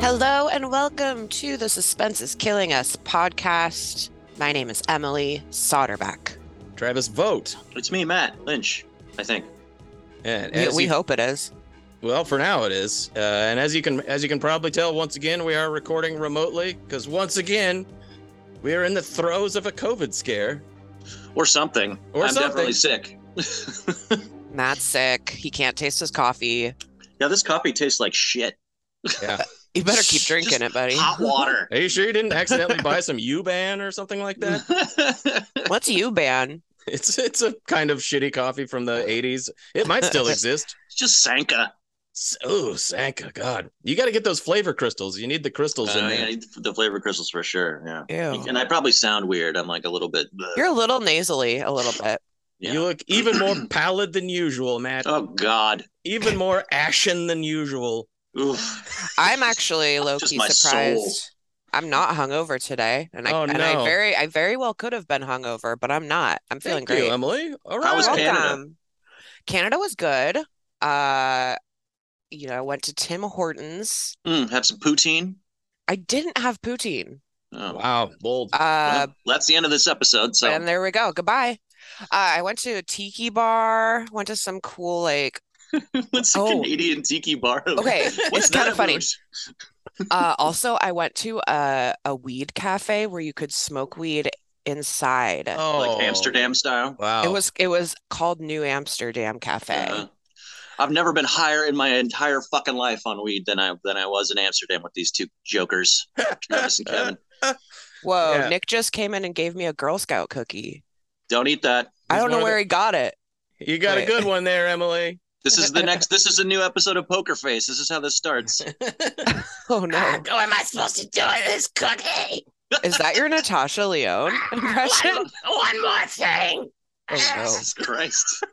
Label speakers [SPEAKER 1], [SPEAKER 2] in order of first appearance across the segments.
[SPEAKER 1] Hello and welcome to the Suspense is Killing Us podcast. My name is Emily Soderback.
[SPEAKER 2] Travis, vote.
[SPEAKER 3] It's me, Matt Lynch, I think.
[SPEAKER 2] And
[SPEAKER 1] We,
[SPEAKER 2] as
[SPEAKER 1] we
[SPEAKER 2] you-
[SPEAKER 1] hope it is.
[SPEAKER 2] Well, for now it is. Uh, and as you can as you can probably tell, once again we are recording remotely because once again we are in the throes of a COVID scare.
[SPEAKER 3] Or something.
[SPEAKER 2] Or
[SPEAKER 3] I'm
[SPEAKER 2] something.
[SPEAKER 3] definitely sick.
[SPEAKER 1] Matt's sick. He can't taste his coffee.
[SPEAKER 3] Yeah, this coffee tastes like shit.
[SPEAKER 1] You better keep drinking it, buddy.
[SPEAKER 3] Hot water.
[SPEAKER 2] Are you sure you didn't accidentally buy some Uban or something like that?
[SPEAKER 1] What's you ban?
[SPEAKER 2] It's it's a kind of shitty coffee from the '80s. It might still exist.
[SPEAKER 3] It's just Sanka.
[SPEAKER 2] S- Oh, Sanka, God, you got to get those flavor crystals. You need the
[SPEAKER 1] Oh,
[SPEAKER 2] crystals in
[SPEAKER 3] Uh,
[SPEAKER 2] there.
[SPEAKER 3] yeah, the flavor crystals for sure. Yeah.
[SPEAKER 1] Ew.
[SPEAKER 3] And I probably sound weird. I'm like a little bit. bleh.
[SPEAKER 1] Oh. You're a little nasally, a little bit.
[SPEAKER 3] yeah.
[SPEAKER 2] You look even more pallid than usual, Matt.
[SPEAKER 3] oh God.
[SPEAKER 2] Even more ashen than usual.
[SPEAKER 3] Oof.
[SPEAKER 1] I'm actually low key
[SPEAKER 3] my soul.
[SPEAKER 1] surprised. I'm not hungover today, and I
[SPEAKER 2] Oh,
[SPEAKER 1] and I
[SPEAKER 2] no.
[SPEAKER 1] very I very well could have been hungover, but I'm not. I'm feeling
[SPEAKER 2] Thank
[SPEAKER 1] great.
[SPEAKER 2] you, Emily. All right.
[SPEAKER 3] How was Canada?
[SPEAKER 1] Welcome. Canada was good. Uh, you know, I went to Tim Hortons.
[SPEAKER 3] Mm, have some poutine.
[SPEAKER 1] I didn't have poutine.
[SPEAKER 3] Oh.
[SPEAKER 2] Wow, bold.
[SPEAKER 1] Uh,
[SPEAKER 3] Well, that's the end of this episode. So
[SPEAKER 1] and there we go. Goodbye. Uh, I went to a tiki bar. Went to some cool like
[SPEAKER 3] what's the
[SPEAKER 1] Oh.
[SPEAKER 3] Canadian tiki bar?
[SPEAKER 1] Okay,
[SPEAKER 3] What's
[SPEAKER 1] it's kinda
[SPEAKER 3] that
[SPEAKER 1] funny.
[SPEAKER 3] about?
[SPEAKER 1] Uh, also, I went to a a weed cafe where you could smoke weed inside.
[SPEAKER 2] oh,
[SPEAKER 3] Like Amsterdam style.
[SPEAKER 2] Wow. Uh-huh.
[SPEAKER 1] It was it was called New Amsterdam Cafe.
[SPEAKER 3] Uh, I've never been higher in my entire fucking life on weed than I than I was in Amsterdam with these two jokers, Travis and Kevin.
[SPEAKER 1] Whoa,
[SPEAKER 2] Yeah.
[SPEAKER 1] Nick just came in and gave me a Girl Scout cookie.
[SPEAKER 3] Don't eat that.
[SPEAKER 1] I
[SPEAKER 2] He's
[SPEAKER 1] don't know
[SPEAKER 2] one of
[SPEAKER 1] where he got it.
[SPEAKER 2] You got
[SPEAKER 1] Wait.
[SPEAKER 2] a good one there, Emily.
[SPEAKER 3] This is the next. This is a new episode of Poker Face. This is how this starts.
[SPEAKER 1] Oh no.
[SPEAKER 2] How am I supposed to do this cookie?
[SPEAKER 1] Is that your Natasha Leone impression? Oh,
[SPEAKER 2] One more thing.
[SPEAKER 3] Jesus Christ!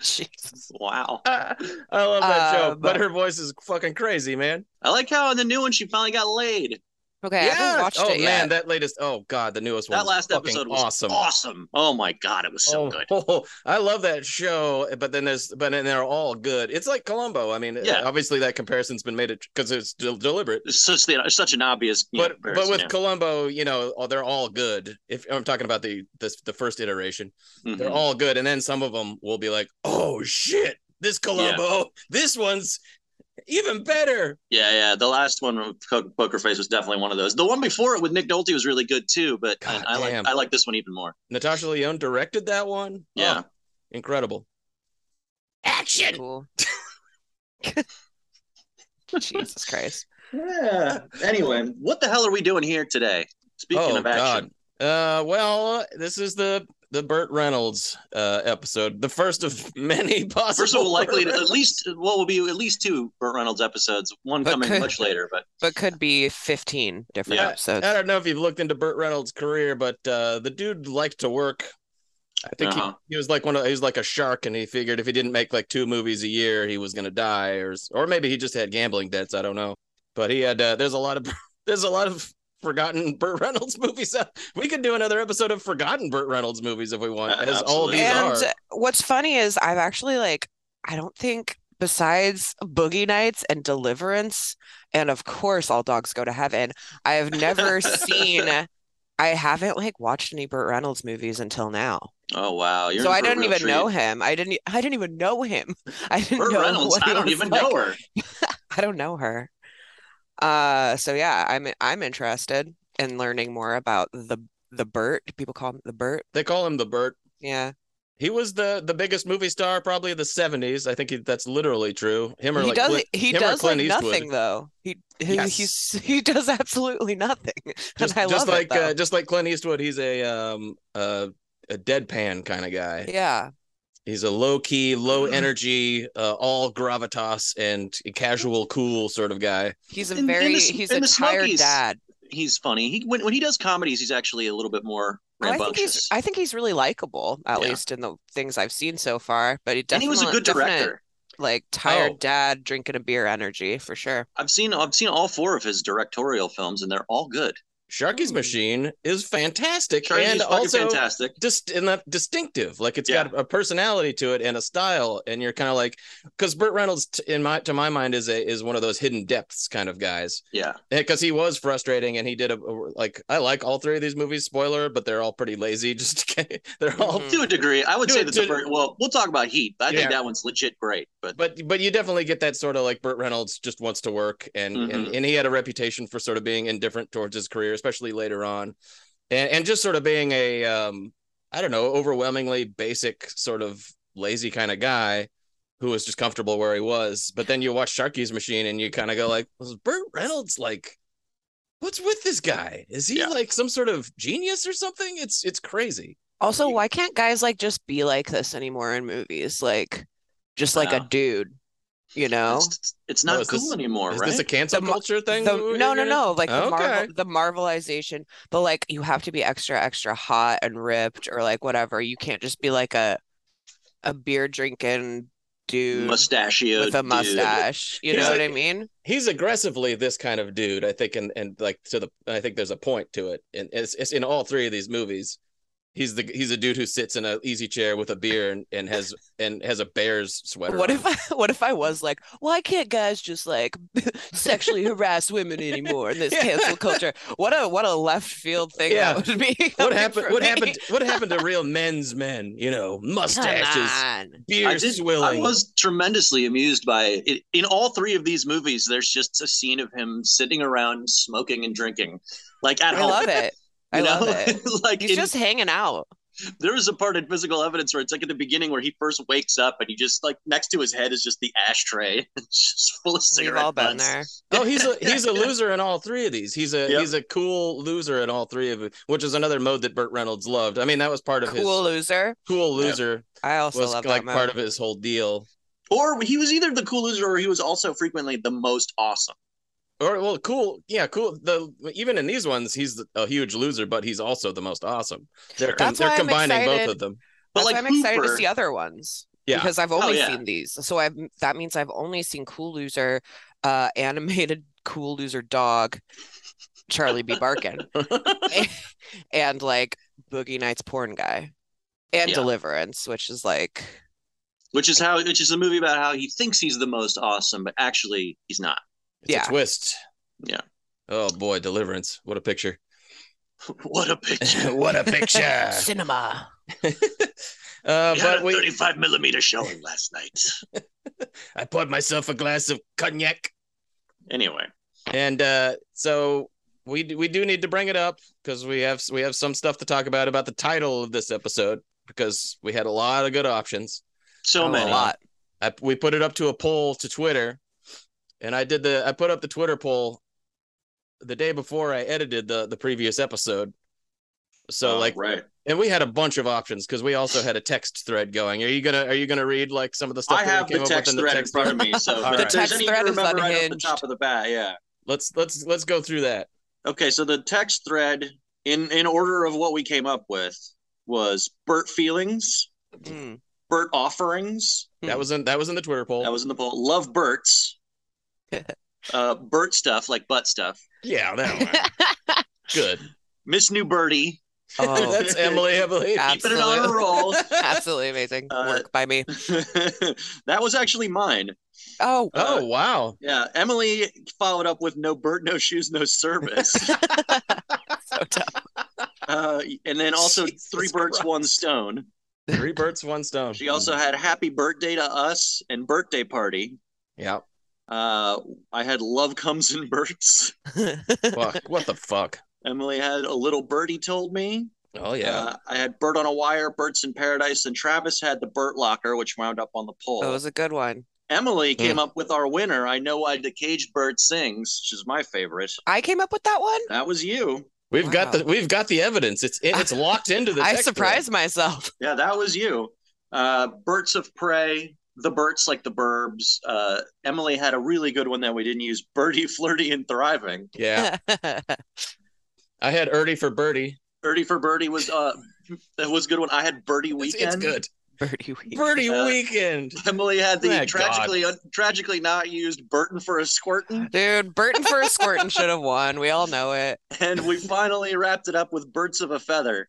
[SPEAKER 1] Jesus.
[SPEAKER 3] Wow.
[SPEAKER 2] I love that
[SPEAKER 1] Uh,
[SPEAKER 2] joke, but
[SPEAKER 1] but-
[SPEAKER 2] her voice is fucking crazy, man.
[SPEAKER 3] I like how in the new one she finally got laid.
[SPEAKER 1] Okay, I haven't watched
[SPEAKER 2] oh
[SPEAKER 1] it
[SPEAKER 2] man,
[SPEAKER 1] yet.
[SPEAKER 2] that latest. Oh god, the newest one.
[SPEAKER 3] That
[SPEAKER 2] was
[SPEAKER 3] last
[SPEAKER 2] fucking
[SPEAKER 3] episode was
[SPEAKER 2] awesome.
[SPEAKER 3] awesome. Oh my god, it was so
[SPEAKER 2] oh,
[SPEAKER 3] good.
[SPEAKER 2] oh, I love that show, but then there's, but then they're all good. It's like Columbo. I mean,
[SPEAKER 3] Yeah.
[SPEAKER 2] obviously that comparison's been made because it's del- deliberate.
[SPEAKER 3] It's such the it's such an obvious. you know,
[SPEAKER 2] but but with
[SPEAKER 3] comparison,
[SPEAKER 2] Columbo, you know, oh, they're all good. If I'm talking about the this the first iteration,
[SPEAKER 3] yeah. Mhm.
[SPEAKER 2] they're all good, and then some of them will be like, "Oh shit, this Columbo, this one's even better."
[SPEAKER 3] Yeah, yeah. The last one with Co- Poker Face was definitely one of those. The one before it with Nick Nolte was really good too, but I,
[SPEAKER 2] God
[SPEAKER 3] I like
[SPEAKER 2] damn.
[SPEAKER 3] I like this one even more.
[SPEAKER 2] Natasha Leone directed that one.
[SPEAKER 3] Yeah.
[SPEAKER 2] Oh, incredible.
[SPEAKER 1] Cool. Oh, Jesus Christ.
[SPEAKER 3] Yeah. Anyway, what the hell are we doing here today? Speaking
[SPEAKER 2] oh
[SPEAKER 3] of action,
[SPEAKER 2] God. Uh, well, this is the the Burt Reynolds uh episode, the first of many possible.
[SPEAKER 3] first of all, likely to,
[SPEAKER 2] Burt
[SPEAKER 3] at least what will be at least two Burt Reynolds episodes. One
[SPEAKER 1] But
[SPEAKER 3] coming
[SPEAKER 1] could-
[SPEAKER 3] much later, but
[SPEAKER 1] But could be 15 different
[SPEAKER 3] Yeah.
[SPEAKER 1] episodes.
[SPEAKER 2] I don't know if you've looked into Burt Reynolds' career, but uh, the dude liked to work. I think
[SPEAKER 3] Uh-huh.
[SPEAKER 2] he, he was like one of he was like a shark, and he figured if he didn't make like two movies a year, he was gonna die, or s- or maybe he just had gambling debts. I don't know, but he had. Uh, there's a lot of there's a lot of forgotten Burt Reynolds movies. out- We could do another episode of forgotten Burt Reynolds movies if we want,
[SPEAKER 3] Uh,
[SPEAKER 2] as all these
[SPEAKER 1] And
[SPEAKER 2] are.
[SPEAKER 1] what's funny is I've actually like I don't think besides Boogie Nights and Deliverance and of course All Dogs Go to Heaven, I have never seen I haven't like watched any Burt Reynolds movies until now.
[SPEAKER 3] oh wow, you're
[SPEAKER 1] So
[SPEAKER 3] in
[SPEAKER 1] I
[SPEAKER 3] for a
[SPEAKER 1] didn't
[SPEAKER 3] real
[SPEAKER 1] even
[SPEAKER 3] treat.
[SPEAKER 1] know him. I didn't I didn't even know him. I didn't
[SPEAKER 3] Burt
[SPEAKER 1] know
[SPEAKER 3] Reynolds.
[SPEAKER 1] what he
[SPEAKER 3] I don't
[SPEAKER 1] was
[SPEAKER 3] even
[SPEAKER 1] like.
[SPEAKER 3] know her.
[SPEAKER 1] I don't know her. Uh so yeah, I'm I'm interested in learning more about the the Burt. Do people call him the Burt?
[SPEAKER 2] They call him the Burt.
[SPEAKER 1] Yeah.
[SPEAKER 2] He was the the biggest movie star probably of the '70s. I think he, that's literally true. Him or
[SPEAKER 1] He
[SPEAKER 2] like
[SPEAKER 1] does
[SPEAKER 2] Clint-
[SPEAKER 1] he
[SPEAKER 2] him or
[SPEAKER 1] does like
[SPEAKER 2] Clint Eastwood.
[SPEAKER 1] nothing though. He he
[SPEAKER 2] Yes.
[SPEAKER 1] he's, he does absolutely nothing. And
[SPEAKER 2] just,
[SPEAKER 1] I
[SPEAKER 2] just
[SPEAKER 1] love
[SPEAKER 2] like
[SPEAKER 1] it though.
[SPEAKER 2] Uh, just like Clint Eastwood, he's a um uh, a deadpan kind of guy.
[SPEAKER 1] yeah. Mm-hmm.
[SPEAKER 2] He's a low key, low energy, uh, all gravitas and casual cool sort of guy.
[SPEAKER 1] He's a
[SPEAKER 3] In- in
[SPEAKER 1] very
[SPEAKER 3] the s-
[SPEAKER 1] he's
[SPEAKER 3] in
[SPEAKER 1] a
[SPEAKER 3] the
[SPEAKER 1] tired
[SPEAKER 3] Smokies,
[SPEAKER 1] dad.
[SPEAKER 3] He's funny. He when, when he does comedies, he's actually a little bit more
[SPEAKER 1] I
[SPEAKER 3] rambunctious.
[SPEAKER 1] think he's I think he's really likable, at
[SPEAKER 3] Yeah.
[SPEAKER 1] least in the things I've seen so far. But he
[SPEAKER 3] and
[SPEAKER 1] definitely
[SPEAKER 3] he was a good
[SPEAKER 1] definite,
[SPEAKER 3] director.
[SPEAKER 1] like tired
[SPEAKER 2] Oh.
[SPEAKER 1] dad drinking a beer energy for sure.
[SPEAKER 3] I've seen I've seen all four of his directorial films, and they're all good.
[SPEAKER 1] Mm.
[SPEAKER 2] Sharky's machine is fantastic
[SPEAKER 3] Charlie's
[SPEAKER 2] and
[SPEAKER 3] fucking
[SPEAKER 2] also
[SPEAKER 3] fantastic.
[SPEAKER 2] just in that distinctive like it's
[SPEAKER 3] Yeah.
[SPEAKER 2] got a personality to it and a style and you're kind of like because burt reynolds t- in my to my mind is a is one of those hidden depths kind of guys
[SPEAKER 3] Yeah.
[SPEAKER 2] because he was frustrating and he did a, a- like i like all three of these movies spoiler but they're all pretty lazy just they're all
[SPEAKER 1] Mhm.
[SPEAKER 3] To a degree, I would
[SPEAKER 2] Mm. To-
[SPEAKER 3] say that's a
[SPEAKER 2] to-
[SPEAKER 3] very, well. We'll talk about Heat, but I
[SPEAKER 2] Yeah.
[SPEAKER 3] think that one's legit great. But
[SPEAKER 2] but but you definitely get that sort of like Burt Reynolds just wants to work and and,
[SPEAKER 3] Mhm.
[SPEAKER 2] and he had a reputation for sort of being indifferent towards his career especially later on and and just sort of being a um I don't know overwhelmingly basic sort of lazy kind of guy who was just comfortable where he was but then you watch Sharky's Machine and you kind of go like was Burt Reynolds like what's with this guy is he
[SPEAKER 3] Yeah.
[SPEAKER 2] like some sort of genius or something it's it's crazy
[SPEAKER 1] Also, why can't guys like just be like this anymore in movies? Like, just like a
[SPEAKER 3] Wow.
[SPEAKER 1] dude, you know?
[SPEAKER 3] it's, it's not
[SPEAKER 2] Oh, is
[SPEAKER 3] cool
[SPEAKER 2] this-
[SPEAKER 3] anymore,
[SPEAKER 2] is
[SPEAKER 3] right?
[SPEAKER 2] this a cancel
[SPEAKER 1] The mo-
[SPEAKER 2] culture thing
[SPEAKER 1] The-
[SPEAKER 2] that we're
[SPEAKER 1] no, no,
[SPEAKER 2] gonna-
[SPEAKER 1] no. Like the
[SPEAKER 2] Okay.
[SPEAKER 1] marvel, the marvelization, the like you have to be extra, extra hot and ripped or like whatever. You can't just be like a a beer drinking dude
[SPEAKER 3] Mustachioed
[SPEAKER 1] with a
[SPEAKER 3] dude.
[SPEAKER 1] mustache. You
[SPEAKER 2] He's
[SPEAKER 1] know what
[SPEAKER 2] like-
[SPEAKER 1] I mean?
[SPEAKER 2] he's aggressively this kind of dude i think and and like to the i think there's a point to it and it's, it's in all three of these movies he's the he's a dude who sits in an easy chair with a beer and, and has and has a bear's sweater
[SPEAKER 1] What
[SPEAKER 2] on.
[SPEAKER 1] if I, what if I was like, why can't guys just like sexually harass women anymore in this
[SPEAKER 2] Yeah.
[SPEAKER 1] cancel culture? What a what a left field thing
[SPEAKER 2] Yeah.
[SPEAKER 1] that would be.
[SPEAKER 2] what
[SPEAKER 1] coming
[SPEAKER 2] happened
[SPEAKER 1] from
[SPEAKER 2] what
[SPEAKER 1] me.
[SPEAKER 2] happened what happened to real men's men you know
[SPEAKER 1] Come
[SPEAKER 2] mustaches
[SPEAKER 1] on.
[SPEAKER 2] beer
[SPEAKER 3] I, did, I
[SPEAKER 2] swilling
[SPEAKER 3] was tremendously amused by it. In all three of these movies, there's just a scene of him sitting around smoking and drinking, like at
[SPEAKER 1] I
[SPEAKER 3] home.
[SPEAKER 1] love it. I
[SPEAKER 3] you
[SPEAKER 1] love
[SPEAKER 3] know?
[SPEAKER 1] it.
[SPEAKER 3] like
[SPEAKER 1] He's
[SPEAKER 3] in-
[SPEAKER 1] just hanging out.
[SPEAKER 3] there was a part in Physical Evidence where it's like at the beginning where he first wakes up and he just like next to his head is just the ashtray, it's just full of
[SPEAKER 1] We've
[SPEAKER 3] cigarette
[SPEAKER 1] all been
[SPEAKER 3] butts.
[SPEAKER 1] there.
[SPEAKER 2] oh he's a he's a loser in all three of these he's a
[SPEAKER 3] Yep.
[SPEAKER 2] he's a cool loser in all three of it which is another mode that burt reynolds loved i mean that was part of
[SPEAKER 1] Cool
[SPEAKER 2] his
[SPEAKER 1] loser.
[SPEAKER 2] cool loser
[SPEAKER 1] I also
[SPEAKER 2] was
[SPEAKER 1] love
[SPEAKER 2] like
[SPEAKER 1] that mode.
[SPEAKER 2] part of his whole deal
[SPEAKER 3] Or he was either the cool loser or he was also frequently the most awesome.
[SPEAKER 2] Or well, cool, yeah, cool. The even in these ones, he's a huge loser, but he's also the most awesome. They're com-
[SPEAKER 1] That's
[SPEAKER 2] they're
[SPEAKER 1] why I'm
[SPEAKER 2] combining both
[SPEAKER 1] excited.
[SPEAKER 2] of them.
[SPEAKER 3] But
[SPEAKER 1] That's
[SPEAKER 3] like
[SPEAKER 1] why I'm excited
[SPEAKER 3] Hooper-
[SPEAKER 1] to see other ones.
[SPEAKER 2] Yeah.
[SPEAKER 1] Because I've only
[SPEAKER 3] yeah.
[SPEAKER 1] seen these. So I've that means I've only seen Cool Loser, uh, animated Cool Loser dog, Charlie B. Barkin. and like Boogie Nights porn guy. And
[SPEAKER 3] Yeah.
[SPEAKER 1] Deliverance, which is like
[SPEAKER 3] which is how which is a movie about how he thinks he's the most awesome, but actually he's not.
[SPEAKER 2] It's
[SPEAKER 1] Yeah.
[SPEAKER 2] a twist.
[SPEAKER 3] Yeah.
[SPEAKER 2] Oh boy, Deliverance! What a picture!
[SPEAKER 3] what a picture.
[SPEAKER 2] what a picture!
[SPEAKER 1] cinema.
[SPEAKER 2] uh,
[SPEAKER 3] we had
[SPEAKER 2] but
[SPEAKER 3] a
[SPEAKER 2] we,
[SPEAKER 3] 35 millimeter showing last night.
[SPEAKER 2] I poured myself a glass of cognac,
[SPEAKER 3] Anyway,
[SPEAKER 2] and uh, so we d- we do need to bring it up because we have we have some stuff to talk about about the title of this episode because we had a lot of good options.
[SPEAKER 3] so
[SPEAKER 1] Oh,
[SPEAKER 3] many.
[SPEAKER 1] A lot.
[SPEAKER 2] I, we put it up to a poll to Twitter, and I did the I put up the Twitter poll the day before I edited the the previous episode. So
[SPEAKER 3] Oh,
[SPEAKER 2] like,
[SPEAKER 3] right.
[SPEAKER 2] and we had a bunch of options because we also had a text thread going. Are you gonna Are you gonna read like some of the stuff?
[SPEAKER 3] I
[SPEAKER 2] that we
[SPEAKER 3] have the
[SPEAKER 2] came up with
[SPEAKER 3] text
[SPEAKER 2] in the
[SPEAKER 3] thread in front of me, so
[SPEAKER 2] All
[SPEAKER 3] if
[SPEAKER 2] right.
[SPEAKER 3] there's
[SPEAKER 1] Text
[SPEAKER 3] any
[SPEAKER 1] thread
[SPEAKER 3] you
[SPEAKER 1] is
[SPEAKER 3] remember right off the
[SPEAKER 1] unhinged.
[SPEAKER 3] top of the bat, yeah.
[SPEAKER 2] Let's let's let's go through that.
[SPEAKER 3] Okay, so the text thread in in order of what we came up with was Burt feelings,
[SPEAKER 2] Oh.
[SPEAKER 1] Mm.
[SPEAKER 3] Burt offerings.
[SPEAKER 2] That
[SPEAKER 1] Hmm.
[SPEAKER 2] was in that was in the Twitter poll.
[SPEAKER 3] That was in the poll. Love Burt's, uh, Burt stuff like butt stuff.
[SPEAKER 2] yeah, that one. Good.
[SPEAKER 3] Miss New Birdie,
[SPEAKER 1] Oh,
[SPEAKER 2] That's Emily, I believe.
[SPEAKER 3] keeping it on a
[SPEAKER 1] absolutely,
[SPEAKER 3] roll.
[SPEAKER 1] absolutely amazing
[SPEAKER 3] Uh,
[SPEAKER 1] work by me.
[SPEAKER 3] that was actually mine.
[SPEAKER 1] Oh,
[SPEAKER 2] Oh wow.
[SPEAKER 3] Yeah, Emily followed up with no Bert, no shoes, no service,
[SPEAKER 1] so tough.
[SPEAKER 3] uh, and then also
[SPEAKER 2] Jesus
[SPEAKER 3] three Berts,
[SPEAKER 2] Christ.
[SPEAKER 3] one stone.
[SPEAKER 2] Three birds, one
[SPEAKER 1] Oh,
[SPEAKER 2] stone. Hmm.
[SPEAKER 3] She also had happy birthday to us and birthday party.
[SPEAKER 2] Yeah.
[SPEAKER 3] Uh, I had love comes in Berts.
[SPEAKER 2] Fuck. What the fuck?
[SPEAKER 3] Emily had a little birdie told me.
[SPEAKER 2] Oh yeah.
[SPEAKER 3] Uh, I had Bert on a wire, Bert's in paradise, and Travis had the Bert locker, which wound up on the poll.
[SPEAKER 1] That was a good one.
[SPEAKER 3] Emily came up with our winner. I know why the caged bird sings, which is my favorite.
[SPEAKER 1] I came up with that one.
[SPEAKER 3] That was you.
[SPEAKER 2] We've got
[SPEAKER 1] Wow.
[SPEAKER 2] the we've got the evidence. It's it's locked into the.
[SPEAKER 1] I
[SPEAKER 2] text
[SPEAKER 1] surprised myself.
[SPEAKER 3] Yeah, that was you. Uh, Birds of Prey, the Berts like the Burbs. Uh, Emily had a really good one that we didn't use Birdie, Flirty, and Thriving.
[SPEAKER 2] thread. Yeah, I had Ernie for Birdie.
[SPEAKER 3] Birdie for Birdie was uh, that was a good one. I had Birdie
[SPEAKER 2] It's,
[SPEAKER 3] Weekend.
[SPEAKER 2] it's good.
[SPEAKER 1] Birdie Week.
[SPEAKER 2] Birdie
[SPEAKER 3] Uh,
[SPEAKER 2] Weekend.
[SPEAKER 3] Emily had the
[SPEAKER 2] Thank
[SPEAKER 3] tragically un- tragically not used Burton for a squirtin,
[SPEAKER 1] Dude, Burton for a squirtin' should have won. We all know it.
[SPEAKER 3] and we finally wrapped it up with Birds of a Feather.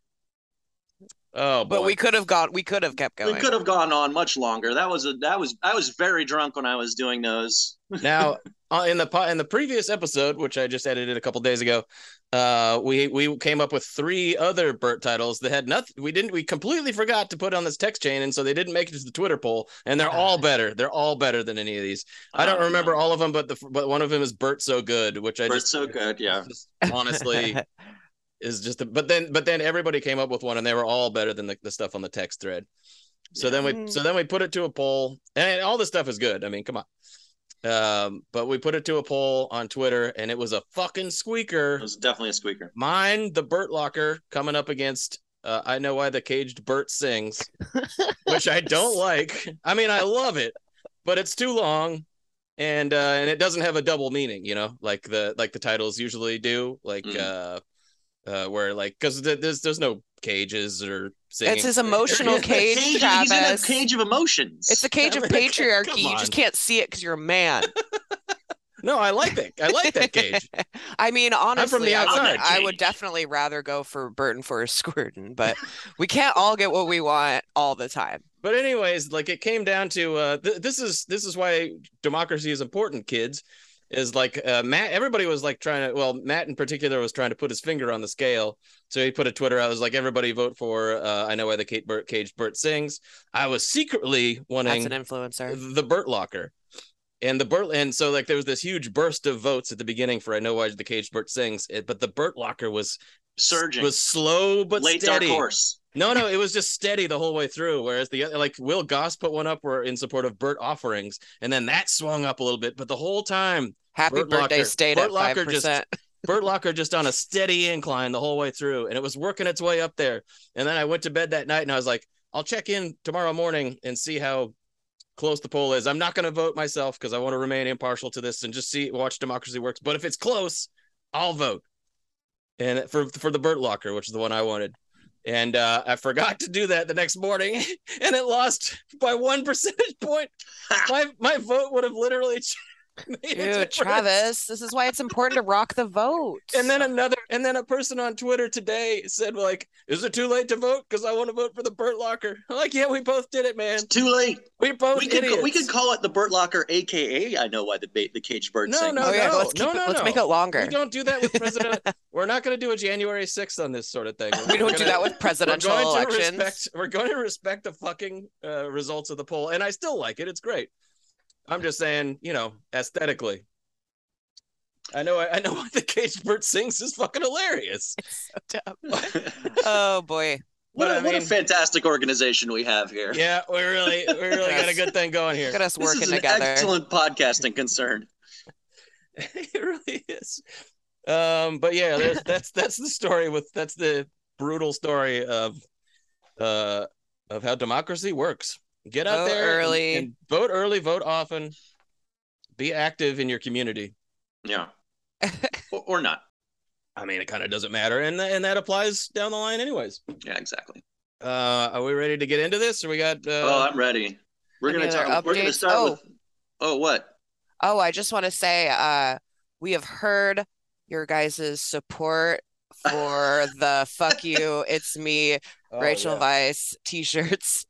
[SPEAKER 2] Oh,
[SPEAKER 1] But
[SPEAKER 2] boy.
[SPEAKER 1] we could have gone we could have kept going.
[SPEAKER 3] We could have gone on much longer. That was a that was I was very drunk when I was doing those.
[SPEAKER 2] now uh, in the po- in the previous episode which i just edited a couple days ago uh we we came up with three other burt titles that had nothing we didn't we completely forgot to put on this text chain and so they didn't make it to the twitter poll and they're all better they're all better than any of these i don't
[SPEAKER 3] Um,
[SPEAKER 2] remember all of them but the but one of them is burt so good which i
[SPEAKER 3] Bert's
[SPEAKER 2] just
[SPEAKER 3] so good, yeah.
[SPEAKER 2] just honestly is just a, but then but then everybody came up with one and they were all better than the, the stuff on the text thread so then we
[SPEAKER 1] Mm.
[SPEAKER 2] so then we put it to a poll and all this stuff is good i mean come on um but we put it to a poll on twitter and it was a fucking squeaker
[SPEAKER 3] It was definitely a squeaker.
[SPEAKER 2] mine the burt locker coming up against uh, i know why the caged burt sings which i don't like i mean i love it but it's too long and uh and it doesn't have a double meaning you know like the like the titles usually do like
[SPEAKER 3] Mm.
[SPEAKER 2] uh uh where like because th- there's there's no cages or singing.
[SPEAKER 1] it's his emotional
[SPEAKER 2] There
[SPEAKER 1] cage,
[SPEAKER 3] Cage- he's in a
[SPEAKER 1] Travis.
[SPEAKER 3] cage of emotions.
[SPEAKER 1] It's the cage of
[SPEAKER 2] Come
[SPEAKER 1] patriarchy. You
[SPEAKER 2] on.
[SPEAKER 1] just can't see it because you're a man.
[SPEAKER 2] no i like that i like that cage
[SPEAKER 1] I mean, honestly,
[SPEAKER 2] the
[SPEAKER 1] I would-
[SPEAKER 2] outside
[SPEAKER 1] I would
[SPEAKER 3] cage.
[SPEAKER 1] definitely rather go for Burton for a squirtin', but we can't all get what we want all the time.
[SPEAKER 2] but anyways like it came down to uh th- this is this is why democracy is important kids is like uh matt everybody was like trying to well matt in particular was trying to put his finger on the scale so he put a twitter out it was like everybody vote for uh i know why the kate burt cage burt sings i was secretly
[SPEAKER 1] That's
[SPEAKER 2] wanting
[SPEAKER 1] an influencer.
[SPEAKER 2] the Burt Locker. And the Burt, and so like there was this huge burst of votes at the beginning for I know why the Cage Burt sings, it, but the Burt Locker was
[SPEAKER 3] surging.
[SPEAKER 2] was slow but
[SPEAKER 3] late
[SPEAKER 2] steady.
[SPEAKER 3] dark horse.
[SPEAKER 2] No, no, it was just steady the whole way through. Whereas the other, like Will Goss put one up were in support of Burt offerings, and then that swung up a little bit. But the whole time,
[SPEAKER 1] Happy
[SPEAKER 2] Burt
[SPEAKER 1] birthday,
[SPEAKER 2] Locker-
[SPEAKER 1] stayed
[SPEAKER 2] Burt
[SPEAKER 1] at
[SPEAKER 2] Locker
[SPEAKER 1] five
[SPEAKER 2] just-
[SPEAKER 1] percent.
[SPEAKER 2] Burt Locker just on a steady incline the whole way through, and it was working its way up there. And then I went to bed that night, and I was like, I'll check in tomorrow morning and see how close the poll is. I'm not going to vote myself because I want to remain impartial to this and just see watch democracy works. But if it's close, I'll vote. And for for the Burt Locker, which is the one I wanted. And uh, I forgot to do that the next morning, and it lost by one percentage point. My my vote would have literally made a
[SPEAKER 1] Dude,
[SPEAKER 2] difference.
[SPEAKER 1] Travis, this is why it's important to rock the vote.
[SPEAKER 2] And then another, and then a person on Twitter today said, "Like, is it too late to vote? Because I want to vote for the Burt Locker." I'm like, yeah, we both did it, man.
[SPEAKER 3] It's too late.
[SPEAKER 2] We both
[SPEAKER 3] We could
[SPEAKER 2] idiots.
[SPEAKER 3] we could call it the Burt Locker, aka I know why the ba- the caged bird
[SPEAKER 2] No,
[SPEAKER 3] sings.
[SPEAKER 2] no,
[SPEAKER 1] oh yeah,
[SPEAKER 2] no,
[SPEAKER 1] let's keep
[SPEAKER 2] no,
[SPEAKER 1] it,
[SPEAKER 2] no,
[SPEAKER 1] let's
[SPEAKER 2] no.
[SPEAKER 1] make it longer.
[SPEAKER 2] We don't do that with president. We're not going to do a January 6th on this sort of thing.
[SPEAKER 1] We don't do
[SPEAKER 2] We're
[SPEAKER 1] that
[SPEAKER 2] gonna-
[SPEAKER 1] with presidential
[SPEAKER 2] we're going
[SPEAKER 1] elections.
[SPEAKER 2] To respect, we're going to respect the fucking uh, results of the poll, and I still like it. It's great. I'm just saying, you know, aesthetically. I know, I, I know. The Cage Bird sings is fucking hilarious.
[SPEAKER 1] It's so dumb.
[SPEAKER 3] what
[SPEAKER 1] Oh boy.
[SPEAKER 2] But
[SPEAKER 3] a,
[SPEAKER 2] I
[SPEAKER 3] what a
[SPEAKER 2] mean-
[SPEAKER 3] fantastic organization we have here.
[SPEAKER 2] Yeah, we really, we really got a good thing going here.
[SPEAKER 1] Look at us
[SPEAKER 3] this
[SPEAKER 1] working
[SPEAKER 3] is an
[SPEAKER 1] together.
[SPEAKER 3] excellent podcasting concern.
[SPEAKER 2] it really is. Um, but yeah, there's, that's that's the story with that's the brutal story of uh of how democracy works. Get out
[SPEAKER 1] Vote
[SPEAKER 2] there and-
[SPEAKER 1] early.
[SPEAKER 2] and vote early, vote often. Be active in your community.
[SPEAKER 3] Yeah, or, or not.
[SPEAKER 2] I mean, it kind of doesn't matter, and tha- and that applies down the line, anyways.
[SPEAKER 3] Yeah, exactly.
[SPEAKER 2] Uh, are we ready to get into this? Or we got
[SPEAKER 3] oh,
[SPEAKER 2] uh,
[SPEAKER 3] I'm ready. We're
[SPEAKER 1] Any
[SPEAKER 3] gonna
[SPEAKER 1] other
[SPEAKER 3] talk. We're gonna
[SPEAKER 1] updates?
[SPEAKER 3] start
[SPEAKER 1] Oh.
[SPEAKER 3] with. Oh, what?
[SPEAKER 1] Oh, I just want to say uh we have heard your guys' support for the fuck you, it's me,
[SPEAKER 2] oh,
[SPEAKER 1] Rachel
[SPEAKER 2] yeah.
[SPEAKER 1] Weiss t shirts.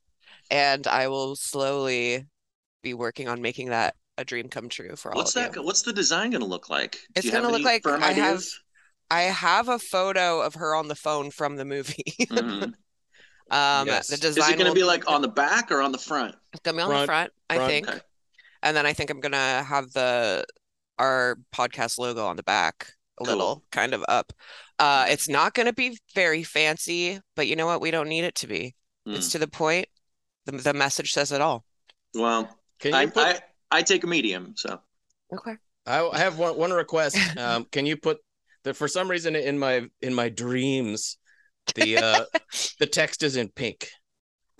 [SPEAKER 1] And I will slowly be working on making that a dream come true for all
[SPEAKER 3] What's
[SPEAKER 1] of
[SPEAKER 3] that?
[SPEAKER 1] you.
[SPEAKER 3] go- What's the design gonna look like? Do
[SPEAKER 1] It's
[SPEAKER 3] you have
[SPEAKER 1] gonna look
[SPEAKER 3] any
[SPEAKER 1] like
[SPEAKER 3] firm
[SPEAKER 1] I
[SPEAKER 3] ideas?
[SPEAKER 1] I have a photo of her on the phone from the movie.
[SPEAKER 3] Mhm.
[SPEAKER 1] Um,
[SPEAKER 2] Yes.
[SPEAKER 1] the
[SPEAKER 2] Is it
[SPEAKER 1] design
[SPEAKER 3] Is it gonna
[SPEAKER 1] will
[SPEAKER 3] be like on the back or on the front?
[SPEAKER 1] It's gonna be on the
[SPEAKER 2] Front-
[SPEAKER 1] front, I
[SPEAKER 2] front.
[SPEAKER 1] think.
[SPEAKER 3] Okay.
[SPEAKER 1] And then I think I'm gonna have the our podcast logo on the back a
[SPEAKER 3] Cool.
[SPEAKER 1] little kind of up. Uh it's not gonna be very fancy, but you know what? We don't need it to be.
[SPEAKER 3] Hmm.
[SPEAKER 1] It's to the point. The the message says it all.
[SPEAKER 3] Well,
[SPEAKER 2] Can you
[SPEAKER 3] I,
[SPEAKER 2] put-
[SPEAKER 3] I I take a medium, so
[SPEAKER 1] Okay.
[SPEAKER 2] I I have one one request. Um, can you put the for some reason in my in my dreams, the uh, the text is in pink.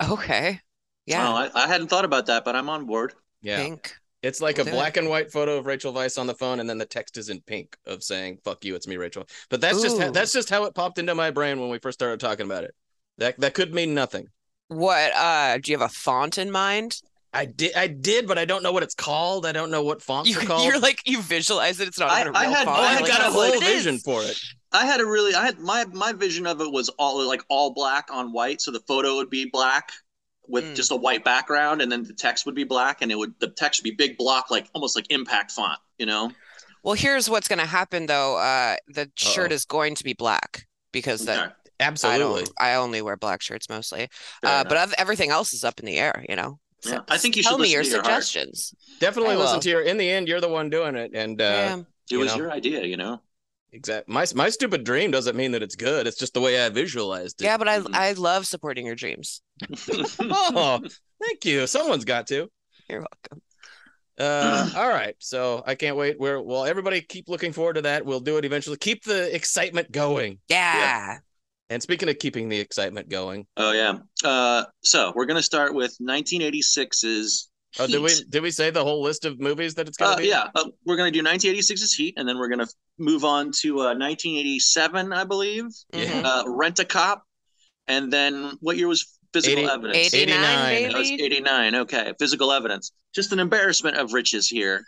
[SPEAKER 1] Okay.
[SPEAKER 3] Oh,
[SPEAKER 1] Yeah.
[SPEAKER 3] I, I hadn't thought about that, but I'm on board.
[SPEAKER 2] Yeah,
[SPEAKER 1] Pink.
[SPEAKER 2] it's like
[SPEAKER 1] We'll
[SPEAKER 2] a
[SPEAKER 1] do
[SPEAKER 2] black and white photo of Rachel Weiss on the phone, and then the text is in pink of saying "fuck you, it's me, Rachel." But that's just how,
[SPEAKER 1] Ooh.
[SPEAKER 2] that's just how it popped into my brain when we first started talking about it. That that could mean nothing.
[SPEAKER 1] What uh do you have a font in mind?
[SPEAKER 2] I did, I did, but I don't know what it's called. I don't know what fonts
[SPEAKER 1] You,
[SPEAKER 2] are called.
[SPEAKER 1] you're like you visualize it. It's not
[SPEAKER 3] I-
[SPEAKER 1] even a
[SPEAKER 3] I
[SPEAKER 1] real
[SPEAKER 3] had-
[SPEAKER 1] font.
[SPEAKER 2] oh,
[SPEAKER 3] I
[SPEAKER 2] I
[SPEAKER 1] like,
[SPEAKER 2] got a
[SPEAKER 1] that's what
[SPEAKER 2] whole
[SPEAKER 1] it is.
[SPEAKER 2] vision for it.
[SPEAKER 3] I had a really, I had my my vision of it was all like all black on white, so the photo would be black with
[SPEAKER 2] Hmm.
[SPEAKER 1] Mm.
[SPEAKER 3] just a white background, and then the text would be black, and it would the text would be big block, like almost like impact font, you know.
[SPEAKER 1] Well, here's what's gonna happen though. Uh the shirt
[SPEAKER 2] Uh-oh.
[SPEAKER 1] is going to be black because that
[SPEAKER 2] Uh,
[SPEAKER 3] Okay,
[SPEAKER 1] I
[SPEAKER 2] Absolutely.
[SPEAKER 1] don't I only wear black shirts mostly.
[SPEAKER 3] fair
[SPEAKER 1] uh
[SPEAKER 3] enough.
[SPEAKER 1] but oth- everything else is up in the air, you know.
[SPEAKER 3] Yeah,
[SPEAKER 1] So
[SPEAKER 3] I think you should
[SPEAKER 1] tell me
[SPEAKER 3] listen
[SPEAKER 1] your
[SPEAKER 3] to your heart.
[SPEAKER 1] suggestions.
[SPEAKER 2] Definitely
[SPEAKER 1] I
[SPEAKER 2] listen
[SPEAKER 1] will.
[SPEAKER 2] to your. In the end, you're the one doing it, and uh,
[SPEAKER 1] yeah.
[SPEAKER 3] it
[SPEAKER 2] you
[SPEAKER 3] was
[SPEAKER 2] know.
[SPEAKER 3] your idea, you know.
[SPEAKER 2] Exactly. My my stupid dream doesn't mean that it's good. It's just the way I visualized it.
[SPEAKER 1] Yeah, but I
[SPEAKER 3] Mhm.
[SPEAKER 1] I love supporting your dreams.
[SPEAKER 2] Oh, thank you. Someone's got to.
[SPEAKER 1] You're welcome.
[SPEAKER 2] Uh, all right. So I can't wait. We're well. Everybody, keep looking forward to that. We'll do it eventually. Keep the excitement going.
[SPEAKER 1] Yeah.
[SPEAKER 2] And speaking of keeping the excitement going,
[SPEAKER 3] oh yeah. Uh, so we're gonna start with 1986's.
[SPEAKER 2] oh, did we
[SPEAKER 3] Heat.
[SPEAKER 2] did we say the whole list of movies that it's gonna
[SPEAKER 3] Uh,
[SPEAKER 2] be?
[SPEAKER 3] yeah, uh, we're gonna do 1986's Heat, and then we're gonna move on to uh, 1987, I believe.
[SPEAKER 2] Yeah.
[SPEAKER 1] Mhm.
[SPEAKER 3] uh, Rent a Cop, and then what year was Physical
[SPEAKER 2] 80
[SPEAKER 3] Evidence?
[SPEAKER 1] 89,
[SPEAKER 2] 89.
[SPEAKER 3] That was
[SPEAKER 1] baby.
[SPEAKER 3] 89. Okay. Physical Evidence. Just an embarrassment of riches here.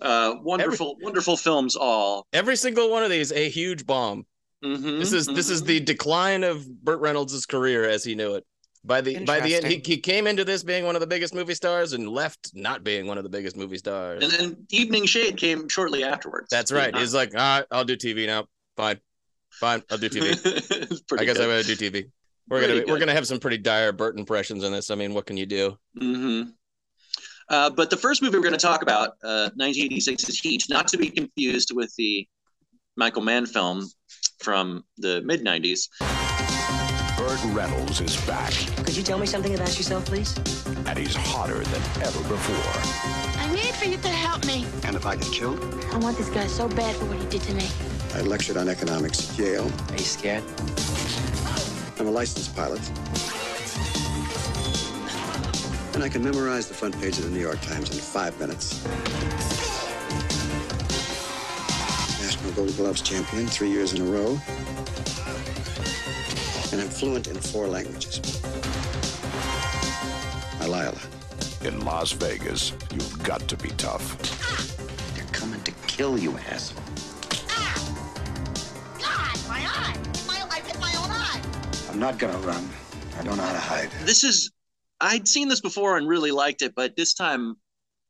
[SPEAKER 3] Uh, wonderful, wonderful films all.
[SPEAKER 2] Every single one of these a huge bomb.
[SPEAKER 3] Mhm,
[SPEAKER 2] This is this is
[SPEAKER 3] mhm.
[SPEAKER 2] the decline of Burt Reynolds' career as he knew it. By the by the end, he,
[SPEAKER 1] Interesting.
[SPEAKER 2] he came into this being one of the biggest movie stars and left not being one of the biggest movie stars.
[SPEAKER 3] And then Evening Shade came shortly afterwards.
[SPEAKER 2] That's right. He's like, all right, I'll do TV now. Fine, fine, I'll do TV.
[SPEAKER 3] It's pretty
[SPEAKER 2] I guess I'm
[SPEAKER 3] good.
[SPEAKER 2] gonna do TV. We're
[SPEAKER 3] Pretty
[SPEAKER 2] gonna we're
[SPEAKER 3] good.
[SPEAKER 2] gonna have some pretty dire Burt impressions in this. I mean, what can you do?
[SPEAKER 3] Mm-hmm. Uh, but the first movie we're going to talk about, uh, 1986, is Heat, not to be confused with the Michael Mann film from the mid 90s.
[SPEAKER 4] Burt Reynolds is back,
[SPEAKER 5] Could you tell me something about yourself, please?
[SPEAKER 4] and he's hotter than ever before.
[SPEAKER 6] I need for you to help me.
[SPEAKER 7] And if I get killed,
[SPEAKER 6] I want this guy so bad for what he did to me.
[SPEAKER 7] I lectured on economics at Yale.
[SPEAKER 5] Are you scared?
[SPEAKER 7] I'm a licensed pilot. And I can memorize the front page of the New York Times in five minutes. National Gold Gloves champion three years in a row. And I'm fluent in four languages. I lie a lot.
[SPEAKER 4] In Las Vegas, you've got to be tough.
[SPEAKER 7] They're coming to kill you, asshole.
[SPEAKER 6] God, my eye! My, I bit my own eye!
[SPEAKER 7] I'm not gonna run. I don't know how to hide.
[SPEAKER 3] this is i'd seen this before and really liked it but this time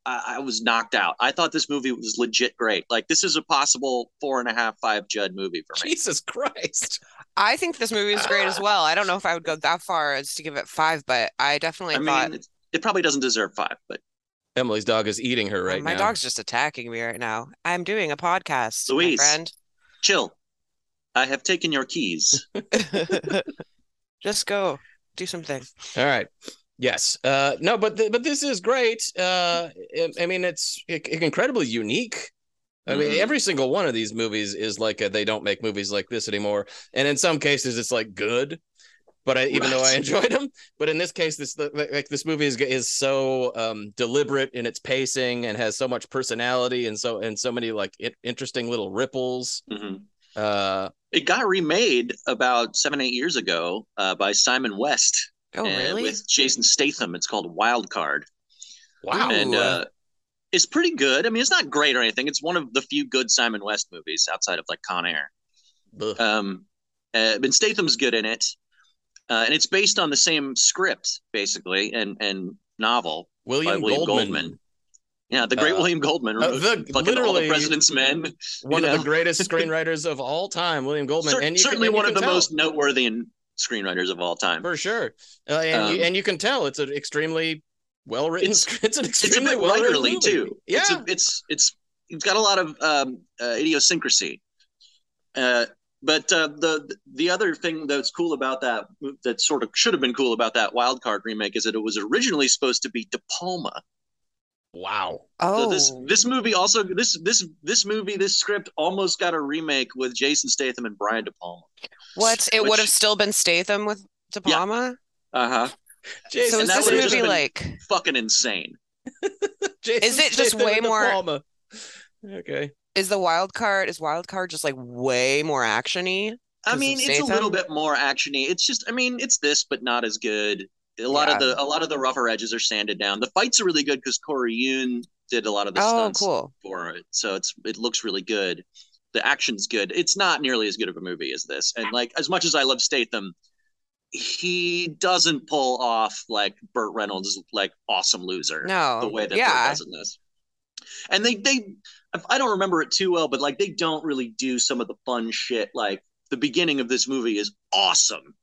[SPEAKER 3] I, I was knocked out i thought this movie was legit great like this is a possible four and a half five judd movie for me
[SPEAKER 2] Jesus Christ!
[SPEAKER 1] I think this movie is great as well. I don't know if I would go that far as to give it five, but I definitely
[SPEAKER 3] i mean
[SPEAKER 1] thought
[SPEAKER 3] it, it probably doesn't deserve five but
[SPEAKER 2] Emily's dog is eating her right
[SPEAKER 1] my
[SPEAKER 2] now.
[SPEAKER 1] dog's just attacking me right now. I'm doing a podcast,
[SPEAKER 3] Louise.
[SPEAKER 1] my friend.
[SPEAKER 3] chill i have taken your keys
[SPEAKER 1] Just go do something.
[SPEAKER 2] All right. Yes. Uh, no, but th- but this is great. Uh, I, I mean, it's i- incredibly unique. I mean,
[SPEAKER 3] Mhm.
[SPEAKER 2] every single one of these movies is like a, they don't make movies like this anymore, and in some cases, it's like good. But I, even though I
[SPEAKER 3] Right.
[SPEAKER 2] enjoyed them, but in this case, this like like, this movie is is so um, deliberate in its pacing and has so much personality and so and so many like it, interesting little ripples.
[SPEAKER 3] Mhm.
[SPEAKER 2] Uh,
[SPEAKER 3] it got remade about seven eight years ago uh, by simon west
[SPEAKER 1] Oh,
[SPEAKER 3] and
[SPEAKER 1] really?
[SPEAKER 3] with jason statham it's called wild card
[SPEAKER 1] Wow.
[SPEAKER 3] and
[SPEAKER 1] Ooh.
[SPEAKER 3] uh, it's pretty good i mean it's not great or anything it's one of the few good simon west movies outside of like con air
[SPEAKER 2] ugh.
[SPEAKER 3] Um, uh, ben Statham's good in it, uh, and it's based on the same script basically and and novel.
[SPEAKER 2] William,
[SPEAKER 3] William
[SPEAKER 2] Goldman,
[SPEAKER 3] Goldman. Yeah, the great
[SPEAKER 2] Uh,
[SPEAKER 3] William Goldman
[SPEAKER 2] uh,
[SPEAKER 3] wrote
[SPEAKER 2] the-
[SPEAKER 3] fucking all the
[SPEAKER 2] literally-
[SPEAKER 3] President's Men.
[SPEAKER 2] one
[SPEAKER 3] you
[SPEAKER 2] of
[SPEAKER 3] know?
[SPEAKER 2] the greatest screenwriters of all time, William Goldman,
[SPEAKER 3] Cer-
[SPEAKER 2] and you
[SPEAKER 3] certainly
[SPEAKER 2] can, and you
[SPEAKER 3] one of the
[SPEAKER 2] can tell,
[SPEAKER 3] most noteworthy and screenwriters of all time.
[SPEAKER 2] for sure. Uh, and you,
[SPEAKER 3] Um,
[SPEAKER 2] and you can tell it's an extremely well written.
[SPEAKER 3] It's-
[SPEAKER 2] It's, an
[SPEAKER 3] It's a
[SPEAKER 2] extremely
[SPEAKER 3] bit
[SPEAKER 2] well
[SPEAKER 3] writerly
[SPEAKER 2] written
[SPEAKER 3] too.
[SPEAKER 2] Yeah,
[SPEAKER 3] it's a, it's it's it's got a lot of um, uh, idiosyncrasy. Uh, but uh, the the other thing that's cool about that that sort of should have been cool about that wild card remake is that it was originally supposed to be De Palma.
[SPEAKER 2] wow.
[SPEAKER 1] oh,
[SPEAKER 3] So this this movie also this this this movie this script almost got a remake with Jason Statham and Brian De Palma.
[SPEAKER 1] what? It would
[SPEAKER 3] which-
[SPEAKER 1] have still been Statham with De
[SPEAKER 3] Yeah.
[SPEAKER 1] Palma.
[SPEAKER 3] Uh huh.
[SPEAKER 1] So
[SPEAKER 2] Jason,
[SPEAKER 1] is
[SPEAKER 3] that
[SPEAKER 1] this
[SPEAKER 3] would've just
[SPEAKER 1] movie
[SPEAKER 3] been-
[SPEAKER 1] like?
[SPEAKER 3] Fucking insane.
[SPEAKER 2] Jason
[SPEAKER 1] is it just
[SPEAKER 2] Statham
[SPEAKER 1] way
[SPEAKER 2] and De
[SPEAKER 1] more-
[SPEAKER 2] Palma. Okay.
[SPEAKER 1] Is the wild card? Is wild card just like way more actiony?
[SPEAKER 3] I
[SPEAKER 1] 'Cause of
[SPEAKER 3] mean, it's a
[SPEAKER 1] Statham?
[SPEAKER 3] little bit more actiony. It's just, I mean, it's this, but not as good. A lot of the a lot of the rougher edges are sanded down. The fights are really good because Corey Yoon did a lot of the
[SPEAKER 1] Oh,
[SPEAKER 3] stunts
[SPEAKER 1] cool.
[SPEAKER 3] for it, so it's it looks really good. The action's good. It's not nearly as good of a movie as this. And like, as much as I love Statham, he doesn't pull off like Burt Reynolds' like awesome loser
[SPEAKER 1] No.
[SPEAKER 3] the way that
[SPEAKER 1] yeah.
[SPEAKER 3] Burt does in this. And they they I don't remember it too well, but like they don't really do some of the fun shit. Like the beginning of this movie is awesome.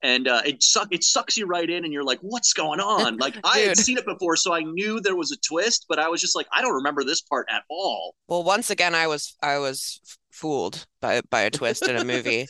[SPEAKER 3] And uh, it suck it sucks you right in, and you're like, "What's going on?" Like I had
[SPEAKER 1] Dude.
[SPEAKER 3] seen it before, so I knew there was a twist, but I was just like, "I don't remember this part at all."
[SPEAKER 1] Well, once again, I was I was f- fooled by by a twist in a movie,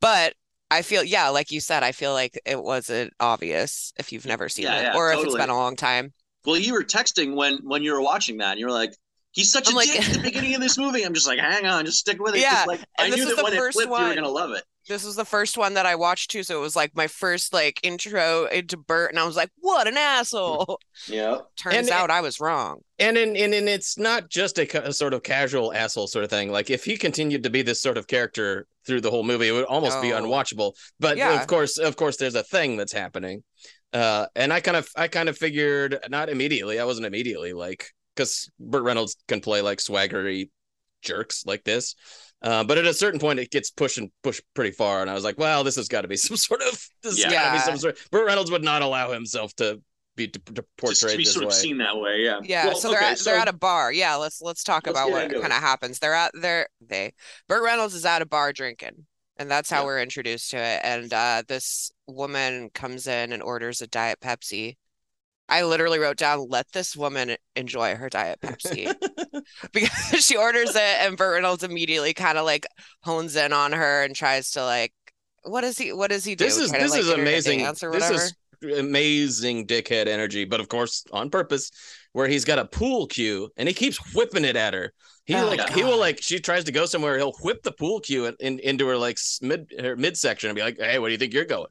[SPEAKER 1] but I feel yeah, like you said, I feel like it wasn't obvious if you've never seen
[SPEAKER 3] Yeah,
[SPEAKER 1] it
[SPEAKER 3] yeah,
[SPEAKER 1] or if it's
[SPEAKER 3] totally.
[SPEAKER 1] been a long time.
[SPEAKER 3] Well, you were texting when when you were watching that, and you were like, "He's such
[SPEAKER 1] I'm
[SPEAKER 3] a
[SPEAKER 1] like-
[SPEAKER 3] dick at the beginning of this movie." I'm just like, "Hang on, just stick with it." 'cause,
[SPEAKER 1] Yeah,
[SPEAKER 3] like, I
[SPEAKER 1] and this
[SPEAKER 3] knew
[SPEAKER 1] was
[SPEAKER 3] that
[SPEAKER 1] the
[SPEAKER 3] when it
[SPEAKER 1] first
[SPEAKER 3] flipped, you were
[SPEAKER 1] one.
[SPEAKER 3] gonna love it.
[SPEAKER 1] This was the first one that I watched too, so it was like my first like intro into Bert, and I was like, what an
[SPEAKER 3] Mm.
[SPEAKER 1] asshole.
[SPEAKER 3] Yeah.
[SPEAKER 1] Turns
[SPEAKER 2] And it-
[SPEAKER 1] out I was wrong.
[SPEAKER 2] And and and, and it's not just a, ca- a sort of casual asshole sort of thing. Like if he continued to be this sort of character through the whole movie, it would almost be
[SPEAKER 1] No.
[SPEAKER 2] unwatchable. But
[SPEAKER 1] Oh. Yeah.
[SPEAKER 2] of course, of course, there's a thing that's happening. Uh, and I kind of I kind of figured not immediately. I wasn't immediately like because Burt Reynolds can play like swaggery jerks like this. Uh, but at a certain point, it gets pushed and pushed pretty far, and I was like, "Well, this has got to be some sort of this has got to be
[SPEAKER 1] Yeah.
[SPEAKER 2] some sort." Burt Reynolds would not allow himself to be to, to portrayed
[SPEAKER 3] Just to be
[SPEAKER 2] this
[SPEAKER 3] sort
[SPEAKER 2] way.
[SPEAKER 3] of seen that way, yeah.
[SPEAKER 1] Yeah,
[SPEAKER 3] Well,
[SPEAKER 1] so they're
[SPEAKER 3] okay,
[SPEAKER 1] at, they're at a bar. Yeah, let's let's talk
[SPEAKER 3] Let's
[SPEAKER 1] about
[SPEAKER 3] get
[SPEAKER 1] what
[SPEAKER 3] into it.
[SPEAKER 1] kind of happens. They're at they're they Burt Reynolds is at a bar drinking, and that's how
[SPEAKER 3] Yeah.
[SPEAKER 1] we're introduced to it. And uh, this woman comes in and orders a diet Pepsi. I literally wrote down, "Let this woman enjoy her diet Pepsi," because she orders it, and Burt Reynolds immediately kind of like hones in on her and tries to like, what is he? What does he do?
[SPEAKER 2] this is
[SPEAKER 1] Try to,
[SPEAKER 2] this
[SPEAKER 1] like,
[SPEAKER 2] is
[SPEAKER 1] get her to
[SPEAKER 2] amazing
[SPEAKER 1] dance or
[SPEAKER 2] this
[SPEAKER 1] whatever.
[SPEAKER 2] is amazing dickhead energy but of course on purpose where he's got a pool cue and he keeps whipping it at her he
[SPEAKER 1] Oh,
[SPEAKER 2] like he will
[SPEAKER 1] God.
[SPEAKER 2] like she tries to go somewhere he'll whip the pool cue in, in- into her like s- mid her midsection and be like hey where do you think you're going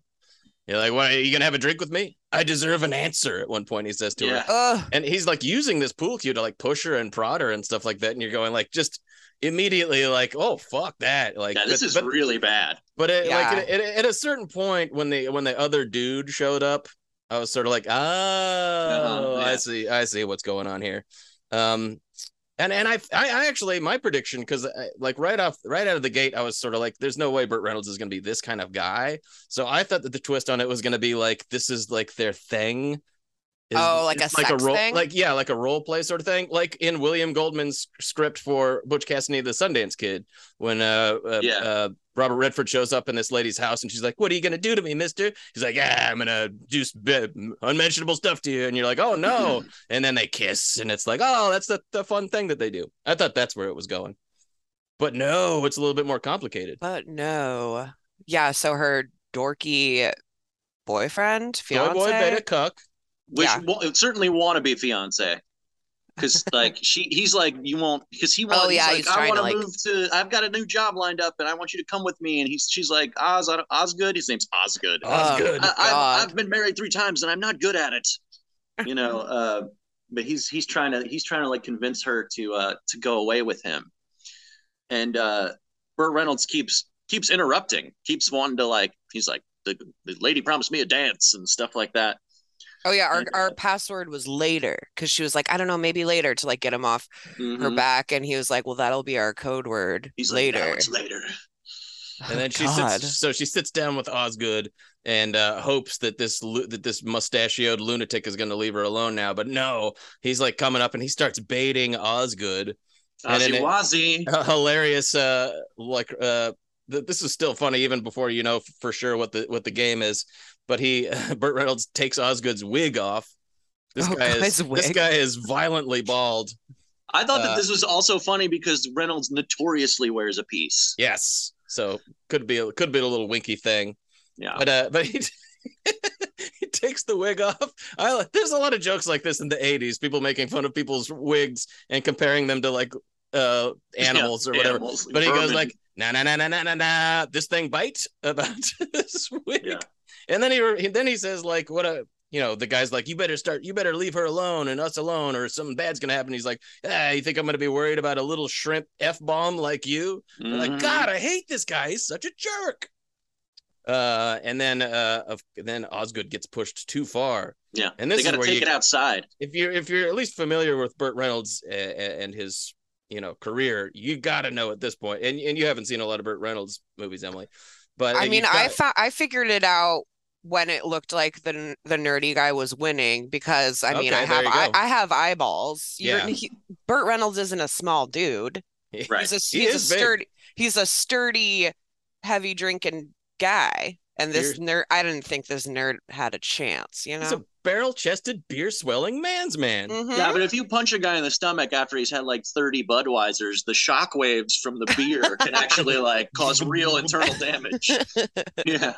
[SPEAKER 2] you're like what are you gonna have a drink with me i deserve an answer at one point he says to her
[SPEAKER 3] Yeah.
[SPEAKER 1] Ugh.
[SPEAKER 2] and he's like using this pool cue to like push her and prod her and stuff like that and you're going like just immediately like oh fuck that like
[SPEAKER 3] yeah, this
[SPEAKER 2] but-
[SPEAKER 3] is
[SPEAKER 2] but-
[SPEAKER 3] really bad.
[SPEAKER 2] but it,
[SPEAKER 1] Yeah.
[SPEAKER 2] like at, at, at a certain point, when the when the other dude showed up, I was sort of like, oh, I
[SPEAKER 1] Uh-huh.
[SPEAKER 3] yeah.
[SPEAKER 2] see, I see what's going on here. Um, and and I I, I actually my prediction because like right off right out of the gate, I was sort of like, there's no way Burt Reynolds is going to be this kind of guy. So I thought that the twist on it was going to be like this is like their thing. Is-
[SPEAKER 1] Oh, like a
[SPEAKER 2] it's
[SPEAKER 1] sex
[SPEAKER 2] role,
[SPEAKER 1] thing?
[SPEAKER 2] like yeah, like a role play sort of thing, like in William Goldman's script for Butch Cassidy and the Sundance Kid, when uh, uh,
[SPEAKER 3] Yeah.
[SPEAKER 2] uh Robert Redford shows up in this lady's house and she's like, "What are you gonna do to me, Mister?" He's like, "Yeah, I'm gonna do s- b- unmentionable stuff to you," and you're like, "Oh no!" and then they kiss, and it's like, "Oh, that's the, the fun thing that they do." I thought that's where it was going, but no, it's a little bit more complicated.
[SPEAKER 1] But no. Yeah, so her dorky boyfriend,
[SPEAKER 2] Joy boy,
[SPEAKER 1] fiance.
[SPEAKER 2] beta cuck.
[SPEAKER 3] Which
[SPEAKER 1] Yeah.
[SPEAKER 3] wa- certainly want to be fiance, because like she, he's like you won't because he wants.
[SPEAKER 1] Oh, yeah,
[SPEAKER 3] like,
[SPEAKER 1] he's
[SPEAKER 3] I
[SPEAKER 1] trying
[SPEAKER 3] want
[SPEAKER 1] to,
[SPEAKER 3] to
[SPEAKER 1] like-
[SPEAKER 3] move to. I've got a new job lined up, and I want you to come with me. And he's she's like Oz I don't- Osgood. His name's Osgood.
[SPEAKER 1] Oh,
[SPEAKER 2] good.
[SPEAKER 3] I,
[SPEAKER 1] God.
[SPEAKER 3] I've, I've been married three times, and I'm not good at it. You know, uh, but he's he's trying to he's trying to like convince her to uh, to go away with him, and uh, Burt Reynolds keeps keeps interrupting, keeps wanting to like he's like the, the lady promised me a dance and stuff like that.
[SPEAKER 1] Oh yeah, our
[SPEAKER 3] And,
[SPEAKER 1] our password was later because she was like, I don't know, maybe later to like get him off
[SPEAKER 2] Mm-hmm.
[SPEAKER 1] her
[SPEAKER 3] Mhm.
[SPEAKER 1] back, and he was like, Well, that'll be our code word
[SPEAKER 3] He's like, "No,
[SPEAKER 1] later.
[SPEAKER 3] it's later.
[SPEAKER 2] And then she
[SPEAKER 1] God.
[SPEAKER 2] sits, so she sits down with Osgood and uh, hopes that this lu- that this mustachioed lunatic is going to leave her alone now. But no, he's like coming up and he starts baiting Osgood. And then
[SPEAKER 3] Ozzy
[SPEAKER 2] it-
[SPEAKER 3] Wazzy.
[SPEAKER 2] A hilarious, uh, like uh, th- this is still funny even before you know f- for sure what the what the game is. But he Burt Reynolds takes Osgood's wig off. This
[SPEAKER 1] Oh,
[SPEAKER 2] guy
[SPEAKER 1] guy's
[SPEAKER 2] is this
[SPEAKER 1] wig.
[SPEAKER 2] guy is violently bald.
[SPEAKER 3] I thought that
[SPEAKER 2] uh,
[SPEAKER 3] this was also funny because Reynolds notoriously wears a piece.
[SPEAKER 2] Yes, so could be a, could be a little winky thing.
[SPEAKER 3] Yeah.
[SPEAKER 2] but uh, but he he takes the wig off. I li- there's a lot of jokes like this in the '80s. People making fun of people's wigs and comparing them to like uh animals or
[SPEAKER 3] Yeah,
[SPEAKER 2] whatever.
[SPEAKER 3] animals,
[SPEAKER 2] But he goes
[SPEAKER 3] vermin.
[SPEAKER 2] like, "Na na na na na na na." This thing bite about this wig.
[SPEAKER 3] Yeah.
[SPEAKER 2] And then he, re- he then he says like, "What a." you know, the guy's like, you better start, you better leave her alone and us alone, or something bad's gonna happen. He's like, ah, you think I'm gonna be worried about a little shrimp f bomb like you? They're
[SPEAKER 3] Mhm.
[SPEAKER 2] Like, God, I hate this guy. He's such a jerk. Uh, and then uh, of, then Osgood gets pushed too far.
[SPEAKER 3] Yeah.
[SPEAKER 2] and
[SPEAKER 3] they
[SPEAKER 2] this
[SPEAKER 3] got
[SPEAKER 2] is
[SPEAKER 3] to
[SPEAKER 2] where
[SPEAKER 3] take
[SPEAKER 2] you
[SPEAKER 3] it outside.
[SPEAKER 2] if you're if you're at least familiar with Burt Reynolds a- a- and his you know career, you got to know at this point, and and you haven't seen a lot of Burt Reynolds movies, Emily. But
[SPEAKER 1] I
[SPEAKER 2] you
[SPEAKER 1] mean,
[SPEAKER 2] got-
[SPEAKER 1] I found I figured it out when it looked like the n- the nerdy guy was winning because I mean, I
[SPEAKER 2] Okay, there
[SPEAKER 1] have
[SPEAKER 2] you
[SPEAKER 1] I,
[SPEAKER 2] go.
[SPEAKER 1] I have eyeballs. You're,
[SPEAKER 2] Yeah.
[SPEAKER 1] he, Burt Reynolds isn't a small dude.
[SPEAKER 3] Right.
[SPEAKER 1] He's a
[SPEAKER 2] He
[SPEAKER 1] he's a
[SPEAKER 2] is big.
[SPEAKER 1] sturdy he's a sturdy, heavy drinking guy. And this nerd, I didn't think this nerd had a chance, you
[SPEAKER 2] he's
[SPEAKER 1] know?
[SPEAKER 2] a barrel chested, beer swelling man's man.
[SPEAKER 1] Mhm.
[SPEAKER 3] Yeah, but if you punch a guy in the stomach after he's had like 30 Budweisers, the shock waves from the beer can actually like cause real internal damage. Yeah.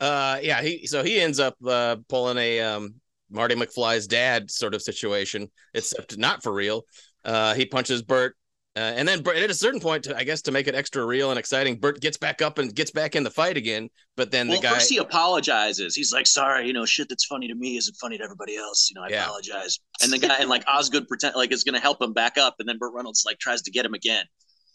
[SPEAKER 2] Uh, yeah. He so he ends up uh, pulling a um, Marty McFly's dad sort of situation, except not for real. Uh, he punches Bert. Uh, and then Bert, at a certain point, I guess to make it extra real and exciting, Bert gets back up and gets back in the fight again. But then
[SPEAKER 3] well,
[SPEAKER 2] the guy,
[SPEAKER 3] first he apologizes. He's like, "Sorry, you know, shit that's funny to me isn't funny to everybody else. You know, I
[SPEAKER 2] Yeah.
[SPEAKER 3] apologize." And the guy and like Osgood pretend like is going to help him back up, and then Burt Reynolds like tries to get him again.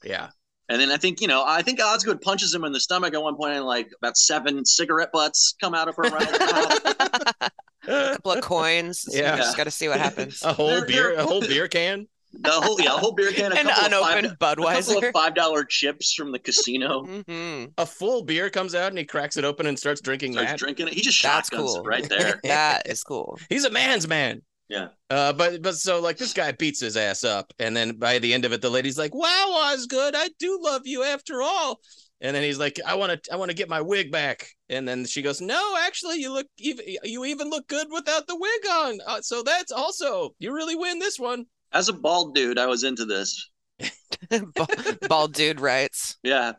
[SPEAKER 2] yeah,
[SPEAKER 3] And then I think you know, I think Osgood punches him in the stomach at one point, and like about seven cigarette butts come out of Burt Reynolds' mouth.
[SPEAKER 1] couple of coins.
[SPEAKER 2] Yeah.
[SPEAKER 1] You just got to see what happens.
[SPEAKER 3] Oh,
[SPEAKER 2] a whole
[SPEAKER 3] They're-
[SPEAKER 2] beer,
[SPEAKER 3] they're-
[SPEAKER 2] a whole beer can.
[SPEAKER 3] The whole yeah, a whole beer can, a
[SPEAKER 1] An
[SPEAKER 3] couple of
[SPEAKER 1] unopened
[SPEAKER 3] five, a couple
[SPEAKER 1] Budweiser.
[SPEAKER 3] of five dollar chips from the casino.
[SPEAKER 1] hmm
[SPEAKER 2] A full beer comes out and he cracks it open and starts drinking
[SPEAKER 3] Starts
[SPEAKER 2] that.
[SPEAKER 3] drinking it. He just
[SPEAKER 1] That's
[SPEAKER 3] shotguns
[SPEAKER 1] cool.
[SPEAKER 3] it right there.
[SPEAKER 1] That is cool.
[SPEAKER 2] He's a man's man.
[SPEAKER 3] Yeah.
[SPEAKER 2] Uh, but but so like this guy beats his ass up, and then by the end of it, the lady's like, "Wow, Osgood, I do love you after all." And then he's like, "I want to, I want to get my wig back." And then she goes, "No, actually, you look, even, you even look good without the wig on. Uh, so that's also you really win this one."
[SPEAKER 3] As a bald dude, I was into this.
[SPEAKER 1] Bald- Bald dude writes,
[SPEAKER 3] Yeah.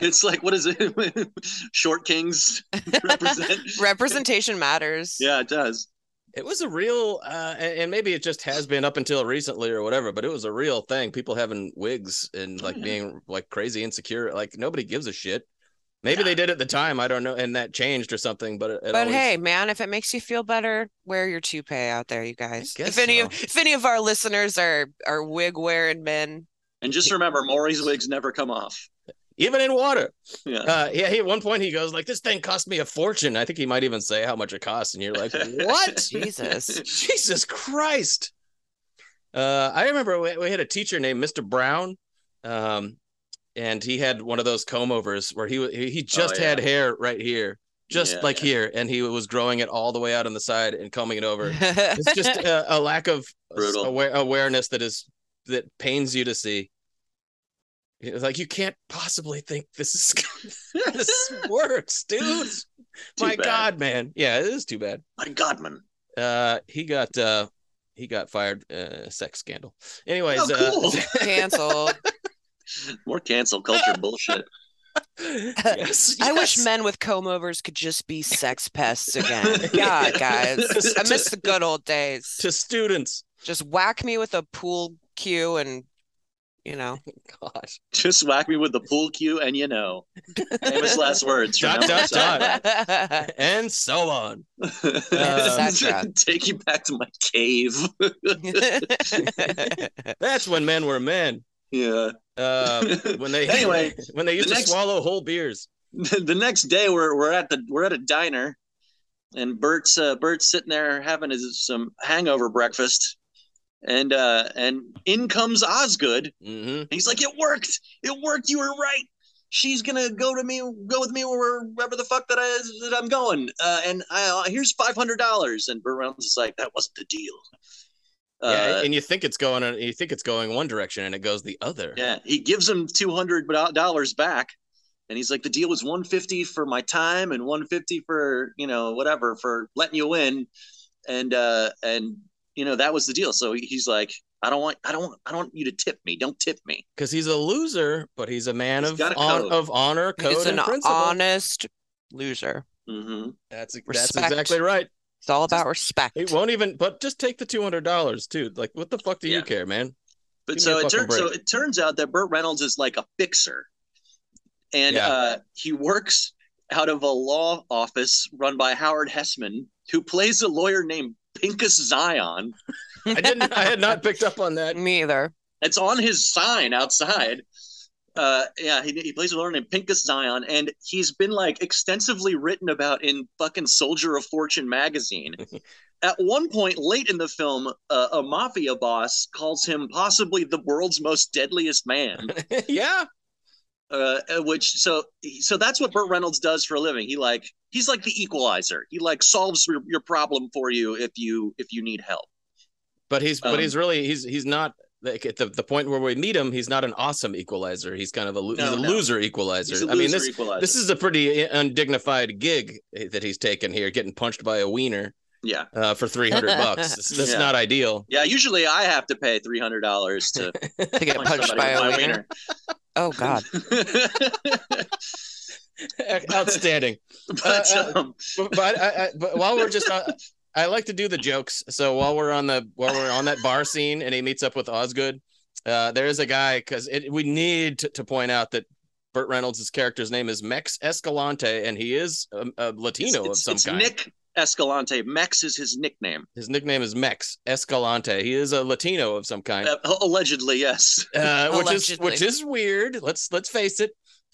[SPEAKER 3] It's like what is it? Short Kings represent.
[SPEAKER 1] representation matters.
[SPEAKER 3] yeah, it does.
[SPEAKER 2] It was a real, uh, and and maybe it just has been up until recently or whatever, but it was a real thing. People having wigs and
[SPEAKER 3] Oh,
[SPEAKER 2] like
[SPEAKER 1] Hmm.
[SPEAKER 3] yeah.
[SPEAKER 2] being like crazy insecure, like nobody gives a shit. Maybe
[SPEAKER 3] Yeah.
[SPEAKER 2] they did at the time, I don't know, and that changed or something. But it, it
[SPEAKER 1] But
[SPEAKER 2] always-
[SPEAKER 1] hey, man, if it makes you feel better, wear your toupee out there, you guys. If
[SPEAKER 2] guess
[SPEAKER 1] any of if any of our listeners are are wig wearing men,
[SPEAKER 3] And just remember, Maury's wigs never come off.
[SPEAKER 2] even in water,
[SPEAKER 3] Yeah.
[SPEAKER 1] Oh,
[SPEAKER 2] uh, yeah. He at one point he goes like, "This thing cost me a fortune." I think he might even say how much it costs, and you're like, "What?"
[SPEAKER 1] Jesus.
[SPEAKER 2] Jesus Christ. Uh, I remember we, we had a teacher named Mr. Brown, um, and he had one of those comb overs where he wa- he he just
[SPEAKER 3] Oh, yeah.
[SPEAKER 2] had hair right here, just
[SPEAKER 3] Yeah,
[SPEAKER 2] like
[SPEAKER 3] yeah.
[SPEAKER 2] here, and he was growing it all the way out on the side and combing it over. It's just a, a lack of
[SPEAKER 3] Brutal.
[SPEAKER 2] aware, awareness that is that pains you to see. It's like you can't possibly think this is this works, dude.
[SPEAKER 3] Too
[SPEAKER 2] My
[SPEAKER 3] bad.
[SPEAKER 2] God, man. Yeah, it is too bad
[SPEAKER 3] My Godman.
[SPEAKER 2] uh he got uh he got fired uh sex scandal anyways uh,
[SPEAKER 3] Oh,
[SPEAKER 1] Canceled.
[SPEAKER 3] More cancel culture bullshit.
[SPEAKER 2] uh yes,
[SPEAKER 1] I wish
[SPEAKER 2] yes.
[SPEAKER 1] men with comb overs could just be sex pests again. God, guys. I miss the good old days.
[SPEAKER 2] to students
[SPEAKER 1] Just whack me with a pool cue and you know.
[SPEAKER 2] gosh
[SPEAKER 3] Just whack me with the pool cue, and you know, famous last words.
[SPEAKER 2] Dot,
[SPEAKER 3] remember?
[SPEAKER 2] dot, dot.
[SPEAKER 1] That's
[SPEAKER 2] and so on
[SPEAKER 1] Etc.
[SPEAKER 3] Take you back to my cave. Eh.
[SPEAKER 2] that's when men were men
[SPEAKER 3] yeah.
[SPEAKER 2] uh when they
[SPEAKER 3] Anyway,
[SPEAKER 2] when they used
[SPEAKER 3] the
[SPEAKER 2] to
[SPEAKER 3] next-
[SPEAKER 2] swallow whole beers
[SPEAKER 3] the the next day we're we're at the we're at a diner and Bert's uh, Bert's sitting there having his some hangover breakfast and uh and in comes Osgood
[SPEAKER 2] hmm
[SPEAKER 3] he's like it worked it worked you were right she's gonna go to me go with me wherever the fuck that I that I'm going uh, and I uh, here's five hundred dollars and Bert Reynolds is like that wasn't the deal Uh,
[SPEAKER 2] yeah and you think it's going you think it's going one direction and it goes the other
[SPEAKER 3] Yeah, he gives him two hundred dollars back, and he's like, "The deal was one fifty for my time and one fifty for you know whatever for letting you in," and uh and you know that was the deal. So he- he's like, "I don't want, I don't, want, I don't want you to tip me. Don't tip me."
[SPEAKER 2] because he's a loser but he's a man
[SPEAKER 3] He's
[SPEAKER 2] of
[SPEAKER 3] got a
[SPEAKER 2] hon-
[SPEAKER 3] code.
[SPEAKER 2] of honor code
[SPEAKER 1] He's an
[SPEAKER 2] and principle
[SPEAKER 1] honest loser.
[SPEAKER 2] Mm-hmm.
[SPEAKER 3] hmm
[SPEAKER 2] that's that's
[SPEAKER 1] Respect.
[SPEAKER 2] exactly right
[SPEAKER 1] It's all about respect.
[SPEAKER 2] It won't even, but just take the two hundred dollars too. Like, what the fuck do
[SPEAKER 3] Yeah.
[SPEAKER 2] you care, man? Give
[SPEAKER 3] But
[SPEAKER 2] me
[SPEAKER 3] so
[SPEAKER 2] a
[SPEAKER 3] it,
[SPEAKER 2] fucking
[SPEAKER 3] turns so
[SPEAKER 2] break.
[SPEAKER 3] it turns out that Burt Reynolds is like a fixer, and
[SPEAKER 2] Yeah.
[SPEAKER 3] uh, he works out of a law office run by Howard Hessman, who plays a lawyer named Pincus Zion.
[SPEAKER 2] I didn't. I had not picked up on that.
[SPEAKER 1] Me either.
[SPEAKER 3] It's on his sign outside. Uh, yeah, he, he plays a lawyer named Pincus Zion, and he's been like extensively written about in fucking Soldier of Fortune magazine. At one point, late in the film, uh, a mafia boss calls him possibly the world's most deadliest man.
[SPEAKER 2] yeah.
[SPEAKER 3] Uh, which so so that's what Burt Reynolds does for a living. He like he's like the equalizer. He like solves your, your problem for you if you if you need help.
[SPEAKER 2] But he's but
[SPEAKER 3] Um,
[SPEAKER 2] he's really he's he's not like at the, the point where we meet him. He's not an awesome equalizer. He's kind of a lo- he's
[SPEAKER 3] No,
[SPEAKER 2] a
[SPEAKER 3] no.
[SPEAKER 2] loser
[SPEAKER 3] He's
[SPEAKER 2] equalizer.
[SPEAKER 3] a
[SPEAKER 2] I mean
[SPEAKER 3] loser
[SPEAKER 2] this
[SPEAKER 3] equalizer.
[SPEAKER 2] this is a pretty undignified gig that he's taken here, getting punched by a wiener
[SPEAKER 3] yeah
[SPEAKER 2] uh, for three hundred bucks. This, this is
[SPEAKER 3] Yeah.
[SPEAKER 2] not ideal.
[SPEAKER 3] yeah. Usually I have to pay three hundred dollars to
[SPEAKER 1] To get
[SPEAKER 3] punch
[SPEAKER 1] punched
[SPEAKER 3] somebody
[SPEAKER 1] by
[SPEAKER 3] with
[SPEAKER 1] a
[SPEAKER 3] my
[SPEAKER 1] wiener. Oh God.
[SPEAKER 3] wiener.
[SPEAKER 2] Outstanding.
[SPEAKER 3] but
[SPEAKER 2] Uh,
[SPEAKER 3] um,
[SPEAKER 2] but but, I, I, but while we're just on, I like to do the jokes. So while we're on the while we're on that bar scene and he meets up with Osgood, uh, there is a guy because we need to, to point out that Burt Reynolds' character's name is Mex Escalante and he is a, a
[SPEAKER 3] it's,
[SPEAKER 2] Latino of
[SPEAKER 3] it's,
[SPEAKER 2] some
[SPEAKER 3] it's
[SPEAKER 2] kind.
[SPEAKER 3] Nick Escalante. Mex is his nickname,
[SPEAKER 2] His nickname is Mex Escalante. He is a Latino of some kind.
[SPEAKER 3] uh, allegedly. Yes.
[SPEAKER 2] uh, which is
[SPEAKER 1] Allegedly.
[SPEAKER 2] which is weird. Let's let's face it.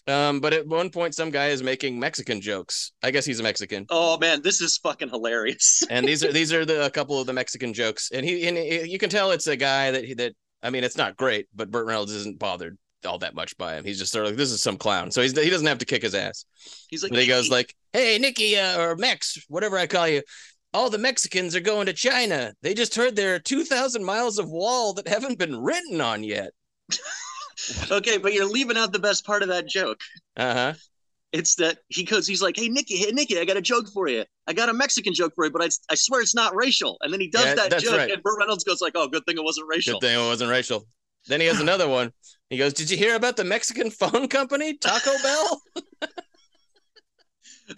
[SPEAKER 2] Um, but at one point, some guy is making Mexican jokes. I guess he's a Mexican,
[SPEAKER 3] Oh man, this is fucking hilarious.
[SPEAKER 2] and these are these are the a couple of the Mexican jokes. And he and he- you can tell it's a guy that he that I mean, it's not great, but Burt Reynolds isn't bothered all that much by him. He's just sort of like this is some clown, so he's he doesn't have to kick his ass.
[SPEAKER 3] He's like
[SPEAKER 2] But he goes like, "Hey, Nikki uh, or Mex, whatever I call you." All the Mexicans are going to China. They just heard there are 2,000 miles of wall that haven't been written on yet.
[SPEAKER 3] okay, but you're leaving out the best part of that joke.
[SPEAKER 2] Uh huh.
[SPEAKER 3] It's that he goes, he's like, hey Nikki, hey Nikki, I got a joke for you. I got a Mexican joke for you, but I, I swear it's not racial. And then he does
[SPEAKER 2] Yeah,
[SPEAKER 3] that
[SPEAKER 2] that's
[SPEAKER 3] joke,
[SPEAKER 2] right.
[SPEAKER 3] and Burt Reynolds goes like, oh, good thing it wasn't racial.
[SPEAKER 2] Good thing it wasn't racial. Then he has another one. He goes, "Did you hear about the Mexican phone company, Taco Bell?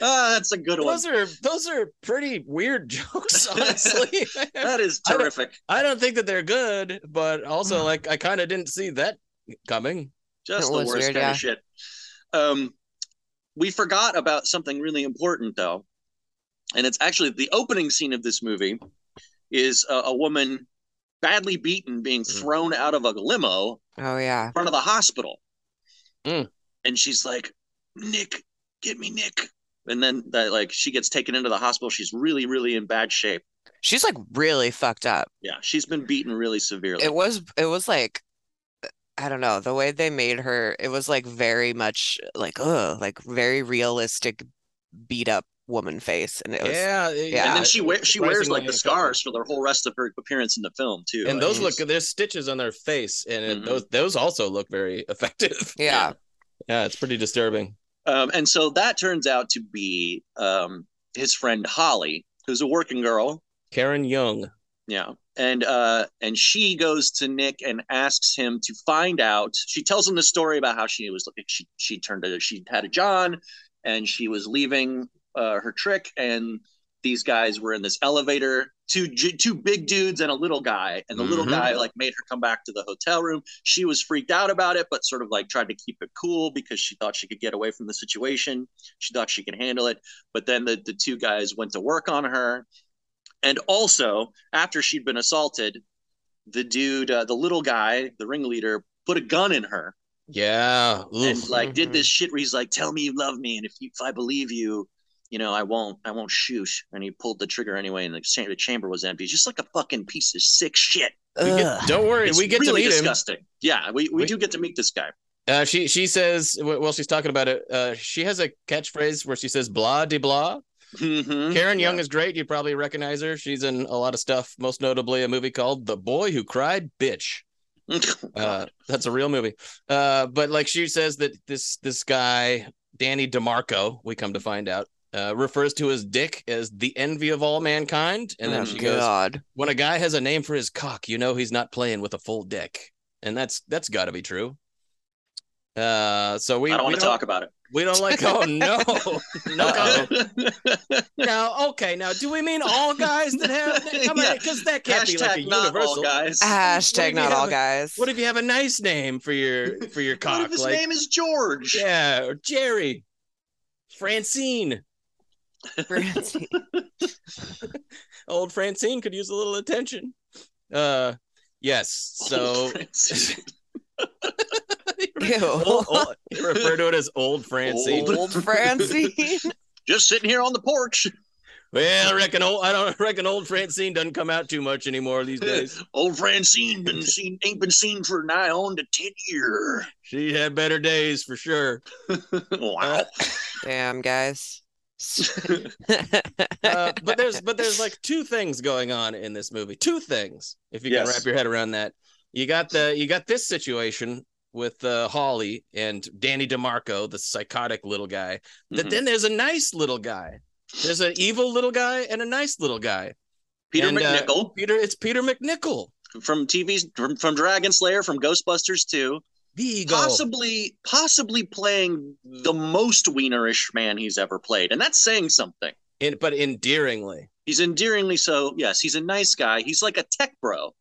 [SPEAKER 3] Ah, that's a good one.
[SPEAKER 2] those are those are pretty weird jokes, honestly.
[SPEAKER 3] That is
[SPEAKER 2] I don't-
[SPEAKER 3] terrific.
[SPEAKER 2] I don't think that they're good, but
[SPEAKER 1] Hmm.
[SPEAKER 2] also like I kind of didn't see that coming.
[SPEAKER 3] Just
[SPEAKER 1] It
[SPEAKER 3] the
[SPEAKER 1] was
[SPEAKER 3] worst
[SPEAKER 1] weird,
[SPEAKER 3] kind
[SPEAKER 1] yeah.
[SPEAKER 3] of shit. Um, we forgot about something really important though, and it's actually the opening scene of this movie is a, a woman badly beaten being
[SPEAKER 1] Mm.
[SPEAKER 2] Mhm.
[SPEAKER 3] thrown out of a limo
[SPEAKER 1] Oh yeah.
[SPEAKER 3] in front of the hospital,
[SPEAKER 2] Mm.
[SPEAKER 3] and she's like, "Nick, get me, Nick." And then that like she gets taken into the hospital. She's really, really in bad shape.
[SPEAKER 1] She's like really fucked up.
[SPEAKER 3] Yeah, she's been beaten really severely.
[SPEAKER 1] It was it was like I don't know, the way they made her, it was like very much like ugh, like very realistic beat up woman face. And it was
[SPEAKER 2] Yeah,
[SPEAKER 1] yeah.
[SPEAKER 3] and then she wears she wears like the
[SPEAKER 2] Surprisingly,
[SPEAKER 3] scars for the whole rest of her appearance in the film too.
[SPEAKER 2] And
[SPEAKER 3] Like,
[SPEAKER 2] those look
[SPEAKER 3] it's-
[SPEAKER 2] there's stitches on their face, and it,
[SPEAKER 3] Mhm.
[SPEAKER 2] those those also look very effective.
[SPEAKER 1] Hmm. yeah.
[SPEAKER 2] yeah, it's pretty disturbing.
[SPEAKER 3] Um, and so that turns out to be um, his friend Holly, who's a working girl.
[SPEAKER 2] Karen Young.
[SPEAKER 3] Yeah. And uh, and she goes to Nick and asks him to find out. She tells him the story about how she was looking. She she turned to she had a John, and she was leaving uh, her trick, and these guys were in this elevator. Two ju- two big dudes and a little guy, and the little
[SPEAKER 2] Mhm.
[SPEAKER 3] guy like made her come back to the hotel room. She was freaked out about it, but sort of like tried to keep it cool because she thought she could get away from the situation. She thought she could handle it. But then the, the two guys went to work on her. And also, after she'd been assaulted, the dude, uh, the little guy, the ringleader, put a gun in her
[SPEAKER 2] Yeah,
[SPEAKER 3] and
[SPEAKER 2] oof.
[SPEAKER 3] like did
[SPEAKER 1] Mhm.
[SPEAKER 3] this shit where he's like, "Tell me you love me, and if you, if I believe you, you know, I won't, I won't shoot." And he pulled the trigger anyway, and the, cha- the chamber was empty. Just like a fucking piece of sick shit.
[SPEAKER 2] We get-
[SPEAKER 1] Ugh.
[SPEAKER 2] don't worry,
[SPEAKER 3] It's
[SPEAKER 2] we get
[SPEAKER 3] really
[SPEAKER 2] to meet him.
[SPEAKER 3] disgusting. Yeah, we, we
[SPEAKER 2] We-
[SPEAKER 3] do get to meet this guy.
[SPEAKER 2] Uh, she she says wh- while she's talking about it, uh, she has a catchphrase where she says "blah de blah."
[SPEAKER 3] Mhm.
[SPEAKER 2] Karen Young
[SPEAKER 3] Yeah.
[SPEAKER 2] is great. You probably recognize her. She's in a lot of stuff, most notably a movie called "The Boy Who Cried Bitch." Uh, that's a real movie. Uh, but like she says that this this guy Danny DeMarco, we come to find out, uh, refers to his dick as the envy of all mankind, and then
[SPEAKER 1] Oh,
[SPEAKER 2] she goes,
[SPEAKER 1] God.
[SPEAKER 2] "When a guy has a name for his cock, you know he's not playing with a full dick," and that's that's got to be true. Uh, so we
[SPEAKER 3] I don't
[SPEAKER 2] we
[SPEAKER 3] want to talk about it.
[SPEAKER 2] we don't like. Oh no, no.
[SPEAKER 1] Uh-oh.
[SPEAKER 2] Now, okay, now do we mean all guys that have? Come on,
[SPEAKER 3] Yeah.
[SPEAKER 2] because that can't be like a
[SPEAKER 3] Hashtag not
[SPEAKER 2] universal.
[SPEAKER 3] all guys.
[SPEAKER 2] What if
[SPEAKER 1] Hashtag
[SPEAKER 2] you
[SPEAKER 1] not all
[SPEAKER 2] have a-
[SPEAKER 1] guys.
[SPEAKER 2] What if you have a nice name for your for your cock?
[SPEAKER 3] What if his
[SPEAKER 2] like,
[SPEAKER 3] name is George?
[SPEAKER 2] Yeah, or Jerry, Francine.
[SPEAKER 1] Francine.
[SPEAKER 2] Old Francine could use a little attention. Uh, yes. So
[SPEAKER 1] Ew.
[SPEAKER 2] old, old- they refer to it as old Francine.
[SPEAKER 3] Old.
[SPEAKER 1] Old Francine.
[SPEAKER 3] just sitting here on the porch.
[SPEAKER 2] Well, I reckon old, I don't I reckon old Francine doesn't come out too much anymore these days.
[SPEAKER 3] Old Francine been seen ain't been seen for nigh on to ten year.
[SPEAKER 2] She had better days for sure.
[SPEAKER 3] wow.
[SPEAKER 1] Damn, guys.
[SPEAKER 2] Uh, but there's but there's like two things going on in this movie. Two things, if you can
[SPEAKER 3] Yes.
[SPEAKER 2] wrap your head around that. You got the you got this situation with uh, Holly and Danny DeMarco, the psychotic little guy. That
[SPEAKER 3] Mhm.
[SPEAKER 2] then there's a nice little guy. There's an evil little guy and a nice little guy.
[SPEAKER 3] Peter
[SPEAKER 2] and, uh,
[SPEAKER 3] McNichol
[SPEAKER 2] Peter, it's Peter McNichol.
[SPEAKER 3] from TV's from, from Dragon Slayer from Ghostbusters 2.
[SPEAKER 2] The eagle.
[SPEAKER 3] Possibly possibly playing the most wienerish man he's ever played. And that's saying something.
[SPEAKER 2] In- but endearingly.
[SPEAKER 3] He's endearingly so. Yes, he's a nice guy. He's like a tech bro,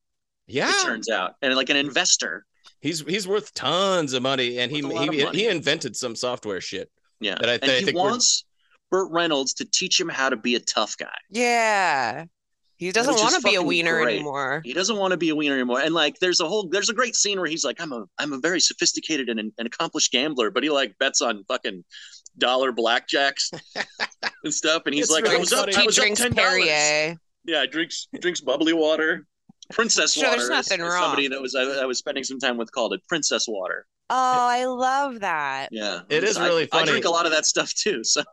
[SPEAKER 2] Yeah.
[SPEAKER 3] it turns out, and like an investor.
[SPEAKER 2] He's he's worth tons of money, and he
[SPEAKER 3] Worth a lot of
[SPEAKER 2] he,
[SPEAKER 3] money.
[SPEAKER 2] he invented some software shit.
[SPEAKER 3] Yeah.
[SPEAKER 2] That I-
[SPEAKER 3] and
[SPEAKER 2] that I
[SPEAKER 3] he
[SPEAKER 2] think we're-
[SPEAKER 3] wants Burt Reynolds to teach him how to be a tough guy.
[SPEAKER 1] Yeah. He doesn't
[SPEAKER 3] Which is
[SPEAKER 1] want to be a
[SPEAKER 3] fucking
[SPEAKER 1] wiener
[SPEAKER 3] great.
[SPEAKER 1] anymore.
[SPEAKER 3] He doesn't want to be a wiener anymore. And like, there's a whole, there's a great scene where he's like, I'm a, I'm a very sophisticated and, and accomplished gambler, but he like bets on fucking dollar blackjacks and stuff. And he's
[SPEAKER 2] It's
[SPEAKER 3] like,
[SPEAKER 2] really
[SPEAKER 3] I was up,
[SPEAKER 2] funny.
[SPEAKER 3] I
[SPEAKER 1] He
[SPEAKER 3] was up
[SPEAKER 1] drinks
[SPEAKER 3] $10.
[SPEAKER 1] Perrier.
[SPEAKER 3] Yeah, drinks, drinks bubbly water, princess
[SPEAKER 1] Sure,
[SPEAKER 3] water.
[SPEAKER 1] there's
[SPEAKER 3] is-
[SPEAKER 1] nothing
[SPEAKER 3] is
[SPEAKER 1] wrong.
[SPEAKER 3] Somebody that was, I, I was spending some time with called it princess water.
[SPEAKER 1] Oh, I love that.
[SPEAKER 3] Yeah,
[SPEAKER 2] It is
[SPEAKER 3] I-
[SPEAKER 2] really
[SPEAKER 3] I
[SPEAKER 2] funny.
[SPEAKER 3] drink a lot of that stuff too. So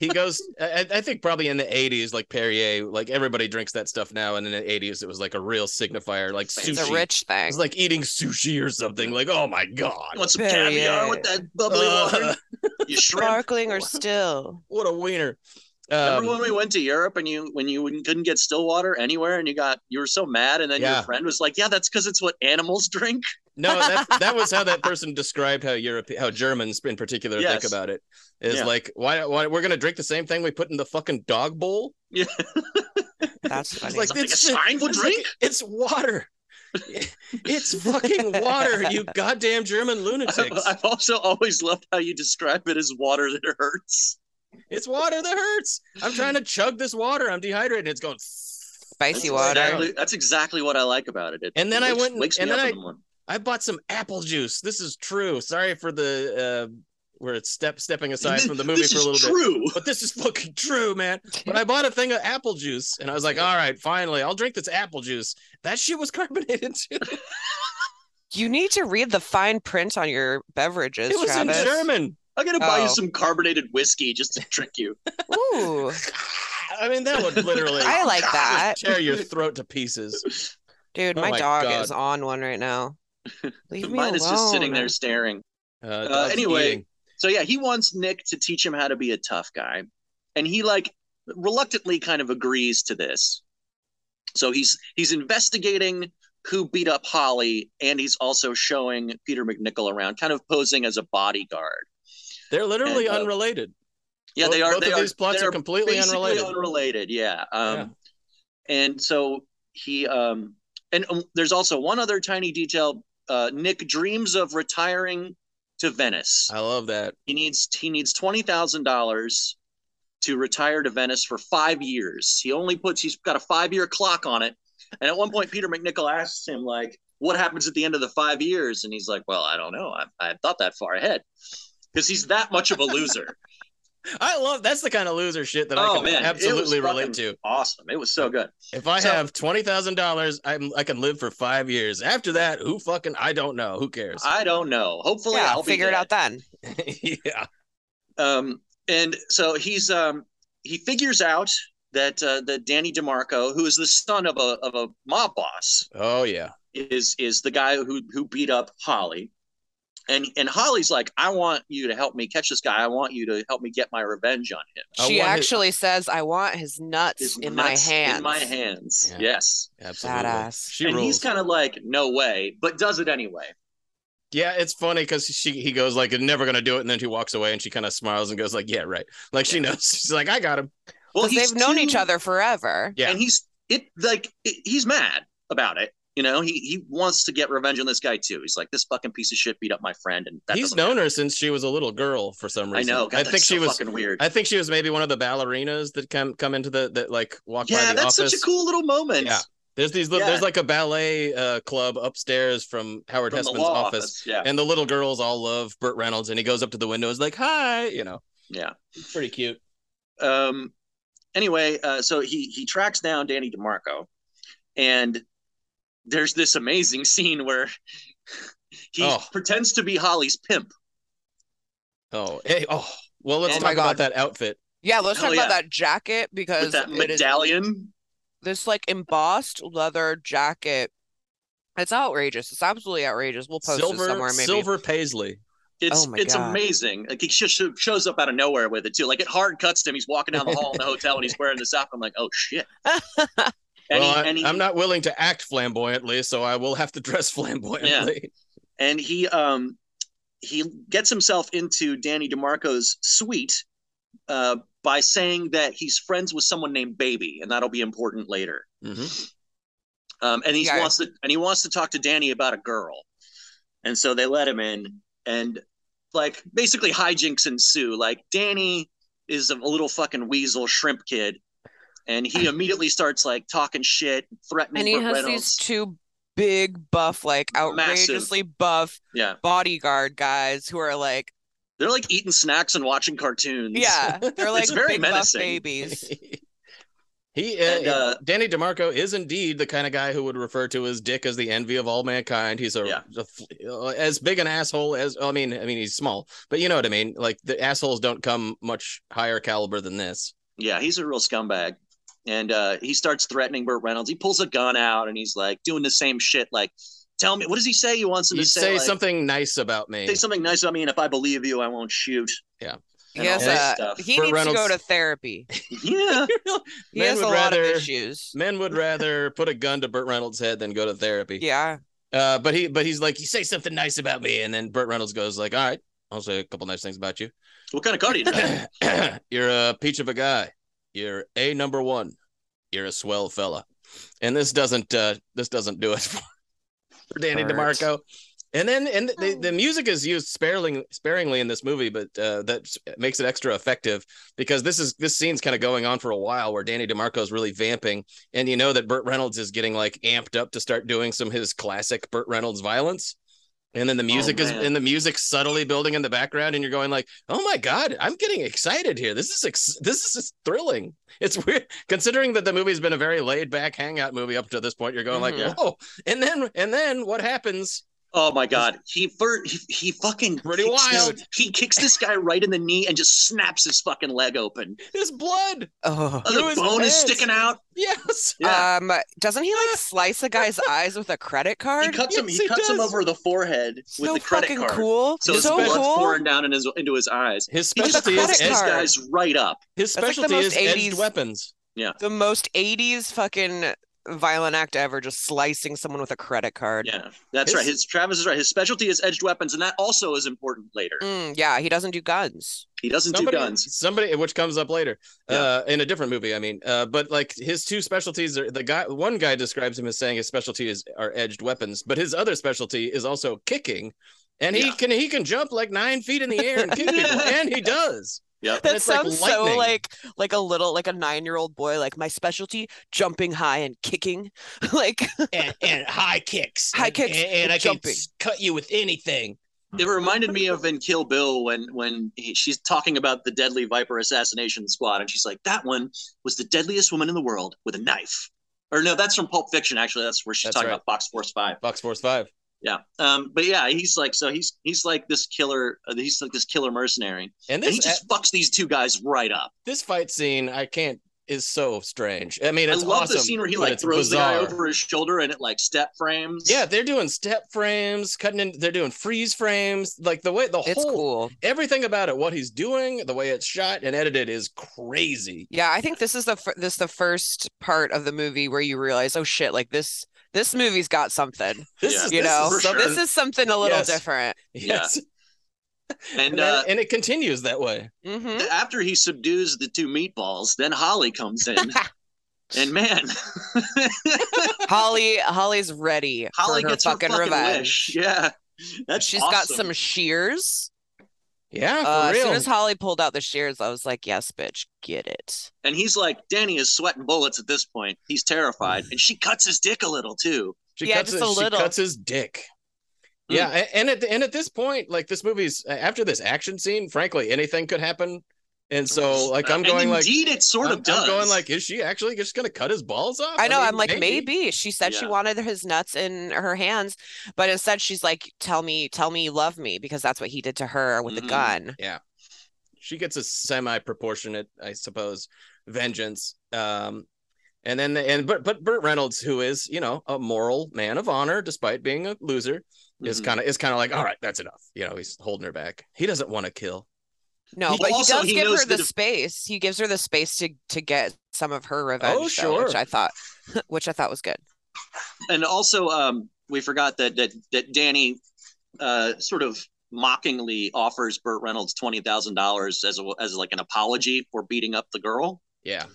[SPEAKER 2] He goes, I, I think probably in the '80s, like Perrier, like everybody drinks that stuff now, and in the '80s it was like a real signifier, like sushi.
[SPEAKER 1] It's a rich
[SPEAKER 2] It
[SPEAKER 1] thing.
[SPEAKER 2] was like eating sushi or something. Like, oh my
[SPEAKER 3] I
[SPEAKER 2] god,
[SPEAKER 3] want some
[SPEAKER 1] Perrier.
[SPEAKER 3] caviar with that bubbly
[SPEAKER 2] Uh,
[SPEAKER 3] water. You shrimp.
[SPEAKER 1] Sparkling or still.
[SPEAKER 2] what a wiener!
[SPEAKER 3] Remember
[SPEAKER 2] Um,
[SPEAKER 3] when we went to Europe and you when you wouldn't- couldn't get still water anywhere and you got you were so mad and then
[SPEAKER 2] Yeah.
[SPEAKER 3] your friend was like, yeah, that's because it's what animals drink.
[SPEAKER 2] no, that that was how that person described how Europe, how Germans in particular
[SPEAKER 3] Yes.
[SPEAKER 2] think about it. Is
[SPEAKER 3] Yeah.
[SPEAKER 2] like, why, why we're gonna drink the same thing we put in the fucking dog bowl?
[SPEAKER 1] That's
[SPEAKER 2] It's
[SPEAKER 1] funny.
[SPEAKER 2] like
[SPEAKER 3] Something a
[SPEAKER 2] it's
[SPEAKER 3] swine would
[SPEAKER 2] it's like-
[SPEAKER 3] drink?
[SPEAKER 2] it's water. it's fucking water, you goddamn German
[SPEAKER 3] I've,
[SPEAKER 2] lunatics.
[SPEAKER 3] I've also always loved how you describe it as water that hurts.
[SPEAKER 2] It's water that hurts. I'm trying to chug this water. I'm dehydrated. It's going.
[SPEAKER 1] Spicy
[SPEAKER 3] that's
[SPEAKER 1] water.
[SPEAKER 3] Exactly, that's exactly what I like about it. It
[SPEAKER 2] And then I
[SPEAKER 3] wakes-
[SPEAKER 2] went and-
[SPEAKER 3] wakes
[SPEAKER 2] and
[SPEAKER 3] me
[SPEAKER 2] then
[SPEAKER 3] up
[SPEAKER 2] I-
[SPEAKER 3] in the morning.
[SPEAKER 2] I bought some apple juice. This is true. Sorry for the uh where it's step stepping aside from the movie
[SPEAKER 3] This
[SPEAKER 2] for a
[SPEAKER 3] is
[SPEAKER 2] little bit.
[SPEAKER 3] true.
[SPEAKER 2] But this is fucking true, man. But I bought a thing of apple juice and I was like, all right, finally, I'll drink this apple juice. That shit was carbonated too.
[SPEAKER 1] You need to read the fine print on your beverages,
[SPEAKER 2] It was in
[SPEAKER 1] Travis.
[SPEAKER 2] German.
[SPEAKER 3] I'm gonna buy
[SPEAKER 1] Oh.
[SPEAKER 3] you some carbonated whiskey just to trick you.
[SPEAKER 1] Ooh,
[SPEAKER 2] I mean, that would literally
[SPEAKER 1] I like that.
[SPEAKER 2] tear your throat to pieces.
[SPEAKER 1] Dude,
[SPEAKER 2] Oh
[SPEAKER 1] my
[SPEAKER 2] my
[SPEAKER 1] dog
[SPEAKER 2] God.
[SPEAKER 1] is on one right now. Leave me
[SPEAKER 3] Mine is just sitting
[SPEAKER 1] alone.
[SPEAKER 3] there staring.
[SPEAKER 2] Uh, dog's
[SPEAKER 3] anyway,
[SPEAKER 2] eating.
[SPEAKER 3] So yeah, he wants Nick to teach him how to be a tough guy, and he like reluctantly kind of agrees to this. So he's he's investigating who beat up Holly, and he's also showing Peter McNichol around, kind of posing as a bodyguard.
[SPEAKER 2] they're literally
[SPEAKER 3] and, uh,
[SPEAKER 2] unrelated.
[SPEAKER 3] Yeah,
[SPEAKER 2] Both-
[SPEAKER 3] they are.
[SPEAKER 2] Both
[SPEAKER 3] they
[SPEAKER 2] of these plots
[SPEAKER 3] they
[SPEAKER 2] are, completely
[SPEAKER 3] basically
[SPEAKER 2] unrelated.
[SPEAKER 3] unrelated, yeah.
[SPEAKER 2] Yeah.
[SPEAKER 3] Um, And so he um, and um, there's also one other tiny detail. Uh, Nick dreams of retiring to Venice.
[SPEAKER 2] I love that.
[SPEAKER 3] he needs he needs twenty thousand dollars to retire to Venice for five years. He only puts he's got a five year clock on it. And at one point, Peter McNichol asks him like, "What happens at the end of the five years?" And he's like, "Well, I don't know. I, I thought that far ahead because he's that much of a loser."
[SPEAKER 2] I love that's the kind of loser shit that I
[SPEAKER 3] oh
[SPEAKER 2] can
[SPEAKER 3] man, it was
[SPEAKER 2] absolutely relate
[SPEAKER 3] fucking
[SPEAKER 2] to.
[SPEAKER 3] Awesome, it was so good.
[SPEAKER 2] If I
[SPEAKER 3] So-
[SPEAKER 2] have twenty thousand dollars, I'm I can live for five years. After that, who fucking I don't know. Who cares?
[SPEAKER 3] I don't know. Hopefully,
[SPEAKER 1] Yeah,
[SPEAKER 3] I'll
[SPEAKER 1] figure it out then.
[SPEAKER 2] yeah.
[SPEAKER 3] um, and so he's um, he figures out that uh, that Danny DeMarco, who is the son of a of a mob boss,
[SPEAKER 2] Oh yeah.
[SPEAKER 3] is is the guy who who beat up Holly. And and Holly's like, I want you to help me catch this guy. I want you to help me get my revenge on him.
[SPEAKER 2] I
[SPEAKER 1] She
[SPEAKER 2] want his-
[SPEAKER 1] actually says, I want his nuts
[SPEAKER 3] His
[SPEAKER 1] in
[SPEAKER 3] nuts
[SPEAKER 1] my hands.
[SPEAKER 3] In my hands.
[SPEAKER 2] Yeah.
[SPEAKER 3] Yes.
[SPEAKER 2] Absolutely.
[SPEAKER 1] Badass.
[SPEAKER 2] She
[SPEAKER 3] and
[SPEAKER 2] rules.
[SPEAKER 3] he's kind of like, no way, but does it anyway.
[SPEAKER 2] yeah, it's funny because she he goes like never gonna do it, and then she walks away and she kind of smiles and goes like, Yeah, right. Like she knows. She's like, I got him.
[SPEAKER 3] Well,
[SPEAKER 1] Because
[SPEAKER 3] he's
[SPEAKER 1] they've known
[SPEAKER 3] too-
[SPEAKER 1] each other forever.
[SPEAKER 2] Yeah.
[SPEAKER 3] and he's it like it, he's mad about it. You know, he he wants to get revenge on this guy too. He's like, this fucking piece of shit beat up my friend, and that
[SPEAKER 2] He's
[SPEAKER 3] doesn't
[SPEAKER 2] known her since she was a little girl for some
[SPEAKER 3] I
[SPEAKER 2] reason.
[SPEAKER 3] know.
[SPEAKER 2] I
[SPEAKER 3] God, that's
[SPEAKER 2] think
[SPEAKER 3] so
[SPEAKER 2] she was.
[SPEAKER 3] fucking weird.
[SPEAKER 2] I think she was maybe one of the ballerinas that come come into the that like walk by
[SPEAKER 3] yeah,
[SPEAKER 2] the
[SPEAKER 3] that's
[SPEAKER 2] office.
[SPEAKER 3] such a cool little moment.
[SPEAKER 2] Yeah, There's these little,
[SPEAKER 3] Yeah.
[SPEAKER 2] there's like a ballet uh, club upstairs from Howard
[SPEAKER 3] from the
[SPEAKER 2] Hessman's
[SPEAKER 3] law
[SPEAKER 2] office,
[SPEAKER 3] Yeah,
[SPEAKER 2] and the little girls all love Burt Reynolds, and he goes up to the window, and is like, "Hi," you know,
[SPEAKER 3] yeah.
[SPEAKER 2] it's pretty cute.
[SPEAKER 3] um anyway uh so he he tracks down danny demarco and there's this amazing scene where he
[SPEAKER 2] Oh.
[SPEAKER 3] pretends to be holly's pimp
[SPEAKER 2] Oh, hey, oh, well, let's
[SPEAKER 1] Oh my
[SPEAKER 2] talk about
[SPEAKER 1] God.
[SPEAKER 2] that outfit.
[SPEAKER 1] Yeah, let's
[SPEAKER 3] Oh,
[SPEAKER 1] talk
[SPEAKER 3] yeah.
[SPEAKER 1] about that jacket
[SPEAKER 3] with
[SPEAKER 1] because
[SPEAKER 3] that
[SPEAKER 1] it is
[SPEAKER 3] medallion
[SPEAKER 1] this like embossed leather jacket. It's outrageous. It's absolutely outrageous. We'll post it somewhere
[SPEAKER 2] Silver,
[SPEAKER 1] maybe.
[SPEAKER 2] silver paisley. Oh
[SPEAKER 3] it's
[SPEAKER 1] my
[SPEAKER 3] it's
[SPEAKER 1] God.
[SPEAKER 3] amazing like he just shows up out of nowhere with it too like it hard cuts to him he's walking down the hall in the hotel and he's wearing this outfit i'm like oh shit and
[SPEAKER 2] well, I,
[SPEAKER 3] and
[SPEAKER 2] am not willing to act flamboyantly, so I will have to dress flamboyantly.
[SPEAKER 3] and he um he gets himself into Danny DeMarco's suite uh, by saying that he's friends with someone named Baby, and that'll be important later.
[SPEAKER 2] Mhm.
[SPEAKER 3] Um, and he
[SPEAKER 1] Yeah.
[SPEAKER 3] wants to and he wants to talk to Danny about a girl, and so they let him in, and like basically hijinks ensue. Like Danny is a little fucking weasel shrimp kid. And he immediately starts like talking shit, threatening
[SPEAKER 1] and he
[SPEAKER 3] Burt
[SPEAKER 1] has
[SPEAKER 3] Reynolds.
[SPEAKER 1] these two big buff, like
[SPEAKER 3] Massive.
[SPEAKER 1] outrageously buff
[SPEAKER 3] yeah,
[SPEAKER 1] bodyguard guys who are like,
[SPEAKER 3] they're like eating snacks and watching cartoons.
[SPEAKER 1] yeah, they're like
[SPEAKER 3] It's very
[SPEAKER 1] big buff
[SPEAKER 3] menacing.
[SPEAKER 1] babies.
[SPEAKER 2] he, uh,
[SPEAKER 3] And, uh,
[SPEAKER 2] Danny DeMarco, is indeed the kind of guy who would refer to his dick as the envy of all mankind. He's a,
[SPEAKER 3] Yeah.
[SPEAKER 2] a f- uh, as big an asshole as I mean, I mean he's small, but you know what I mean. Like the assholes don't come much higher caliber than this.
[SPEAKER 3] Yeah, he's a real scumbag. And uh, he starts threatening Burt Reynolds. He pulls a gun out and he's like doing the same shit. Like, tell me, what does he say? He wants him
[SPEAKER 2] You
[SPEAKER 3] to
[SPEAKER 2] say,
[SPEAKER 3] say, like,
[SPEAKER 2] something nice about me.
[SPEAKER 3] Say something nice about me, and if I believe you, I won't shoot.
[SPEAKER 2] Yeah.
[SPEAKER 3] And
[SPEAKER 1] Yes,
[SPEAKER 3] all that
[SPEAKER 1] uh,
[SPEAKER 3] stuff.
[SPEAKER 1] he
[SPEAKER 2] Burt
[SPEAKER 1] needs to go
[SPEAKER 2] Reynolds-
[SPEAKER 1] to therapy.
[SPEAKER 3] Yeah.
[SPEAKER 1] He
[SPEAKER 2] Men
[SPEAKER 1] has a
[SPEAKER 2] would
[SPEAKER 1] lot of
[SPEAKER 2] rather-
[SPEAKER 1] issues.
[SPEAKER 2] Men would rather put a gun to Burt Reynolds' head than go to therapy.
[SPEAKER 1] Yeah,
[SPEAKER 2] Uh, but he, but he's like, you say something nice about me, and then Burt Reynolds goes like, "All right, I'll say a couple nice things about you.
[SPEAKER 3] What kind of car do you drive?
[SPEAKER 2] You're a peach of a guy. You're a number one. You're a swell fella." And this doesn't, uh, this doesn't do it for, for Danny
[SPEAKER 1] Burt.
[SPEAKER 2] DeMarco. And then, and the, the music is used sparingly, sparingly in this movie, but uh, that s- makes it extra effective because this is this scene's kind of going on for a while where Danny DeMarco's really vamping, and you know that Burt Reynolds is getting like amped up to start doing some of his classic Burt Reynolds violence. And
[SPEAKER 1] Oh,
[SPEAKER 2] then the music is
[SPEAKER 3] man.
[SPEAKER 2] and the music subtly building in the background, and you're going like, "Oh my god, I'm getting excited here. This is ex- this is thrilling. It's weird considering that the movie's been a very laid back hangout movie up to this point. You're going
[SPEAKER 1] Mhm.
[SPEAKER 2] like, "Whoa!" And then and then what happens?
[SPEAKER 3] Oh my God. He fir- he, he fucking
[SPEAKER 2] Pretty
[SPEAKER 3] kicks this-
[SPEAKER 2] wild.
[SPEAKER 3] he kicks this guy right in the knee and just snaps his fucking leg open.
[SPEAKER 2] His blood.
[SPEAKER 1] oh.
[SPEAKER 3] Uh,
[SPEAKER 2] Through
[SPEAKER 3] the
[SPEAKER 2] his
[SPEAKER 3] bone is
[SPEAKER 2] pants.
[SPEAKER 3] sticking out.
[SPEAKER 2] Yes.
[SPEAKER 3] Yeah.
[SPEAKER 1] Um, doesn't he like slice a guy's eyes with a credit
[SPEAKER 3] Uh, he
[SPEAKER 1] card?
[SPEAKER 3] cuts him.
[SPEAKER 2] Yes,
[SPEAKER 3] He
[SPEAKER 2] he
[SPEAKER 3] cuts him
[SPEAKER 2] does.
[SPEAKER 3] over the forehead with
[SPEAKER 1] so
[SPEAKER 3] the credit
[SPEAKER 1] fucking
[SPEAKER 3] card.
[SPEAKER 1] cool.
[SPEAKER 3] So, his
[SPEAKER 1] so
[SPEAKER 3] blood's
[SPEAKER 1] cool.
[SPEAKER 3] pouring down in his, into his eyes.
[SPEAKER 2] His
[SPEAKER 3] He just
[SPEAKER 2] specialty
[SPEAKER 1] credit
[SPEAKER 2] is
[SPEAKER 3] cuts
[SPEAKER 2] edged,
[SPEAKER 3] these
[SPEAKER 1] card.
[SPEAKER 3] guys right up.
[SPEAKER 2] his
[SPEAKER 1] That's like the
[SPEAKER 2] specialty
[SPEAKER 1] most
[SPEAKER 2] is edged
[SPEAKER 1] 80s
[SPEAKER 2] weapons.
[SPEAKER 1] The most 80s fucking violent act ever, just slicing someone with a credit card.
[SPEAKER 3] Yeah, that's
[SPEAKER 2] His-
[SPEAKER 3] right. His Travis is right. His specialty is edged weapons, and that also is important later.
[SPEAKER 1] Mm, yeah, he doesn't do guns.
[SPEAKER 3] He doesn't
[SPEAKER 2] Somebody,
[SPEAKER 3] do guns.
[SPEAKER 2] somebody, which comes up later,
[SPEAKER 3] Yeah.
[SPEAKER 2] uh, in a different movie. I mean, uh, but like his two specialties are the guy. One guy describes him as saying his specialty is are edged weapons, but his other specialty is also kicking, and he
[SPEAKER 3] Yeah.
[SPEAKER 2] can he can jump like nine feet in the air and kick people, and he does.
[SPEAKER 3] Yep.
[SPEAKER 2] And
[SPEAKER 1] That
[SPEAKER 2] it's like
[SPEAKER 1] sounds so
[SPEAKER 2] lightning.
[SPEAKER 1] like like a little like a nine year old boy. Like my specialty, jumping high and kicking. like
[SPEAKER 2] And, and high kicks,
[SPEAKER 1] High kicks and jumping.
[SPEAKER 2] cut you with anything.
[SPEAKER 3] It reminded me of in Kill Bill when when he, she's talking about the deadly Viper assassination squad, and she's like, "That one was the deadliest woman in the world with a knife." Or no, that's from Pulp Fiction. Actually, that's where she's
[SPEAKER 2] That's
[SPEAKER 3] talking
[SPEAKER 2] right.
[SPEAKER 3] about Fox Force Five.
[SPEAKER 2] Box Force Five.
[SPEAKER 3] Yeah. Um. But yeah, he's like, so he's he's like this killer. uh, He's like this killer mercenary,
[SPEAKER 2] And
[SPEAKER 3] and
[SPEAKER 2] this uh,
[SPEAKER 3] he just fucks these two guys right up.
[SPEAKER 2] this fight scene, I can't is so strange. I mean,
[SPEAKER 3] I
[SPEAKER 2] it's
[SPEAKER 3] love
[SPEAKER 2] awesome,
[SPEAKER 3] the scene where he
[SPEAKER 2] but
[SPEAKER 3] like
[SPEAKER 2] it's
[SPEAKER 3] throws the
[SPEAKER 2] bizarre.
[SPEAKER 3] guy over his shoulder, and it like step frames.
[SPEAKER 2] Yeah, they're doing step frames, cutting in. They're doing freeze frames. Like the way the
[SPEAKER 1] it's
[SPEAKER 2] whole
[SPEAKER 1] cool.
[SPEAKER 2] everything about it, what he's doing, the way it's shot and edited is crazy.
[SPEAKER 1] Yeah, I think this is the fir- this the first part of the movie where you realize, oh shit, like this this movie's got something.
[SPEAKER 2] This
[SPEAKER 3] Yeah,
[SPEAKER 2] is
[SPEAKER 1] you
[SPEAKER 2] this
[SPEAKER 1] know,
[SPEAKER 2] is
[SPEAKER 3] for
[SPEAKER 2] something-
[SPEAKER 1] This is something a little
[SPEAKER 2] Yes.
[SPEAKER 1] different.
[SPEAKER 2] yes,
[SPEAKER 3] And,
[SPEAKER 2] and
[SPEAKER 3] uh,
[SPEAKER 2] that- and it continues that way.
[SPEAKER 1] hmm
[SPEAKER 3] after he subdues the two meatballs, then Holly comes in And man,
[SPEAKER 1] Holly, Holly's ready for
[SPEAKER 3] Holly
[SPEAKER 1] her
[SPEAKER 3] gets
[SPEAKER 1] fucking
[SPEAKER 3] her fucking
[SPEAKER 1] revenge.
[SPEAKER 3] wish. Yeah, that's
[SPEAKER 1] She's
[SPEAKER 3] awesome.
[SPEAKER 1] got some shears.
[SPEAKER 2] Yeah, for
[SPEAKER 1] Uh, as
[SPEAKER 2] real.
[SPEAKER 1] soon as Holly pulled out the shears, I was like, "Yes, bitch, get it."
[SPEAKER 3] And he's like, Danny is sweating bullets at this point. He's terrified, and she cuts his dick a little too.
[SPEAKER 2] She
[SPEAKER 1] Yeah,
[SPEAKER 2] cuts
[SPEAKER 1] just
[SPEAKER 2] his,
[SPEAKER 1] a little.
[SPEAKER 2] She cuts his dick.
[SPEAKER 3] Mm.
[SPEAKER 2] Yeah, a- and at the, and at this point, like this movie's after this action scene, frankly, anything could happen. And so,
[SPEAKER 1] Mm.
[SPEAKER 2] like, I'm going
[SPEAKER 3] and
[SPEAKER 2] like,
[SPEAKER 3] indeed, it sort
[SPEAKER 2] I'm,
[SPEAKER 3] of does.
[SPEAKER 2] I'm going like, is she actually just gonna cut his balls off?
[SPEAKER 1] I know.
[SPEAKER 2] mean,
[SPEAKER 1] I'm like, maybe. She said she
[SPEAKER 3] Yeah.
[SPEAKER 1] wanted his nuts in her hands, but instead she's like, "Tell me, tell me, you love me," because that's what he did to her with the
[SPEAKER 3] Mhm.
[SPEAKER 1] gun.
[SPEAKER 2] she gets a semi-proportionate, I suppose, vengeance. Um, and then the, and but but Burt Reynolds, who is you know a moral man of honor despite being a loser, is
[SPEAKER 3] Mhm.
[SPEAKER 2] kind of is kind of like, all right, that's enough. You know, he's holding her back. He doesn't want to kill.
[SPEAKER 1] No,
[SPEAKER 3] He-
[SPEAKER 1] but
[SPEAKER 3] also,
[SPEAKER 1] he does
[SPEAKER 3] he
[SPEAKER 1] give
[SPEAKER 3] knows
[SPEAKER 1] her the
[SPEAKER 3] that if-
[SPEAKER 1] space. He gives her the space to to get some of
[SPEAKER 3] Oh,
[SPEAKER 1] her revenge. though, which
[SPEAKER 2] sure.
[SPEAKER 1] I thought, which I thought was good.
[SPEAKER 3] and also um, we forgot that that that Danny uh, sort of mockingly offers Burt Reynolds twenty thousand dollars as a, as like an apology for beating up the girl.
[SPEAKER 2] Yeah,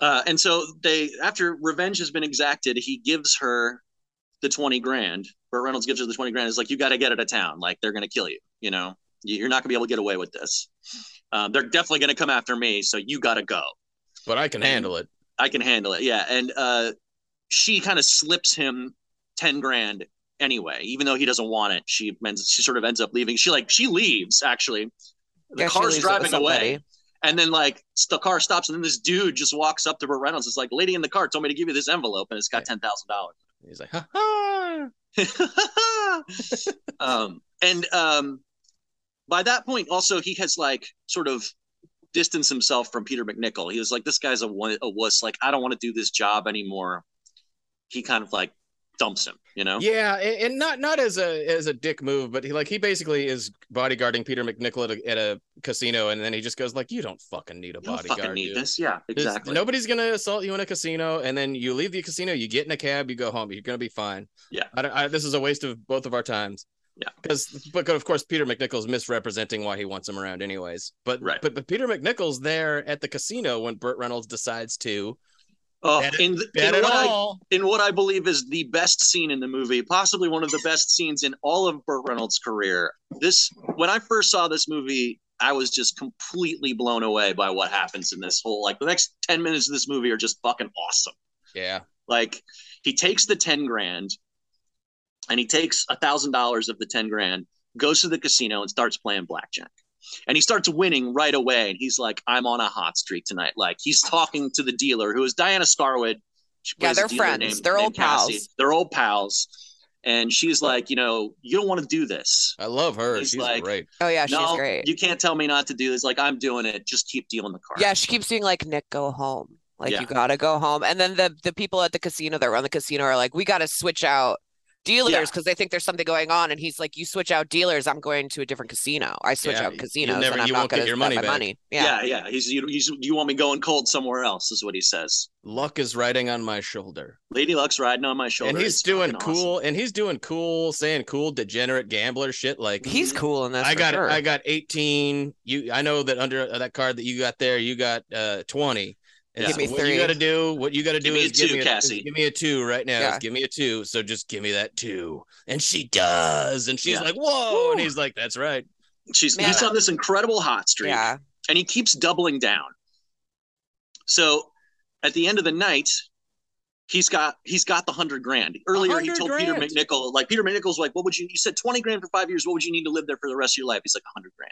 [SPEAKER 3] Uh, and so they, after revenge has been exacted, he gives her the twenty grand. Burt Reynolds gives her the twenty grand. Is like you got to get out of town. Like they're gonna kill you. You know, You- you're not gonna be able to get away with this. Um, they're definitely gonna come after me. So you got to go.
[SPEAKER 2] but I can
[SPEAKER 3] And-
[SPEAKER 2] handle it.
[SPEAKER 3] I can handle it. Yeah. And uh, she kind of slips him 10 grand anyway, even though he doesn't want it. She ends, she sort of ends up leaving. She like, she leaves actually. The
[SPEAKER 1] Yeah, she
[SPEAKER 3] car's
[SPEAKER 1] leaves it with
[SPEAKER 3] driving away.
[SPEAKER 1] somebody.
[SPEAKER 3] And then like s- the car stops. And then this dude just walks up to Burt Reynolds. It's like, lady in the car told me to give you this envelope and it's got
[SPEAKER 2] He's like, ha ha.
[SPEAKER 3] $10,000. um, and um, by that point also he has like sort of distanced himself from Peter McNichol. He was like, this guy's a, wa- a wuss. Like, I don't want to do this job anymore. He kind of like dumps him, you know?
[SPEAKER 2] Yeah, and, and not not as a as a dick move, but he like he basically is bodyguarding Peter McNichol at a, at a casino, and then he just goes like, "You don't fucking need a
[SPEAKER 3] You don't
[SPEAKER 2] bodyguard.
[SPEAKER 3] fucking need
[SPEAKER 2] you.
[SPEAKER 3] this. Yeah,
[SPEAKER 2] There's-
[SPEAKER 3] exactly.
[SPEAKER 2] Nobody's gonna assault you in a casino, and then you leave the casino, you get in a cab, you go home. You're gonna be fine.
[SPEAKER 3] Yeah.
[SPEAKER 2] I don't, I, this is a waste of both of our times.
[SPEAKER 3] Yeah.
[SPEAKER 2] because but of course Peter McNichol's misrepresenting why he wants him around, anyways. But
[SPEAKER 3] Right.
[SPEAKER 2] but, but Peter McNichol's there at the casino when Burt Reynolds decides to
[SPEAKER 3] oh,
[SPEAKER 2] Bad-
[SPEAKER 3] in, th-
[SPEAKER 2] bet
[SPEAKER 3] in,
[SPEAKER 2] it
[SPEAKER 3] what I,
[SPEAKER 2] all.
[SPEAKER 3] in what I believe is the best scene in the movie, possibly one of the best scenes in all of Burt Reynolds' career. This, when I first saw this movie, I was just completely blown away by what happens in this whole. Like the next ten minutes of this movie are just fucking awesome.
[SPEAKER 2] yeah,
[SPEAKER 3] Like he takes the 10 grand and he takes a thousand dollars of the 10 grand, goes to the casino and starts playing blackjack. And he starts winning right away. And he's like, I'm on a hot streak tonight. Like he's talking to the dealer who is Diana Scarwood. She
[SPEAKER 1] Yeah,
[SPEAKER 3] plays a
[SPEAKER 1] they're
[SPEAKER 3] dealer
[SPEAKER 1] friends.
[SPEAKER 3] named-
[SPEAKER 1] They're
[SPEAKER 3] named
[SPEAKER 1] old
[SPEAKER 3] Cassie.
[SPEAKER 1] pals.
[SPEAKER 3] They're old pals. And she's like, you know, you don't want to do this.
[SPEAKER 2] I love her.
[SPEAKER 3] He's
[SPEAKER 2] She's
[SPEAKER 3] like,
[SPEAKER 2] great.
[SPEAKER 1] Oh yeah, she's
[SPEAKER 3] no,
[SPEAKER 1] great.
[SPEAKER 3] you can't tell me not to do this. Like I'm doing it. Just keep dealing the card.
[SPEAKER 1] Yeah, she keeps being like, Nick, go home. Like
[SPEAKER 3] Yeah.
[SPEAKER 1] you gotta go home. And then the the people at the casino that run the casino are like, we gotta switch out dealers because they think there's something going on. And he's like, you switch out dealers, I'm going to a different casino. I switch
[SPEAKER 2] Yeah,
[SPEAKER 1] out
[SPEAKER 2] you'll
[SPEAKER 1] casinos
[SPEAKER 2] never-
[SPEAKER 1] and I'm
[SPEAKER 2] you
[SPEAKER 1] not
[SPEAKER 2] won't get
[SPEAKER 1] gonna
[SPEAKER 2] your
[SPEAKER 1] spend
[SPEAKER 2] money
[SPEAKER 1] my
[SPEAKER 2] back.
[SPEAKER 1] money. Yeah.
[SPEAKER 3] yeah, yeah. He's you, he's you want me going cold somewhere else is what he says.
[SPEAKER 2] Luck is riding on my shoulder.
[SPEAKER 3] Lady Luck's riding on my shoulder.
[SPEAKER 2] and he's
[SPEAKER 3] It's
[SPEAKER 2] doing
[SPEAKER 3] fucking awesome.
[SPEAKER 2] cool and he's doing cool saying cool degenerate gambler shit like
[SPEAKER 1] He's cool in this.
[SPEAKER 2] i
[SPEAKER 1] for
[SPEAKER 2] got
[SPEAKER 1] sure.
[SPEAKER 2] i got 18 you i know that under uh, that card that you got there you got uh 20 and
[SPEAKER 3] Yeah.
[SPEAKER 1] Give me
[SPEAKER 2] what
[SPEAKER 1] three.
[SPEAKER 2] you got to do what you got to
[SPEAKER 3] Give
[SPEAKER 2] do
[SPEAKER 3] me
[SPEAKER 2] is
[SPEAKER 3] a
[SPEAKER 2] give,
[SPEAKER 3] two,
[SPEAKER 2] me a,
[SPEAKER 3] Cassie.
[SPEAKER 2] is give me a two right now
[SPEAKER 1] Yeah.
[SPEAKER 2] Is give me a two so just give me that two and she does and she's
[SPEAKER 3] Yeah.
[SPEAKER 2] like whoa and
[SPEAKER 1] Woo.
[SPEAKER 2] he's like that's right
[SPEAKER 3] She's
[SPEAKER 1] Man.
[SPEAKER 3] he's on this incredible hot streak,
[SPEAKER 1] yeah.
[SPEAKER 3] and he keeps doubling down. So, at the end of the night, he's got he's got the hundred grand. Earlier, he
[SPEAKER 2] 100
[SPEAKER 3] told Peter
[SPEAKER 2] grand.
[SPEAKER 3] McNichol, like Peter McNichol's, like, what would you? You said twenty grand for five years. What would you need to live there for the rest of your life? He's like hundred grand.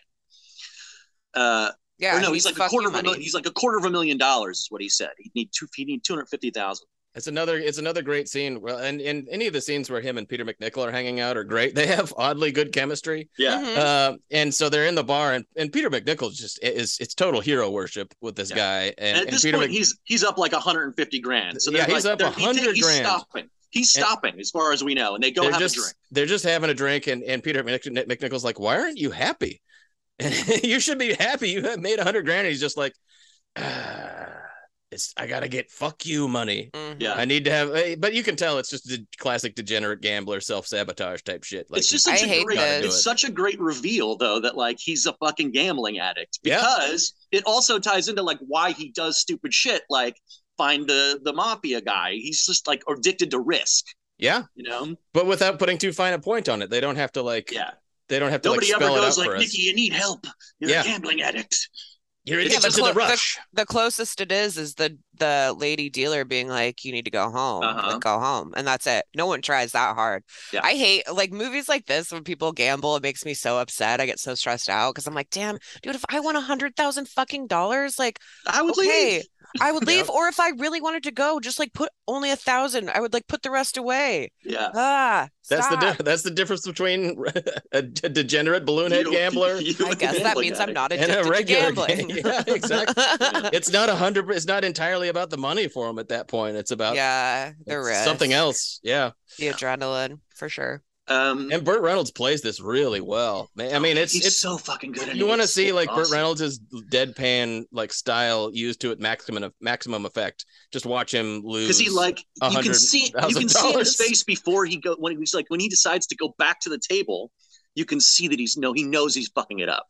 [SPEAKER 3] Uh,
[SPEAKER 1] Yeah.
[SPEAKER 3] or no,
[SPEAKER 1] he's
[SPEAKER 3] he's, like a
[SPEAKER 1] fucking
[SPEAKER 3] quarter of a
[SPEAKER 1] money.
[SPEAKER 3] million. He's like a quarter of a million dollars is what he said. He need two. He need two hundred fifty thousand.
[SPEAKER 2] it's another it's another great scene well and and any of the scenes where him and peter mcnichol are hanging out are great they have oddly good chemistry
[SPEAKER 3] Yeah,
[SPEAKER 1] Mhm.
[SPEAKER 2] Uh, and so they're in the bar, and, and Peter McNichol just is it's total hero worship with this
[SPEAKER 3] Yeah.
[SPEAKER 2] guy. And,
[SPEAKER 3] and,
[SPEAKER 2] and
[SPEAKER 3] at this
[SPEAKER 2] Peter
[SPEAKER 3] point,
[SPEAKER 2] Mc-
[SPEAKER 3] he's he's up like hundred and fifty grand. So
[SPEAKER 2] Yeah,
[SPEAKER 3] they're
[SPEAKER 2] he's
[SPEAKER 3] like,
[SPEAKER 2] up
[SPEAKER 3] they're- he-
[SPEAKER 2] 100
[SPEAKER 3] He's
[SPEAKER 2] grand.
[SPEAKER 3] stopping. He's stopping, as far as we know, and they go
[SPEAKER 2] they're
[SPEAKER 3] have
[SPEAKER 2] just
[SPEAKER 3] a drink.
[SPEAKER 2] they're just having a drink, and, and Peter Mc- McNichol's like, "Why aren't you happy? you should be happy. You have made a hundred grand." And he's just like, ah, "It's I gotta get fuck you money.
[SPEAKER 1] Mhm.
[SPEAKER 3] Yeah.
[SPEAKER 2] I need to have." eh, But you can tell it's just the classic degenerate gambler self sabotage type shit. Like
[SPEAKER 3] it's just
[SPEAKER 1] I
[SPEAKER 3] such a
[SPEAKER 1] hate
[SPEAKER 3] great,
[SPEAKER 1] this.
[SPEAKER 3] it's such a great reveal though that like he's a fucking gambling addict
[SPEAKER 2] Yeah.
[SPEAKER 3] because it also ties into like why he does stupid shit like find the the mafia guy. He's just like addicted to risk,
[SPEAKER 2] Yeah,
[SPEAKER 3] you know?
[SPEAKER 2] but without putting too fine a point on it, they don't have to like.
[SPEAKER 3] Yeah.
[SPEAKER 2] They don't have to
[SPEAKER 3] Nobody
[SPEAKER 2] like
[SPEAKER 3] ever
[SPEAKER 2] spell it out
[SPEAKER 3] goes
[SPEAKER 2] for
[SPEAKER 3] like,
[SPEAKER 2] us.
[SPEAKER 3] Nikki, you need help. You're
[SPEAKER 2] Yeah.
[SPEAKER 3] a gambling addict.
[SPEAKER 2] You're
[SPEAKER 1] Yeah,
[SPEAKER 2] addicted
[SPEAKER 1] but
[SPEAKER 2] to the
[SPEAKER 1] clo- the-
[SPEAKER 2] rush.
[SPEAKER 1] The closest it is is the the lady dealer being like, "You need to go home,
[SPEAKER 3] Uh-huh.
[SPEAKER 1] like, go home," and that's it. No one tries that hard.
[SPEAKER 3] Yeah.
[SPEAKER 1] I hate like movies like this when people gamble. It makes me so upset. I get so stressed out because I'm like, "Damn, dude, if I won a hundred thousand fucking dollars, like,
[SPEAKER 3] I would
[SPEAKER 1] okay,
[SPEAKER 3] leave.
[SPEAKER 1] I would
[SPEAKER 2] Yeah.
[SPEAKER 1] leave." Or if I really wanted to go, just like put only a thousand. I would like put the rest away.
[SPEAKER 3] Yeah.
[SPEAKER 1] Ah,
[SPEAKER 2] That's the
[SPEAKER 1] stop.
[SPEAKER 2] di- that's the difference between a d- degenerate balloonhead
[SPEAKER 3] You-
[SPEAKER 2] gambler
[SPEAKER 3] you-
[SPEAKER 1] I guess that
[SPEAKER 3] gambling
[SPEAKER 1] means I'm
[SPEAKER 3] addict.
[SPEAKER 1] not
[SPEAKER 2] and
[SPEAKER 1] addicted
[SPEAKER 2] a regular
[SPEAKER 1] to gambling.
[SPEAKER 2] gang. Yeah, exactly.
[SPEAKER 3] Yeah.
[SPEAKER 2] It's not a hundred. It's not entirely about the money for him at that point. It's about
[SPEAKER 1] yeah, the
[SPEAKER 2] it's
[SPEAKER 1] risk,
[SPEAKER 2] something else. Yeah,
[SPEAKER 1] the adrenaline for sure.
[SPEAKER 3] Um,
[SPEAKER 2] and Burt Reynolds plays this really well. Man, I mean, it's
[SPEAKER 3] he's
[SPEAKER 2] it's
[SPEAKER 3] so fucking good. in
[SPEAKER 2] you
[SPEAKER 3] it.
[SPEAKER 2] want to
[SPEAKER 3] It's
[SPEAKER 2] see like Burt
[SPEAKER 3] awesome.
[SPEAKER 2] Reynolds' deadpan like style used to at maximum maximum effect. Just watch him lose
[SPEAKER 3] because he like you can
[SPEAKER 2] $100,000.
[SPEAKER 3] see you can see in his face before he go when he's like when he decides to go back to the table. You can see that he's no, he knows he's fucking it up.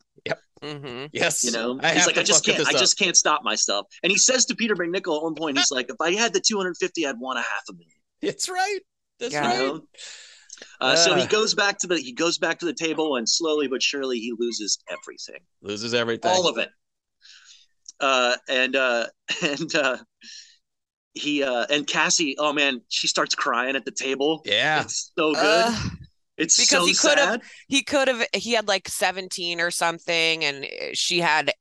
[SPEAKER 1] hmm
[SPEAKER 2] Yes,
[SPEAKER 3] You know,
[SPEAKER 2] I have
[SPEAKER 3] he's like,
[SPEAKER 2] to
[SPEAKER 3] I just
[SPEAKER 2] fuck
[SPEAKER 3] can't, I
[SPEAKER 2] this up.
[SPEAKER 3] just can't stop myself. And he says to Peter McNichol at one point, he's like, if I had the 250, I'd want a half a million.
[SPEAKER 2] It's right. That's
[SPEAKER 1] Yeah.
[SPEAKER 2] right.
[SPEAKER 3] You know? Uh, so he
[SPEAKER 2] Ugh.
[SPEAKER 3] goes back to the he goes back to the table, and slowly but surely he loses everything.
[SPEAKER 2] Loses everything.
[SPEAKER 3] all of it. Uh, and uh, and uh, he uh, and Cassie, oh man, she starts crying at the table.
[SPEAKER 2] Yeah.
[SPEAKER 3] It's so good.
[SPEAKER 1] Ugh.
[SPEAKER 3] it's
[SPEAKER 1] Uh, because
[SPEAKER 3] so
[SPEAKER 1] he could've-
[SPEAKER 3] sad.
[SPEAKER 1] he could have he had like 17 or something and eh, she had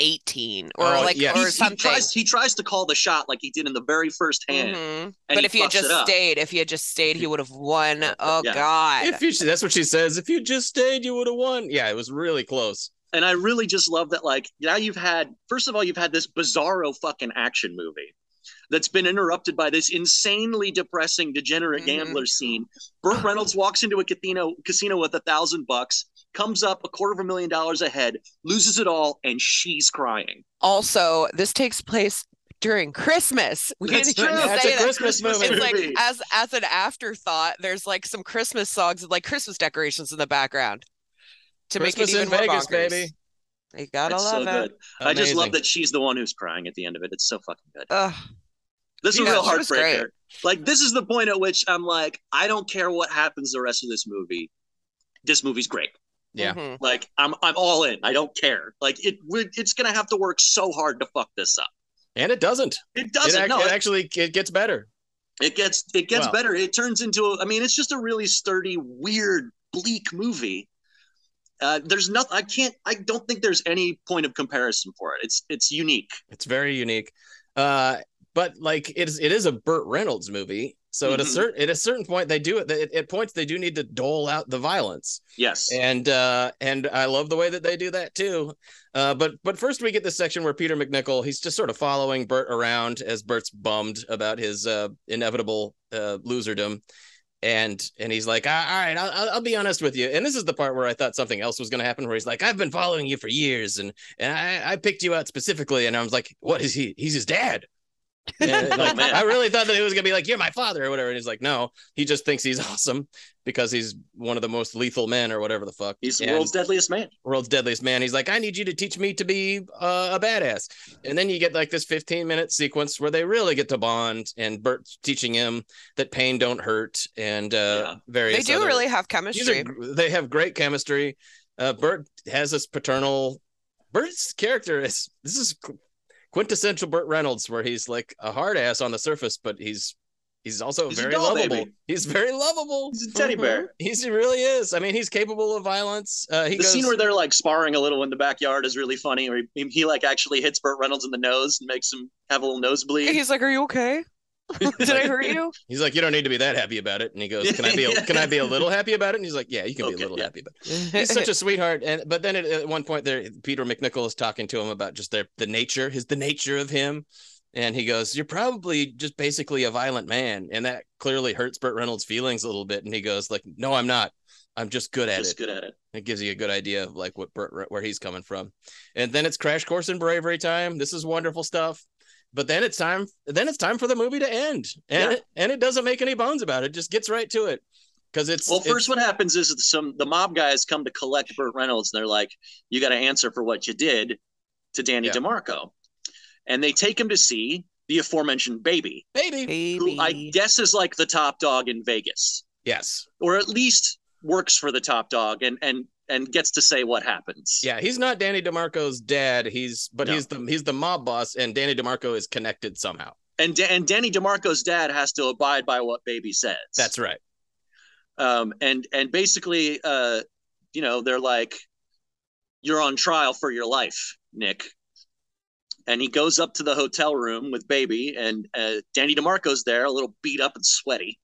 [SPEAKER 1] 18 or
[SPEAKER 2] Oh,
[SPEAKER 1] like
[SPEAKER 2] yeah.
[SPEAKER 1] or
[SPEAKER 3] He's- he
[SPEAKER 1] something
[SPEAKER 3] tries he tries to call the shot like he did in the very first hand.
[SPEAKER 1] Mhm.
[SPEAKER 3] and
[SPEAKER 1] but
[SPEAKER 3] he
[SPEAKER 1] if he had
[SPEAKER 3] fucks it
[SPEAKER 1] just
[SPEAKER 3] up.
[SPEAKER 1] stayed if he had just stayed he would have won oh
[SPEAKER 3] Yeah.
[SPEAKER 1] god
[SPEAKER 2] If you, that's what she says. If you just stayed, you would have won. Yeah, it was really close.
[SPEAKER 3] And I really just love that like now you've had first of all, you've had this bizarro fucking action movie that's been interrupted by this insanely depressing degenerate
[SPEAKER 1] Mhm.
[SPEAKER 3] gambler scene. Burt Reynolds walks into a casino casino with a thousand bucks, comes up a quarter of a million dollars ahead, loses it all, and she's crying.
[SPEAKER 1] also this takes place during christmas we
[SPEAKER 3] That's
[SPEAKER 1] didn't even
[SPEAKER 3] true.
[SPEAKER 2] That's
[SPEAKER 1] say
[SPEAKER 2] a
[SPEAKER 1] that
[SPEAKER 2] Christmas movie.
[SPEAKER 1] it's like
[SPEAKER 3] movie.
[SPEAKER 1] as as an afterthought there's like some christmas songs and like christmas decorations in the background to make
[SPEAKER 2] Christmas
[SPEAKER 1] it even
[SPEAKER 2] in
[SPEAKER 1] more
[SPEAKER 2] Vegas,
[SPEAKER 1] bonkers.
[SPEAKER 2] baby.
[SPEAKER 1] you gotta
[SPEAKER 3] It's so
[SPEAKER 1] love it
[SPEAKER 3] good. I just love
[SPEAKER 2] Amazing.
[SPEAKER 3] that she's the one who's crying at the end of it. It's so fucking good.
[SPEAKER 1] Ugh.
[SPEAKER 3] This is a
[SPEAKER 1] Yeah,
[SPEAKER 3] real
[SPEAKER 1] she was great.
[SPEAKER 3] heartbreaker. Like this is the point at which I'm like, I don't care what happens the rest of this movie. This movie's great.
[SPEAKER 2] Yeah.
[SPEAKER 1] Mhm.
[SPEAKER 3] Like I'm I'm all in. I don't care. Like it we're, it's gonna have to work so hard to fuck this up.
[SPEAKER 2] And it doesn't.
[SPEAKER 3] It
[SPEAKER 2] It,
[SPEAKER 3] doesn't.
[SPEAKER 2] ac-
[SPEAKER 3] no,
[SPEAKER 2] it
[SPEAKER 3] it,
[SPEAKER 2] actually it gets better.
[SPEAKER 3] it gets it gets
[SPEAKER 2] Well.
[SPEAKER 3] better. It turns into. A, I mean, it's just a really sturdy, weird, bleak movie. Uh, there's nothing. I can't. I don't think there's any point of comparison for it. It's it's unique.
[SPEAKER 2] It's very unique. Uh, but like it is, it is a Burt Reynolds movie. So at a
[SPEAKER 3] Mhm.
[SPEAKER 2] certain at a certain point, they do it. they- At points, they do need to dole out the violence.
[SPEAKER 3] Yes.
[SPEAKER 2] and uh and i love the way that they do that too uh but but first we get this section where peter mcnichol he's just sort of following bert around as bert's bummed about his uh inevitable uh loserdom and and he's like all right I'll, I'll- I'll be honest with you and this is the part where i thought something else was going to happen where he's like i've been following you for years and and i i picked you out specifically and i was like what is he he's his dad And, like,
[SPEAKER 3] man.
[SPEAKER 2] i really thought that he was going to be like you're my father or whatever and he's like no he just thinks he's awesome because he's one of the most lethal men or whatever the fuck.
[SPEAKER 3] He's the
[SPEAKER 2] And
[SPEAKER 3] world's deadliest man.
[SPEAKER 2] world's deadliest man. He's like, I need you to teach me to be uh, a badass. And then you get like this 15 minute sequence where they really get to bond and Bert teaching him that pain don't hurt and
[SPEAKER 3] Yeah.
[SPEAKER 2] uh, very
[SPEAKER 1] they do really have
[SPEAKER 2] These are-
[SPEAKER 1] chemistry
[SPEAKER 2] they have great chemistry. Uh, Bert has this paternal. Bert's character is this is qu- quintessential Bert Reynolds, where he's like a hard ass on the surface, but he's he's also
[SPEAKER 3] He's a
[SPEAKER 2] very
[SPEAKER 3] doll
[SPEAKER 2] lovable.
[SPEAKER 3] baby.
[SPEAKER 2] He's very lovable.
[SPEAKER 3] He's a teddy bear.
[SPEAKER 2] He's he really is. I mean, he's capable of violence. Uh, he
[SPEAKER 3] the
[SPEAKER 2] goes,
[SPEAKER 3] scene where they're like sparring a little in the backyard is really funny. Where he, he like actually hits Burt Reynolds in the nose and makes him have a little nosebleed.
[SPEAKER 1] he's like are you okay did i hurt you
[SPEAKER 2] he's like, "You don't need to be that happy about it." And he goes, "Can I be? A, can I be a little happy about it?" And he's like, "Yeah, you can be
[SPEAKER 3] Okay,
[SPEAKER 2] a little
[SPEAKER 3] yeah.
[SPEAKER 2] happy about it." He's such a sweetheart. And but then at, at one point, there Peter McNichol is talking to him about just their the nature, his the nature of him, and he goes, "You're probably just basically a violent man," and that clearly hurts Burt Reynolds' feelings a little bit. And he goes, "Like, no, I'm not. I'm just good at it."
[SPEAKER 3] Just good at it.
[SPEAKER 2] it gives you a good idea of like what Bert, where he's coming from and then it's crash course in bravery time this is wonderful stuff but then it's time then it's time for the movie to end and
[SPEAKER 3] Yeah.
[SPEAKER 2] it, and it doesn't make any bones about it, It just gets right to it because it's
[SPEAKER 3] Well, first,
[SPEAKER 2] it's-
[SPEAKER 3] what happens is that some the mob guys come to collect Burt Reynolds, and they're like, "You got to answer for what you did to Danny
[SPEAKER 2] Yeah.
[SPEAKER 3] DeMarco," and they take him to see the aforementioned baby,
[SPEAKER 2] baby.
[SPEAKER 3] who I
[SPEAKER 1] Baby.
[SPEAKER 3] guess is like the top dog in Vegas,
[SPEAKER 2] Yes.
[SPEAKER 3] or at least works for the top dog and and and gets to say what happens.
[SPEAKER 2] Yeah, he's not Danny DeMarco's dad. He's but
[SPEAKER 3] No.
[SPEAKER 2] he's the he's the mob boss, and Danny DeMarco is connected somehow.
[SPEAKER 3] And Da- and Danny DeMarco's dad has to abide by what baby says.
[SPEAKER 2] That's right.
[SPEAKER 3] um, and and basically, uh, you know, they're like, "You're on trial for your life, Nick." And he goes up to the hotel room with baby, and uh, Danny DeMarco's there, a little beat up and sweaty,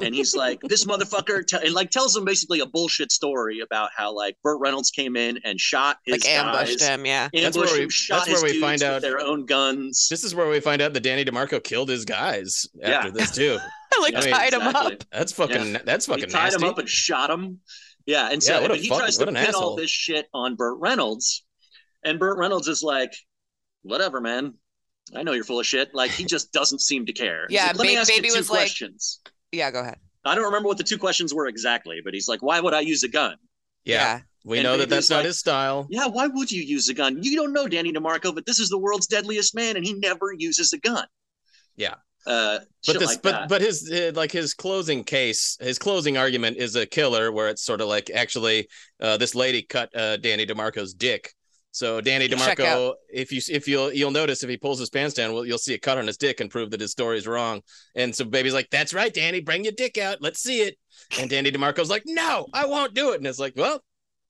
[SPEAKER 3] and he's like, "This motherfucker," te- and like tells him basically a bullshit story about how like Burt Reynolds came in and shot his
[SPEAKER 1] Like ambushed
[SPEAKER 3] guys,
[SPEAKER 1] him, yeah.
[SPEAKER 2] That's
[SPEAKER 3] ambushed
[SPEAKER 2] where
[SPEAKER 3] him,
[SPEAKER 2] we-
[SPEAKER 3] shot
[SPEAKER 2] that's
[SPEAKER 3] his
[SPEAKER 2] where we
[SPEAKER 3] dudes
[SPEAKER 2] find
[SPEAKER 3] with
[SPEAKER 2] out-
[SPEAKER 3] their own guns.
[SPEAKER 2] This is where we find out that Danny DeMarco killed his guys after
[SPEAKER 3] Yeah.
[SPEAKER 2] this too.
[SPEAKER 1] like
[SPEAKER 2] I mean,
[SPEAKER 1] tied him
[SPEAKER 3] exactly.
[SPEAKER 1] up.
[SPEAKER 2] That's fucking. That's
[SPEAKER 3] he
[SPEAKER 2] fucking
[SPEAKER 3] tied
[SPEAKER 2] nasty.
[SPEAKER 3] him up and shot him. Yeah, and so
[SPEAKER 2] Yeah, what a
[SPEAKER 3] but he
[SPEAKER 2] fuck-
[SPEAKER 3] tries to
[SPEAKER 2] what an
[SPEAKER 3] pin
[SPEAKER 2] asshole.
[SPEAKER 3] all this shit on Burt Reynolds, and Burt Reynolds is like, "Whatever, man. I know you're full of shit." Like he just doesn't seem to care. He's
[SPEAKER 1] Yeah,
[SPEAKER 3] like, let me
[SPEAKER 1] ba-
[SPEAKER 3] ask you
[SPEAKER 1] baby
[SPEAKER 3] two
[SPEAKER 1] was like-
[SPEAKER 3] questions.
[SPEAKER 1] Yeah, go ahead.
[SPEAKER 3] I don't remember what the two questions were exactly, but he's like, "Why would I use a gun?"
[SPEAKER 2] yeah, we
[SPEAKER 3] And
[SPEAKER 2] know that
[SPEAKER 3] Baby's
[SPEAKER 2] that's not
[SPEAKER 3] like-
[SPEAKER 2] his style.
[SPEAKER 3] Yeah, why would you use a gun? You don't know Danny DeMarco, but this is the world's deadliest man, and he never uses a gun.
[SPEAKER 2] Yeah.
[SPEAKER 3] uh,
[SPEAKER 2] But
[SPEAKER 3] shit
[SPEAKER 2] this,
[SPEAKER 3] like
[SPEAKER 2] but
[SPEAKER 3] that.
[SPEAKER 2] but his uh, like his closing case, his closing argument is a killer, where it's sort of like actually, uh, this lady cut uh, Danny DeMarco's dick. So Danny
[SPEAKER 1] Check
[SPEAKER 2] DeMarco, if you if you'll you'll notice if he pulls his pants down, well, you'll see a cut on his dick and prove that his story's wrong. And so baby's like, "That's right, Danny, bring your dick out, let's see it." And Danny DeMarco's like, "No, I won't do it." And it's like, "Well,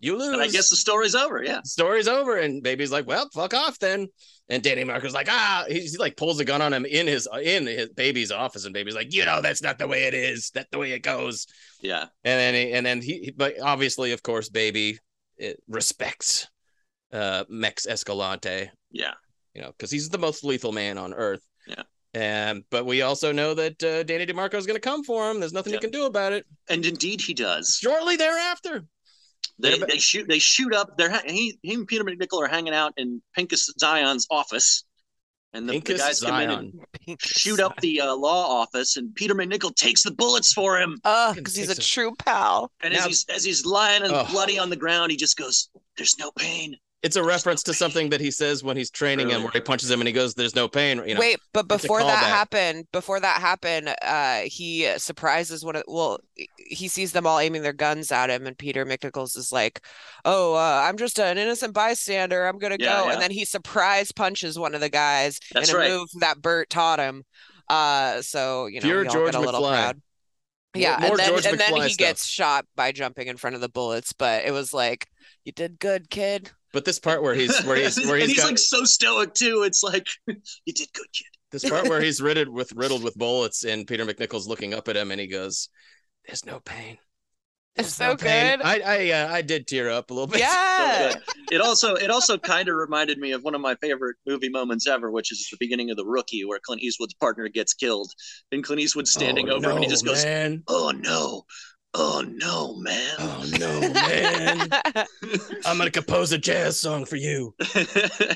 [SPEAKER 2] you lose."
[SPEAKER 3] and I guess the story's over. Yeah,
[SPEAKER 2] story's over and baby's like well fuck off then and danny marco's like ah he's, he like pulls a gun on him in his in his baby's office and baby's like you know that's not the way it is that's the way it goes
[SPEAKER 3] yeah.
[SPEAKER 2] and then he, and then he he- but obviously of course baby eh, respects uh mex escalante
[SPEAKER 3] Yeah.
[SPEAKER 2] you know because he's the most lethal man on earth
[SPEAKER 3] Yeah.
[SPEAKER 2] um, but we also know that uh, Danny DeMarco is going to come for him. There's nothing
[SPEAKER 3] Yeah.
[SPEAKER 2] he can do about it.
[SPEAKER 3] And indeed, he does.
[SPEAKER 2] Shortly thereafter,
[SPEAKER 3] They,
[SPEAKER 2] They're-
[SPEAKER 3] they shoot they shoot up. They're ha- he, he and Peter McNichol are hanging out in Pincus Zion's office, and the, the
[SPEAKER 2] Pincus
[SPEAKER 3] guys come in and
[SPEAKER 2] Zion.
[SPEAKER 3] shoot up the uh, law office, and Peter McNichol takes the bullets for him.
[SPEAKER 1] Oh, because he's a
[SPEAKER 2] Takes a-
[SPEAKER 1] true pal.
[SPEAKER 3] And as
[SPEAKER 2] Now-
[SPEAKER 3] he's as he's lying and
[SPEAKER 2] Ugh.
[SPEAKER 3] bloody on the ground, he just goes, "There's no pain."
[SPEAKER 2] It's a reference to something that he says when he's training him,
[SPEAKER 3] Earlier.
[SPEAKER 2] where he punches him and he goes, "There's no pain." You know,
[SPEAKER 1] Wait, but
[SPEAKER 2] it's a
[SPEAKER 1] before that
[SPEAKER 2] callback.
[SPEAKER 1] happened, before that happened, uh, he surprises one of well, he sees them all aiming their guns at him, and Peter McNichols is like, "Oh, uh, I'm just an innocent bystander. I'm gonna
[SPEAKER 3] Yeah,
[SPEAKER 1] go."
[SPEAKER 3] yeah.
[SPEAKER 1] And then he surprise punches one of the guys
[SPEAKER 3] That's
[SPEAKER 1] in a
[SPEAKER 3] right.
[SPEAKER 1] move that Bert taught him. Uh, so you know,
[SPEAKER 2] Pure
[SPEAKER 1] we all
[SPEAKER 2] George
[SPEAKER 1] get a little
[SPEAKER 2] McFly.
[SPEAKER 1] proud. Yeah,
[SPEAKER 2] more
[SPEAKER 1] and then
[SPEAKER 2] George
[SPEAKER 1] and then
[SPEAKER 2] McFly
[SPEAKER 1] he
[SPEAKER 2] stuff.
[SPEAKER 1] gets shot by jumping in front of the bullets, but it was like, "You did good, kid."
[SPEAKER 2] but this part where he's where he's where
[SPEAKER 3] and
[SPEAKER 2] he's
[SPEAKER 3] he's
[SPEAKER 2] got
[SPEAKER 3] like so stoic too. It's like you did good, kid.
[SPEAKER 2] this part where he's riddled with riddled with bullets, and Peter McNichols looking up at him, and he goes, "There's no pain."
[SPEAKER 1] It's
[SPEAKER 2] There's no
[SPEAKER 1] so
[SPEAKER 2] pain."
[SPEAKER 1] good.
[SPEAKER 2] I I uh, I did tear up a little bit.
[SPEAKER 1] Yeah.
[SPEAKER 3] good. It also it also kind of reminded me of one of my favorite movie moments ever, which is the beginning of The Rookie, where Clint Eastwood's partner gets killed, and Clint Eastwood's standing
[SPEAKER 2] Oh,
[SPEAKER 3] over him, and he
[SPEAKER 2] no,
[SPEAKER 3] just goes,
[SPEAKER 2] man.
[SPEAKER 3] "Oh no, oh no, man."
[SPEAKER 2] "Oh no, man! I'm gonna compose a jazz song for you."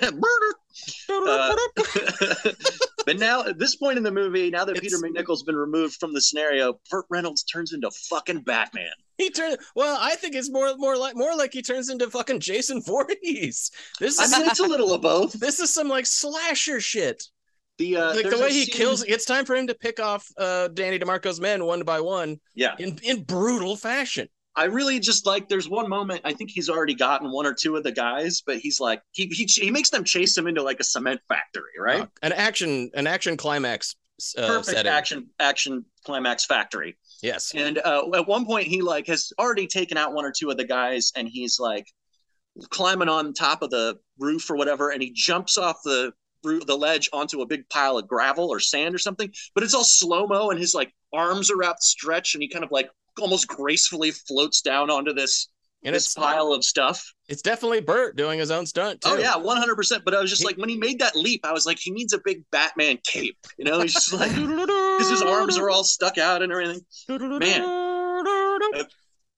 [SPEAKER 3] Uh, but now, at this point in the movie, now that Peter
[SPEAKER 2] It's-
[SPEAKER 3] McNichol's been removed from the scenario, Burt Reynolds turns into fucking Batman.
[SPEAKER 2] He turns. Well, I think it's more more like more like he turns into fucking Jason Voorhees. This
[SPEAKER 3] I
[SPEAKER 2] is
[SPEAKER 3] mean, it's a little of both.
[SPEAKER 2] this is some like slasher shit.
[SPEAKER 3] The uh,
[SPEAKER 2] like the
[SPEAKER 3] there's
[SPEAKER 2] way
[SPEAKER 3] a
[SPEAKER 2] he
[SPEAKER 3] scene-
[SPEAKER 2] kills it's time for him to pick off uh danny demarco's men one by one
[SPEAKER 3] Yeah,
[SPEAKER 2] in in brutal fashion
[SPEAKER 3] I really just like. There's one moment. I think he's already gotten one or two of the guys, but he's like he he, he makes them chase him into like a cement factory, right?
[SPEAKER 2] Uh, an action an action climax uh,
[SPEAKER 3] Perfect
[SPEAKER 2] setting
[SPEAKER 3] action action climax factory.
[SPEAKER 2] yes
[SPEAKER 3] And uh, at one point, he like has already taken out one or two of the guys, and he's like climbing on top of the roof or whatever, and he jumps off the roof, the ledge onto a big pile of gravel or sand or something. But it's all slow mo, and his like arms are outstretched, and he kind of like almost gracefully floats down onto this
[SPEAKER 2] and
[SPEAKER 3] this
[SPEAKER 2] it's
[SPEAKER 3] pile of stuff.
[SPEAKER 2] it's definitely burt doing his own stunt too
[SPEAKER 3] Oh yeah, one hundred percent. But I was just
[SPEAKER 2] He-
[SPEAKER 3] like, when he made that leap, I was like, he needs a big Batman cape, you know? He's just like because his arms are all stuck out and everything.
[SPEAKER 2] but
[SPEAKER 3] the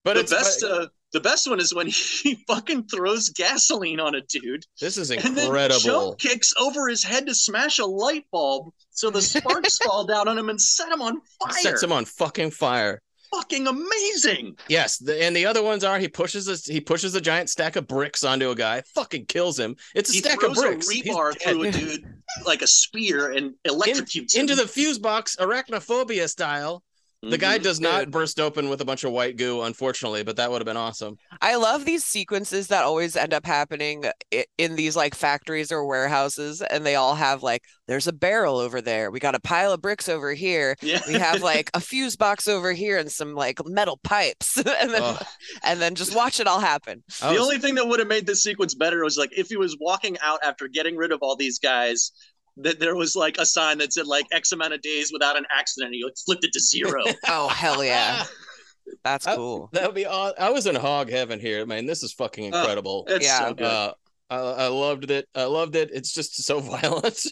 [SPEAKER 2] it's
[SPEAKER 3] best
[SPEAKER 2] but-
[SPEAKER 3] uh, the best one is when he fucking throws gasoline on a dude
[SPEAKER 2] this is
[SPEAKER 3] and then jump
[SPEAKER 2] incredible
[SPEAKER 3] kicks over his head to smash a light bulb so the sparks fall down on him and set him on fire
[SPEAKER 2] sets him on fucking fire
[SPEAKER 3] fucking amazing.
[SPEAKER 2] Yes, the, and the other ones are he pushes a, he pushes a giant stack of bricks onto a guy, fucking kills him. It's a
[SPEAKER 3] He
[SPEAKER 2] stack of
[SPEAKER 3] throws
[SPEAKER 2] bricks.
[SPEAKER 3] a
[SPEAKER 2] He's
[SPEAKER 3] rebar
[SPEAKER 2] dead.
[SPEAKER 3] through a dude like a spear and electrocutes
[SPEAKER 2] into
[SPEAKER 3] him.
[SPEAKER 2] the fuse box, arachnophobia style. The guy
[SPEAKER 3] Mhm.
[SPEAKER 2] does not
[SPEAKER 1] Dude.
[SPEAKER 2] burst open with a bunch of white goo, unfortunately, but that would have been awesome.
[SPEAKER 1] I love these sequences that always end up happening i- in these like factories or warehouses, and they all have like, there's a barrel over there. We got a pile of bricks over here.
[SPEAKER 3] Yeah.
[SPEAKER 1] We have like a fuse box over here and some like metal pipes, and then
[SPEAKER 2] Ugh.
[SPEAKER 1] and then just watch it all happen.
[SPEAKER 2] I
[SPEAKER 3] the
[SPEAKER 2] Oh, was-
[SPEAKER 3] only thing that would have made this sequence better was like if he was walking out after getting rid of all these guys, that there was like a sign that said like X amount of days without an accident. and He like flipped it to zero.
[SPEAKER 1] Oh hell yeah, that's
[SPEAKER 2] Oh,
[SPEAKER 1] cool.
[SPEAKER 2] that would be aw- I was in hog heaven here. Man, this is fucking
[SPEAKER 3] Oh,
[SPEAKER 2] incredible.
[SPEAKER 3] It's
[SPEAKER 1] Yeah.
[SPEAKER 3] so good.
[SPEAKER 2] uh, I, I loved it. I loved it. It's just so violent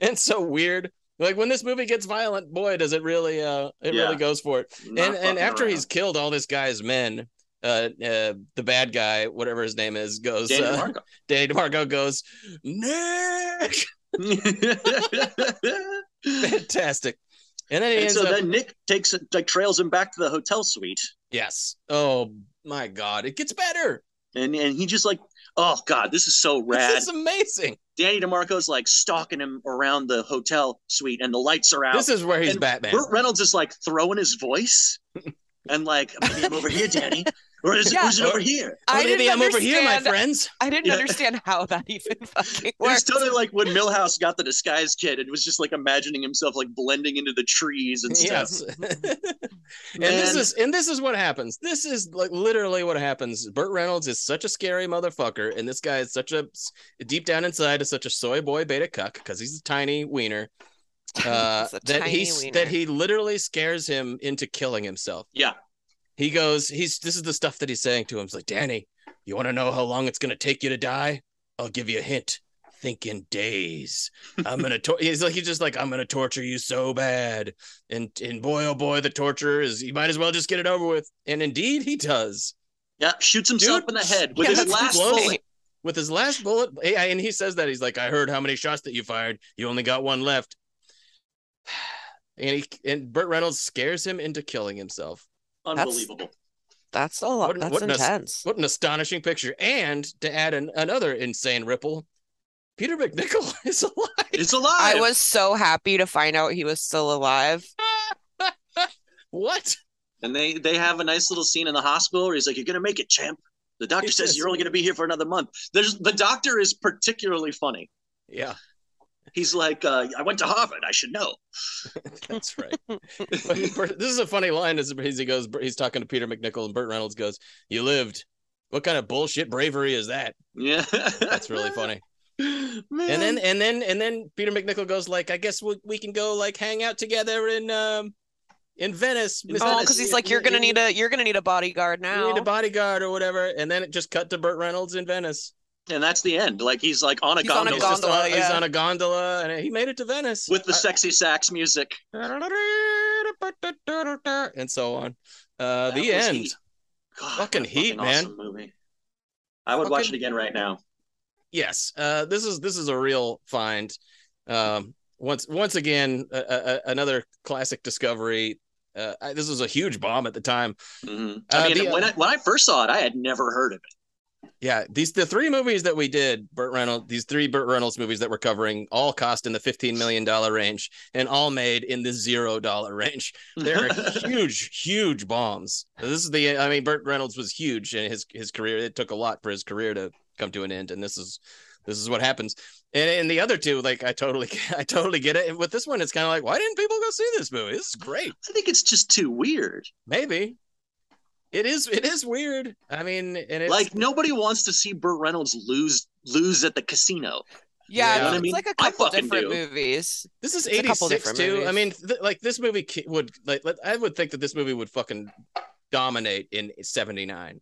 [SPEAKER 2] and so weird. Like when this movie gets violent, boy, does it really uh it really
[SPEAKER 3] Yeah.
[SPEAKER 2] goes for it.
[SPEAKER 3] Not
[SPEAKER 2] and and
[SPEAKER 3] fucking
[SPEAKER 2] after
[SPEAKER 3] around.
[SPEAKER 2] he's killed all this guy's men, uh, uh the bad guy, whatever his name is, goes
[SPEAKER 3] Danny
[SPEAKER 2] uh,
[SPEAKER 3] DeMarco.
[SPEAKER 2] Danny DeMarco goes, Nick fantastic. And then he
[SPEAKER 3] and
[SPEAKER 2] ends
[SPEAKER 3] so
[SPEAKER 2] up,
[SPEAKER 3] then Nick takes like trails him back to the hotel suite,
[SPEAKER 2] yes. Oh my god, it gets better.
[SPEAKER 3] and and he just like, oh god, this is so rad.
[SPEAKER 2] This is amazing.
[SPEAKER 3] Danny DeMarco's like stalking him around the hotel suite, and the lights are out.
[SPEAKER 2] This is where he's
[SPEAKER 3] And
[SPEAKER 2] Batman.
[SPEAKER 3] Burt Reynolds is like throwing his voice, and like, maybe I'm over here, Danny, or is
[SPEAKER 1] Yeah.
[SPEAKER 3] it, who's it over here?
[SPEAKER 1] I
[SPEAKER 2] Well, maybe
[SPEAKER 1] didn't
[SPEAKER 2] I'm over here, my
[SPEAKER 1] understand-
[SPEAKER 2] friends.
[SPEAKER 1] I didn't
[SPEAKER 3] Yeah.
[SPEAKER 1] understand how that even fucking
[SPEAKER 3] It's
[SPEAKER 1] works.
[SPEAKER 3] totally like when Milhouse got the disguise kit and was just like imagining himself like blending into the trees and stuff.
[SPEAKER 2] Yes. and this
[SPEAKER 3] Man.
[SPEAKER 2] is and this is what happens. This is like literally what happens. Burt Reynolds is such a scary motherfucker, and this guy is such a deep down inside is such a soy boy beta cuck because he's a tiny wiener. Uh,
[SPEAKER 1] It's a
[SPEAKER 2] that
[SPEAKER 1] tiny
[SPEAKER 2] he
[SPEAKER 1] wiener.
[SPEAKER 2] that he literally scares him into killing himself.
[SPEAKER 3] Yeah.
[SPEAKER 2] He goes, he's this is the stuff that he's saying to him. He's like, Danny, you want to know how long it's gonna take you to die? I'll give you a hint. Think in days. I'm gonna. Tor-. He's like, he's just like, I'm gonna torture you so bad. And and boy, oh boy, the torture is. You might as well just get it over with. And indeed, he does.
[SPEAKER 3] Yeah, shoots himself
[SPEAKER 2] Dude,
[SPEAKER 3] in the head with
[SPEAKER 2] yeah,
[SPEAKER 3] his
[SPEAKER 2] that's
[SPEAKER 3] last
[SPEAKER 2] close.
[SPEAKER 3] bullet.
[SPEAKER 2] With his last bullet, yeah, and he says that he's like, I heard how many shots that you fired. You only got one left. And he and Burt Reynolds scares him into killing himself.
[SPEAKER 3] Unbelievable.
[SPEAKER 1] That's a lot.
[SPEAKER 2] What an-
[SPEAKER 1] That's
[SPEAKER 2] what an as-
[SPEAKER 1] intense.
[SPEAKER 2] What an astonishing picture. And to add an, another insane ripple, Peter McNichol is alive.
[SPEAKER 3] It's alive.
[SPEAKER 1] I was so happy to find out he was still alive.
[SPEAKER 2] What?
[SPEAKER 3] And they they have a nice little scene in the hospital where he's like, "You're gonna make it, champ." The doctor
[SPEAKER 2] He
[SPEAKER 3] says,
[SPEAKER 2] says-
[SPEAKER 3] "You're only gonna be here for another month." There's the doctor is particularly funny.
[SPEAKER 2] Yeah,
[SPEAKER 3] He's like, uh, "I went to Harvard. I should know."
[SPEAKER 2] that's right. But Burt- this is a funny line as as he goes. He's talking to Peter McNichol, and Burt Reynolds goes, "You lived. What kind of bullshit bravery is that?"
[SPEAKER 3] Yeah,
[SPEAKER 2] That's really funny.
[SPEAKER 3] Man.
[SPEAKER 2] And then and then and then Peter McNichol goes like, "I guess we, we can go like hang out together in um in Venice." Miss
[SPEAKER 1] Oh,
[SPEAKER 2] Venice.
[SPEAKER 1] because he's like, you're gonna need a you're gonna need a bodyguard
[SPEAKER 2] you
[SPEAKER 1] now.
[SPEAKER 2] need a bodyguard or whatever. And then it just cut to Burt Reynolds in Venice.
[SPEAKER 3] and that's the end. Like he's like on a
[SPEAKER 1] He's on a
[SPEAKER 3] gondola
[SPEAKER 2] He's, just
[SPEAKER 1] gondola,
[SPEAKER 2] on, he's
[SPEAKER 1] yeah.
[SPEAKER 2] on a gondola, and he made it to Venice
[SPEAKER 3] with the
[SPEAKER 2] I-
[SPEAKER 3] sexy sax music.
[SPEAKER 2] and so on. Uh,
[SPEAKER 3] That
[SPEAKER 2] the
[SPEAKER 3] was
[SPEAKER 2] end.
[SPEAKER 3] heat. God,
[SPEAKER 2] Fucking
[SPEAKER 3] what a
[SPEAKER 2] heat, man.
[SPEAKER 3] awesome movie. I would watch it
[SPEAKER 2] Fucking-
[SPEAKER 3] again right now.
[SPEAKER 2] Yes, uh, this is this is a real find. Um, once once again, uh, uh, another classic discovery. Uh, I, this was a huge bomb at the time.
[SPEAKER 3] Mhm.
[SPEAKER 2] Uh,
[SPEAKER 3] I mean,
[SPEAKER 2] the-
[SPEAKER 3] when I when I first saw it, I had never heard of it.
[SPEAKER 2] Yeah, these the three movies that we did, Burt Reynolds, these three Burt Reynolds movies that we're covering, all cost in the fifteen million dollar range, and all made in the zero dollar range. They're huge, huge bombs. This is the. I mean, Burt Reynolds was huge in his his career. It took a lot for his career to come to an end, and this is this is what happens. And and the other two, like I totally, I totally get it. And with this one, it's kind of like, why didn't people go see this movie? This is great.
[SPEAKER 3] I think it's just too weird.
[SPEAKER 2] Maybe it is. It is weird. I mean, and it's
[SPEAKER 3] like nobody wants to see Burt Reynolds lose lose at the casino.
[SPEAKER 1] yeah,
[SPEAKER 2] Yeah. You know what I
[SPEAKER 1] it's
[SPEAKER 3] mean?
[SPEAKER 1] like a
[SPEAKER 3] I
[SPEAKER 1] couple
[SPEAKER 3] fucking
[SPEAKER 1] different
[SPEAKER 3] do.
[SPEAKER 1] movies.
[SPEAKER 2] This is
[SPEAKER 1] It's a
[SPEAKER 2] eighty
[SPEAKER 1] couple
[SPEAKER 2] six
[SPEAKER 1] different
[SPEAKER 2] too. I
[SPEAKER 1] movies.
[SPEAKER 2] mean, th- like this movie ki- would like let- I would think that this movie would fucking dominate in seventy nine,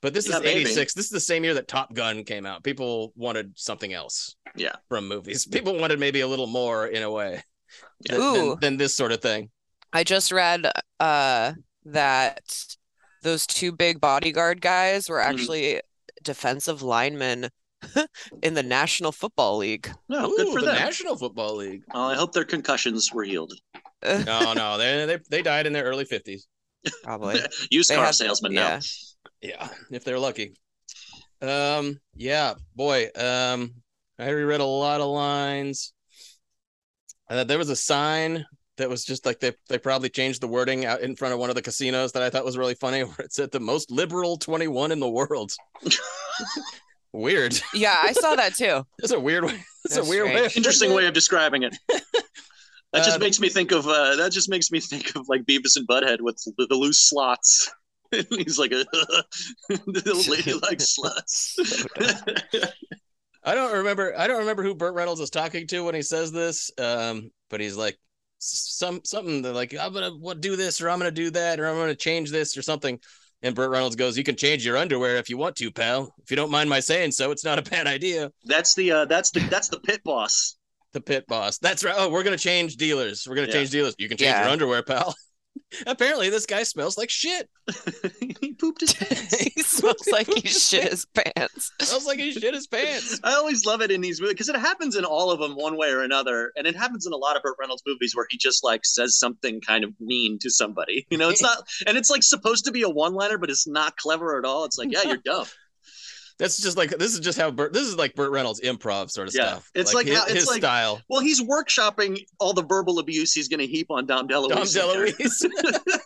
[SPEAKER 2] but this
[SPEAKER 3] Yeah,
[SPEAKER 2] is
[SPEAKER 3] maybe.
[SPEAKER 2] eighty six. This is the same year that Top Gun came out. People wanted something else.
[SPEAKER 3] Yeah.
[SPEAKER 2] from movies, people wanted maybe a little more in a way.
[SPEAKER 3] Yeah.
[SPEAKER 2] Than, than-
[SPEAKER 1] Ooh.
[SPEAKER 2] than this sort of thing.
[SPEAKER 1] I just read uh that those two big bodyguard guys were
[SPEAKER 3] Mm-hmm.
[SPEAKER 1] actually defensive linemen in the National Football League.
[SPEAKER 3] No,
[SPEAKER 2] Ooh,
[SPEAKER 3] Oh, good for
[SPEAKER 2] the
[SPEAKER 3] them.
[SPEAKER 2] National Football League. Oh,
[SPEAKER 3] Uh, I hope their concussions were healed.
[SPEAKER 2] No, no, they, they they died in their early fifties.
[SPEAKER 1] probably.
[SPEAKER 3] Used
[SPEAKER 1] They
[SPEAKER 3] car
[SPEAKER 1] had-
[SPEAKER 3] salesman now.
[SPEAKER 1] yeah.
[SPEAKER 2] Yeah, if they're lucky. Um, yeah, boy. Um, I reread a lot of lines. Uh, there was a sign that was just like they they probably changed the wording out in front of one of the casinos that I thought was really funny, where it said the most liberal twenty one in the world. weird.
[SPEAKER 1] Yeah, I saw that too.
[SPEAKER 2] It's a weird way. It's a
[SPEAKER 1] That's
[SPEAKER 2] weird way.
[SPEAKER 1] strange.
[SPEAKER 3] Interesting way of describing it. That just
[SPEAKER 2] Um,
[SPEAKER 3] makes me think of uh, that just makes me think of like Beavis and Butthead with the the loose slots. He's like a the old lady likes sluts.
[SPEAKER 2] I don't remember. I don't remember who Burt Reynolds is talking to when he says this. Um, but he's like s- some something that like I'm gonna what do this or I'm gonna do that or I'm gonna change this or something. And Burt Reynolds goes, "You can change your underwear if you want to, pal. If you don't mind my saying so, it's not a bad idea."
[SPEAKER 3] that's the uh, that's the that's the pit boss.
[SPEAKER 2] The pit boss. That's right. Oh, we're gonna change dealers. We're gonna
[SPEAKER 3] Yeah.
[SPEAKER 2] change dealers. You can change
[SPEAKER 1] Yeah.
[SPEAKER 2] your underwear, pal. Apparently, this guy smells like shit.
[SPEAKER 3] he pooped his pants.
[SPEAKER 1] he smells like he shit his pants.
[SPEAKER 2] Smells like he shit his pants.
[SPEAKER 3] I always love it in these movies because it happens in all of them one way or another, and it happens in a lot of Burt Reynolds movies where he just like says something kind of mean to somebody. You know, it's not, and it's like supposed to be a one-liner, but it's not clever at all. It's like, yeah, you're dumb.
[SPEAKER 2] That's just like this is just how Burt. This is like Burt Reynolds improv sort of
[SPEAKER 3] Yeah.
[SPEAKER 2] stuff.
[SPEAKER 3] It's like
[SPEAKER 2] his,
[SPEAKER 3] how- it's
[SPEAKER 2] his
[SPEAKER 3] like-
[SPEAKER 2] style.
[SPEAKER 3] Well, he's workshopping all the verbal abuse he's going to heap on Dom DeLuise.
[SPEAKER 2] Dom
[SPEAKER 3] later.
[SPEAKER 2] DeLuise.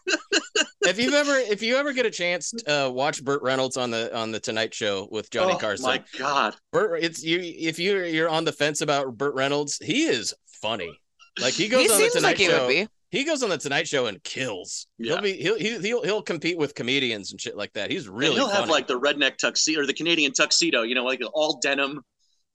[SPEAKER 2] if you've ever, if you ever get a chance, uh, watch Burt Reynolds on the on the Tonight Show with Johnny
[SPEAKER 3] oh,
[SPEAKER 2] Carson.
[SPEAKER 3] My God,
[SPEAKER 2] Burt, it's you. If you you're on the fence about Burt Reynolds, he is funny. Like he goes
[SPEAKER 1] He
[SPEAKER 2] on the
[SPEAKER 1] seems
[SPEAKER 2] Tonight
[SPEAKER 1] like he
[SPEAKER 2] Show.
[SPEAKER 1] would be.
[SPEAKER 2] He goes on the Tonight Show and kills.
[SPEAKER 3] Yeah.
[SPEAKER 2] He'll be he'll, he'll he'll he'll compete with comedians and shit like that. He's
[SPEAKER 3] And
[SPEAKER 2] really
[SPEAKER 3] he'll have
[SPEAKER 2] funny.
[SPEAKER 3] like the redneck tuxedo or the Canadian tuxedo. You know, like all denim.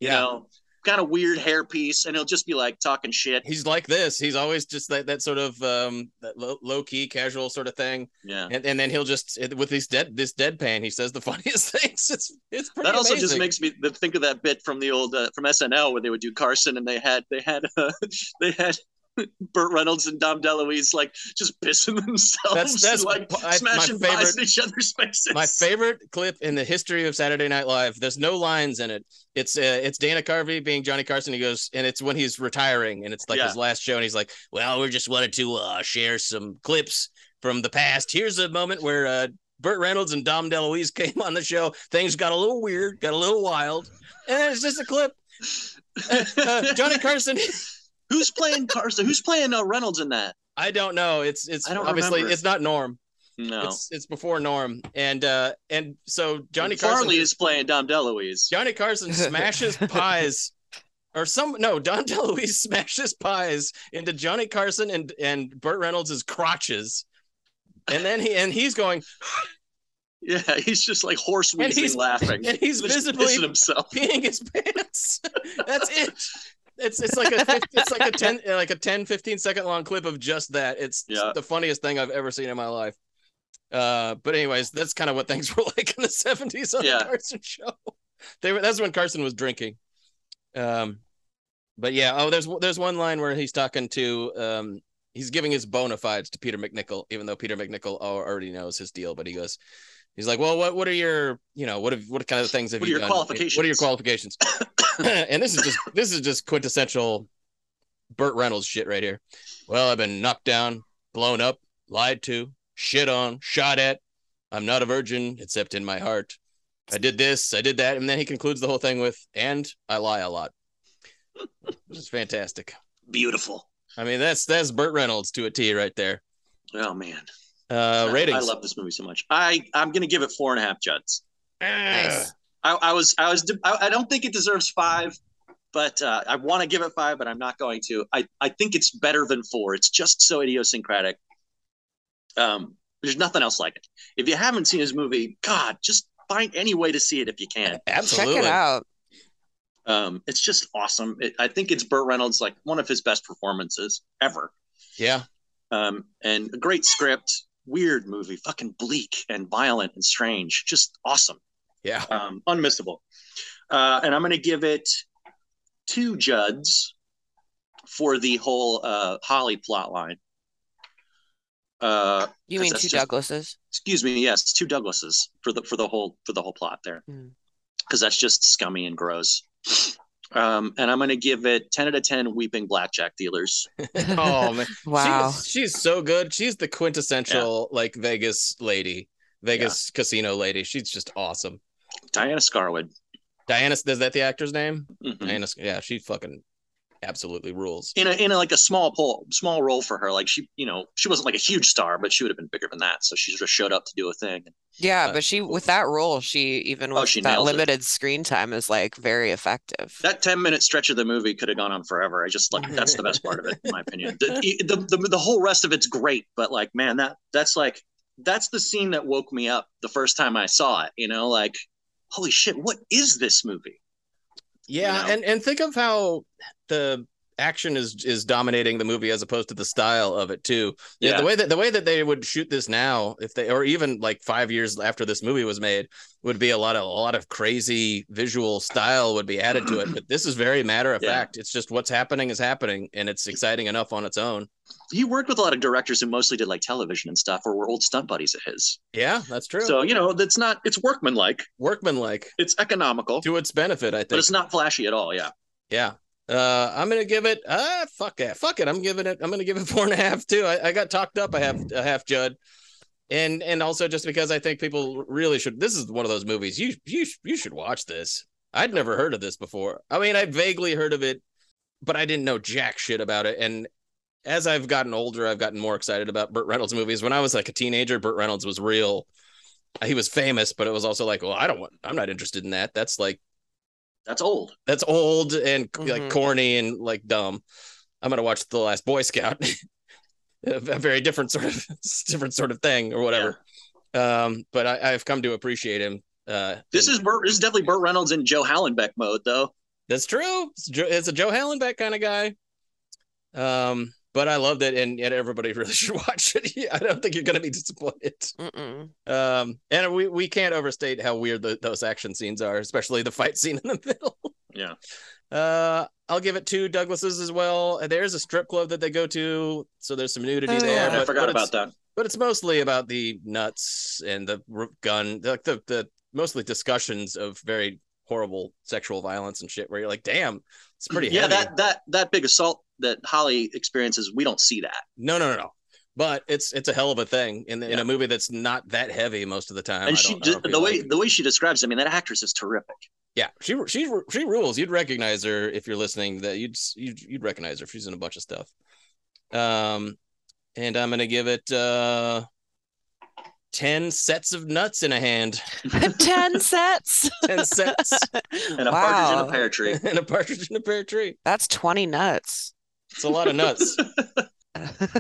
[SPEAKER 3] You
[SPEAKER 2] Yeah.
[SPEAKER 3] know, kind of weird hairpiece, and he'll just be like talking shit.
[SPEAKER 2] He's like this. He's always just that, that sort of um, that low, low key, casual sort of thing,
[SPEAKER 3] Yeah.
[SPEAKER 2] and, and then he'll just eh, with this dead this deadpan. He says the funniest things. It's it's pretty.
[SPEAKER 3] that also just
[SPEAKER 2] amazing.
[SPEAKER 3] makes me th- think of that bit from the old uh, from SNL where they would do Carson and they had they had uh, they had Burt Reynolds and Dom DeLuise like just pissing themselves
[SPEAKER 2] That's- that's
[SPEAKER 3] and, like
[SPEAKER 2] my- my
[SPEAKER 3] smashing pies
[SPEAKER 2] favorite-
[SPEAKER 3] in each other's faces.
[SPEAKER 2] My favorite clip in the history of Saturday Night Live. There's no lines in it. It's uh, it's Dana Carvey being Johnny Carson. He goes, and it's when he's retiring, and it's like
[SPEAKER 3] Yeah.
[SPEAKER 2] his last show, and he's like, "Well, we just wanted to uh, share some clips from the past. Here's a moment where uh, Burt Reynolds and Dom DeLuise came on the show. Things got a little weird, got a little wild, and it's just a clip. Uh, Johnny Carson.
[SPEAKER 3] who's playing Carson? Who's playing uh, Reynolds in that?
[SPEAKER 2] I don't know. It's it's
[SPEAKER 3] I don't
[SPEAKER 2] obviously
[SPEAKER 3] remember.
[SPEAKER 2] it's not Norm.
[SPEAKER 3] No,
[SPEAKER 2] It's it's before Norm, and uh and so Johnny
[SPEAKER 3] Farley
[SPEAKER 2] Carson
[SPEAKER 3] is playing Dom DeLuise.
[SPEAKER 2] Johnny Carson smashes pies, or some no Don DeLuise smashes pies into Johnny Carson and and Burt Reynolds' crotches, and then he and he's going
[SPEAKER 3] Yeah, he's just like horse
[SPEAKER 2] And
[SPEAKER 3] wheezing
[SPEAKER 2] he's-
[SPEAKER 3] laughing.
[SPEAKER 2] and he's
[SPEAKER 3] Just
[SPEAKER 2] visibly
[SPEAKER 3] pissing himself.
[SPEAKER 2] peeing his pants. That's it. It's it's like a fif- it's like a 10 like a 10 15 second long clip of just that. It's
[SPEAKER 3] Yeah.
[SPEAKER 2] the funniest thing I've ever seen in my life. Uh, but anyways, that's kind of what things were like in the 70s on
[SPEAKER 3] Yeah.
[SPEAKER 2] the Carson show. They were that's when Carson was drinking. Um but yeah, oh there's there's one line where he's talking to um he's giving his bona fides to Peter McNichol, even though Peter McNichol al- already knows his deal, but he goes He's like, well, what, what are your, you know, what have, what kind of things have
[SPEAKER 3] What are
[SPEAKER 2] you
[SPEAKER 3] your
[SPEAKER 2] done? What are your qualifications? and this is just this is just quintessential Burt Reynolds shit right here. Well, I've been knocked down, blown up, lied to, shit on, shot at. I'm not a virgin except in my heart. I did this, I did that, and then he concludes the whole thing with, and I lie a lot. Which is fantastic.
[SPEAKER 3] Beautiful.
[SPEAKER 2] I mean, that's that's Burt Reynolds to a T right there.
[SPEAKER 3] Oh man,
[SPEAKER 2] Uh
[SPEAKER 3] I-
[SPEAKER 2] ratings.
[SPEAKER 3] I love this movie so much. I I'm gonna give it four and a half Juds.
[SPEAKER 1] Nice.
[SPEAKER 3] I, I was I was I, I don't think it deserves five, but uh, I want to give it five, but I'm not going to. I I think it's better than four. It's just so idiosyncratic. Um, there's nothing else like it. If you haven't seen his movie, God, just find any way to see it if you can.
[SPEAKER 2] Absolutely.
[SPEAKER 1] Check it out.
[SPEAKER 3] Um, it's just awesome. It, I think it's Burt Reynolds, like one of his best performances ever.
[SPEAKER 2] Yeah.
[SPEAKER 3] Um, and a great script, weird movie, fucking bleak and violent and strange, just awesome.
[SPEAKER 2] Yeah.
[SPEAKER 3] um, unmissable. Uh, and I'm going to give it two Juds for the whole uh, Holly plot line. Uh,
[SPEAKER 1] You
[SPEAKER 3] 'Cause
[SPEAKER 1] mean
[SPEAKER 3] that's
[SPEAKER 1] two
[SPEAKER 3] just-
[SPEAKER 1] Douglases?
[SPEAKER 3] excuse me, yes, two Douglases for the for the whole for the whole plot there,
[SPEAKER 1] Hmm.
[SPEAKER 3] because that's just scummy and gross. Um, and I'm going to give it 10 out of 10 weeping blackjack dealers.
[SPEAKER 2] Oh man,
[SPEAKER 1] Wow.
[SPEAKER 2] she's, she's so good. She's the quintessential like Vegas lady, Vegas casino lady. She's just awesome.
[SPEAKER 3] Diana Scarwood.
[SPEAKER 2] Diana, is that the actor's name?
[SPEAKER 3] Mhm.
[SPEAKER 2] Diana, yeah, she fucking absolutely rules.
[SPEAKER 3] In a, in a, like a small pole, small role for her. Like she, you know, she wasn't like a huge star, but she would have been bigger than that. So she just showed up to do a thing.
[SPEAKER 1] Yeah,
[SPEAKER 2] Uh,
[SPEAKER 1] but she with that role, she even
[SPEAKER 3] Oh,
[SPEAKER 1] with
[SPEAKER 3] she
[SPEAKER 1] that
[SPEAKER 3] nails it.
[SPEAKER 1] limited screen time is like very effective.
[SPEAKER 3] That 10 minute stretch of the movie could have gone on forever. I just like, that's the best part of it, in my opinion. The, the, the, the whole rest of it's great, but like, man, that that's like, that's the scene that woke me up the first time I saw it, you know, like, holy shit, what is this movie?
[SPEAKER 2] Yeah,
[SPEAKER 3] you know?
[SPEAKER 2] and and think of how the action is is dominating the movie as opposed to the style of it too. Yeah, the way that the way that they would shoot this now, if they or even like five years after this movie was made, would be a lot of a lot of crazy visual style would be added to it. But this is very matter of
[SPEAKER 3] Yeah.
[SPEAKER 2] fact. It's just what's happening is happening, and it's exciting enough on its own.
[SPEAKER 3] he worked with a lot of directors who mostly did like television and stuff or were old stunt buddies of his.
[SPEAKER 2] Yeah, that's true.
[SPEAKER 3] So, you know, that's not, it's workmanlike,
[SPEAKER 2] Workmanlike
[SPEAKER 3] it's economical,
[SPEAKER 2] to its benefit, I
[SPEAKER 3] but
[SPEAKER 2] think.
[SPEAKER 3] it's not flashy at all. Yeah.
[SPEAKER 2] Yeah. Uh, I'm gonna give it. Ah, fuck it, fuck it. I'm giving it. I'm gonna give it four and a half too. I, I got talked up. I have a half Judd, and and also just because I think people really should. This is one of those movies you you sh- you should watch this. I'd never heard of this before. I mean, I vaguely heard of it, but I didn't know jack shit about it. And as I've gotten older, I've gotten more excited about Burt Reynolds movies. When I was like a teenager, Burt Reynolds was real. He was famous, but it was also like, well, I don't want. I'm not interested in that. That's like
[SPEAKER 3] That's old.
[SPEAKER 2] that's old and like
[SPEAKER 3] Mm-hmm.
[SPEAKER 1] Mhm.
[SPEAKER 2] corny and like dumb. I'm gonna watch the last Boy Scout, a a very different sort of different sort of thing or whatever. Um, but I, I've come to appreciate him. Uh,
[SPEAKER 3] This
[SPEAKER 2] and
[SPEAKER 3] is Burt, this is definitely Burt Reynolds in Joe Hallenbeck mode, though.
[SPEAKER 2] that's true. It's, Jo- it's a Joe Hallenbeck kind of guy. Um, but I loved it, and yet everybody really should watch it. I don't think you're gonna be disappointed.
[SPEAKER 1] Mm-mm.
[SPEAKER 2] Um, and we we can't overstate how weird the, those action scenes are, especially the fight scene in the middle.
[SPEAKER 3] Yeah.
[SPEAKER 2] Uh, I'll give it two Douglases as well. There's a strip club that they go to, so there's some nudity
[SPEAKER 1] Oh,
[SPEAKER 2] there.
[SPEAKER 1] yeah.
[SPEAKER 3] And I
[SPEAKER 2] but-
[SPEAKER 3] forgot
[SPEAKER 2] but it's-
[SPEAKER 3] about that.
[SPEAKER 2] But it's mostly about the nuts and the r- gun, like the, the mostly discussions of very horrible sexual violence and shit. Where you're like, damn, it's pretty.
[SPEAKER 3] Yeah,
[SPEAKER 2] heavy.
[SPEAKER 3] that that that big assault that Holly experiences, we don't see that,
[SPEAKER 2] No, no, no, no. But it's it's a hell of a thing in, in
[SPEAKER 3] Yeah.
[SPEAKER 2] a movie that's not that heavy most of the time. I
[SPEAKER 3] and she
[SPEAKER 2] don't know
[SPEAKER 3] did,
[SPEAKER 2] if you
[SPEAKER 3] the way
[SPEAKER 2] like-
[SPEAKER 3] the way she describes. It, I mean, that actress is terrific.
[SPEAKER 2] Yeah, she she she rules. You'd recognize her if you're listening. That you'd you'd, you'd recognize her. She's in a bunch of stuff. Um, and I'm gonna give it uh ten sets of nuts in a hand.
[SPEAKER 1] Ten sets.
[SPEAKER 2] Ten sets
[SPEAKER 3] And a partridge in a pear tree.
[SPEAKER 2] and a partridge in a pear tree.
[SPEAKER 1] That's 20 nuts.
[SPEAKER 2] It's a lot of nuts.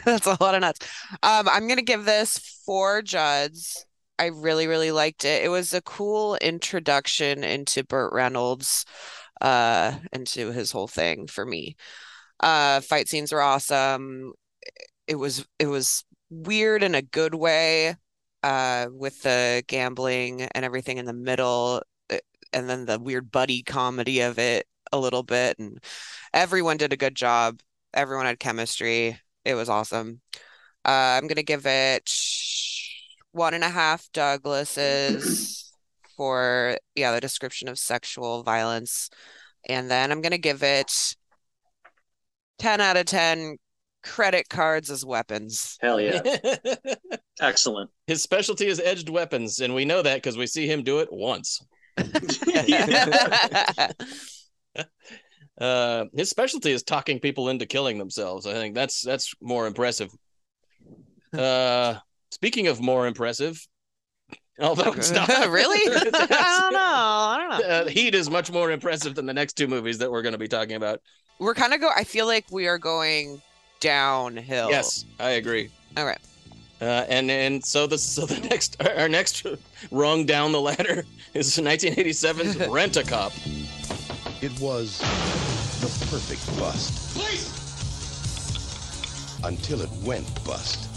[SPEAKER 1] That's a lot of nuts. Um, I'm gonna give this four Judds. I really, really liked it. It was a cool introduction into Burt Reynolds, uh, into his whole thing for me. Uh, fight scenes were awesome. It was it was weird in a good way, uh, with the gambling and everything in the middle, uh, and then the weird buddy comedy of it a little bit. And everyone did a good job. Everyone had chemistry it was awesome. Uh, I'm gonna give it one and a half Douglases for yeah the description of sexual violence, and then I'm gonna give it ten out of ten credit cards as weapons.
[SPEAKER 3] Hell yeah, excellent.
[SPEAKER 2] His specialty is edged weapons, and we know that because we see him do it once. Uh, his specialty is talking people into killing themselves. I think that's that's more impressive. Uh, speaking of more impressive, although it's not
[SPEAKER 1] Really? I don't know. I don't know.
[SPEAKER 2] Uh, Heat is much more impressive than the next two movies that we're going to be talking about.
[SPEAKER 1] We're kind of go. I feel like we are going downhill.
[SPEAKER 2] Yes, I agree.
[SPEAKER 1] Oh. All right.
[SPEAKER 2] Uh, and and so the so the next our our next rung down the ladder is 1987's Rent a Cop.
[SPEAKER 8] It was the perfect bust. Until it went bust.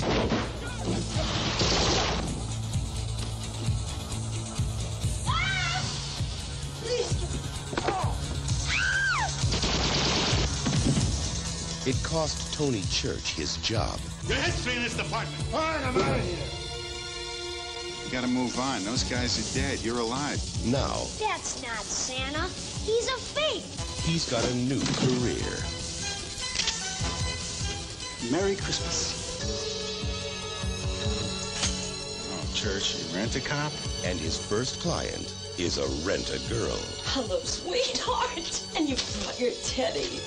[SPEAKER 8] It cost Tony Church his job.
[SPEAKER 9] Your history in this department. All right, I'm out of here.
[SPEAKER 10] You gotta move on. Those guys are dead. You're alive.
[SPEAKER 8] Now,
[SPEAKER 6] That's not Santa. He's a fake.
[SPEAKER 8] He's got a new career.
[SPEAKER 10] Merry Christmas. Oh, church, you rent a cop?
[SPEAKER 8] And his first client is a rent-a-girl.
[SPEAKER 11] Hello, sweetheart. And you fired Teddy.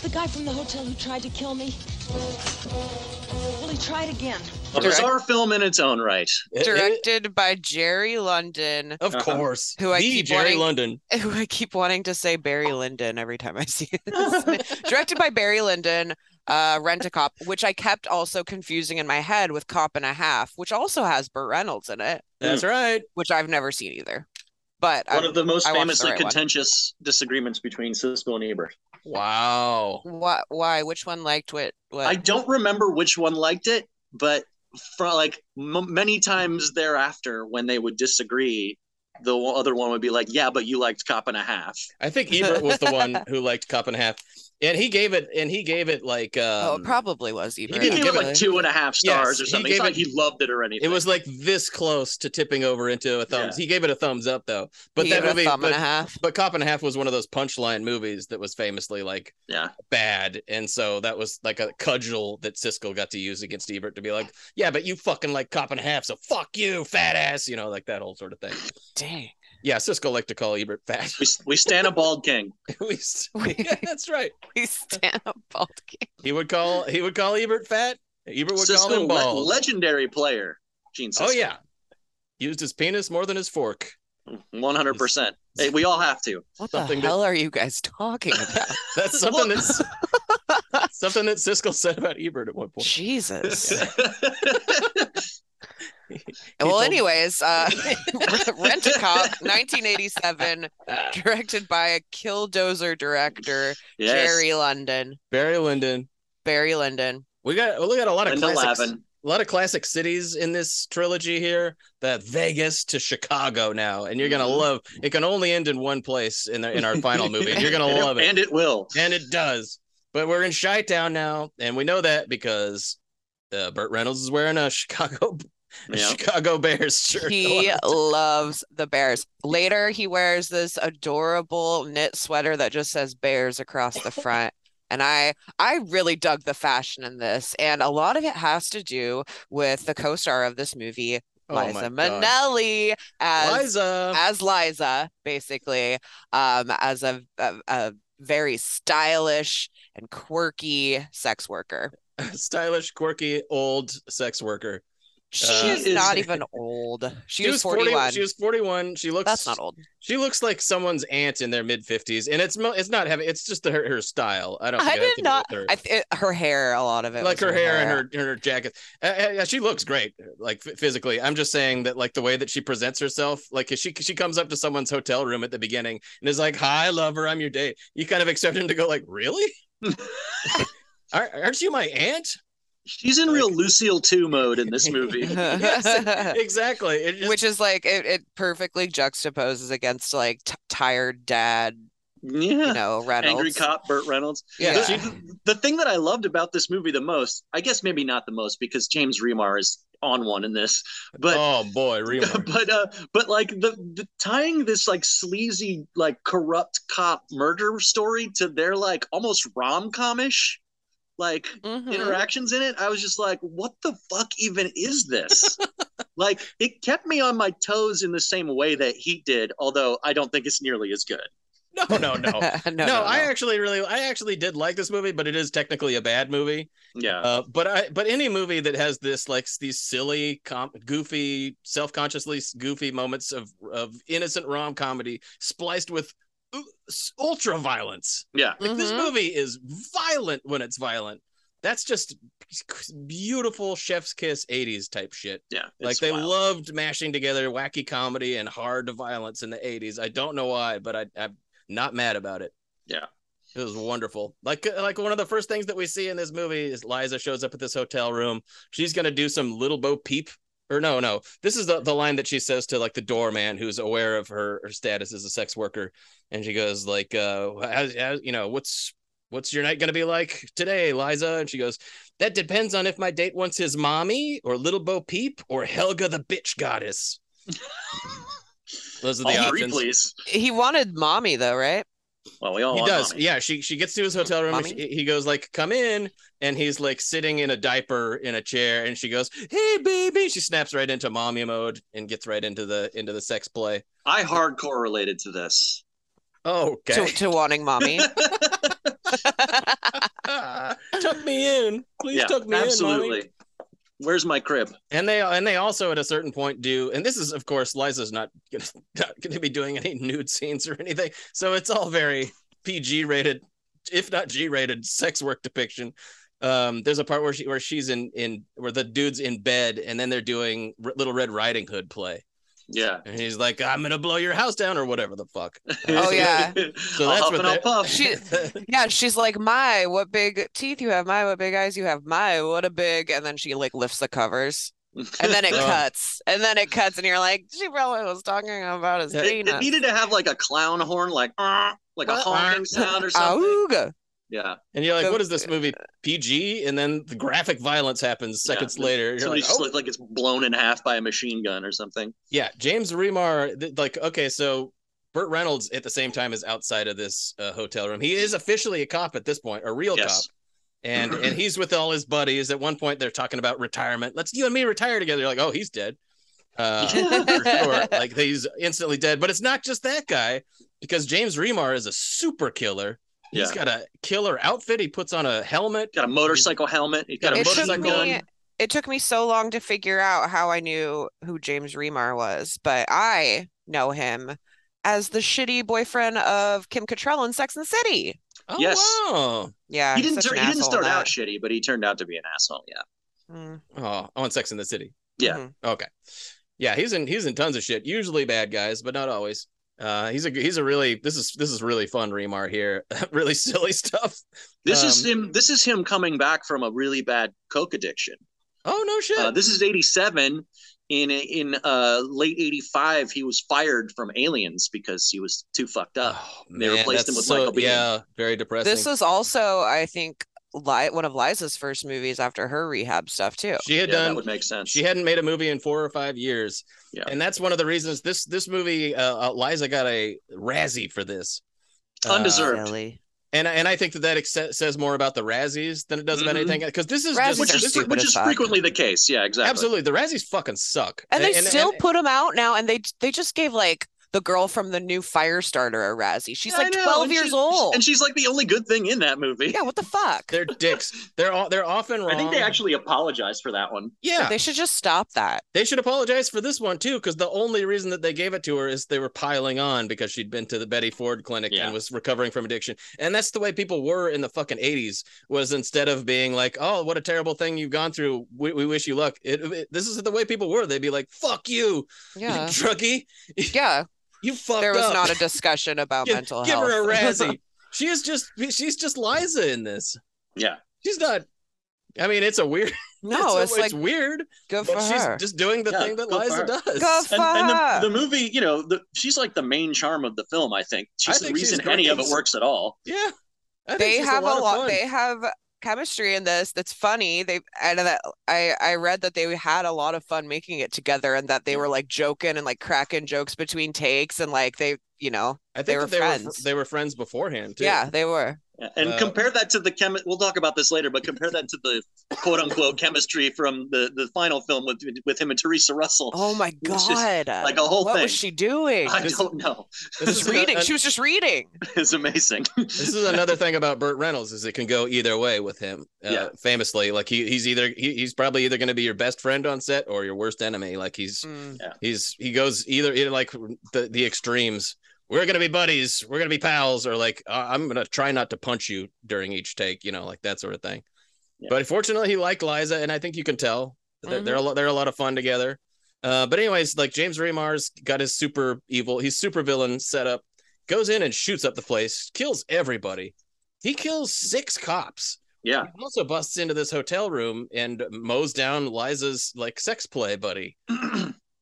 [SPEAKER 12] The guy from the hotel who tried to kill me. Well, he tried again.
[SPEAKER 3] A bizarre film in its own right.
[SPEAKER 1] Directed by Jerry London,
[SPEAKER 2] Of course.
[SPEAKER 1] Who I
[SPEAKER 2] The
[SPEAKER 1] keep
[SPEAKER 2] Jerry
[SPEAKER 1] wanting-
[SPEAKER 2] London.
[SPEAKER 1] who I keep wanting to say Barry Lyndon every time I see his name. Directed by Barry Lyndon, uh, Rent a Cop, which I kept also confusing in my head with Cop and a Half, which also has Burt Reynolds in it,
[SPEAKER 2] That's right.
[SPEAKER 1] which I've never seen either. But
[SPEAKER 3] One
[SPEAKER 1] I-
[SPEAKER 3] of the most
[SPEAKER 1] I watched the
[SPEAKER 3] famously
[SPEAKER 1] right one.
[SPEAKER 3] contentious disagreements between Siskel and Ebert.
[SPEAKER 2] Wow.
[SPEAKER 1] why, why? Which one liked what? what?
[SPEAKER 3] I don't remember which one liked it, but for like m- many times thereafter, when they would disagree, the o- other one would be like, "Yeah, but you liked Cop and a Half."
[SPEAKER 2] I think Ebert was the one who liked Cup and a Half. And he gave it and he gave it like um,
[SPEAKER 1] oh, it probably was even.
[SPEAKER 2] didn't
[SPEAKER 3] He gave it like two and a half stars
[SPEAKER 2] Yes,
[SPEAKER 3] or
[SPEAKER 2] he
[SPEAKER 3] something. It's
[SPEAKER 2] gave
[SPEAKER 3] not
[SPEAKER 2] it-
[SPEAKER 3] like he loved it or anything.
[SPEAKER 2] it was like this close to tipping over into a thumbs. He gave it a thumbs up though. But
[SPEAKER 1] he gave
[SPEAKER 2] that
[SPEAKER 1] it
[SPEAKER 2] movie
[SPEAKER 1] a thumb
[SPEAKER 2] but,
[SPEAKER 1] and a half.
[SPEAKER 2] but Cop and a Half was one of those punchline movies that was famously like
[SPEAKER 3] Yeah.
[SPEAKER 2] bad. And so that was like a cudgel that Siskel got to use against Ebert to be like, yeah, but you fucking like Cop and a Half, so fuck you, fat ass, you know, like that whole sort of thing.
[SPEAKER 1] Dang.
[SPEAKER 2] Yeah, Siskel liked to call Ebert fat.
[SPEAKER 3] we, we stand a bald king.
[SPEAKER 2] We st- yeah, that's right.
[SPEAKER 1] We stand up bald king.
[SPEAKER 2] He would call he would call Ebert fat. Ebert would call
[SPEAKER 3] Siskel,
[SPEAKER 2] him
[SPEAKER 3] le-
[SPEAKER 2] bald.
[SPEAKER 3] legendary player. Gene Siskel.
[SPEAKER 2] oh yeah. Used his penis more than his fork.
[SPEAKER 3] one hundred percent. We all have to.
[SPEAKER 1] What
[SPEAKER 2] Something
[SPEAKER 1] the
[SPEAKER 2] that-
[SPEAKER 1] hell are you guys talking about?
[SPEAKER 2] That's something that's something that Siskel said about Ebert at one point.
[SPEAKER 1] Jesus.
[SPEAKER 2] He
[SPEAKER 1] well,
[SPEAKER 2] told-
[SPEAKER 1] anyways, uh, Rent a Cop, 1987, directed by a killdozer director,
[SPEAKER 3] Yes.
[SPEAKER 1] Jerry London,
[SPEAKER 2] Barry Lyndon.
[SPEAKER 1] Barry Lyndon.
[SPEAKER 2] We got we got a lot of
[SPEAKER 3] Linda
[SPEAKER 2] classics.
[SPEAKER 3] Lavin.
[SPEAKER 2] a lot of classic cities in this trilogy here that vegas to chicago now and you're gonna
[SPEAKER 3] Mhm.
[SPEAKER 2] love it can only end in one place in, the, in our final movie and you're gonna
[SPEAKER 3] And
[SPEAKER 2] love it
[SPEAKER 3] and it will.
[SPEAKER 2] and it does but we're in chi town now and we know that because uh, burt reynolds is wearing a chicago a
[SPEAKER 3] Yeah.
[SPEAKER 2] chicago bears shirt
[SPEAKER 1] He loves the Bears. Later, he wears this adorable knit sweater that just says Bears across the front. And I I really dug the fashion in this. And a lot of it has to do with the co-star of this movie,
[SPEAKER 2] Oh my
[SPEAKER 1] Liza
[SPEAKER 2] God.
[SPEAKER 1] Minnelli as
[SPEAKER 2] liza
[SPEAKER 1] as Liza, basically, um, as a, a a very stylish and quirky sex worker.
[SPEAKER 2] Uh, stylish quirky old sex worker
[SPEAKER 1] She
[SPEAKER 2] Uh,
[SPEAKER 1] is not even old. She, is
[SPEAKER 2] 40
[SPEAKER 1] 41.
[SPEAKER 2] she was 41 she looks
[SPEAKER 1] That's not old.
[SPEAKER 2] She looks like someone's aunt in their mid fifties, and it's mo- it's not heavy. It's just the, her her style. I don't.
[SPEAKER 1] I
[SPEAKER 2] Think it has
[SPEAKER 1] did
[SPEAKER 2] to do
[SPEAKER 1] not.
[SPEAKER 2] with her.
[SPEAKER 1] I th- it- her hair, a lot of it,
[SPEAKER 2] like
[SPEAKER 1] was
[SPEAKER 2] her, hair, and her her jacket. Uh, uh, yeah, she looks great, like ph- physically. I'm just saying that like the way that she presents herself, like if she she comes up to someone's hotel room at the beginning and is like, "Hi, lover, I'm your date." You kind of expect him to go like, "Really? Aren't aren't you my aunt?"
[SPEAKER 3] She's in real Lucille two mode in this movie.
[SPEAKER 2] Yes, exactly. It just,
[SPEAKER 1] Which is like it, it perfectly juxtaposes against like t- tired dad,
[SPEAKER 3] yeah.
[SPEAKER 1] you know, Reynolds.
[SPEAKER 3] Angry cop Burt Reynolds.
[SPEAKER 2] yeah,
[SPEAKER 1] yeah.
[SPEAKER 2] she-
[SPEAKER 3] The thing that I loved about this movie the most, I guess maybe not the most because James Remar is on one in this, but
[SPEAKER 2] oh boy, Remar.
[SPEAKER 3] but uh but like the, the tying this like sleazy like corrupt cop murder story to their like almost rom-comish like
[SPEAKER 1] Mhm.
[SPEAKER 2] Mm-hmm.
[SPEAKER 3] interactions in it i was just like what the fuck even is this like it kept me on my toes in the same way that he did although i don't think it's nearly as good
[SPEAKER 2] No, no, no.
[SPEAKER 1] no,
[SPEAKER 2] no, I actually really, I actually did like this movie, but it is technically a bad movie.
[SPEAKER 3] yeah
[SPEAKER 2] Uh, but I, but any movie that has this like these silly, com- goofy, self-consciously s- goofy moments of of innocent rom comedy spliced with u- s- ultra violence.
[SPEAKER 3] yeah
[SPEAKER 2] Like this
[SPEAKER 1] Mhm.
[SPEAKER 2] movie is violent when it's violent. That's just beautiful chef's kiss 80s type shit.
[SPEAKER 3] yeah
[SPEAKER 2] Like
[SPEAKER 3] it's
[SPEAKER 2] they
[SPEAKER 3] wild.
[SPEAKER 2] loved mashing together wacky comedy and hard violence in the 80s. I don't know why, but I, I'm not mad about it.
[SPEAKER 3] Yeah.
[SPEAKER 2] It was wonderful. Like uh, like one of the first things that we see in this movie is Liza shows up at this hotel room. She's gonna do some little bo peep. Or no, no. This is the, the line that she says to like the doorman who's aware of her, her status as a sex worker. And she goes, like, uh how's, how's you know, what's what's your night gonna be like today, Liza? And she goes, that depends on if my date wants his mommy or Little Bo Peep or Helga the Bitch Goddess. Those are the
[SPEAKER 3] all three
[SPEAKER 2] options.
[SPEAKER 3] Oh, please
[SPEAKER 1] he wanted mommy though, right?
[SPEAKER 3] Well, we all
[SPEAKER 2] he
[SPEAKER 3] want
[SPEAKER 2] does.
[SPEAKER 3] mommy.
[SPEAKER 2] Yeah, she she gets to his hotel room. And she,
[SPEAKER 1] Mommy?
[SPEAKER 2] he goes like, "Come in," and he's like sitting in a diaper in a chair, and she goes, "Hey, baby!" She snaps right into mommy mode and gets right into the into the sex play.
[SPEAKER 3] I hardcore related to this.
[SPEAKER 2] Oh, okay.
[SPEAKER 1] to, to wanting mommy.
[SPEAKER 2] tuck me in, please.
[SPEAKER 3] yeah,
[SPEAKER 2] tuck me in, mommy.
[SPEAKER 3] absolutely. Where's my crib?
[SPEAKER 2] And they and they also at a certain point do, and this is of course Liza's not gonna, not going to be doing any nude scenes or anything, so it's all very PG rated, if not G rated, sex work depiction. Um, there's a part where she where she's in in where the dude's in bed, and then they're doing R- Little Red Riding Hood play,
[SPEAKER 3] Yeah.
[SPEAKER 2] and he's like, "I'm gonna blow your house down" or whatever the fuck.
[SPEAKER 1] Oh, yeah.
[SPEAKER 2] So
[SPEAKER 3] I'll
[SPEAKER 2] that's
[SPEAKER 3] huff
[SPEAKER 2] what
[SPEAKER 3] and I'll
[SPEAKER 2] they-
[SPEAKER 3] puff.
[SPEAKER 1] She, yeah, she's like, my, what big teeth you have, my, what big eyes you have, my, what a big, and then she like lifts the covers, and then it
[SPEAKER 2] Oh.
[SPEAKER 1] cuts, and then it cuts, and you're like, she probably was talking about his
[SPEAKER 3] it, it
[SPEAKER 1] penis.
[SPEAKER 3] needed to have like a clown horn, like "Arr," like a
[SPEAKER 2] Well,
[SPEAKER 3] honking
[SPEAKER 2] arr.
[SPEAKER 3] sound or something.
[SPEAKER 1] Auga.
[SPEAKER 3] Yeah.
[SPEAKER 2] and you're like,
[SPEAKER 1] So-
[SPEAKER 2] "What is this movie PG?" And then the graphic violence happens
[SPEAKER 3] Yeah.
[SPEAKER 2] seconds later. You're
[SPEAKER 3] Somebody
[SPEAKER 2] like,
[SPEAKER 3] just
[SPEAKER 2] "Oh."
[SPEAKER 3] looked like it's blown in half by a machine gun or something.
[SPEAKER 2] Yeah, James Remar, th- like, okay, so Burt Reynolds at the same time is outside of this uh, hotel room. He is officially a cop at this point, a real
[SPEAKER 3] Yes.
[SPEAKER 2] cop. And and he's with all his buddies. At one point, they're talking about retirement. Let's you and me retire together. You're like, oh, he's dead. Uh, for sure. Like he's instantly dead. But it's not just that guy, because James Remar is a super killer. He's
[SPEAKER 3] Yeah.
[SPEAKER 2] got a killer outfit. He puts on a helmet.
[SPEAKER 3] Got a motorcycle helmet. He's got a
[SPEAKER 2] Got
[SPEAKER 1] It took
[SPEAKER 3] motorcycle gun.
[SPEAKER 1] me. It took me so long to figure out how I knew who James Remar was, but I know him as the shitty boyfriend of Kim Cattrall in Sex and the City.
[SPEAKER 2] Oh
[SPEAKER 3] Yes.
[SPEAKER 2] wow.
[SPEAKER 1] Yeah,
[SPEAKER 3] he
[SPEAKER 1] he's
[SPEAKER 3] didn't
[SPEAKER 1] such
[SPEAKER 3] turn,
[SPEAKER 1] an
[SPEAKER 3] he didn't
[SPEAKER 1] asshole in
[SPEAKER 3] start
[SPEAKER 1] that.
[SPEAKER 3] out shitty, but he turned out to be an asshole. Yeah.
[SPEAKER 1] Mm,
[SPEAKER 2] Oh, on Sex in the City.
[SPEAKER 3] Yeah.
[SPEAKER 1] mhm.
[SPEAKER 2] Okay. Yeah, he's in he's in tons of shit. Usually bad guys, but not always. Uh, he's a he's a really this is this is really fun Remar here. really silly stuff.
[SPEAKER 3] This is
[SPEAKER 2] Um,
[SPEAKER 3] him. This is him coming back from a really bad coke addiction.
[SPEAKER 2] Oh no shit.
[SPEAKER 3] Uh, this is '87. In in uh, late '85, he was fired from Aliens because he was too fucked up.
[SPEAKER 2] Oh,
[SPEAKER 3] uh, they
[SPEAKER 2] man,
[SPEAKER 3] replaced
[SPEAKER 2] that's
[SPEAKER 3] him with
[SPEAKER 2] so,
[SPEAKER 3] Michael Biehn.
[SPEAKER 2] Yeah, very depressing.
[SPEAKER 1] This is also, I think, Li- one of Liza's first movies after her rehab stuff too.
[SPEAKER 2] she had
[SPEAKER 3] yeah, that
[SPEAKER 2] done
[SPEAKER 3] would make sense.
[SPEAKER 2] she hadn't made a movie in four or five years.
[SPEAKER 3] Yeah.
[SPEAKER 2] And that's one of the reasons this this movie uh, uh, Liza got a Razzie for this. Uh,
[SPEAKER 3] Undeserved.
[SPEAKER 1] Silly.
[SPEAKER 2] and and I think that that ex- says more about the Razzies than it does about
[SPEAKER 3] Mhm.
[SPEAKER 2] anything because this is
[SPEAKER 1] Razzies
[SPEAKER 2] just,
[SPEAKER 3] which
[SPEAKER 1] are
[SPEAKER 2] this
[SPEAKER 3] is
[SPEAKER 1] stupid
[SPEAKER 3] which
[SPEAKER 1] as
[SPEAKER 3] is
[SPEAKER 1] fuck.
[SPEAKER 3] frequently the case. Yeah, exactly.
[SPEAKER 2] absolutely the Razzies fucking suck.
[SPEAKER 1] And they still
[SPEAKER 2] and-
[SPEAKER 1] put him out now, and they they just gave like the girl from the new Firestarter a Razzie. She's
[SPEAKER 3] Yeah, I
[SPEAKER 1] like
[SPEAKER 3] know,
[SPEAKER 1] twelve
[SPEAKER 3] and
[SPEAKER 1] years
[SPEAKER 3] she's-
[SPEAKER 1] old.
[SPEAKER 3] and she's like the only good thing in that movie.
[SPEAKER 1] yeah, what the fuck?
[SPEAKER 2] They're dicks. They're all they're often wrong.
[SPEAKER 3] I think they actually apologized for that one.
[SPEAKER 2] yeah.
[SPEAKER 1] They should just stop that.
[SPEAKER 2] They should apologize for this one too, because the only reason that they gave it to her is they were piling on because she'd been to the Betty Ford clinic
[SPEAKER 3] Yeah.
[SPEAKER 2] and was recovering from addiction. And that's the way people were in the fucking eighties. Was instead of being like, "Oh, what a terrible thing you've gone through. We, we wish you luck." It, it- this is the way people were. They'd be like, "Fuck you,
[SPEAKER 1] Yeah,
[SPEAKER 2] you druggie.
[SPEAKER 1] yeah.
[SPEAKER 2] You fucked
[SPEAKER 1] There was
[SPEAKER 2] up.
[SPEAKER 1] not a discussion about
[SPEAKER 2] give,
[SPEAKER 1] mental
[SPEAKER 2] give
[SPEAKER 1] health.
[SPEAKER 2] her a Razzie. she is just she's just Liza in this.
[SPEAKER 3] Yeah.
[SPEAKER 2] She's not. I mean, it's a weird.
[SPEAKER 1] no, it's, like
[SPEAKER 2] weird.
[SPEAKER 1] good for
[SPEAKER 2] But she's
[SPEAKER 1] her.
[SPEAKER 2] just doing the
[SPEAKER 3] Yeah,
[SPEAKER 2] thing that
[SPEAKER 3] good for
[SPEAKER 2] Liza does.
[SPEAKER 1] Go
[SPEAKER 3] And, and
[SPEAKER 1] Fuck.
[SPEAKER 3] the, the movie, you know, the, she's like the main charm of the film. I think she's
[SPEAKER 2] I think
[SPEAKER 3] the reason
[SPEAKER 2] she's
[SPEAKER 3] any of it
[SPEAKER 2] great.
[SPEAKER 3] works at all.
[SPEAKER 2] yeah. I think
[SPEAKER 1] they
[SPEAKER 2] she's
[SPEAKER 1] have a lot,
[SPEAKER 2] of fun.
[SPEAKER 1] they have chemistry in this that's funny they I know that I I read that they had a lot of fun making it together and that they were like joking and like cracking jokes between takes and like they you know
[SPEAKER 2] I think
[SPEAKER 1] they
[SPEAKER 2] that
[SPEAKER 1] were
[SPEAKER 2] they were
[SPEAKER 1] friends.
[SPEAKER 2] they were friends beforehand too.
[SPEAKER 1] yeah they were
[SPEAKER 3] And
[SPEAKER 2] Uh,
[SPEAKER 3] compare that to the chemi- We'll talk about this later, but compare that to the quote unquote chemistry from the the final film with with him and Teresa Russell.
[SPEAKER 1] oh my
[SPEAKER 3] was just,
[SPEAKER 1] god
[SPEAKER 3] like, a whole
[SPEAKER 1] what was
[SPEAKER 3] thing.
[SPEAKER 1] she doing
[SPEAKER 3] I
[SPEAKER 2] this-
[SPEAKER 3] don't know.
[SPEAKER 2] This
[SPEAKER 1] just
[SPEAKER 2] is,
[SPEAKER 1] reading
[SPEAKER 2] a-
[SPEAKER 1] she was just reading
[SPEAKER 3] It's amazing.
[SPEAKER 2] this is another thing about Burt Reynolds is it can go either way with him. Uh,
[SPEAKER 3] Yeah.
[SPEAKER 2] Famously, like he, he's either he, he's probably either going to be your best friend on set or your worst enemy. Like he's
[SPEAKER 1] Mm.
[SPEAKER 2] he's he goes either, either like the the extremes. We're gonna be buddies. We're gonna be pals, or like uh, I'm gonna try not to punch you during each take. You know, like that sort of thing.
[SPEAKER 3] Yeah. Mm-hmm.
[SPEAKER 2] But fortunately, he liked Liza, and I think you can tell that they're a lot they're a lot of fun together. Uh, but anyways, like James Remar's got his super evil, he's super villain set up, goes in and shoots up the place, kills everybody. He kills six cops.
[SPEAKER 3] yeah.
[SPEAKER 2] He also busts into this hotel room and mows down Liza's like sex play buddy.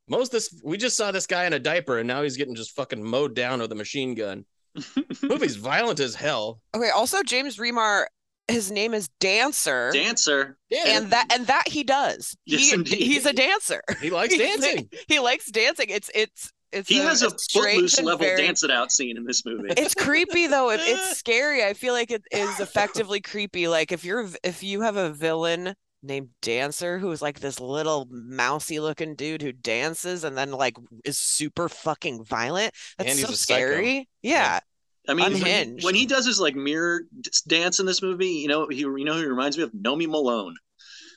[SPEAKER 2] mows this. We just saw this guy in a diaper, and now he's getting just fucking mowed down with a machine gun. Movie's violent as hell.
[SPEAKER 1] okay also James Remar his name is Dancer
[SPEAKER 3] Dancer.
[SPEAKER 2] Yeah,
[SPEAKER 1] and that and that he does
[SPEAKER 3] Yes,
[SPEAKER 1] he
[SPEAKER 3] indeed.
[SPEAKER 1] he's a dancer
[SPEAKER 2] he likes
[SPEAKER 1] He's like-
[SPEAKER 2] dancing.
[SPEAKER 1] he likes dancing it's it's it's
[SPEAKER 3] he
[SPEAKER 1] a,
[SPEAKER 3] has a,
[SPEAKER 1] strange
[SPEAKER 3] footloose
[SPEAKER 1] and
[SPEAKER 3] level
[SPEAKER 1] very-
[SPEAKER 3] dance it out scene in this movie.
[SPEAKER 1] It's creepy though. It, it's scary. I feel like it is effectively creepy. Like if you're if you have a villain named Dancer who's like this little mousy looking dude who dances and then like is super fucking violent. That's
[SPEAKER 2] And he's
[SPEAKER 1] so
[SPEAKER 2] a psycho.
[SPEAKER 1] scary. Yeah.
[SPEAKER 3] I mean, when,
[SPEAKER 1] unhinged.
[SPEAKER 3] when he does his like mirror d- dance in this movie, you know, he you know, he reminds me of Nomi Malone.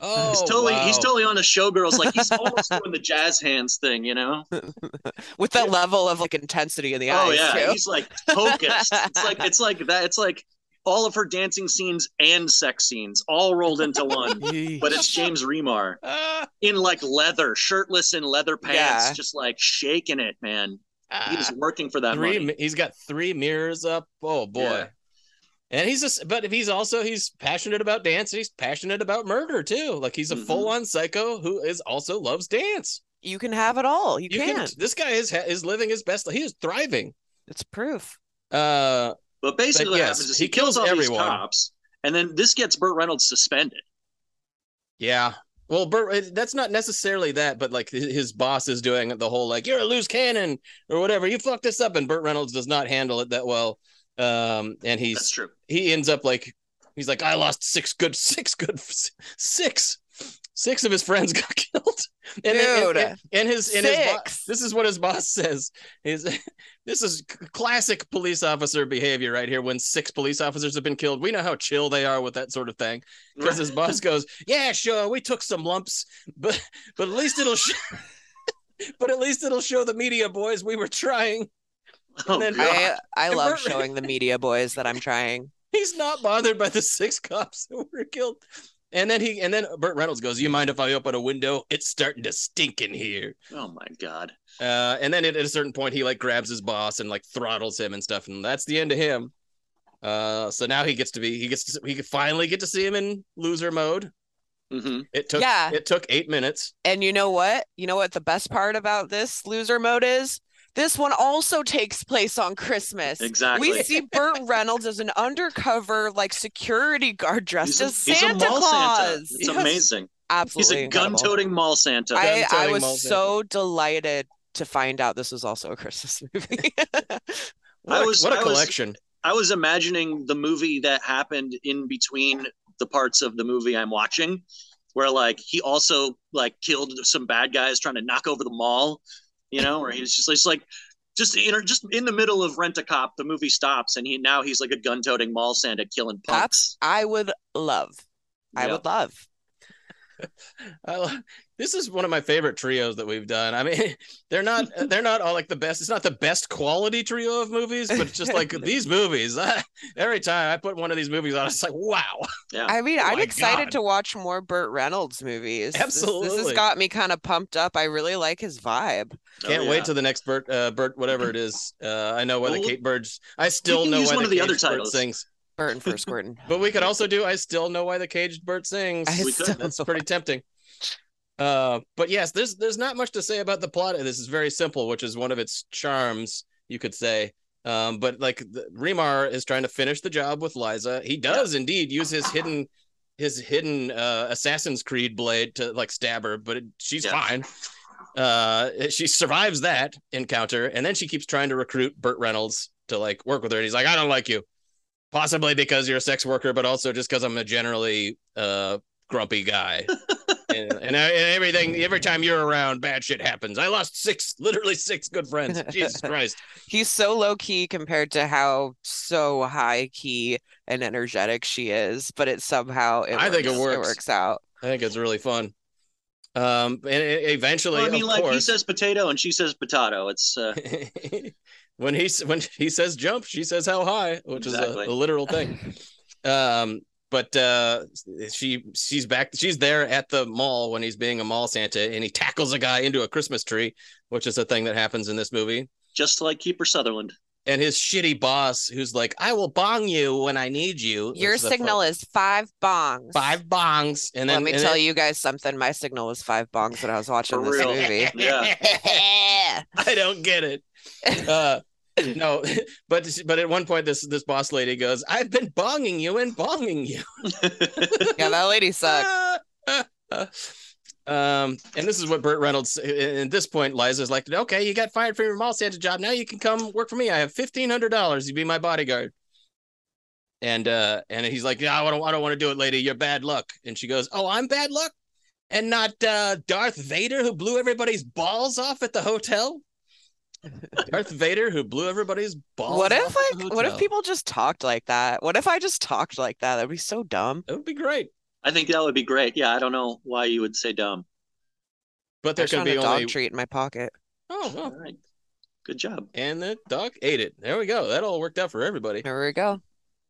[SPEAKER 2] Oh,
[SPEAKER 3] he's totally
[SPEAKER 2] wow.
[SPEAKER 3] he's totally on the showgirls. Like he's almost doing the jazz hands thing, you know.
[SPEAKER 1] With that level of like intensity in the
[SPEAKER 3] oh
[SPEAKER 1] eyes
[SPEAKER 3] yeah,
[SPEAKER 1] too.
[SPEAKER 3] he's like focused. it's like it's like that. It's like all of her dancing scenes and sex scenes all rolled into one. but it's James Remar
[SPEAKER 2] Ah,
[SPEAKER 3] in like leather, shirtless in leather pants,
[SPEAKER 1] Yeah.
[SPEAKER 3] just like shaking it, man.
[SPEAKER 2] ah.
[SPEAKER 3] He's working for that
[SPEAKER 2] three.
[SPEAKER 3] money.
[SPEAKER 2] mi- He's got three mirrors up. Oh boy.
[SPEAKER 3] Yeah.
[SPEAKER 2] And he's just, but if he's also he's passionate about dance. He's passionate about murder too. Like he's a
[SPEAKER 3] Mhm.
[SPEAKER 2] full on psycho who is also loves dance.
[SPEAKER 1] You can have it all. You,
[SPEAKER 2] You
[SPEAKER 1] can.
[SPEAKER 2] can. This guy is ha- is living his best. life. He is thriving.
[SPEAKER 1] It's proof.
[SPEAKER 2] Uh,
[SPEAKER 3] But basically,
[SPEAKER 2] But
[SPEAKER 3] what
[SPEAKER 2] yes,
[SPEAKER 3] happens is
[SPEAKER 2] he
[SPEAKER 3] he,
[SPEAKER 2] kills
[SPEAKER 3] kills, all
[SPEAKER 2] everyone.
[SPEAKER 3] these cops, and then this gets Burt Reynolds suspended.
[SPEAKER 2] yeah. Well, Bert, it- that's not necessarily that, but like his- his boss is doing the whole like you're a loose cannon or whatever. You fucked this up, and Burt Reynolds does not handle it that well. Um, and he's
[SPEAKER 3] That's true.
[SPEAKER 2] he ends up like he's like I lost six good six good six six of his friends got killed and then- and-
[SPEAKER 1] Dude.
[SPEAKER 2] and, and his and his bo-
[SPEAKER 1] Six.
[SPEAKER 2] this is what his boss says is this is c- classic police officer behavior right here when six police officers have been killed we know how chill they are with that sort of thing because his boss goes yeah sure we took some lumps but but at least it'll sh- but at least it'll show the media boys we were trying
[SPEAKER 3] Oh,
[SPEAKER 2] then-
[SPEAKER 3] God.
[SPEAKER 1] I I
[SPEAKER 2] And
[SPEAKER 1] love
[SPEAKER 2] Burt Re-
[SPEAKER 1] showing the media boys that I'm trying.
[SPEAKER 2] he's not bothered by the six cops that were killed. And then he and then Burt Reynolds goes, "You mind if I open a window? It's starting to stink in here."
[SPEAKER 3] oh my god.
[SPEAKER 2] Uh, and then at, at a certain point, he like grabs his boss and like throttles him and stuff, and that's the end of him. Uh, so now he gets to be he gets to, he could finally get to see him in loser mode.
[SPEAKER 3] hmm
[SPEAKER 2] It took
[SPEAKER 1] Yeah.
[SPEAKER 2] it took eight minutes.
[SPEAKER 1] And you know what? You know what the best part about this loser mode is? This one also takes place on Christmas.
[SPEAKER 3] Exactly.
[SPEAKER 1] We see Burt Reynolds as an undercover, like security guard dressed
[SPEAKER 3] He's a-
[SPEAKER 1] as
[SPEAKER 3] he's a
[SPEAKER 1] Santa
[SPEAKER 3] mall
[SPEAKER 1] Claus.
[SPEAKER 3] Santa. It's
[SPEAKER 1] Yes.
[SPEAKER 3] amazing. He's
[SPEAKER 1] Absolutely.
[SPEAKER 3] a
[SPEAKER 1] incredible.
[SPEAKER 3] gun-toting mall Santa.
[SPEAKER 1] I, I
[SPEAKER 2] gun-toting
[SPEAKER 1] was
[SPEAKER 2] mall Santa.
[SPEAKER 1] so delighted to find out this was also a Christmas movie.
[SPEAKER 2] What
[SPEAKER 3] I
[SPEAKER 2] a-
[SPEAKER 3] was-
[SPEAKER 2] what a
[SPEAKER 3] I was-
[SPEAKER 2] collection.
[SPEAKER 3] I was imagining the movie that happened in between the parts of the movie I'm watching, where like he also like killed some bad guys trying to knock over the mall, you know, where he's just, just like just in just in the middle of Rent a Cop, the movie stops and he now he's like a gun-toting mall Santa killing punks.
[SPEAKER 1] I would love. I
[SPEAKER 3] Yeah.
[SPEAKER 1] would love.
[SPEAKER 2] I lo- Oh, this is one of my favorite trios that we've done. I mean, they're not they're not all like the best. It's not the best quality trio of movies, but it's just like these movies. every time I put one of these movies on, it's like wow.
[SPEAKER 3] Yeah.
[SPEAKER 1] I mean,
[SPEAKER 2] Oh
[SPEAKER 1] I'm
[SPEAKER 2] my
[SPEAKER 1] excited
[SPEAKER 2] God.
[SPEAKER 1] to watch more Burt Reynolds movies. This- This,
[SPEAKER 2] Absolutely.
[SPEAKER 1] has got me kind of pumped up. I really like his vibe.
[SPEAKER 2] Can't
[SPEAKER 3] Oh, yeah.
[SPEAKER 2] wait till the next Bert uh, Bert whatever it is. Uh, I know why the
[SPEAKER 3] Well,
[SPEAKER 2] Kate Birds. I still
[SPEAKER 3] can
[SPEAKER 2] know
[SPEAKER 3] use
[SPEAKER 2] why
[SPEAKER 3] one
[SPEAKER 2] the
[SPEAKER 3] of the
[SPEAKER 2] Caged
[SPEAKER 3] other
[SPEAKER 2] Bird
[SPEAKER 3] titles.
[SPEAKER 2] sings.
[SPEAKER 1] Burton for Squirtin.
[SPEAKER 2] But we could also do I still know why the caged bird sings.
[SPEAKER 1] I
[SPEAKER 3] We could.
[SPEAKER 1] still
[SPEAKER 2] That's pretty tempting. Uh, but yes, there's there's not much to say about the plot. This is very simple, which is one of its charms, you could say. Um, but like the, Remar is trying to finish the job with Liza. He does indeed use his hidden his hidden uh, Assassin's Creed blade to like stab her, but it, she's
[SPEAKER 3] Yeah.
[SPEAKER 2] fine. Uh, she survives that encounter, and then she keeps trying to recruit Burt Reynolds to like work with her, and he's like, "I don't like you." possibly because you're a sex worker, but also just because I'm a generally uh, grumpy guy. and, and, I, and everything, every time you're around, bad shit happens. I lost six, literally six good friends. Jesus Christ.
[SPEAKER 1] He's so low key compared to how so high key and energetic she is, but it somehow it
[SPEAKER 2] I think it works.
[SPEAKER 1] It works out.
[SPEAKER 2] I think it's really fun. Um, and e- eventually,
[SPEAKER 3] Well, I mean,
[SPEAKER 2] of
[SPEAKER 3] like he
[SPEAKER 2] course,
[SPEAKER 3] says potato and she says potato. It's uh,
[SPEAKER 2] when he s- when he says jump, she says how high, which
[SPEAKER 3] Exactly.
[SPEAKER 2] is a, a literal thing. um, but uh, she she's back. She's there at the mall when he's being a mall Santa, and he tackles a guy into a Christmas tree, which is a thing that happens in this movie.
[SPEAKER 3] just like Keeper Sutherland.
[SPEAKER 2] And his shitty boss, who's like, "I will bong you when I need you." which
[SPEAKER 1] Your
[SPEAKER 2] is a fu-
[SPEAKER 1] signal is five bongs.
[SPEAKER 2] five bongs, and then
[SPEAKER 1] Let me
[SPEAKER 2] and
[SPEAKER 1] tell
[SPEAKER 2] then-
[SPEAKER 1] you guys something. My signal was five bongs when I was watching
[SPEAKER 3] For
[SPEAKER 1] this
[SPEAKER 3] real.
[SPEAKER 1] movie.
[SPEAKER 3] Yeah.
[SPEAKER 2] I don't get it. Uh, no, but but at one point, this this boss lady goes, "I've been bonging you and bonging you."
[SPEAKER 1] yeah, that lady sucked.
[SPEAKER 2] Uh, uh, uh. Um, and this is what Burt Reynolds. At this point, Liza's like, "Okay, you got fired from your mall Santa job. Now you can come work for me. I have fifteen hundred dollars. You be my bodyguard." And uh, and he's like, "No, I don't. I don't want to do it, lady. You're bad luck." And she goes, "Oh, I'm bad luck, and not uh, Darth Vader who blew everybody's balls off at the hotel." Darth Vader who blew everybody's balls.
[SPEAKER 1] What if
[SPEAKER 2] off at the
[SPEAKER 1] like what if
[SPEAKER 2] hotel.
[SPEAKER 1] people just talked like that? What if I just talked like that? That'd be so dumb.
[SPEAKER 2] That would be great.
[SPEAKER 3] I think that would be great. Yeah, I don't know why you would say dumb.
[SPEAKER 2] But there
[SPEAKER 1] I
[SPEAKER 2] could
[SPEAKER 1] found
[SPEAKER 2] be
[SPEAKER 1] a
[SPEAKER 2] only
[SPEAKER 1] dog treat in my pocket.
[SPEAKER 2] oh,
[SPEAKER 3] All
[SPEAKER 2] well,
[SPEAKER 3] right. Good job.
[SPEAKER 2] and the dog ate it. There we go. That all worked out for everybody.
[SPEAKER 1] There we go.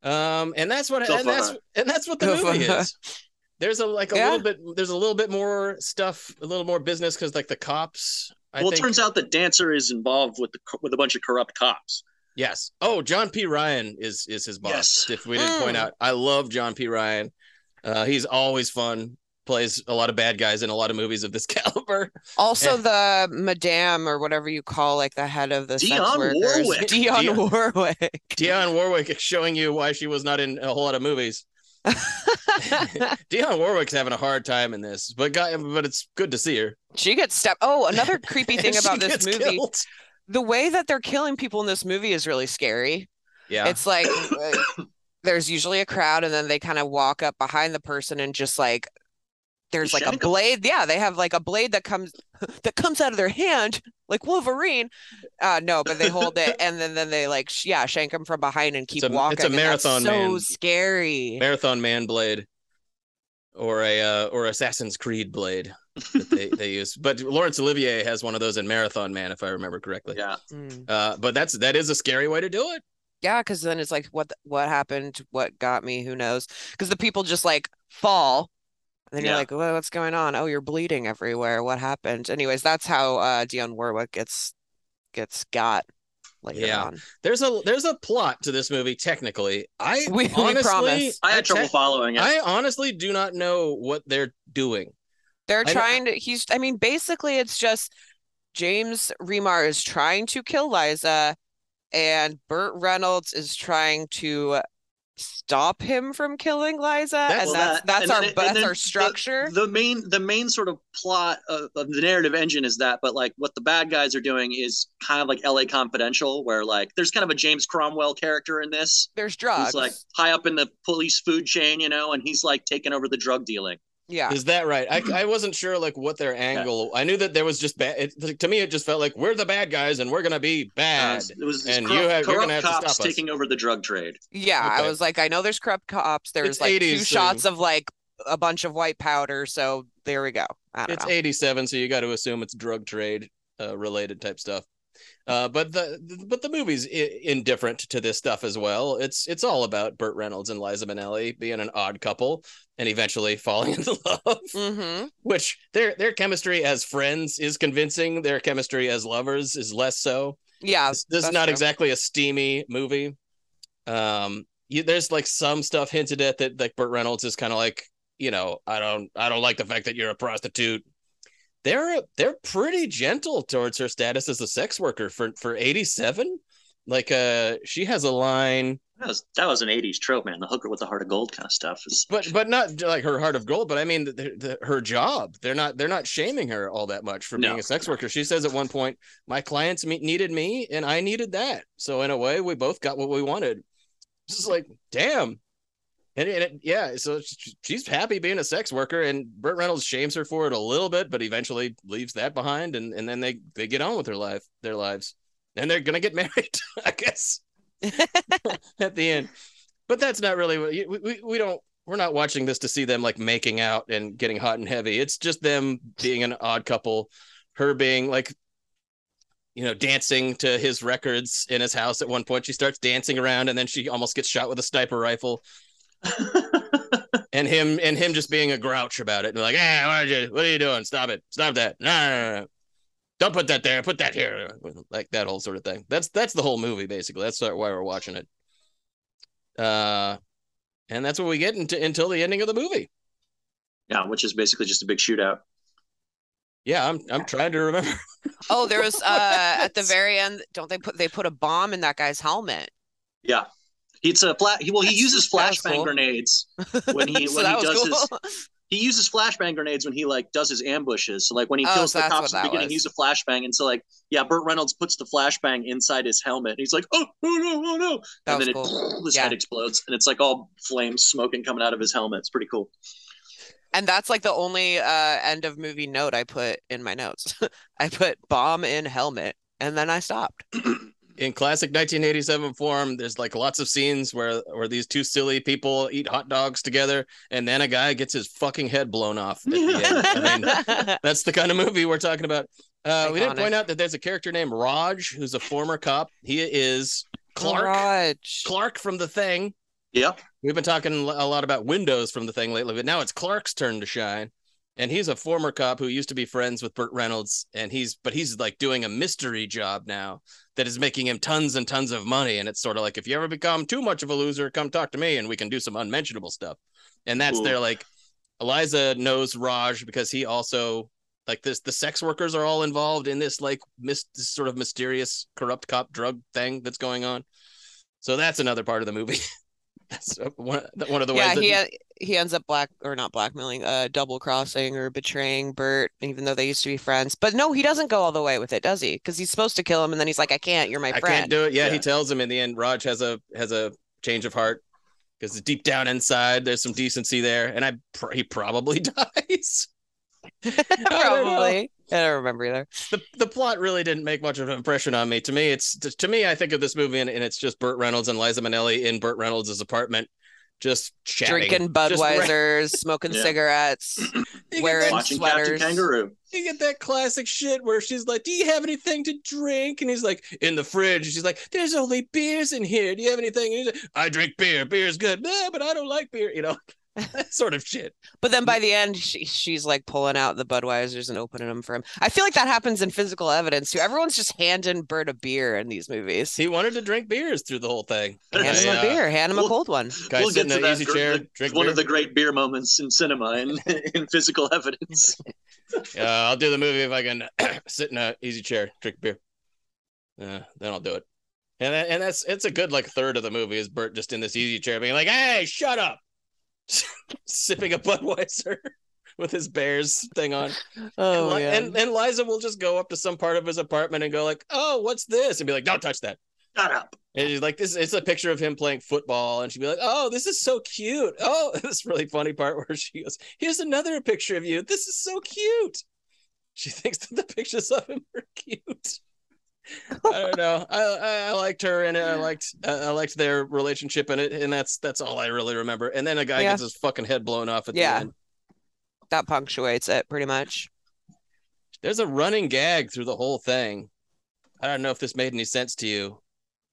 [SPEAKER 2] Um, and that's what
[SPEAKER 3] So
[SPEAKER 2] and that's
[SPEAKER 3] far.
[SPEAKER 2] and that's what the
[SPEAKER 1] So
[SPEAKER 2] movie
[SPEAKER 1] far.
[SPEAKER 2] is. There's a like a
[SPEAKER 1] Yeah.
[SPEAKER 2] little bit. There's a little bit more stuff. A little more business because like the cops. I
[SPEAKER 3] well,
[SPEAKER 2] think,
[SPEAKER 3] it turns out that Dancer is involved with the co- with a bunch of corrupt cops.
[SPEAKER 2] Yes. Oh, John P. Ryan is is his boss.
[SPEAKER 3] Yes.
[SPEAKER 2] If we didn't
[SPEAKER 1] Mm.
[SPEAKER 2] point out, I love John P. Ryan. Uh, he's always fun. Plays a lot of bad guys in a lot of movies of this caliber.
[SPEAKER 1] Also,
[SPEAKER 2] Eh.
[SPEAKER 1] the madame or whatever you call like the head of the sex
[SPEAKER 3] Dionne
[SPEAKER 1] workers,
[SPEAKER 3] Warwick.
[SPEAKER 1] Dionne
[SPEAKER 2] Dion-
[SPEAKER 1] Warwick.
[SPEAKER 2] Dionne Warwick is showing you why she was not in a whole lot of movies. Dionne Warwick's having a hard time in this, but got, but it's good to see her.
[SPEAKER 1] she gets stepped. Oh, another creepy
[SPEAKER 2] And
[SPEAKER 1] thing
[SPEAKER 2] she
[SPEAKER 1] about
[SPEAKER 2] gets
[SPEAKER 1] this movie:
[SPEAKER 2] killed.
[SPEAKER 1] the way that they're killing people in this movie is really scary.
[SPEAKER 2] Yeah.
[SPEAKER 1] It's like uh, there's usually a crowd, and then they kind of walk up behind the person and just like there's like a
[SPEAKER 3] Shank 'em.
[SPEAKER 1] blade. Yeah, they have like a blade that comes that comes out of their hand like Wolverine. Uh, no, but they hold it, and then then they like sh- yeah shank them from behind and keep
[SPEAKER 2] a- it's a
[SPEAKER 1] walking. and that's
[SPEAKER 2] marathon,
[SPEAKER 1] so
[SPEAKER 2] man.
[SPEAKER 1] scary.
[SPEAKER 2] Marathon Man Blade or a uh, or Assassin's Creed Blade that they, they use. But Laurence Olivier has one of those in Marathon Man, if I remember correctly.
[SPEAKER 3] Yeah.
[SPEAKER 1] Mm.
[SPEAKER 2] Uh, but that's that is a scary way to do it.
[SPEAKER 1] Yeah, because then it's like what th- what happened, what got me, who knows? Because the people just like fall, and then you're
[SPEAKER 3] Yeah.
[SPEAKER 1] like, well, what's going on? Oh, you're bleeding everywhere. What happened? Anyways, that's how uh Dionne Warwick gets gets got later
[SPEAKER 2] Yeah.
[SPEAKER 1] on.
[SPEAKER 2] There's a there's a plot to this movie technically. I
[SPEAKER 1] We- we
[SPEAKER 2] honestly,
[SPEAKER 1] promise.
[SPEAKER 3] I had trouble
[SPEAKER 2] tec-
[SPEAKER 3] following it.
[SPEAKER 2] I honestly do not know what they're doing.
[SPEAKER 1] They're
[SPEAKER 2] know-
[SPEAKER 1] trying to. He's. I mean, basically, it's just James Remar is trying to kill Liza, and Burt Reynolds is trying to stop him from killing Liza,
[SPEAKER 2] That's-
[SPEAKER 1] and
[SPEAKER 2] Well,
[SPEAKER 1] that's
[SPEAKER 3] that-
[SPEAKER 1] that's
[SPEAKER 3] and
[SPEAKER 1] our
[SPEAKER 3] then it- and
[SPEAKER 1] that's
[SPEAKER 3] then
[SPEAKER 1] our
[SPEAKER 3] the-
[SPEAKER 1] structure.
[SPEAKER 3] The main the main sort of plot of, of the narrative engine is that, but like what the bad guys are doing is kind of like L.A. Confidential, where like there's kind of a James Cromwell character in this.
[SPEAKER 1] There's
[SPEAKER 2] Ah,
[SPEAKER 3] He's like
[SPEAKER 1] drugs.
[SPEAKER 3] high up in the police food chain, you know, and he's like taking over the drug dealing.
[SPEAKER 1] Yeah.
[SPEAKER 2] Is that right? I, I wasn't sure like what their angle. I knew that there was just bad. It, like, to me, it just felt like we're the bad guys and we're gonna be
[SPEAKER 3] Uh,
[SPEAKER 2] bad.
[SPEAKER 3] it was these
[SPEAKER 2] And
[SPEAKER 3] corrupt,
[SPEAKER 2] you have- you're
[SPEAKER 3] corrupt
[SPEAKER 2] gonna have to
[SPEAKER 3] cops
[SPEAKER 2] stop us.
[SPEAKER 3] taking over the drug trade.
[SPEAKER 1] Yeah, I
[SPEAKER 2] Okay.
[SPEAKER 1] was like, I know there's corrupt cops. There's
[SPEAKER 2] It's
[SPEAKER 1] like
[SPEAKER 2] 80s,
[SPEAKER 1] two
[SPEAKER 2] so-
[SPEAKER 1] shots of like a bunch of white powder. So there we go. I don't
[SPEAKER 2] it's
[SPEAKER 1] know.
[SPEAKER 2] 87 so you got to assume it's drug trade uh, related type stuff uh, but the but the movie's I- indifferent to this stuff as well it's it's all about burt reynolds and liza minnelli being an odd couple and eventually falling in love
[SPEAKER 1] Mm-hmm.
[SPEAKER 2] which their their chemistry as friends is convincing their chemistry as lovers is less so
[SPEAKER 1] Yeah.
[SPEAKER 2] this, this is
[SPEAKER 1] that's
[SPEAKER 2] not
[SPEAKER 1] true.
[SPEAKER 2] exactly a steamy movie. Um, you, there's like some stuff hinted at that like Burt Reynolds is kind of like, you know, I don't, I don't like the fact that you're a prostitute. They're they're pretty gentle towards her status as a sex worker for for 87. Like, uh, she has a line,
[SPEAKER 3] That was that was an '80s trope, man. The hooker with the heart of gold kind of stuff. It's-
[SPEAKER 2] but but not like her heart of gold. But I mean, the, the, her job. They're not they're not shaming her all that much for
[SPEAKER 3] No.
[SPEAKER 2] being a sex worker. She says at one point, "My clients me- needed me, and I needed that. So in a way, we both got what we wanted." It's just like, damn. And, and it, yeah, so sh- she's happy being a sex worker, and Burt Reynolds shames her for it a little bit, but eventually leaves that behind, and, and then they they get on with their life, their lives, and they're gonna get married, I guess, at the end. But that's not really what we, we we don't we're not watching this to see them like making out and getting hot and heavy. It's just them being an odd couple, her being like you know, dancing to his records in his house at one point. She starts dancing around and then she almost gets shot with a sniper rifle. and him and him just being a grouch about it and like, hey, what are you, what are you doing? Stop it. Stop that. No, no, no, no. Don't put that there. Put that here. Like that whole sort of thing. That's that's the whole movie basically. That's why we're watching it. Uh and that's what we get into, until the ending of the movie.
[SPEAKER 3] yeah, which is basically just a big shootout.
[SPEAKER 2] Yeah, I'm I'm trying to remember.
[SPEAKER 1] Oh, there was uh at the
[SPEAKER 2] happens?
[SPEAKER 1] very end, don't they put they put a bomb in that guy's helmet?
[SPEAKER 3] Yeah, he's a flat. He, well, he uses
[SPEAKER 1] That was
[SPEAKER 3] flashbang
[SPEAKER 1] cool.
[SPEAKER 3] grenades when he
[SPEAKER 1] So
[SPEAKER 3] when
[SPEAKER 1] that
[SPEAKER 3] he
[SPEAKER 1] was
[SPEAKER 3] does his
[SPEAKER 1] cool.
[SPEAKER 3] he uses flashbang grenades when he like does his ambushes. So like when he
[SPEAKER 1] Oh,
[SPEAKER 3] kills
[SPEAKER 1] so
[SPEAKER 3] the
[SPEAKER 1] that's
[SPEAKER 3] cops
[SPEAKER 1] what
[SPEAKER 3] at
[SPEAKER 1] that
[SPEAKER 3] the beginning,
[SPEAKER 1] was.
[SPEAKER 3] he uses a flashbang, and so like yeah, Burt Reynolds puts the flashbang inside his helmet, and he's like, oh, oh no, oh no,
[SPEAKER 1] That
[SPEAKER 3] and
[SPEAKER 1] was
[SPEAKER 3] then
[SPEAKER 1] cool.
[SPEAKER 3] it, his
[SPEAKER 1] Yeah.
[SPEAKER 3] head explodes, and it's like all flames, smoking coming out of his helmet. It's pretty cool.
[SPEAKER 1] And that's like the only uh end of movie note I put in my notes. I put bomb in helmet and then I stopped.
[SPEAKER 2] in classic 1987 form there's like lots of scenes where where these two silly people eat hot dogs together and then a guy gets his fucking head blown off at the end. I mean, that's the kind of movie we're talking about uh, we didn't
[SPEAKER 1] Iconic.
[SPEAKER 2] point out that there's a character named raj who's a former cop he is clark
[SPEAKER 1] Raj.
[SPEAKER 2] clark from the thing
[SPEAKER 3] Yep.
[SPEAKER 2] we've been talking a lot about windows from the thing lately but now it's clark's turn to shine and he's a former cop who used to be friends with Burt Reynolds, and he's but he's like doing a mystery job now that is making him tons and tons of money. And it's sort of like if you ever become too much of a loser, come talk to me, and we can do some unmentionable stuff. And that's
[SPEAKER 3] Cool.
[SPEAKER 2] their like Eliza knows Raj because he also like this the sex workers are all involved in this like mis- this sort of mysterious corrupt cop drug thing that's going on. So that's another part of the movie. that's uh, one one of the
[SPEAKER 1] Yeah,
[SPEAKER 2] ways
[SPEAKER 1] he
[SPEAKER 2] that
[SPEAKER 1] en- he ends up black or not blackmailing, uh double crossing or betraying Bert, even though they used to be friends. But no, he doesn't go all the way with it, does he? Because he's supposed to kill him and then he's like, I can't, you're my
[SPEAKER 2] I
[SPEAKER 1] friend.
[SPEAKER 2] can't do it. Yeah, he
[SPEAKER 3] Yeah.
[SPEAKER 2] tells him in the end. Raj has a has a change of heart because deep down inside, there's some decency there, and I pr- he probably dies. don't know.
[SPEAKER 1] Probably. I don't remember either.
[SPEAKER 2] the The plot really didn't make much of an impression on me. To me, it's to, me, I think of this movie and, and it's just Burt Reynolds and Liza Minnelli in Burt Reynolds' apartment, just chatting.
[SPEAKER 1] Drinking
[SPEAKER 2] Just ra-
[SPEAKER 1] Budweisers, smoking
[SPEAKER 3] Yeah.
[SPEAKER 1] cigarettes,
[SPEAKER 2] You get
[SPEAKER 1] wearing
[SPEAKER 2] that-
[SPEAKER 3] Watching
[SPEAKER 1] sweaters.
[SPEAKER 3] Captain Kangaroo.
[SPEAKER 2] you get that classic shit where she's like, "Do you have anything to drink?" And he's like, "In the fridge." And she's like, "There's only beers in here. Do you have anything?" And he's like, "I drink beer. Beer's good, Nah, but I don't like beer." You know, that sort of shit.
[SPEAKER 1] But then by the end, she, she's like pulling out the Budweisers and opening them for him. I feel like that happens in physical evidence too. Everyone's just handing Bert a beer in these movies.
[SPEAKER 2] He wanted to drink beers through the whole thing.
[SPEAKER 1] Hand
[SPEAKER 2] Guy,
[SPEAKER 1] him a
[SPEAKER 2] uh,
[SPEAKER 1] beer, hand him a
[SPEAKER 3] Well-
[SPEAKER 1] cold one.
[SPEAKER 2] Guy
[SPEAKER 3] we'll
[SPEAKER 2] sitting
[SPEAKER 3] get to
[SPEAKER 2] in an
[SPEAKER 3] that.
[SPEAKER 2] easy
[SPEAKER 3] gr-
[SPEAKER 2] chair,
[SPEAKER 3] the-
[SPEAKER 2] drink
[SPEAKER 3] one
[SPEAKER 2] beer.
[SPEAKER 3] of the great beer moments in cinema and in physical evidence.
[SPEAKER 2] Uh, I'll do the movie if I can sit in an easy chair, drink beer. Uh, then I'll do it. And that, and that's it's a good like third of the movie is Bert just in this easy chair being like, "Hey, shut up," sipping a Budweiser with his bears thing on.
[SPEAKER 1] Oh,
[SPEAKER 2] and, Li-
[SPEAKER 1] yeah.
[SPEAKER 2] and and Liza will just go up to some part of his apartment and go like, "Oh, what's this?" and be like, "Don't touch that."
[SPEAKER 3] Shut up.
[SPEAKER 2] And she's like, this it's a picture of him playing football. And she'd be like, Oh, this is so cute. Oh, this really funny part where she goes, Here's another picture of you. This is so cute. She thinks that the pictures of him are cute. I don't know. I, I I liked her and I liked uh, I liked their relationship in it, and that's that's all I really remember. And then a guy
[SPEAKER 1] Yeah.
[SPEAKER 2] gets his fucking head blown off at
[SPEAKER 1] Yeah.
[SPEAKER 2] the end.
[SPEAKER 1] that punctuates it pretty much.
[SPEAKER 2] There's a running gag through the whole thing. I don't know if this made any sense to you,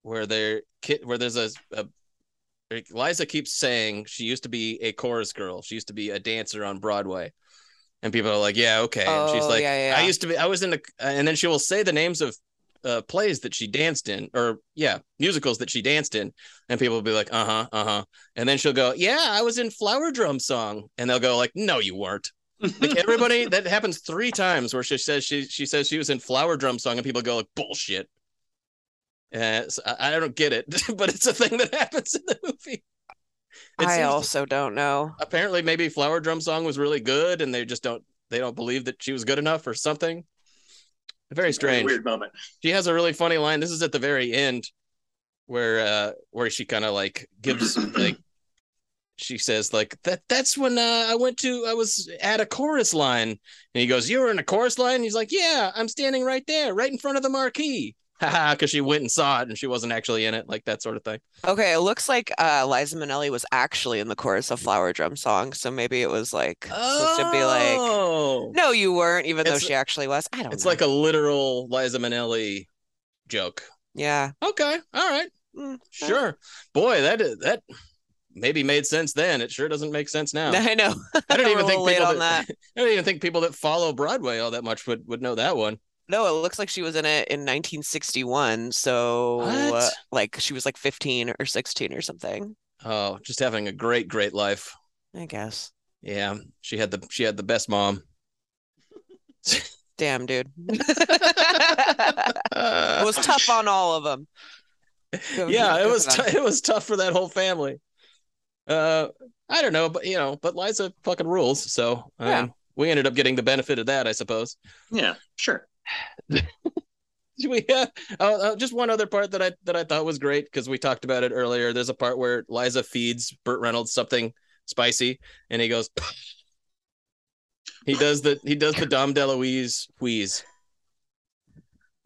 [SPEAKER 2] where there kid where there's a, a like, Liza keeps saying she used to be a chorus girl. She used to be a dancer on Broadway, and people are like, "Yeah, okay." and she's
[SPEAKER 1] Oh,
[SPEAKER 2] like,
[SPEAKER 1] yeah, yeah,
[SPEAKER 2] "I
[SPEAKER 1] yeah.
[SPEAKER 2] used to be. I was in a," and then she will say the names of uh, plays that she danced in, or yeah, musicals that she danced in, and people will be like, "Uh huh, uh huh," and then she'll go, "Yeah, I was in Flower Drum Song," and they'll go like, "No, you weren't." like everybody that happens three times where she says she she says she was in flower drum song and people go like bullshit uh, so I, I don't get it but it's a thing that happens in the movie it
[SPEAKER 1] I
[SPEAKER 2] seems-
[SPEAKER 1] also don't know.
[SPEAKER 2] apparently maybe flower drum song was really good and they just don't they don't believe that she was good enough or something very strange
[SPEAKER 3] Weird moment.
[SPEAKER 2] she has a really funny line this is at the very end where uh where she kind of like gives like she says like that that's when uh, i went to i was at a chorus line and he goes you were in a chorus line he's like yeah i'm standing right there right in front of the marquee haha because she went and saw it and she wasn't actually in it like that sort of thing
[SPEAKER 1] Okay, it looks like uh, Liza Minnelli was actually in the chorus of Flower Drum Song, so maybe it was like supposed to be like,
[SPEAKER 2] Oh.
[SPEAKER 1] no, you weren't, even though
[SPEAKER 2] It's-
[SPEAKER 1] she actually was. I don't
[SPEAKER 2] it's
[SPEAKER 1] know.
[SPEAKER 2] like a literal liza minnelli joke
[SPEAKER 1] yeah,
[SPEAKER 2] okay all right
[SPEAKER 1] Mm,
[SPEAKER 2] sure boy that that maybe made sense then it sure doesn't make sense now
[SPEAKER 1] I know.
[SPEAKER 2] I don't
[SPEAKER 1] We're
[SPEAKER 2] even
[SPEAKER 1] a
[SPEAKER 2] think
[SPEAKER 1] little late
[SPEAKER 2] people
[SPEAKER 1] on
[SPEAKER 2] that, I don't even think people that follow Broadway all that much would would know that one.
[SPEAKER 1] No, it looks like she was in it in 1961. So,
[SPEAKER 2] What?
[SPEAKER 1] uh, like, she was like 15 or 16 or something,
[SPEAKER 2] Oh, just having a great great life.
[SPEAKER 1] I guess.
[SPEAKER 2] Yeah, she had the she had the best mom.
[SPEAKER 1] Damn, dude. It
[SPEAKER 2] Uh,
[SPEAKER 1] was tough on all of them.
[SPEAKER 2] yeah, it was t- it was tough for that whole family. Uh, I don't know, but you know, but Liza fucking rules. So um, yeah. we ended up getting the benefit of that, I suppose.
[SPEAKER 3] Yeah, sure.
[SPEAKER 2] we uh, oh, oh, just one other part that I that I thought was great because we talked about it earlier. There's a part where Liza feeds Burt Reynolds something spicy, and he goes. he does the he does the Dom DeLuise wheeze.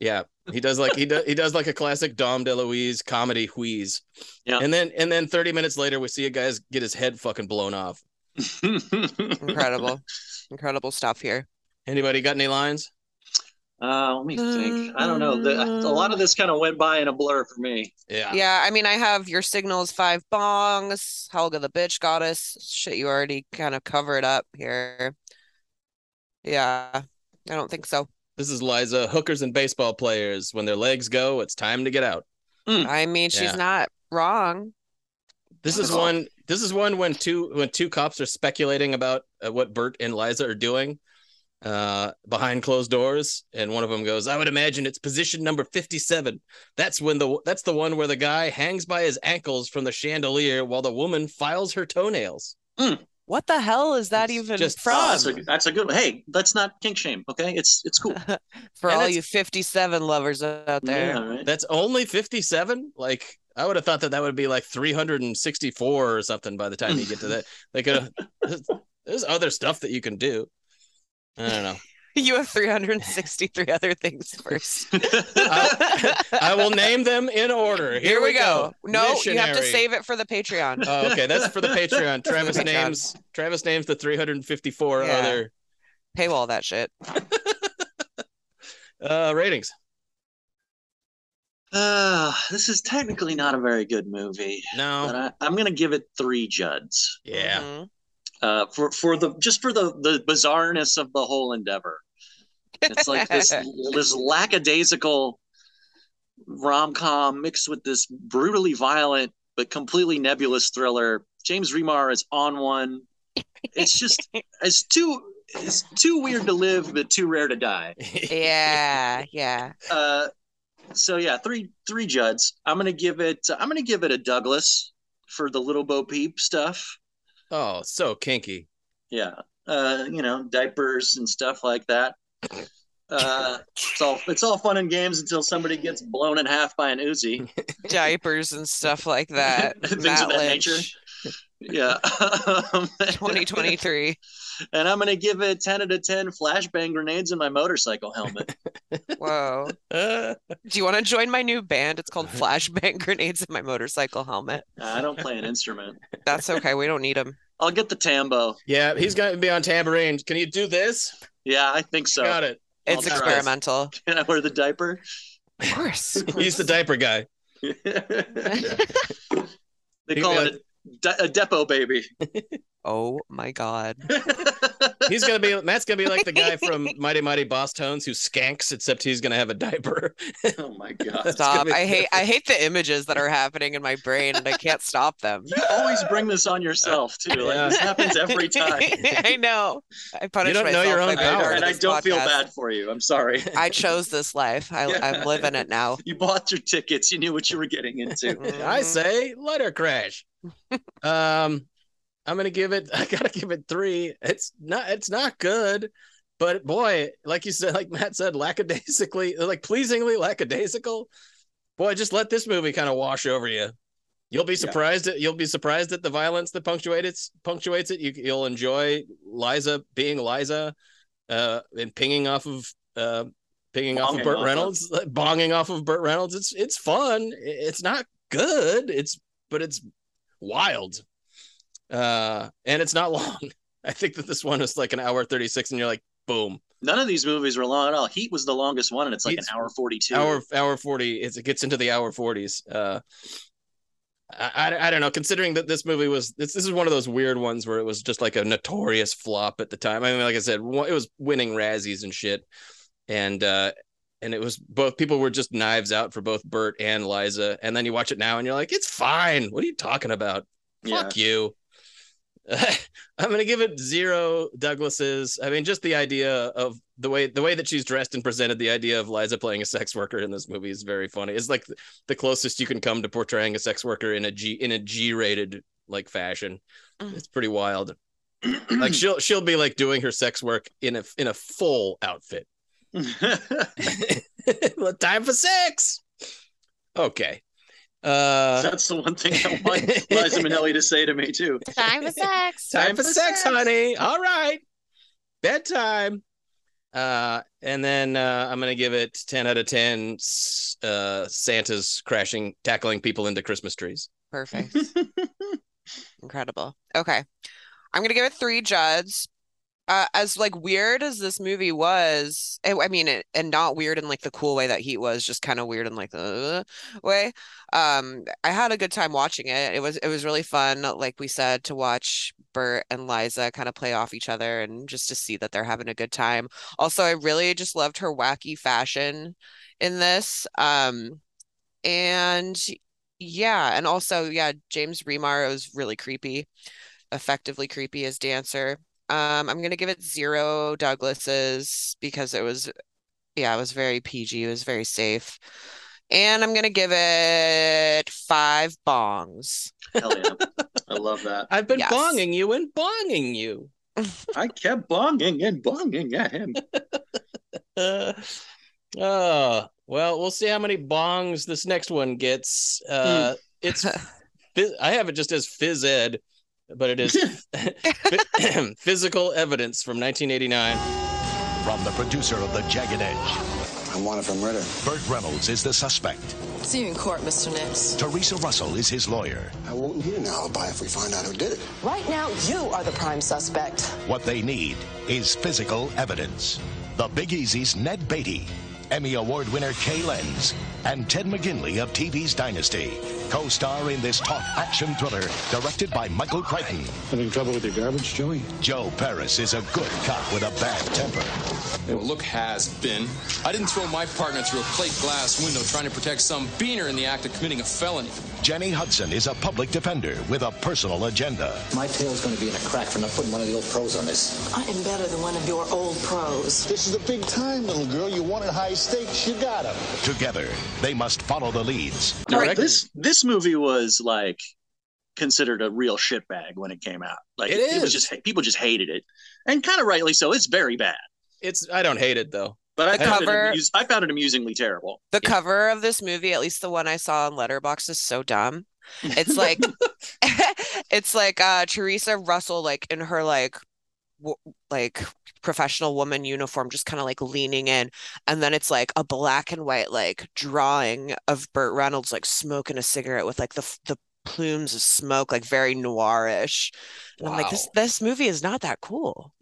[SPEAKER 2] Yeah, he does like he does he does like a classic Dom DeLuise comedy wheeze. Yeah, and then and then 30 minutes later, we see a guy's get his head fucking blown off.
[SPEAKER 1] incredible, incredible stuff here.
[SPEAKER 2] Anybody got any lines?
[SPEAKER 3] Uh, let me think. I don't know. The, a lot of this kind of went by in a blur for me.
[SPEAKER 2] Yeah.
[SPEAKER 1] Yeah. I mean, I have your signals, five bongs, Helga the bitch goddess. Shit, you already kind of covered up here. Yeah. I don't think so.
[SPEAKER 2] This is Liza. Hookers and baseball players. When their legs go, it's time to get out.
[SPEAKER 1] Mm. I mean, she's yeah. not wrong.
[SPEAKER 2] This is one. This is one when two when two cops are speculating about uh, what Bert and Liza are doing uh, behind closed doors, and one of them goes, "I would imagine it's position number fifty-seven. That's when the that's the one where the guy hangs by his ankles from the chandelier while the woman files her toenails."
[SPEAKER 1] Mm. What the hell is that it's even just from?
[SPEAKER 3] Oh, that's, a, that's, a, good one. Hey, that's not kink shame. Okay, it's it's cool
[SPEAKER 1] for and all you fifty-seven lovers out there.
[SPEAKER 2] Yeah, right? That's only fifty-seven. Like I would have thought that that would be like three hundred and sixty-four or something by the time you get to that. They could. There's other stuff that you can do. I don't know.
[SPEAKER 1] You have 363 other things first.
[SPEAKER 2] I, I will name them in order. Here,
[SPEAKER 1] Here
[SPEAKER 2] we,
[SPEAKER 1] go.
[SPEAKER 2] go.
[SPEAKER 1] No, Missionary. you have to save it for the Patreon.
[SPEAKER 2] Oh, okay, that's for the Patreon. Travis the Patreon. names Travis names the 354 yeah. other
[SPEAKER 1] paywall that shit.
[SPEAKER 2] uh, ratings.
[SPEAKER 3] Uh, this is technically not a very good movie.
[SPEAKER 1] Oh.
[SPEAKER 2] No,
[SPEAKER 3] I, am gonna give it three Juds.
[SPEAKER 2] Yeah. Mm-hmm.
[SPEAKER 3] Uh, for for the just for the the bizarreness of the whole endeavor. It's like this this lackadaisical rom com mixed with this brutally violent but completely nebulous thriller. James Remar is on one. It's just it's too it's too weird to live but too rare to die.
[SPEAKER 1] Yeah, yeah.
[SPEAKER 3] Uh, so yeah, three three Judds. I'm gonna give it. I'm gonna give it a Douglas for the little Bo Peep stuff.
[SPEAKER 2] Oh, so kinky.
[SPEAKER 3] Yeah. Uh, you know, diapers and stuff like that. Uh, it's all it's all fun and games until somebody gets blown in half by an Uzi.
[SPEAKER 1] diapers and stuff like that.
[SPEAKER 3] Things Matt of that Lynch. nature. Yeah.
[SPEAKER 1] 2023.
[SPEAKER 3] And I'm gonna give it 10 out of 10 flashbang grenades in my motorcycle helmet.
[SPEAKER 1] Whoa. Do you want to join my new band? It's called Flashbang Grenades in My Motorcycle Helmet.
[SPEAKER 3] I don't play an instrument.
[SPEAKER 1] That's okay. We don't need them.
[SPEAKER 3] I'll get the tambo.
[SPEAKER 2] Yeah, he's gonna be on tambourine. Can you do this?
[SPEAKER 3] Yeah, I think so.
[SPEAKER 2] Got it.
[SPEAKER 1] It's I'll experimental.
[SPEAKER 3] Can I wear the diaper?
[SPEAKER 1] Of course. Of course.
[SPEAKER 2] He's the diaper guy.
[SPEAKER 3] they call he, it a- De- a depot baby.
[SPEAKER 1] oh my god.
[SPEAKER 2] he's gonna be Matt's gonna be like the guy from Mighty Mighty Boss Tones who skanks, except he's gonna have a diaper.
[SPEAKER 3] oh my god.
[SPEAKER 1] Stop. I hate I hate the images that are happening in my brain and I can't stop them.
[SPEAKER 3] You always bring this on yourself too. Like, yeah. This happens every time.
[SPEAKER 1] I know. I punish
[SPEAKER 2] you don't
[SPEAKER 1] myself
[SPEAKER 2] know your own power.
[SPEAKER 3] And I don't podcast. feel bad for you. I'm sorry.
[SPEAKER 1] I chose this life. I, yeah. I'm living it now.
[SPEAKER 3] You bought your tickets. You knew what you were getting into.
[SPEAKER 2] Mm-hmm. I say, let her crash. um i'm gonna give it i gotta give it three it's not it's not good but boy like you said like matt said lackadaisically like pleasingly lackadaisical boy just let this movie kind of wash over you you'll be surprised yeah. at you'll be surprised at the violence that punctuates punctuates it you, you'll enjoy liza being liza uh and pinging off of uh pinging bonging off of burt off reynolds of- bonging off of burt reynolds it's it's fun it's not good it's but it's wild. Uh, and it's not long. I think that this one is like an hour 36, and you're like, boom.
[SPEAKER 3] None of these movies were long at all. Heat was the longest one, and it's like Heat's an hour 42.
[SPEAKER 2] Hour, hour 40. it gets into the hour 40s. Uh, I, I, I, don't know. Considering that this movie was this, this is one of those weird ones where it was just like a notorious flop at the time. I mean, like I said, it was winning Razzies and shit, and uh, and it was both people were just knives out for both Bert and Liza. And then you watch it now and you're like, it's fine. What are you talking about? Yeah. Fuck you. I'm gonna give it zero Douglases. I mean, just the idea of the way the way that she's dressed and presented, the idea of Liza playing a sex worker in this movie is very funny. It's like the closest you can come to portraying a sex worker in a G in a G rated like fashion. It's pretty wild. like she'll she'll be like doing her sex work in a in a full outfit. Time for sex. Okay. Uh,
[SPEAKER 3] That's the one thing I want Liza Minnelli to say to me too.
[SPEAKER 13] Time
[SPEAKER 1] Mm.
[SPEAKER 13] for sex.
[SPEAKER 2] Time, for, sex, honey. All right. Bedtime. Uh, and then uh, I'm gonna give it 10 out of 10. s- Uh, Santa's crashing, tackling people into Christmas trees.
[SPEAKER 1] Perfect. Incredible. Okay. I'm gonna give it three Judds. Uh, as like weird as this movie was, I, I mean, it, and not weird in like the cool way that Heat was, just kind of weird in like the uh, way. Um, I had a good time watching it. It was it was really fun, like we said, to watch Bert and Liza kind of play off each other and just to see that they're having a good time. Also, I really just loved her wacky fashion in this. Um, and yeah, and also yeah, James Remar was really creepy effectively creepy as dancer. Um, I'm gonna give it zero Douglases because it was, yeah, it was very PG. It was very safe, and I'm gonna give it five bongs.
[SPEAKER 3] Hell yeah. I love that.
[SPEAKER 2] I've been
[SPEAKER 1] Yes.
[SPEAKER 2] bonging you and bonging you.
[SPEAKER 3] I kept bonging and bonging at him.
[SPEAKER 2] Uh, uh, well, we'll see how many bongs this next one gets. Uh, it's phys- I have it just as phys ed, but it is phy- physical evidence from 1989.
[SPEAKER 14] From the producer of The Jagged Edge. I'm wanted for murder. Burt Reynolds is the suspect.
[SPEAKER 15] See you in court, Mr. Nips.
[SPEAKER 14] Teresa Russell is his lawyer.
[SPEAKER 7] I won't need an alibi if we find out who did it.
[SPEAKER 15] Right now, you are the prime suspect.
[SPEAKER 14] What they need is physical evidence. The Big Easy's Ned Beatty, Emmy Award winner Kay Lenz, and Ted McGinley of TV's Dynasty co star in this talk action thriller directed by Michael Crichton.
[SPEAKER 10] Having trouble with your garbage, Joey?
[SPEAKER 14] Joe Paris is a good cop with a bad temper.
[SPEAKER 16] Well, look has been. I didn't throw my partner through a plate glass window trying to protect some beaner in the act of committing a felony.
[SPEAKER 14] Jenny Hudson is a public defender with a personal agenda.
[SPEAKER 17] My tail's going to be in a crack for not putting one of the old pros on this.
[SPEAKER 15] I am better than one of your old pros.
[SPEAKER 17] This is the big time, little girl. You wanted high stakes, you got 'em.
[SPEAKER 14] Together, they must follow the leads.
[SPEAKER 3] All right, this this movie was like considered a real shitbag when it came out. Like
[SPEAKER 2] It is.
[SPEAKER 3] was just people just hated it, and kind of rightly so. It's very bad,
[SPEAKER 2] It's I don't hate it though.
[SPEAKER 3] but I
[SPEAKER 1] The
[SPEAKER 3] found,
[SPEAKER 1] cover-
[SPEAKER 3] it amuse- I found it amusingly terrible.
[SPEAKER 1] The cover of this movie, at least the one I saw on Letterboxd, is so dumb. It's like, it's like uh Teresa Russell, like in her like, w like professional woman uniform, just kind of like leaning in, and then it's like a black and white like drawing of Burt Reynolds like smoking a cigarette with like the f- the plumes of smoke, like very noirish. And I'm like, this
[SPEAKER 2] Wow.
[SPEAKER 1] this movie is not that cool.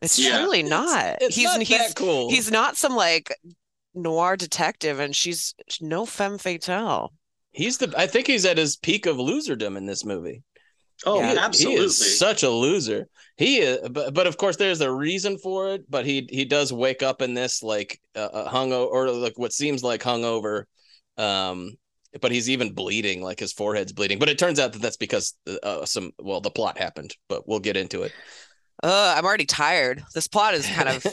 [SPEAKER 1] It's
[SPEAKER 2] Yeah.
[SPEAKER 1] truly not.
[SPEAKER 2] It's
[SPEAKER 1] he's
[SPEAKER 2] not
[SPEAKER 1] he's
[SPEAKER 2] that cool.
[SPEAKER 1] he's not some like noir detective and she's no femme fatale.
[SPEAKER 2] He's the I think he's at his peak of loserdom in this movie.
[SPEAKER 3] Oh,
[SPEAKER 2] He- He
[SPEAKER 3] absolutely.
[SPEAKER 2] is such a loser. He is, but, but of course there's a reason for it. But he he does wake up in this like uh, hungover or like what seems like hungover, um. But he's even bleeding, like his forehead's bleeding. But it turns out that that's because uh, some well the plot happened. But we'll get into it.
[SPEAKER 1] Ugh, I'm already tired. This plot is kind of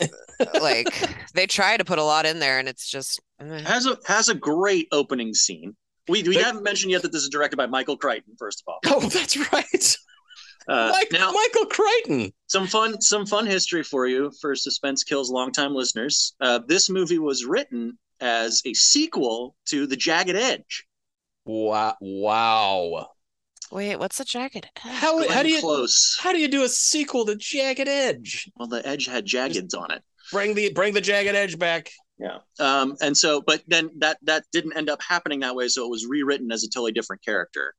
[SPEAKER 1] like they try to put a lot in there and it's just eh.
[SPEAKER 3] Has a has a great opening scene. We we haven't mentioned yet that this is directed by Michael Crichton. First of all,
[SPEAKER 2] Oh, that's right,
[SPEAKER 3] uh,
[SPEAKER 2] Mike,
[SPEAKER 3] now
[SPEAKER 2] Michael Crichton.
[SPEAKER 3] some fun some fun history for you for Suspense Kills longtime listeners. Uh, this movie was written as a sequel to The Jagged Edge.
[SPEAKER 2] Wow, wow.
[SPEAKER 1] wait, what's the jacket?
[SPEAKER 2] How how do you
[SPEAKER 3] close?
[SPEAKER 2] how do you do a sequel to Jagged Edge?
[SPEAKER 3] Well, the edge had jaggeds on it.
[SPEAKER 2] Bring the bring the Jagged Edge back.
[SPEAKER 3] Yeah. Um, and so, but then that that didn't end up happening that way. So it was rewritten as a totally different character.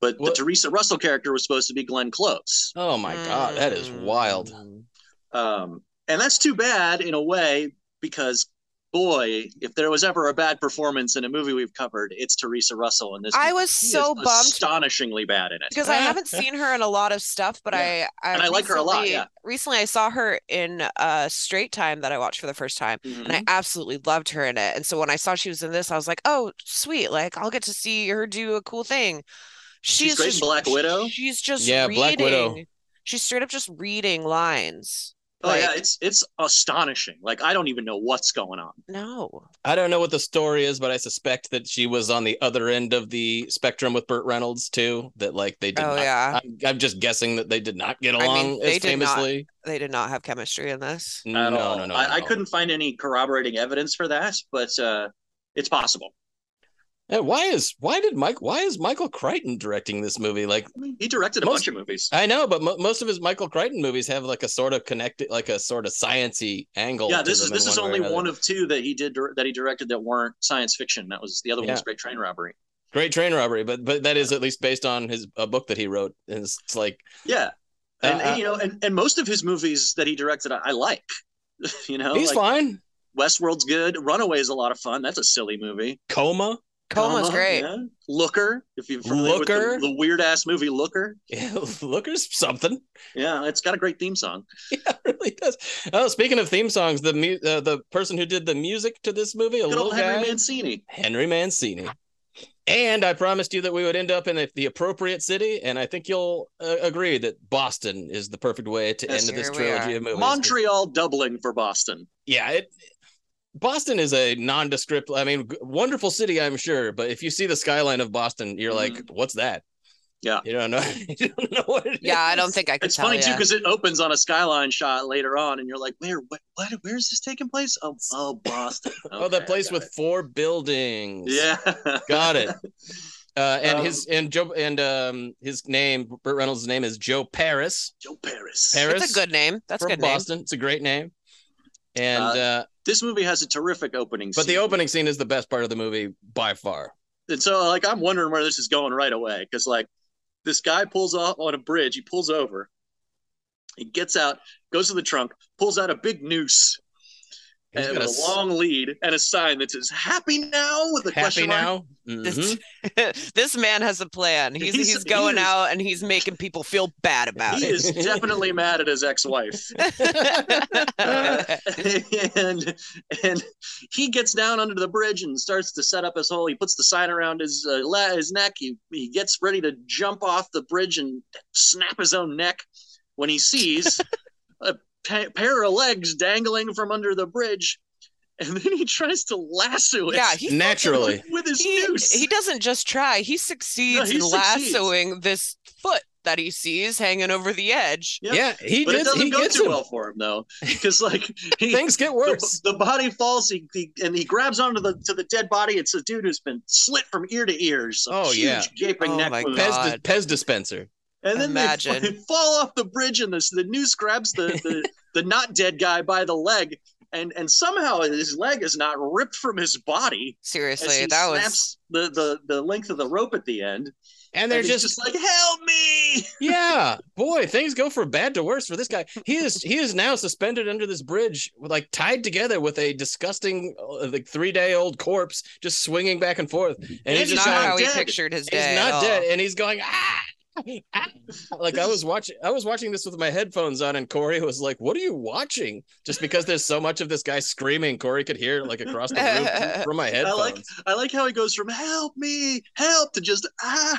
[SPEAKER 3] But
[SPEAKER 2] What-
[SPEAKER 3] the Teresa Russell character was supposed to be Glenn Close.
[SPEAKER 2] Oh my god, that
[SPEAKER 1] Hmm.
[SPEAKER 2] is wild.
[SPEAKER 3] Um, and that's too bad in a way because. Boy, if there was ever a bad performance in a movie we've covered, it's Teresa Russell in this.
[SPEAKER 1] I
[SPEAKER 3] movie.
[SPEAKER 1] was
[SPEAKER 3] She
[SPEAKER 1] so
[SPEAKER 3] is
[SPEAKER 1] bummed.
[SPEAKER 3] astonishingly bad in it.
[SPEAKER 1] Because I haven't seen her in a lot of stuff, but
[SPEAKER 3] Yeah.
[SPEAKER 1] I, I
[SPEAKER 3] And I like her a lot,
[SPEAKER 1] recently-
[SPEAKER 3] yeah.
[SPEAKER 1] Recently, I saw her in uh, Straight Time that I watched for the first time, and
[SPEAKER 3] Mm-hmm.
[SPEAKER 1] I absolutely loved her in it. And so when I saw she was in this, I was like, "Oh, sweet! Like I'll get to see her do a cool thing." She's,
[SPEAKER 3] great in
[SPEAKER 1] just
[SPEAKER 3] Black Widow.
[SPEAKER 1] She's just
[SPEAKER 2] Yeah,
[SPEAKER 1] reading.
[SPEAKER 2] Black Widow.
[SPEAKER 1] She's straight up just reading lines.
[SPEAKER 3] Oh yeah, it's it's astonishing. Like I don't even know what's going on.
[SPEAKER 1] No.
[SPEAKER 2] I don't know what the story is, but I suspect that she was on the other end of the spectrum with Burt Reynolds too. That like they did.
[SPEAKER 1] Oh,
[SPEAKER 2] not-
[SPEAKER 1] yeah.
[SPEAKER 2] I'm, I'm just guessing that they did not get
[SPEAKER 1] I mean,
[SPEAKER 2] along
[SPEAKER 1] they
[SPEAKER 2] as
[SPEAKER 1] did not-
[SPEAKER 2] famously.
[SPEAKER 1] They did not have chemistry in this.
[SPEAKER 2] No, no, no, no.
[SPEAKER 3] I, I
[SPEAKER 2] no.
[SPEAKER 3] couldn't find any corroborating evidence for that, but uh, it's possible.
[SPEAKER 2] Yeah, why is why did Mike why is Michael Crichton directing this movie? Like
[SPEAKER 3] He directed a
[SPEAKER 2] Most-
[SPEAKER 3] bunch of movies.
[SPEAKER 2] I know, but mo- most of his Michael Crichton movies have like a sort of connected, like a sort of sciency angle.
[SPEAKER 3] Yeah,
[SPEAKER 2] to
[SPEAKER 3] this
[SPEAKER 2] them
[SPEAKER 3] is
[SPEAKER 2] in
[SPEAKER 3] this is
[SPEAKER 2] way or
[SPEAKER 3] only
[SPEAKER 2] another.
[SPEAKER 3] one of two that he did dir- that he directed that weren't science fiction. That was the other one was
[SPEAKER 2] Yeah.
[SPEAKER 3] Great Train Robbery.
[SPEAKER 2] Great Train Robbery, but but that is at least based on his a book that he wrote. And it's, it's like
[SPEAKER 3] Yeah, and,
[SPEAKER 2] Uh,
[SPEAKER 3] and,
[SPEAKER 2] uh,
[SPEAKER 3] you know, and, and most of his movies that he directed, I, I like. you know,
[SPEAKER 2] he's
[SPEAKER 3] like
[SPEAKER 2] fine.
[SPEAKER 3] Westworld's good. Runaway is a lot of fun. That's a silly movie.
[SPEAKER 2] Coma.
[SPEAKER 1] Coma's great.
[SPEAKER 3] yeah. Looker, if you're familiar with the-
[SPEAKER 2] Looker?
[SPEAKER 3] the, weird ass movie Looker.
[SPEAKER 2] Yeah, Looker's something.
[SPEAKER 3] Yeah, it's got a great theme song.
[SPEAKER 2] really does. Oh, speaking of theme songs, the mu- uh, the person who did the music to this movie, a
[SPEAKER 3] Good
[SPEAKER 2] little
[SPEAKER 3] old Henry
[SPEAKER 2] guy,
[SPEAKER 3] Mancini.
[SPEAKER 2] Henry Mancini. And I promised you that we would end up in the, the appropriate city, and I think you'll uh, agree that Boston is the perfect way to
[SPEAKER 3] Yes,
[SPEAKER 2] end this
[SPEAKER 1] here we
[SPEAKER 2] trilogy
[SPEAKER 1] are.
[SPEAKER 2] of movies.
[SPEAKER 3] Montreal doubling for Boston.
[SPEAKER 2] yeah, it, Boston is a nondescript. I mean, g- wonderful city, I'm sure, but if you see the skyline of Boston, you're like, "What's that?"
[SPEAKER 3] Mm-hmm. Yeah.
[SPEAKER 2] you don't know. you don't know what it
[SPEAKER 1] Yeah, I
[SPEAKER 2] is.
[SPEAKER 1] don't think I could
[SPEAKER 3] It's
[SPEAKER 1] tell
[SPEAKER 3] funny too
[SPEAKER 1] ya.
[SPEAKER 3] because it opens on a skyline shot later on, and you're like, "Where? What? what where is this taking place? Oh, oh Boston.
[SPEAKER 2] oh,
[SPEAKER 3] Okay,
[SPEAKER 2] that place
[SPEAKER 3] got
[SPEAKER 2] with
[SPEAKER 3] it.
[SPEAKER 2] four buildings.
[SPEAKER 3] yeah,
[SPEAKER 2] Got it. Uh, and
[SPEAKER 3] Um,
[SPEAKER 2] his and Joe and um his name Burt Reynolds' name is Joe Paris
[SPEAKER 3] Joe Paris.
[SPEAKER 2] Paris.
[SPEAKER 1] It's a good name. That's a
[SPEAKER 2] from
[SPEAKER 1] good name.
[SPEAKER 2] Boston. It's a great name. And
[SPEAKER 3] Uh,
[SPEAKER 2] uh,
[SPEAKER 3] This movie has a terrific opening.
[SPEAKER 2] but the
[SPEAKER 3] scene.
[SPEAKER 2] opening scene is the best part of the movie by far.
[SPEAKER 3] and so like I'm wondering where this is going right away because like this guy pulls off on a bridge, he pulls over, he gets out, goes to the trunk, pulls out a big noose.
[SPEAKER 2] He's
[SPEAKER 3] and
[SPEAKER 2] got
[SPEAKER 3] with
[SPEAKER 2] a
[SPEAKER 3] a
[SPEAKER 2] s-
[SPEAKER 3] long lead and a sign that says "Happy now" with a
[SPEAKER 2] Happy
[SPEAKER 3] question mark.
[SPEAKER 2] now. Mhm.
[SPEAKER 1] This, this man has a plan. He's
[SPEAKER 3] He's-
[SPEAKER 1] he's, going
[SPEAKER 3] he is-
[SPEAKER 1] out and he's making people feel bad about
[SPEAKER 3] He
[SPEAKER 1] it.
[SPEAKER 3] is definitely mad at his ex-wife, and and he gets down under the bridge and starts to set up his hole. He puts the sign around his uh, la- his neck. He he gets ready to jump off the bridge and snap his own neck when he sees a pa- pair of legs dangling from under the bridge, and then he tries to lasso it.
[SPEAKER 1] yeah, he fucking-
[SPEAKER 2] Naturally.
[SPEAKER 3] with his
[SPEAKER 1] He,
[SPEAKER 3] noose.
[SPEAKER 1] he doesn't just try. He succeeds
[SPEAKER 3] No, he
[SPEAKER 1] in
[SPEAKER 3] succeeds.
[SPEAKER 1] lassoing this foot that he sees hanging over the edge.
[SPEAKER 3] Yeah.
[SPEAKER 2] Yeah, he
[SPEAKER 3] but it
[SPEAKER 2] did.
[SPEAKER 3] doesn't
[SPEAKER 2] He
[SPEAKER 3] go
[SPEAKER 2] gets
[SPEAKER 3] too
[SPEAKER 2] him.
[SPEAKER 3] well for him though, because like he,
[SPEAKER 2] Things get
[SPEAKER 3] the,
[SPEAKER 2] worse.
[SPEAKER 3] the body falls he, he- and he grabs onto the to the dead body it's a dude who's been slit from ear to ear so
[SPEAKER 2] Oh,
[SPEAKER 3] huge
[SPEAKER 2] yeah.
[SPEAKER 3] gaping
[SPEAKER 1] Oh,
[SPEAKER 3] neck
[SPEAKER 1] my
[SPEAKER 3] wound.
[SPEAKER 1] God.
[SPEAKER 2] Pez, dis- Pez dispenser.
[SPEAKER 3] and then they,
[SPEAKER 1] Imagine.
[SPEAKER 3] they fall off the bridge and this the noose grabs the, the the not dead guy by the leg and and somehow his leg is not ripped from his body as
[SPEAKER 1] Seriously,
[SPEAKER 3] he
[SPEAKER 1] that was
[SPEAKER 3] snaps the, the the length of the rope at the end
[SPEAKER 2] And they're
[SPEAKER 3] and he's
[SPEAKER 2] just,
[SPEAKER 3] just like help me
[SPEAKER 2] yeah, boy, things go from bad to worse for this guy. He is he is now suspended under this bridge, like tied together with a disgusting, uh, like three day old corpse, just swinging back and forth. And he's
[SPEAKER 3] It's
[SPEAKER 2] just
[SPEAKER 1] not
[SPEAKER 2] going,
[SPEAKER 3] not
[SPEAKER 1] how he
[SPEAKER 3] dead.
[SPEAKER 1] pictured his
[SPEAKER 2] he's
[SPEAKER 1] day. at
[SPEAKER 2] not
[SPEAKER 1] all.
[SPEAKER 2] dead, and he's going ah. ah." Like I
[SPEAKER 3] This is-
[SPEAKER 2] was watching, I was watching this with my headphones on, and Corey was like, "What are you watching?" Just because there's so much of this guy screaming, Corey could hear it, like across the room from my
[SPEAKER 3] I
[SPEAKER 2] headphones.
[SPEAKER 3] like I like how he goes from help me, help to just ah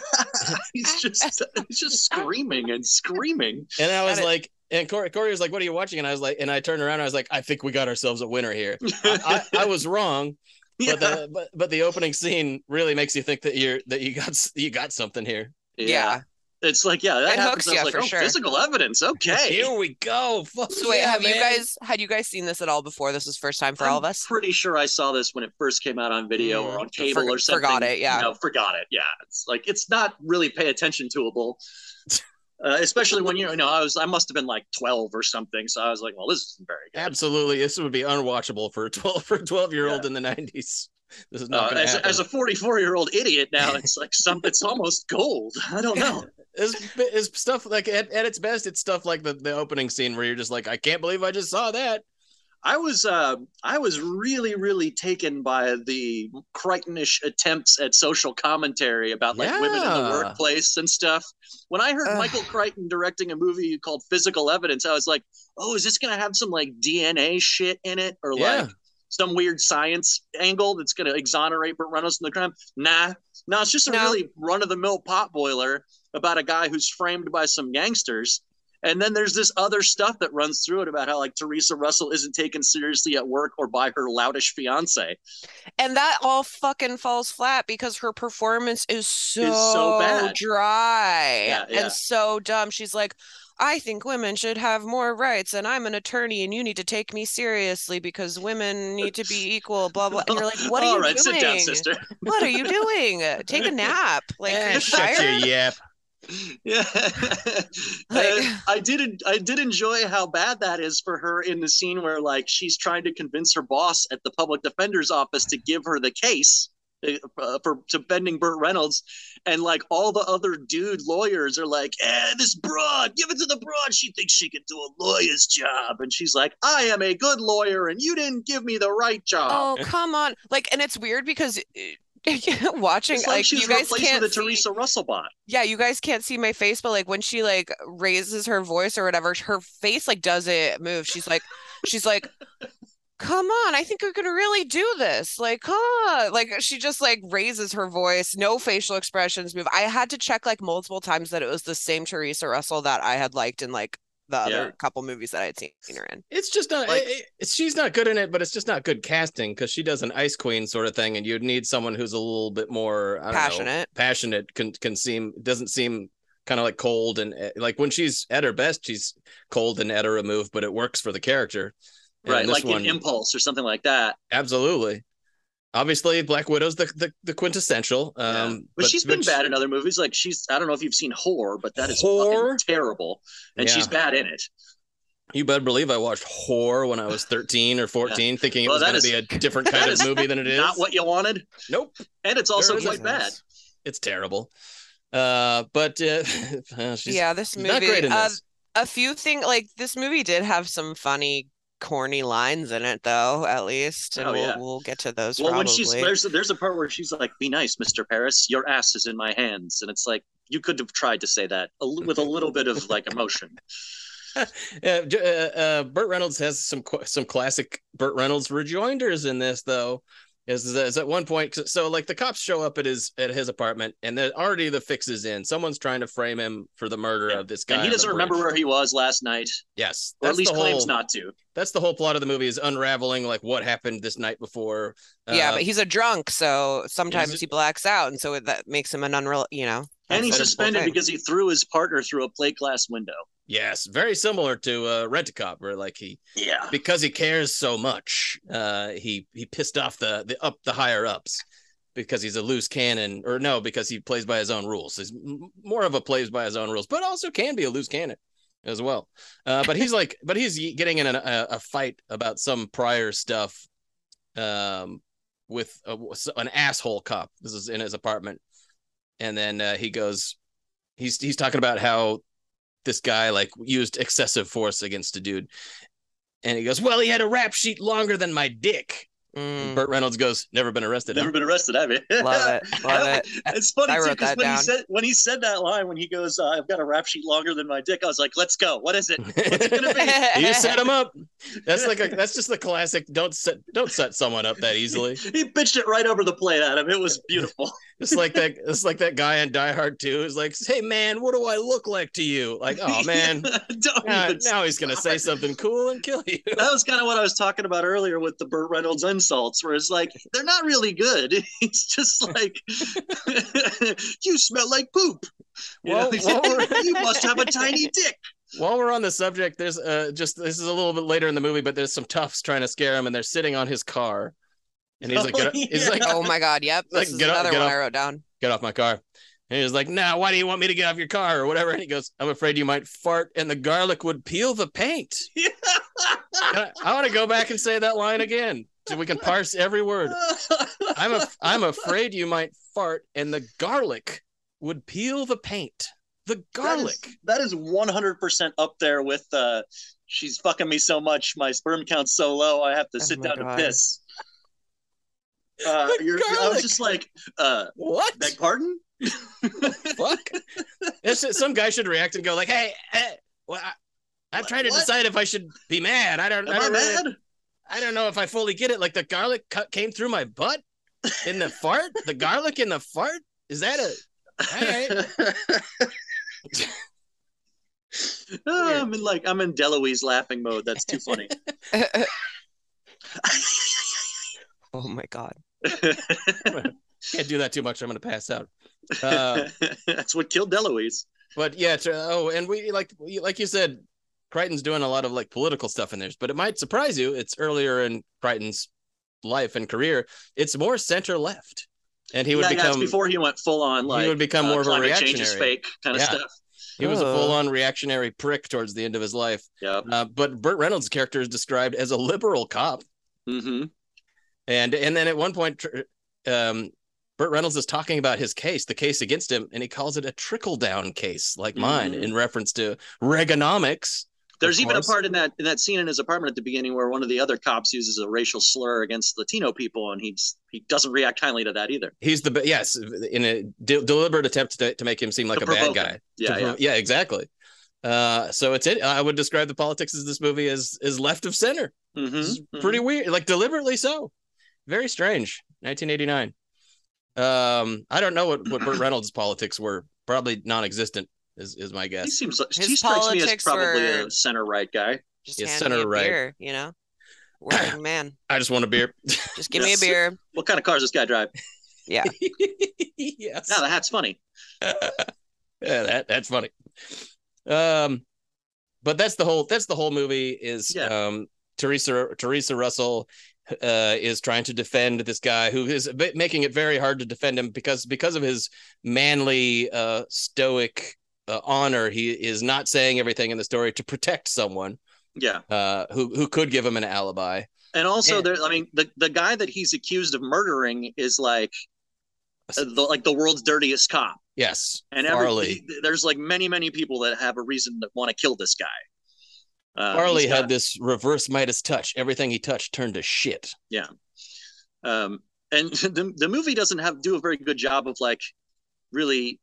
[SPEAKER 3] he's just he's just screaming and screaming.
[SPEAKER 2] And I was
[SPEAKER 1] it.
[SPEAKER 2] like, and Corey, Corey was like, "What are you watching?" And I was like, and I turned around, and I was like, "I think we got ourselves a winner here." I, I, I was wrong,
[SPEAKER 3] Yeah.
[SPEAKER 2] but the but, but the opening scene really makes you think that you're that you got s- you got something here.
[SPEAKER 1] Yeah.
[SPEAKER 3] It's like, yeah, that
[SPEAKER 1] It
[SPEAKER 3] happens.
[SPEAKER 1] hooks
[SPEAKER 3] I was
[SPEAKER 1] ya
[SPEAKER 3] like,
[SPEAKER 1] for
[SPEAKER 3] oh,
[SPEAKER 1] sure.
[SPEAKER 3] physical evidence. Okay.
[SPEAKER 2] Here we go. Fuck
[SPEAKER 1] So wait,
[SPEAKER 2] yeah,
[SPEAKER 1] have you
[SPEAKER 2] man.
[SPEAKER 1] guys had you guys seen this at all before? This is first time for all of
[SPEAKER 3] I'm
[SPEAKER 1] us. Mm,
[SPEAKER 3] Pretty sure I saw this when it first came out on video or on cable
[SPEAKER 1] Forg-
[SPEAKER 3] or something.
[SPEAKER 1] forgot it, yeah.
[SPEAKER 3] You know, forgot it. Yeah. It's like it's not really pay attention toable. Uh, especially when you know, I was I must have been like twelve or something, so I was like, well, this isn't very good.
[SPEAKER 2] Absolutely, this would be unwatchable for a twelve for a twelve year old in the nineties. This is not
[SPEAKER 3] Uh,
[SPEAKER 2] gonna
[SPEAKER 3] as,
[SPEAKER 2] happen.
[SPEAKER 3] as a 44 year old idiot now, it's like some, it's almost gold. I don't know.
[SPEAKER 2] it's, it's stuff like at, at its best, it's stuff like the, the opening scene where you're just like, I can't believe I just saw that.
[SPEAKER 3] I was uh, I was really really taken by the Crichtonish attempts at social commentary about like women in
[SPEAKER 2] Yeah.
[SPEAKER 3] the workplace and stuff. When I heard
[SPEAKER 1] Ugh.
[SPEAKER 3] Michael Crichton directing a movie called Physical Evidence, I was like, "Oh, is this going to have some like DNA shit in it or
[SPEAKER 2] Yeah.
[SPEAKER 3] like some weird science angle that's going to exonerate Burt Reynolds from the crime?" Nah. No, it's just a
[SPEAKER 1] No.
[SPEAKER 3] really run of the mill potboiler about a guy who's framed by some gangsters And then there's this other stuff that runs through it about how like Teresa Russell isn't taken seriously at work or by her loudish fiance.
[SPEAKER 1] And that all fucking falls flat because her performance is so, is so bad. dry yeah, yeah. and so dumb. She's like, I think women should have more rights, and I'm an attorney, and you need to take me seriously because women need to be equal. Blah blah. And you're like, what are
[SPEAKER 3] All
[SPEAKER 1] you
[SPEAKER 3] right,
[SPEAKER 1] doing?
[SPEAKER 3] sit down, sister.
[SPEAKER 1] What are you doing? Take a nap. Like,
[SPEAKER 2] Eh,
[SPEAKER 1] you're
[SPEAKER 2] shut your
[SPEAKER 1] tired?
[SPEAKER 2] yap.
[SPEAKER 3] yeah Uh, i did i did enjoy how bad that is for her in the scene where like she's trying to convince her boss at the public defender's office to give her the case uh, for to bending Burt Reynolds, and like all the other dude lawyers are like, eh, this broad, give it to the broad. She thinks she can do a lawyer's job, and she's like, I am a good lawyer, and you didn't give me the right job.
[SPEAKER 1] Oh come on! Like, and it's weird because uh, watching
[SPEAKER 3] It's
[SPEAKER 1] like,
[SPEAKER 3] like, she's
[SPEAKER 1] you guys
[SPEAKER 3] replaced
[SPEAKER 1] can't
[SPEAKER 3] with a
[SPEAKER 1] see-
[SPEAKER 3] Teresa Russell bot.
[SPEAKER 1] yeah, you guys can't see my face, but like when she like raises her voice or whatever, her face like doesn't move. She's like, she's like, come on, I think we can really do this. Like, come on. Like she just like raises her voice, no facial expressions move. I had to check like multiple times that it was the same Teresa Russell that I had liked in like the other
[SPEAKER 2] Yeah.
[SPEAKER 1] couple movies that I had seen her in.
[SPEAKER 2] It's just not.
[SPEAKER 1] Like-
[SPEAKER 2] it- it- she's not good in it, but it's just not good casting because she does an ice queen sort of thing, and you'd need someone who's a little bit more I don't know,
[SPEAKER 1] Passionate.
[SPEAKER 2] passionate can can seem doesn't seem kind of like cold and eh, like when she's at her best, she's cold and at her remove, but it works for the character. And
[SPEAKER 3] Right,
[SPEAKER 2] this
[SPEAKER 3] like
[SPEAKER 2] one-
[SPEAKER 3] an impulse or something like that.
[SPEAKER 2] Absolutely. Obviously, Black Widow's the the, the quintessential. Um,
[SPEAKER 3] But, she's been
[SPEAKER 2] she-
[SPEAKER 3] bad in other movies. Like she's I don't know if you've seen Horror, but that is
[SPEAKER 2] Whore?
[SPEAKER 3] fucking terrible. And she's
[SPEAKER 2] Yeah.
[SPEAKER 3] bad in it.
[SPEAKER 2] You better believe I watched Whore when I was thirteen or fourteen, thinking it
[SPEAKER 3] Well,
[SPEAKER 2] was
[SPEAKER 3] that
[SPEAKER 2] going to
[SPEAKER 3] is-
[SPEAKER 2] be a different
[SPEAKER 3] that
[SPEAKER 2] kind
[SPEAKER 3] is
[SPEAKER 2] of movie than it is.
[SPEAKER 3] Not what you wanted.
[SPEAKER 2] Nope.
[SPEAKER 3] And it's also
[SPEAKER 2] There it
[SPEAKER 3] quite
[SPEAKER 2] is.
[SPEAKER 3] bad.
[SPEAKER 2] It's terrible. Uh, but uh, she's
[SPEAKER 1] yeah, this
[SPEAKER 2] she's
[SPEAKER 1] movie.
[SPEAKER 2] not great in
[SPEAKER 1] uh,
[SPEAKER 2] this.
[SPEAKER 1] a few things like this movie did have some funny, corny lines in it, though. At least, and
[SPEAKER 3] Oh,
[SPEAKER 1] we'll
[SPEAKER 3] yeah.
[SPEAKER 1] we'll get to those
[SPEAKER 3] Well,
[SPEAKER 1] probably.
[SPEAKER 3] when she's there's there's a part where she's like, "Be nice, Mr. Paris. Your ass is in my hands," and it's like you could have tried to say that a li- with a little bit of like emotion.
[SPEAKER 2] Uh, j- uh, uh, Burt Reynolds has some qu- some classic Burt Reynolds rejoinders in this though. Is, is at one point so like the cops show up at his at his apartment and they're already the fix is in. Someone's trying to frame him for the murder of this guy.
[SPEAKER 3] and
[SPEAKER 2] on
[SPEAKER 3] he
[SPEAKER 2] the
[SPEAKER 3] doesn't remember
[SPEAKER 2] bridge.
[SPEAKER 3] where he was last night,
[SPEAKER 2] Yes,
[SPEAKER 3] or at
[SPEAKER 2] that's
[SPEAKER 3] least
[SPEAKER 2] the
[SPEAKER 3] claims
[SPEAKER 2] whole-
[SPEAKER 3] not to.
[SPEAKER 2] That's the whole plot of the movie is unraveling like what happened this night before.
[SPEAKER 1] yeah,
[SPEAKER 2] Uh,
[SPEAKER 1] but he's a drunk, so sometimes
[SPEAKER 2] he's-
[SPEAKER 1] he blacks out, and so that makes him an unreal. You know,
[SPEAKER 3] And he's
[SPEAKER 1] that's the whole
[SPEAKER 3] suspended
[SPEAKER 1] thing.
[SPEAKER 3] because he threw his partner through a plate glass window.
[SPEAKER 2] yes, very similar to uh, Rent a Cop, where like he
[SPEAKER 3] Yeah.
[SPEAKER 2] because he cares so much uh he he pissed off the the up the higher ups because he's a loose cannon or no because he plays by his own rules he's m- more of a plays by his own rules but also can be a loose cannon as well uh but he's like but he's getting in an, a, a fight about some prior stuff um with a, an asshole cop this is in his apartment and then uh, he goes he's he's talking about how this guy like used excessive force against a dude and he goes, Well, he had a rap sheet longer than my dick.
[SPEAKER 1] Mm,
[SPEAKER 2] And Burt Reynolds goes, Never been arrested.
[SPEAKER 3] Never
[SPEAKER 2] huh?"
[SPEAKER 3] been arrested, have you?
[SPEAKER 1] love it, love it.
[SPEAKER 2] uh,
[SPEAKER 3] It's funny
[SPEAKER 1] I
[SPEAKER 3] too
[SPEAKER 1] wrote
[SPEAKER 3] because
[SPEAKER 1] that
[SPEAKER 3] when he
[SPEAKER 1] down.
[SPEAKER 3] said when he said that line when he goes, uh, "I've got a rap sheet longer than my dick," I was like, "Let's go. What is it? What's it gonna be?"
[SPEAKER 2] you set him up. That's like a that's just the classic don't set don't set someone up that easily.
[SPEAKER 3] he pitched it right over the plate at him. It was beautiful.
[SPEAKER 2] It's like that it's like that guy on Die Hard 2 is like, Hey man, what do I look like to you? Like, oh man.
[SPEAKER 3] Don't
[SPEAKER 2] Now,
[SPEAKER 3] even-
[SPEAKER 2] now he's gonna say something cool and kill you.
[SPEAKER 3] That was kind of what I was talking about earlier with the Burt Reynolds insults, where it's like they're not really good. It's just like you smell like poop. You, know?
[SPEAKER 2] Well, while we're-
[SPEAKER 3] you must have a tiny dick.
[SPEAKER 2] While we're on the subject, there's uh just this is a little bit later in the movie, but there's some toughs trying to scare him, and they're sitting on his car, and he's like,
[SPEAKER 3] Oh,
[SPEAKER 2] "Get up- he's like,
[SPEAKER 3] yeah.
[SPEAKER 1] Oh my god, yep.
[SPEAKER 2] Like,
[SPEAKER 1] This is
[SPEAKER 2] get up-
[SPEAKER 1] another
[SPEAKER 2] get
[SPEAKER 1] one
[SPEAKER 2] up.
[SPEAKER 1] I wrote down.
[SPEAKER 2] get off my car. And he was like, nah, why do you want me to get off your car or whatever? And he goes, I'm afraid you might fart and the garlic would peel the paint. And I, I want to go back and say that line again so we can parse every word. I'm, a, I'm afraid you might fart and the garlic would peel the paint. The garlic.
[SPEAKER 3] That is one hundred percent up there with uh, she's fucking me so much, my sperm count's so low, I have to
[SPEAKER 1] Oh
[SPEAKER 3] sit
[SPEAKER 1] my
[SPEAKER 3] down
[SPEAKER 1] God.
[SPEAKER 3] to piss. Uh,
[SPEAKER 2] The
[SPEAKER 3] you're, I
[SPEAKER 2] garlic.
[SPEAKER 3] was just like, uh,
[SPEAKER 2] What?
[SPEAKER 3] beg pardon?
[SPEAKER 2] fuck? It's just- some guy should react and go like, hey, eh, well, I, I'm trying to
[SPEAKER 3] What?
[SPEAKER 2] decide if I should be mad. I don't,
[SPEAKER 3] Am
[SPEAKER 2] I
[SPEAKER 3] I
[SPEAKER 2] don't really,
[SPEAKER 3] mad?
[SPEAKER 2] I don't know if I fully get it. Like the garlic cut came through my butt in the fart. The garlic in the fart. Is that a? All right.
[SPEAKER 3] Oh, I'm in like I'm in Deloise laughing mode. That's too funny.
[SPEAKER 1] oh my god.
[SPEAKER 2] Can't do that too much. I'm gonna pass out. Uh,
[SPEAKER 3] That's what killed Deloise.
[SPEAKER 2] But yeah, it's, uh, oh, and we like like you said, Crichton's doing a lot of like political stuff in there. But it might surprise you. It's earlier in Crichton's life and career. It's more center left, and he would
[SPEAKER 3] yeah, yeah, it's
[SPEAKER 2] become
[SPEAKER 3] before he went full on like
[SPEAKER 2] he would become
[SPEAKER 3] uh,
[SPEAKER 2] more of a
[SPEAKER 3] climate change
[SPEAKER 2] reactionary.
[SPEAKER 3] is fake kind of
[SPEAKER 2] Yeah.
[SPEAKER 3] stuff.
[SPEAKER 2] He was a
[SPEAKER 3] Oh.
[SPEAKER 2] full-on reactionary prick towards the end of his life.
[SPEAKER 3] Yep.
[SPEAKER 2] Uh, but Burt Reynolds' character is described as a liberal cop,
[SPEAKER 3] Mm-hmm.
[SPEAKER 2] and and then at one point, tr- um, Burt Reynolds is talking about his case, the case against him, and he calls it a trickle-down case, like mine,
[SPEAKER 3] Mhm.
[SPEAKER 2] in reference to Reaganomics.
[SPEAKER 3] There's
[SPEAKER 2] of
[SPEAKER 3] even a
[SPEAKER 2] course.
[SPEAKER 3] part in that in that scene in his apartment at the beginning where one of the other cops uses a racial slur against Latino people, and he's he doesn't react kindly to that either.
[SPEAKER 2] He's the be- yes, in a de- deliberate attempt to, to make him seem like
[SPEAKER 3] To
[SPEAKER 2] a bad
[SPEAKER 3] provoke
[SPEAKER 2] guy.
[SPEAKER 3] him. Yeah,
[SPEAKER 2] To yeah, exactly. Uh, so it's it. I would describe the politics of this movie as is left of center.
[SPEAKER 3] Mm-hmm.
[SPEAKER 2] It's Pretty weird, like deliberately so. Very strange. 1989. Um, I don't know what what Burt Reynolds' politics were. Probably non-existent is is my guess.
[SPEAKER 3] He seems like
[SPEAKER 1] His
[SPEAKER 3] he strikes me as
[SPEAKER 1] politics
[SPEAKER 3] probably
[SPEAKER 1] were-
[SPEAKER 3] a center right guy.
[SPEAKER 1] Just
[SPEAKER 2] Yes,
[SPEAKER 1] hand
[SPEAKER 2] center
[SPEAKER 1] me a
[SPEAKER 2] right.
[SPEAKER 1] beer, you know? Working man.
[SPEAKER 2] I just want a beer.
[SPEAKER 1] Just give me a
[SPEAKER 3] Yes.
[SPEAKER 1] beer.
[SPEAKER 3] What kind of cars this guy drive?
[SPEAKER 1] Yeah.
[SPEAKER 2] yes.
[SPEAKER 3] Now the hat's funny.
[SPEAKER 2] Yeah, that that's funny. Um, but that's the whole that's the whole movie is
[SPEAKER 3] Yeah.
[SPEAKER 2] um Teresa Teresa Russell uh is trying to defend this guy who is a bit- making it very hard to defend him because because of his manly uh stoic uh, honor he is not saying everything in the story to protect someone
[SPEAKER 3] Yeah,
[SPEAKER 2] uh who who could give him an alibi
[SPEAKER 3] and also
[SPEAKER 2] Yeah.
[SPEAKER 3] there. I mean, the the guy that he's accused of murdering is like, uh, the, like the world's dirtiest cop,
[SPEAKER 2] yes
[SPEAKER 3] and
[SPEAKER 2] Farley
[SPEAKER 3] every there's like many many people that have a reason that want to kill this guy. Uh,
[SPEAKER 2] Farley
[SPEAKER 3] he's got-
[SPEAKER 2] had this reverse Midas touch everything he touched turned to shit
[SPEAKER 3] Yeah. Um, and the, the movie doesn't have do a very good job of like really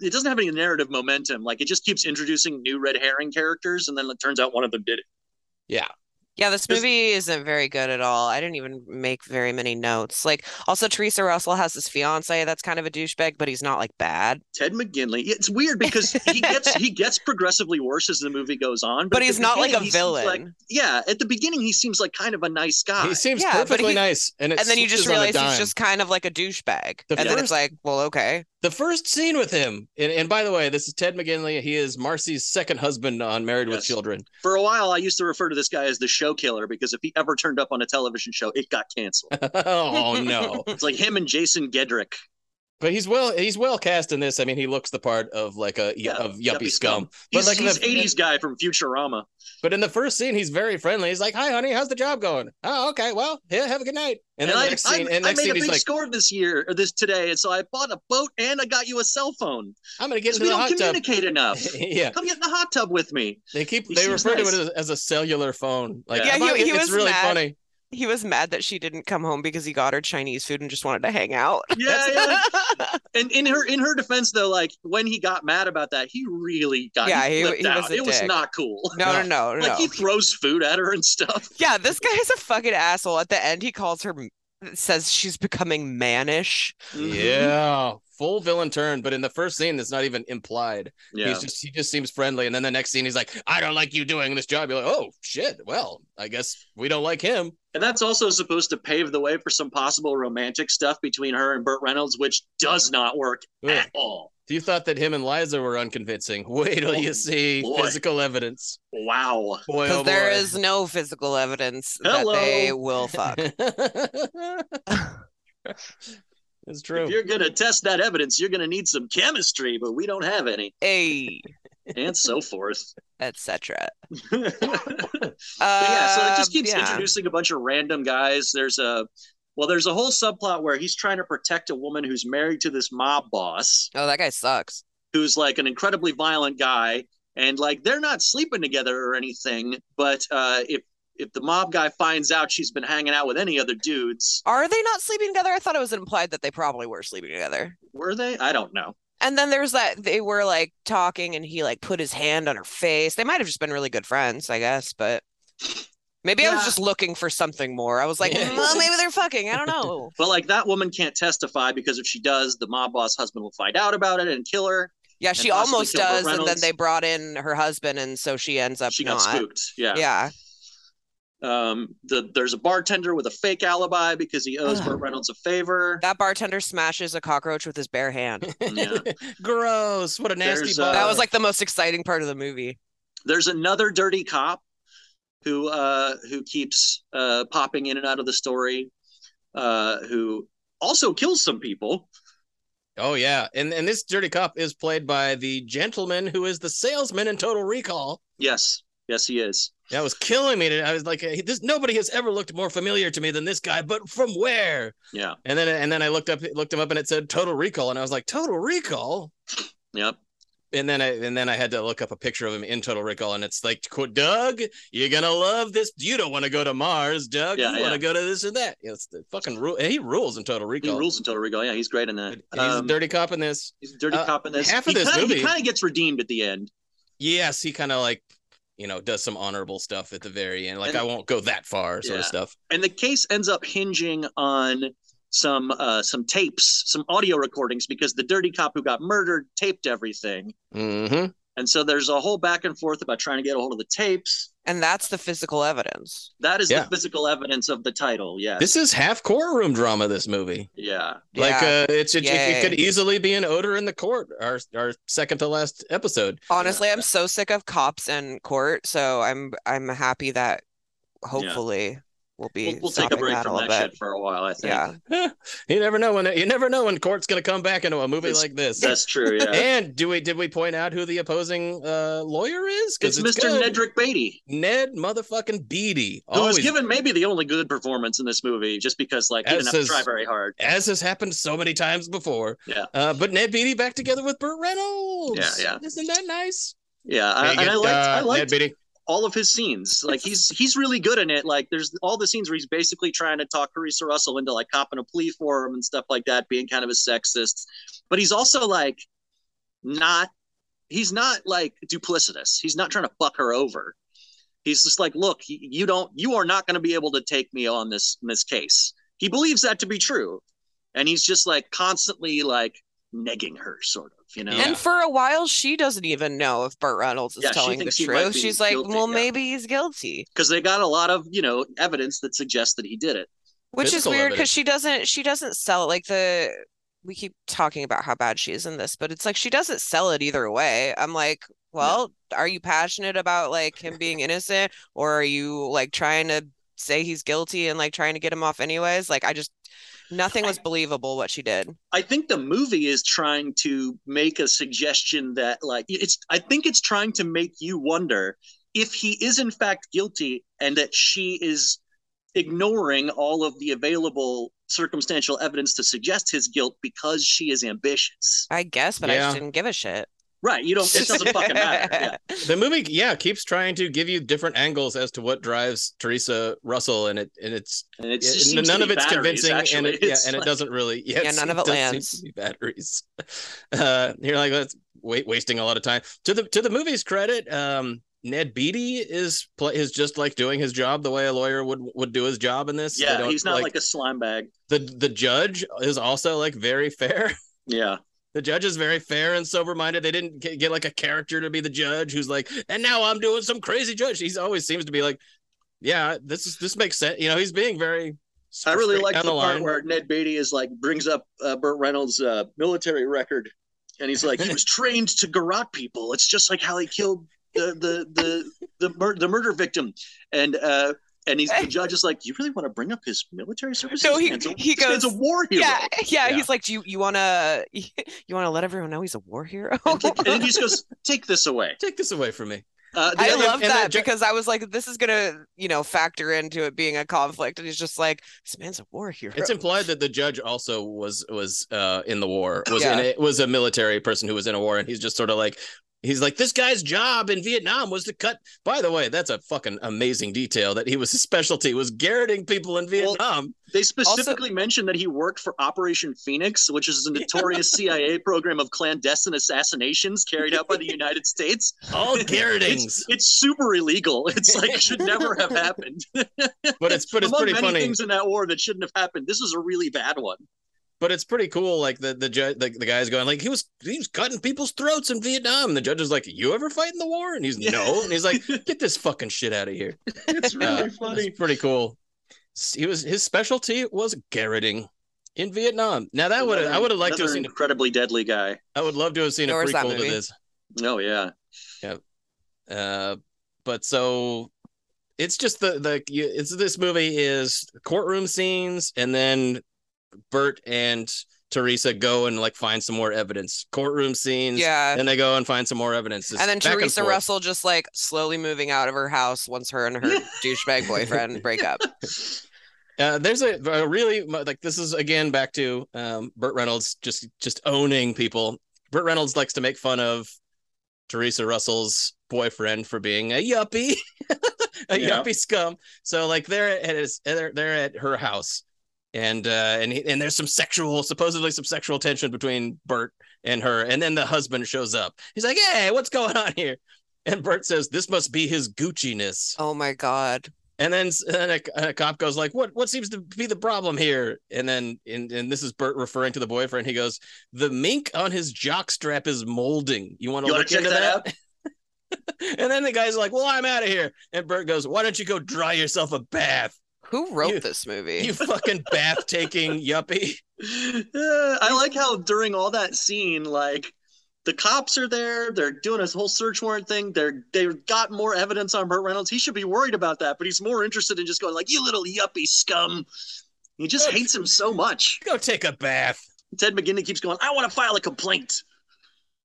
[SPEAKER 3] it doesn't have any narrative momentum. Like it just keeps introducing new red herring characters and then it turns out one of them did it.
[SPEAKER 2] yeah
[SPEAKER 1] Yeah, this
[SPEAKER 3] Just-
[SPEAKER 1] movie isn't very good at all. I didn't even make very many notes. Like, also, Teresa Russell has this fiance that's kind of a douchebag, but he's not like bad,
[SPEAKER 3] Ted McGinley. It's weird because he gets he gets progressively worse as the movie goes on.
[SPEAKER 1] but
[SPEAKER 3] at
[SPEAKER 1] he's
[SPEAKER 3] the
[SPEAKER 1] not like a
[SPEAKER 3] beginning, he seems like-
[SPEAKER 1] villain.
[SPEAKER 3] yeah, at the beginning he seems like kind of a nice guy.
[SPEAKER 2] he seems
[SPEAKER 1] Yeah, but
[SPEAKER 2] perfectly
[SPEAKER 1] he-
[SPEAKER 2] nice and, it
[SPEAKER 1] And then you just
[SPEAKER 2] switches on a
[SPEAKER 1] realize he's
[SPEAKER 2] dime.
[SPEAKER 1] just kind of like a douchebag.
[SPEAKER 2] The
[SPEAKER 1] And then it's
[SPEAKER 2] first-
[SPEAKER 1] like, well, okay.
[SPEAKER 2] the first scene with him and, and by the way this is ted mcginley he is marcy's second husband on married with
[SPEAKER 3] Yes.
[SPEAKER 2] children
[SPEAKER 3] For a while I used to refer to this guy as the show killer because if he ever turned up on a television show, it got canceled.
[SPEAKER 2] oh no
[SPEAKER 3] it's like him and Jason Gedrick.
[SPEAKER 2] but he's well he's well cast in this i mean he looks the part of like a
[SPEAKER 3] Yeah,
[SPEAKER 2] of yuppie,
[SPEAKER 3] yuppie
[SPEAKER 2] scum,
[SPEAKER 3] scum.
[SPEAKER 2] but
[SPEAKER 3] He's,
[SPEAKER 2] like in
[SPEAKER 3] he's
[SPEAKER 2] the,
[SPEAKER 3] 80s guy from Futurama.
[SPEAKER 2] but in the first scene he's very friendly he's like hi honey how's the job going oh okay well yeah have a good night and,
[SPEAKER 3] And,
[SPEAKER 2] then
[SPEAKER 3] I,
[SPEAKER 2] the next scene
[SPEAKER 3] I,
[SPEAKER 2] and
[SPEAKER 3] I
[SPEAKER 2] next
[SPEAKER 3] made
[SPEAKER 2] scene
[SPEAKER 3] a big
[SPEAKER 2] he's like
[SPEAKER 3] score this year or this today, and so I bought a boat and I got you a cell phone.
[SPEAKER 2] i'm gonna get
[SPEAKER 3] Because
[SPEAKER 2] into
[SPEAKER 3] we
[SPEAKER 2] the
[SPEAKER 3] don't
[SPEAKER 2] hot tub
[SPEAKER 3] communicate enough.
[SPEAKER 2] yeah
[SPEAKER 3] Come get in the hot tub with me.
[SPEAKER 2] they keep
[SPEAKER 3] He
[SPEAKER 2] they
[SPEAKER 3] seems
[SPEAKER 2] refer
[SPEAKER 3] nice.
[SPEAKER 2] to it as, as a cellular phone like
[SPEAKER 1] Yeah,
[SPEAKER 2] I'm not-
[SPEAKER 1] he- he
[SPEAKER 2] it's
[SPEAKER 1] was
[SPEAKER 2] really
[SPEAKER 1] mad.
[SPEAKER 2] funny
[SPEAKER 1] He was mad that she didn't come home because he got her Chinese food and just wanted to hang out.
[SPEAKER 3] Yeah, yeah. And in her in her defense though, like when he got mad about that, he really got
[SPEAKER 1] Yeah, he-
[SPEAKER 3] he, flipped
[SPEAKER 1] he was
[SPEAKER 3] out.
[SPEAKER 1] a
[SPEAKER 3] It was
[SPEAKER 1] dick.
[SPEAKER 3] not cool.
[SPEAKER 1] No, no, no,
[SPEAKER 3] Like
[SPEAKER 1] no.
[SPEAKER 3] he throws food at her and stuff.
[SPEAKER 1] Yeah, this guy's a fucking asshole. At the end, he calls her, says she's becoming mannish.
[SPEAKER 3] Oh, Mm-hmm.
[SPEAKER 2] Yeah, full villain turn, but in the first scene, it's not even implied.
[SPEAKER 3] Yeah.
[SPEAKER 2] He's just he just seems friendly, and then the next scene, he's like, "I don't like you doing this job." You're like, "Oh shit, well, I guess we don't like him."
[SPEAKER 3] And that's also supposed to pave the way for some possible romantic stuff between her and Burt Reynolds, which does not work
[SPEAKER 2] Ugh.
[SPEAKER 3] at all.
[SPEAKER 2] You thought that him and Liza were unconvincing. Wait till you
[SPEAKER 3] Oh,
[SPEAKER 2] see
[SPEAKER 3] boy.
[SPEAKER 2] physical evidence.
[SPEAKER 3] Wow.
[SPEAKER 2] Boy,
[SPEAKER 1] Because
[SPEAKER 2] oh,
[SPEAKER 1] there
[SPEAKER 2] boy.
[SPEAKER 1] is no physical evidence that they
[SPEAKER 3] Hello.
[SPEAKER 1] will fuck.
[SPEAKER 2] it's true.
[SPEAKER 3] If you're going to test that evidence, you're going to need some chemistry, but we don't have any,
[SPEAKER 1] A,
[SPEAKER 3] and so forth.
[SPEAKER 1] etc.
[SPEAKER 3] But yeah, so it just
[SPEAKER 1] Um,
[SPEAKER 3] keeps
[SPEAKER 1] yeah.
[SPEAKER 3] introducing a bunch of random guys. There's a, well, there's a whole subplot where he's trying to protect a woman who's married to this mob boss
[SPEAKER 1] Oh, that guy sucks.
[SPEAKER 3] who's like an incredibly violent guy. And like they're not sleeping together or anything, but uh, if, if the mob guy finds out she's been hanging out with any other dudes,
[SPEAKER 1] Are they not sleeping together? I thought it was implied that they probably were sleeping together.
[SPEAKER 3] were they? I don't know.
[SPEAKER 1] And then there's that they were like talking and he like put his hand on her face. They might have just been really good friends, I guess, but maybe I was
[SPEAKER 3] Yeah.
[SPEAKER 1] just looking for something more. I was like,
[SPEAKER 2] Yeah.
[SPEAKER 1] well, maybe they're fucking. I don't know.
[SPEAKER 3] But like that woman can't testify because if she does, the mob boss husband will find out about it and kill her.
[SPEAKER 1] Yeah, she
[SPEAKER 3] possibly
[SPEAKER 1] almost
[SPEAKER 3] kill Burt
[SPEAKER 1] does, and then
[SPEAKER 3] Reynolds.
[SPEAKER 1] they brought in her husband, and so she ends up
[SPEAKER 3] She
[SPEAKER 1] not.
[SPEAKER 3] got spooked. Yeah.
[SPEAKER 1] Yeah.
[SPEAKER 3] Um, the, there's a bartender with a fake alibi because he owes Burt Reynolds a favor.
[SPEAKER 1] That bartender smashes a cockroach with his bare hand.
[SPEAKER 3] Yeah.
[SPEAKER 2] Gross. What a nasty
[SPEAKER 3] There's,
[SPEAKER 2] bug.
[SPEAKER 1] That was like the most exciting part of the movie.
[SPEAKER 3] there's another dirty cop who uh, who keeps uh, popping in and out of the story, uh, who also kills some people.
[SPEAKER 2] Oh yeah, and and this dirty cop is played by the gentleman who is the salesman in Total Recall.
[SPEAKER 3] Yes, yes, he is.
[SPEAKER 2] That was killing me. I was like, hey, this nobody has ever looked more familiar to me than this guy. But from where?
[SPEAKER 3] Yeah.
[SPEAKER 2] And then and then I looked up looked him up and it said Total Recall, and I was like, Total Recall.
[SPEAKER 3] Yep.
[SPEAKER 2] And then I and then I had to look up a picture of him in Total Recall, and it's like, "Qu- Doug, you're gonna love this. You don't want to go to Mars, Doug.
[SPEAKER 3] Yeah,
[SPEAKER 2] you want
[SPEAKER 3] yeah.
[SPEAKER 2] to go to this and that. It's the fucking rule. He rules in Total
[SPEAKER 3] He
[SPEAKER 2] Recall.
[SPEAKER 3] rules in Total Recall. Yeah, he's great in that.
[SPEAKER 2] He's a
[SPEAKER 3] Um,
[SPEAKER 2] dirty cop in this.
[SPEAKER 3] he's a dirty
[SPEAKER 2] uh,
[SPEAKER 3] cop in this.
[SPEAKER 2] half of
[SPEAKER 3] he
[SPEAKER 2] this
[SPEAKER 3] kinda,
[SPEAKER 2] movie-
[SPEAKER 3] He kind of gets redeemed at the end.
[SPEAKER 2] Yes, he kind of like, you know, does some honorable stuff at the very end. Like,
[SPEAKER 3] And-
[SPEAKER 2] I won't go that far, sort
[SPEAKER 3] Yeah.
[SPEAKER 2] of stuff.
[SPEAKER 3] and the case ends up hinging on some uh, some tapes, some audio recordings, because the dirty cop who got murdered taped everything,
[SPEAKER 2] Mm-hmm.
[SPEAKER 3] and so there's a whole back and forth about trying to get a hold of the tapes.
[SPEAKER 1] And that's the physical evidence.
[SPEAKER 3] That is
[SPEAKER 2] Yeah.
[SPEAKER 3] the physical evidence of the title. Yeah,
[SPEAKER 2] This is half courtroom drama. This movie,
[SPEAKER 3] yeah,
[SPEAKER 2] like,
[SPEAKER 1] Yeah.
[SPEAKER 2] uh, it's it, it-
[SPEAKER 1] Yay.
[SPEAKER 2] it could easily be an odor in the court. Our our second to last episode.
[SPEAKER 1] Honestly, I'm so sick of cops and court, so I'm I'm happy that hopefully we'll be
[SPEAKER 3] we'll, we'll take a
[SPEAKER 1] stopping
[SPEAKER 3] break
[SPEAKER 1] that a
[SPEAKER 3] from
[SPEAKER 1] little
[SPEAKER 3] that
[SPEAKER 1] bit.
[SPEAKER 3] shit for a while. I think
[SPEAKER 1] Yeah.
[SPEAKER 2] Eh, you never know when you never know when court's gonna come back into a movie
[SPEAKER 3] It's-
[SPEAKER 2] like this.
[SPEAKER 3] that's true. Yeah,
[SPEAKER 2] And do we did we point out who the opposing uh, lawyer is?
[SPEAKER 3] it's, Mr.
[SPEAKER 2] good.
[SPEAKER 3] Nedrick Beatty.
[SPEAKER 2] Ned motherfucking Beatty.
[SPEAKER 3] Who was
[SPEAKER 2] Always
[SPEAKER 3] given maybe the only good performance in this movie, just because like he
[SPEAKER 2] As
[SPEAKER 3] didn't have to
[SPEAKER 2] his-
[SPEAKER 3] try very hard.
[SPEAKER 2] as has happened so many times before.
[SPEAKER 3] Yeah.
[SPEAKER 2] Uh, but Ned Beatty back together with Burt Reynolds.
[SPEAKER 3] Yeah, yeah.
[SPEAKER 2] Isn't that nice?
[SPEAKER 3] Yeah, I, and
[SPEAKER 2] Hey,
[SPEAKER 3] I
[SPEAKER 2] good,
[SPEAKER 3] liked I
[SPEAKER 2] uh, Ned
[SPEAKER 3] liked
[SPEAKER 2] Beatty.
[SPEAKER 3] all of his scenes. Like he's he's really good in it. Like there's all the scenes where he's basically trying to talk Carissa Russell into like copping a plea for him and stuff like that, being kind of a sexist. But he's also like not he's not like duplicitous. He's not trying to fuck her over. He's just like, look, y- you don't you are not going to be able to take me on this this case. He believes that to be true, and he's just like constantly like negging her, sort of. You know,
[SPEAKER 2] Yeah.
[SPEAKER 1] And for a while, she doesn't even know if Burt Reynolds is
[SPEAKER 3] Yeah, she
[SPEAKER 1] telling the
[SPEAKER 3] thinks he might
[SPEAKER 1] truth.
[SPEAKER 3] be
[SPEAKER 1] She's like,
[SPEAKER 3] guilty,
[SPEAKER 1] well,
[SPEAKER 3] yeah.
[SPEAKER 1] maybe he's guilty,
[SPEAKER 3] because they got a lot of you know evidence that suggests that he did it.
[SPEAKER 1] which
[SPEAKER 2] Physical
[SPEAKER 1] is weird
[SPEAKER 2] evidence.
[SPEAKER 1] because she doesn't she doesn't sell it. like the we keep talking about how bad she is in this, but it's like she doesn't sell it either way. I'm like, well, are you passionate about like him being innocent or are you like trying to say he's guilty and like trying to get him off anyways? Like I just nothing was believable what she did.
[SPEAKER 3] I think the movie is trying to make a suggestion that like it's I think it's trying to make you wonder if he is in fact guilty and that she is ignoring all of the available circumstantial evidence to suggest his guilt because she is ambitious.
[SPEAKER 1] I guess, but I just
[SPEAKER 2] Yeah.
[SPEAKER 1] didn't give a shit.
[SPEAKER 3] Right, you don't it doesn't fucking matter. Yeah.
[SPEAKER 2] The movie, yeah, keeps trying to give you different angles as to what drives Teresa Russell, and it and it's
[SPEAKER 3] And it's
[SPEAKER 2] it-
[SPEAKER 3] just seems to
[SPEAKER 2] none
[SPEAKER 3] be
[SPEAKER 2] of it's
[SPEAKER 3] batteries,
[SPEAKER 2] convincing, and
[SPEAKER 3] actually.
[SPEAKER 2] it, yeah,
[SPEAKER 3] It's
[SPEAKER 2] and it
[SPEAKER 3] like-
[SPEAKER 2] doesn't really. Yeah,
[SPEAKER 1] Yeah,
[SPEAKER 2] it's-
[SPEAKER 1] none of it
[SPEAKER 2] does seem
[SPEAKER 1] lands.
[SPEAKER 2] to be batteries. Uh, you're like that's wait, wasting a lot of time. To the to the movie's credit, um, Ned Beatty is play, is just like doing his job the way a lawyer would would do his job in this. They
[SPEAKER 3] Yeah,
[SPEAKER 2] don't,
[SPEAKER 3] he's not like a slime bag.
[SPEAKER 2] the the judge is also like very fair.
[SPEAKER 3] Yeah.
[SPEAKER 2] The judge is very fair and sober minded. They didn't get, get like a character to be the judge who's like, and now I'm doing some crazy judge. He's always seems to be like, yeah, this is this makes sense. You know, he's being very.
[SPEAKER 3] I really
[SPEAKER 2] straight
[SPEAKER 3] like the,
[SPEAKER 2] down
[SPEAKER 3] part
[SPEAKER 2] line.
[SPEAKER 3] where Ned Beatty is like brings up uh, Burt Reynolds' uh, military record, and he's like, he was trained to garrot people. It's just like how he killed the the the the, mur- the murder victim, and uh, and he's the judge is like, you really want to bring up his military service?
[SPEAKER 1] No,
[SPEAKER 3] This
[SPEAKER 1] he-
[SPEAKER 3] man's a,
[SPEAKER 1] he
[SPEAKER 3] this man's
[SPEAKER 1] goes,
[SPEAKER 3] a war hero.
[SPEAKER 1] Yeah, yeah,
[SPEAKER 2] Yeah.
[SPEAKER 1] He's like, do you you wanna you wanna let everyone know he's a war hero?
[SPEAKER 3] And, he- and he just goes, take this away.
[SPEAKER 2] Take this away from me.
[SPEAKER 3] Uh, the
[SPEAKER 1] I
[SPEAKER 3] other-
[SPEAKER 1] love
[SPEAKER 2] and the
[SPEAKER 1] that
[SPEAKER 2] ju-
[SPEAKER 1] because I was like, this is gonna you know factor into it being a conflict, and he's just like, this man's a war hero.
[SPEAKER 2] It's implied that the judge also was was uh in the war. Was
[SPEAKER 1] Yeah.
[SPEAKER 2] in a, was a military person who was in a war, and he's just sort of like. He's like, this guy's job in Vietnam was to cut. By the way, that's a fucking amazing detail that he was his specialty was garroting people in
[SPEAKER 3] Well,
[SPEAKER 2] Vietnam.
[SPEAKER 3] They specifically mentioned that he worked for Operation Phoenix, which is a notorious CIA program of clandestine assassinations carried out by the United States.
[SPEAKER 2] All garrotings.
[SPEAKER 3] It's, it's super illegal. It's like should never have happened.
[SPEAKER 2] but it's but it's
[SPEAKER 3] Among
[SPEAKER 2] pretty
[SPEAKER 3] many
[SPEAKER 2] funny.
[SPEAKER 3] things in that war that shouldn't have happened, this is a really bad one.
[SPEAKER 2] but it's pretty cool. Like the the judge, the, the guy's going like he was he was cutting people's throats in Vietnam. And the judge is like, "You ever fight in the war?" And he's no. And he's like, "Get this fucking shit out of here."
[SPEAKER 3] It's really uh, funny.
[SPEAKER 2] It's pretty cool. He was his specialty was garroting in Vietnam. Now that would I would have liked to have seen
[SPEAKER 3] incredibly
[SPEAKER 2] a,
[SPEAKER 3] deadly guy.
[SPEAKER 2] I would love to have seen
[SPEAKER 1] There
[SPEAKER 2] a
[SPEAKER 1] was that
[SPEAKER 2] prequel to
[SPEAKER 1] movie.
[SPEAKER 2] this.
[SPEAKER 3] Oh yeah.
[SPEAKER 2] Yeah. Uh, but so it's just the the you- it's this movie is courtroom scenes and then Bert and Teresa go and like find some more evidence. Courtroom scenes.
[SPEAKER 1] Yeah.
[SPEAKER 2] And they go and find some more evidence. It's
[SPEAKER 1] And then
[SPEAKER 2] back
[SPEAKER 1] Teresa
[SPEAKER 2] forth.
[SPEAKER 1] Russell just like slowly moving out of her house once her and her douchebag boyfriend break up.
[SPEAKER 2] Uh, there's a, a really like this is again back to um, Burt Reynolds just just owning people. Burt Reynolds likes to make fun of Teresa Russell's boyfriend for being a yuppie, a
[SPEAKER 3] Yeah.
[SPEAKER 2] yuppie scum. So like they're at his, they're, they're at her house, and uh, and he, and there's some sexual supposedly some sexual tension between Bert and her, and then the husband shows up. He's like, "Hey, what's going on here?" And Bert says, "This must be his Gucci-ness."
[SPEAKER 1] Oh my god.
[SPEAKER 2] And then s- and a, and a cop goes like, "What? What seems to be the problem here?" And then, and, and this is Bert referring to the boyfriend. He goes, "The mink on his jockstrap is molding. You want to
[SPEAKER 3] You want
[SPEAKER 2] look
[SPEAKER 3] to check
[SPEAKER 2] into that?"
[SPEAKER 3] that out?
[SPEAKER 2] And then the guy's like, "Well, I'm out of here." And Bert goes, "Why don't you go dry yourself a bath?
[SPEAKER 1] Who wrote
[SPEAKER 2] You-
[SPEAKER 1] this movie?
[SPEAKER 2] You fucking bath taking yuppie."
[SPEAKER 3] Uh, I like how during all that scene, like the cops are there, they're doing this whole search warrant thing. They're they've got more evidence on Burt Reynolds. He should be worried about that, but he's more interested in just going like, "You little yuppie scum." He just hates him so much.
[SPEAKER 2] Go take a bath.
[SPEAKER 3] Ted McGinley keeps going, "I want to file a complaint."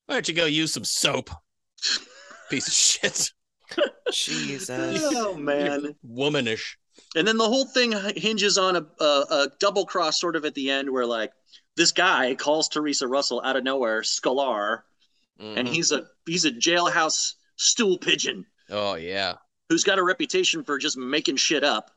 [SPEAKER 2] Why don't you go use some soap? Piece of shit,
[SPEAKER 1] Jesus.
[SPEAKER 3] Oh man.
[SPEAKER 2] womanish.
[SPEAKER 3] And then the whole thing hinges on a, a, a double cross, sort of at the end, where like this guy calls Teresa Russell out of nowhere, Scalar, and
[SPEAKER 2] Mhm.
[SPEAKER 3] he's a he's a jailhouse stool pigeon
[SPEAKER 2] oh yeah,
[SPEAKER 3] who's got a reputation for just making shit up,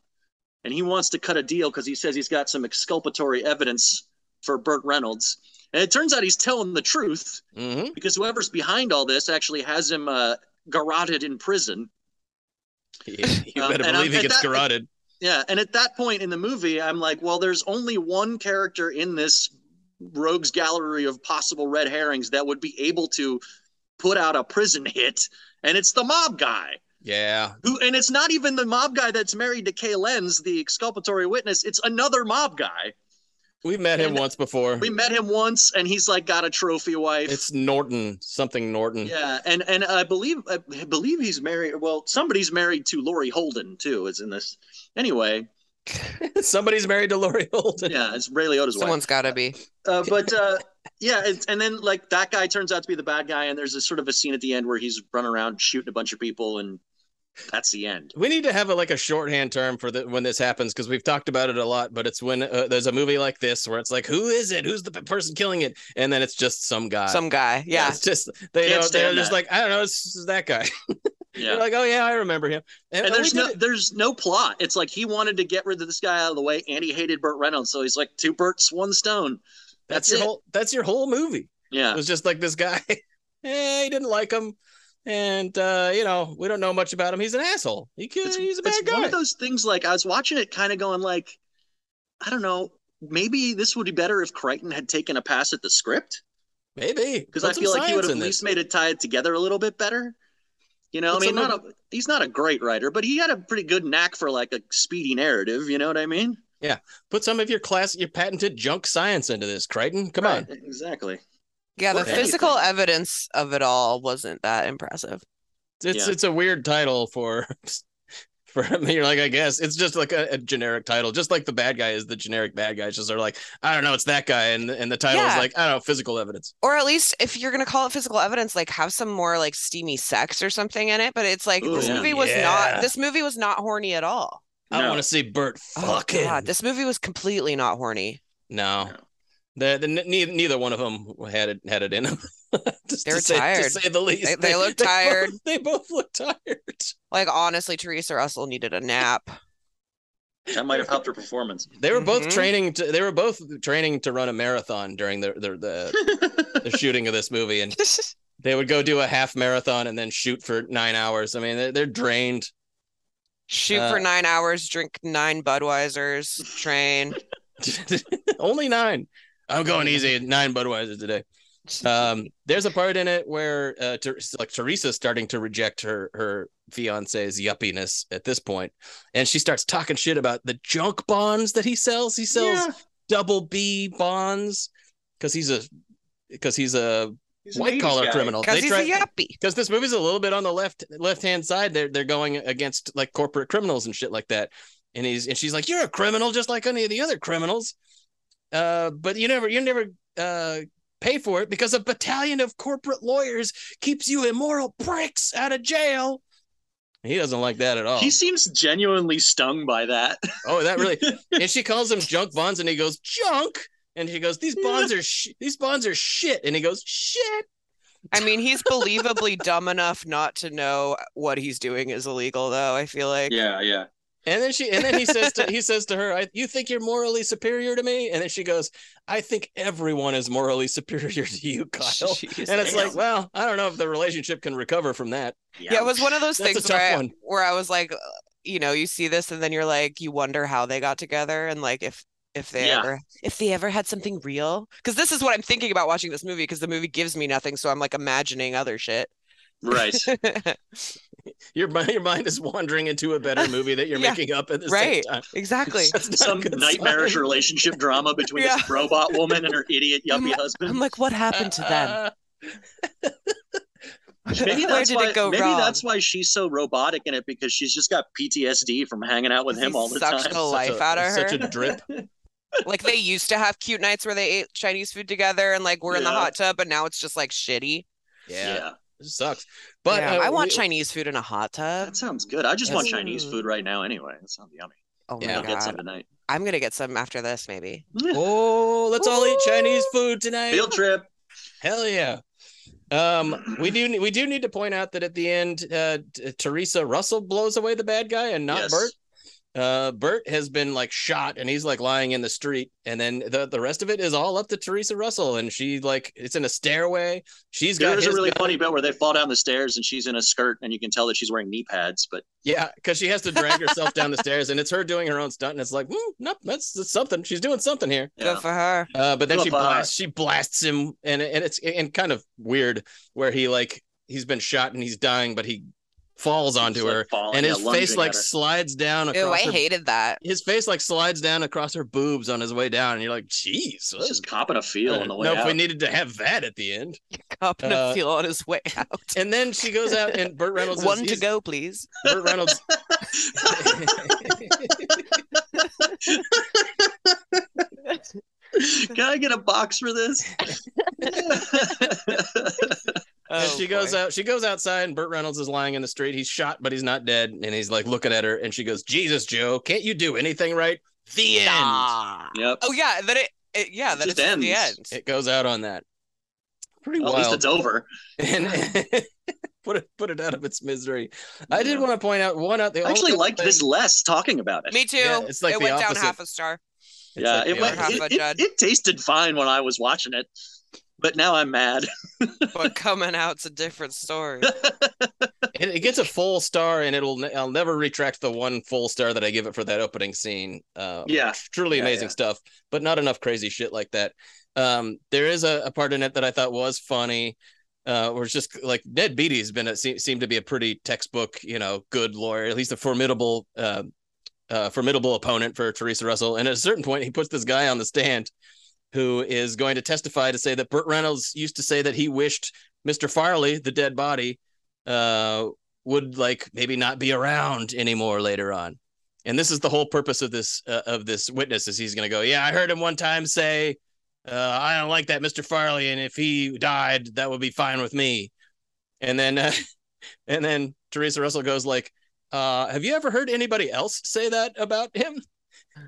[SPEAKER 3] and he wants to cut a deal because he says he's got some exculpatory evidence for Burt Reynolds, and it turns out he's telling the truth
[SPEAKER 2] hmm
[SPEAKER 3] because whoever's behind all this actually has him uh, garroted in prison.
[SPEAKER 2] you
[SPEAKER 3] Um,
[SPEAKER 2] better
[SPEAKER 3] and
[SPEAKER 2] believe
[SPEAKER 3] I'm-
[SPEAKER 2] he gets
[SPEAKER 3] that-
[SPEAKER 2] garroted.
[SPEAKER 3] Yeah, and at that point in the movie, I'm like, well, there's only one character in this rogues gallery of possible red herrings that would be able to put out a prison hit, and it's the mob guy.
[SPEAKER 2] Yeah,
[SPEAKER 3] Who and it's not even the mob guy that's married to Kay Lenz, the exculpatory witness. It's another mob guy.
[SPEAKER 2] we've met him
[SPEAKER 3] And-
[SPEAKER 2] once before.
[SPEAKER 3] We met him once, and he's like got a trophy wife.
[SPEAKER 2] It's Norton, something Norton.
[SPEAKER 3] yeah, and and I believe I believe he's married. Well, somebody's married to Lori Holden too. Is in this anyway.
[SPEAKER 2] Somebody's married to Lori Holden.
[SPEAKER 3] Yeah, it's Ray Liotta's wife.
[SPEAKER 1] Someone's gotta be.
[SPEAKER 3] Uh, but uh, yeah, it's, and then like that guy turns out to be the bad guy, and there's a sort of a scene at the end where he's run around shooting a bunch of people, and that's the end.
[SPEAKER 2] We need to have a, like a shorthand term for the, when this happens because we've talked about it a lot. But it's when uh, there's a movie like this where it's like, who is it? Who's the p- person killing it? And then it's just some guy.
[SPEAKER 1] Some guy. Yeah.
[SPEAKER 2] it's just they
[SPEAKER 3] Can't
[SPEAKER 2] don't, they're
[SPEAKER 3] stand
[SPEAKER 2] just
[SPEAKER 3] that.
[SPEAKER 2] like, I don't know, it's just that guy.
[SPEAKER 3] Yeah.
[SPEAKER 2] You're like, oh yeah, I remember him.
[SPEAKER 3] and
[SPEAKER 2] we
[SPEAKER 3] there's
[SPEAKER 2] did
[SPEAKER 3] no
[SPEAKER 2] it-
[SPEAKER 3] there's no plot. It's like he wanted to get rid of this guy out of the way, and he hated Burt Reynolds, so he's like two Burts, one stone.
[SPEAKER 2] that's
[SPEAKER 3] That's
[SPEAKER 2] your
[SPEAKER 3] it.
[SPEAKER 2] whole that's your whole movie. It
[SPEAKER 3] Yeah,
[SPEAKER 2] was just like this guy. eh, he didn't like him, and uh, you know we don't know much about him. He's an asshole. He could,
[SPEAKER 3] it's,
[SPEAKER 2] he's a bad
[SPEAKER 3] it's
[SPEAKER 2] guy.
[SPEAKER 3] one of those things. Like I was watching it, kind of going like, I don't know, maybe this would be better if Crichton had taken a pass at the script
[SPEAKER 2] Maybe
[SPEAKER 3] because
[SPEAKER 2] Put
[SPEAKER 3] I
[SPEAKER 2] some
[SPEAKER 3] feel like he
[SPEAKER 2] science
[SPEAKER 3] would have
[SPEAKER 2] in
[SPEAKER 3] at
[SPEAKER 2] this.
[SPEAKER 3] least made it tie it together a little bit better. You know,
[SPEAKER 2] Put
[SPEAKER 3] I mean,
[SPEAKER 2] some
[SPEAKER 3] not a, he's not a great writer, but he had a pretty good knack for like a speedy narrative. You know what I mean?
[SPEAKER 2] Put some of your class, your patented junk science into this, Crichton. Come on.
[SPEAKER 3] Right, Exactly.
[SPEAKER 1] Yeah, the
[SPEAKER 3] Look at
[SPEAKER 1] physical
[SPEAKER 3] anything.
[SPEAKER 1] evidence of it all wasn't that impressive.
[SPEAKER 2] It's
[SPEAKER 3] Yeah.
[SPEAKER 2] it's a weird title for for I mean, You're like, I guess it's just like a, a generic title, just like the bad guy is the generic bad guy. It's just they're like, I don't know, it's that guy, and and the title is
[SPEAKER 1] Yeah.
[SPEAKER 2] like, I don't know, physical evidence.
[SPEAKER 1] Or at least if you're gonna call it physical evidence, like have some more like steamy sex or something in it. But it's like
[SPEAKER 3] Ooh,
[SPEAKER 1] this
[SPEAKER 3] yeah.
[SPEAKER 1] movie was
[SPEAKER 2] Yeah.
[SPEAKER 1] not this movie was not horny at all.
[SPEAKER 2] I
[SPEAKER 3] No.
[SPEAKER 2] want to see Bert
[SPEAKER 1] Oh
[SPEAKER 2] fucking.
[SPEAKER 1] god, this movie was completely not horny.
[SPEAKER 2] no. The, the neither, neither one of them had it had it in them. Just
[SPEAKER 1] They were
[SPEAKER 2] to say, to
[SPEAKER 1] tired.
[SPEAKER 2] say the least.
[SPEAKER 1] They- they look
[SPEAKER 2] both-
[SPEAKER 1] tired.
[SPEAKER 2] They both look tired.
[SPEAKER 1] Like honestly, Teresa Russell needed a nap.
[SPEAKER 3] That might have helped her performance.
[SPEAKER 2] They were both
[SPEAKER 1] Mhm.
[SPEAKER 2] training. To, they were both training to run a marathon during the the, the, the shooting of this movie, and they would go do a half marathon and then shoot for nine hours. I mean, they're, they're drained.
[SPEAKER 1] Shoot
[SPEAKER 2] Uh,
[SPEAKER 1] for nine hours, drink nine Budweisers, train.
[SPEAKER 2] Only nine. I'm going easy at nine Budweiser today. Um, there's a part in it where uh, Ter- like Teresa's starting to reject her her fiance's yuppiness at this point, and she starts talking shit about the junk bonds that he sells. He sells
[SPEAKER 13] Yeah.
[SPEAKER 2] double B bonds because he's a because he's a
[SPEAKER 13] He's an
[SPEAKER 2] white collar
[SPEAKER 13] 80s guy.
[SPEAKER 2] criminal.
[SPEAKER 13] 'Cause
[SPEAKER 2] They
[SPEAKER 13] he's
[SPEAKER 2] try-
[SPEAKER 13] a yuppie.
[SPEAKER 2] Because this movie's a little bit on the left left hand side. They're they're going against like corporate criminals and shit like that. And he's and she's like, "You're a criminal, just like any of the other criminals." Uh, but you never you never uh pay for it because a battalion of corporate lawyers keeps you immoral pricks out of jail. He doesn't like that at all.
[SPEAKER 3] He seems genuinely stung by that.
[SPEAKER 2] Oh, that really? and she calls him junk bonds, and he goes junk, and she goes these bonds are sh- these bonds are shit, and he goes shit.
[SPEAKER 1] I mean, he's believably dumb enough not to know what he's doing is illegal, though. I feel like.
[SPEAKER 3] Yeah, yeah.
[SPEAKER 2] And then she and then he says to he says to her, I, "You think you're morally superior to me?" And then she goes, "I think everyone is morally superior to you, Kyle." and it's like, well, I don't know if the relationship can recover from that.
[SPEAKER 1] Yeah, it was one of those
[SPEAKER 2] That's
[SPEAKER 1] things
[SPEAKER 2] a tough
[SPEAKER 1] where I,
[SPEAKER 2] one.
[SPEAKER 1] where I was like, uh, you know, you see this and then you're like, you wonder how they got together and like if if they
[SPEAKER 3] Yeah.
[SPEAKER 1] ever if they ever had something real. Because this is what I'm thinking about watching this movie because the movie gives me nothing, so I'm like imagining other shit.
[SPEAKER 3] Right.
[SPEAKER 2] your mi- your mind is wandering into a better movie that you're
[SPEAKER 1] Yeah.
[SPEAKER 2] making up at the
[SPEAKER 1] Right.
[SPEAKER 2] same time.
[SPEAKER 1] Exactly.
[SPEAKER 3] Some nightmarish relationship drama between this robot woman and her idiot yuppie husband.
[SPEAKER 1] I'm like, what happened to them?
[SPEAKER 3] Maybe
[SPEAKER 1] Where
[SPEAKER 3] that's
[SPEAKER 1] did
[SPEAKER 3] why.
[SPEAKER 1] it go
[SPEAKER 3] maybe
[SPEAKER 1] wrong?
[SPEAKER 3] that's why she's so robotic in it because she's just got PTSD from hanging out with him all the
[SPEAKER 1] sucks
[SPEAKER 3] time.
[SPEAKER 1] the life out of her.
[SPEAKER 2] drip.
[SPEAKER 1] like they used to have cute nights where they ate Chinese food together and like we're in the
[SPEAKER 2] Yeah.
[SPEAKER 1] hot tub, but now it's just like shitty.
[SPEAKER 2] Yeah, It sucks. But
[SPEAKER 1] Yeah,
[SPEAKER 2] uh,
[SPEAKER 1] I want
[SPEAKER 2] we-
[SPEAKER 1] Chinese food in a hot tub.
[SPEAKER 3] That sounds good. I just want
[SPEAKER 1] That's-
[SPEAKER 3] Chinese food right now, anyway. That sounds yummy.
[SPEAKER 1] Oh my
[SPEAKER 3] I'll get some
[SPEAKER 1] God.
[SPEAKER 3] tonight.
[SPEAKER 1] I'm gonna get some after this, maybe.
[SPEAKER 2] Oh, let's all eat Chinese food tonight.
[SPEAKER 3] Field trip.
[SPEAKER 2] Hell yeah. Um, we do we do need to point out that at the end, uh, T- Teresa Russell blows away the bad guy and not
[SPEAKER 3] Yes.
[SPEAKER 2] Bert. Uh, Bert has been like shot and he's like lying in the street, and then the the rest of it is all up to Teresa Russell, and she like it's in a stairway. She's got
[SPEAKER 3] There's a
[SPEAKER 2] his
[SPEAKER 3] really
[SPEAKER 2] gun.
[SPEAKER 3] funny bit where they fall down the stairs and she's in a skirt and you can tell that she's wearing knee pads, but
[SPEAKER 2] Yeah, because she has to drag herself down the stairs, and it's her doing her own stunt, and it's like, hmm, nope, that's, that's something. She's doing something here.
[SPEAKER 1] Good for her.
[SPEAKER 2] Uh, but then
[SPEAKER 1] Good
[SPEAKER 2] she
[SPEAKER 1] for her.
[SPEAKER 2] blasts, she blasts him, and and it's and kind of weird where he like he's been shot and he's dying, but he falls onto
[SPEAKER 3] like,
[SPEAKER 2] her,
[SPEAKER 3] falling,
[SPEAKER 2] and his
[SPEAKER 3] yeah,
[SPEAKER 2] face
[SPEAKER 3] lunging
[SPEAKER 2] like
[SPEAKER 3] at her.
[SPEAKER 2] slides down
[SPEAKER 1] Ew,
[SPEAKER 2] across.
[SPEAKER 1] I
[SPEAKER 2] her,
[SPEAKER 1] hated that.
[SPEAKER 2] His face like slides down across her boobs on his way down, and you're like, "Jeez,
[SPEAKER 3] she's just copping a feel on the way
[SPEAKER 2] no,
[SPEAKER 3] out.
[SPEAKER 2] if we needed to have that at the end."
[SPEAKER 1] Up and
[SPEAKER 2] Uh,
[SPEAKER 1] a feel on his way out.
[SPEAKER 2] And then she goes out, and Burt Reynolds is-
[SPEAKER 1] One to
[SPEAKER 2] he's-
[SPEAKER 1] go, please.
[SPEAKER 2] Burt Reynolds.
[SPEAKER 3] Can I get a box for this?
[SPEAKER 1] Oh,
[SPEAKER 2] and she goes out. She goes outside, and Burt Reynolds is lying in the street. He's shot, but he's not dead. And he's like looking at her, and she goes, "Jesus, Joe, can't you do anything right?" The end.
[SPEAKER 1] Ah.
[SPEAKER 3] Yep.
[SPEAKER 1] Oh yeah, then it, it yeah, then it's the end.
[SPEAKER 2] It goes out on that. Pretty
[SPEAKER 3] Well,
[SPEAKER 2] wild.
[SPEAKER 3] at least it's over.
[SPEAKER 2] And put it put it out of its misery. I did want to point out one out the
[SPEAKER 3] I actually
[SPEAKER 2] only
[SPEAKER 3] liked
[SPEAKER 2] thing-
[SPEAKER 3] this less talking about it.
[SPEAKER 1] Me too.
[SPEAKER 2] Yeah, it's like
[SPEAKER 1] it
[SPEAKER 2] the
[SPEAKER 1] went
[SPEAKER 2] opposite.
[SPEAKER 1] down half a star.
[SPEAKER 2] It's
[SPEAKER 3] yeah,
[SPEAKER 2] like
[SPEAKER 3] it
[SPEAKER 2] the
[SPEAKER 3] went.
[SPEAKER 1] opposite.
[SPEAKER 3] It,
[SPEAKER 1] Half a
[SPEAKER 3] it-
[SPEAKER 1] Judd.
[SPEAKER 3] it tasted fine when I was watching it, but now I'm mad.
[SPEAKER 1] But coming out's a different story.
[SPEAKER 2] It, it gets a full star, and it'll ne- I'll never retract the one full star that I give it for that opening scene. Uh,
[SPEAKER 3] Yeah.
[SPEAKER 2] truly
[SPEAKER 3] Yeah,
[SPEAKER 2] amazing
[SPEAKER 3] yeah.
[SPEAKER 2] stuff, but not enough crazy shit like that. Um, there is a, a part in it that I thought was funny. Uh, where it's just like Ned Beatty has been a, se- seemed to be a pretty textbook, you know, good lawyer. He's a formidable, uh, uh, formidable opponent for Teresa Russell. And at a certain point, he puts this guy on the stand who is going to testify to say that Burt Reynolds used to say that he wished Mr. Farley, the dead body, uh, would like maybe not be around anymore later on. And this is the whole purpose of this uh, of this witness is he's going to go, yeah, I heard him one time say, uh, I don't like that Mr. Farley, and if he died, that would be fine with me. And then uh, and then Teresa Russell goes like, uh, have you ever heard anybody else say that about him?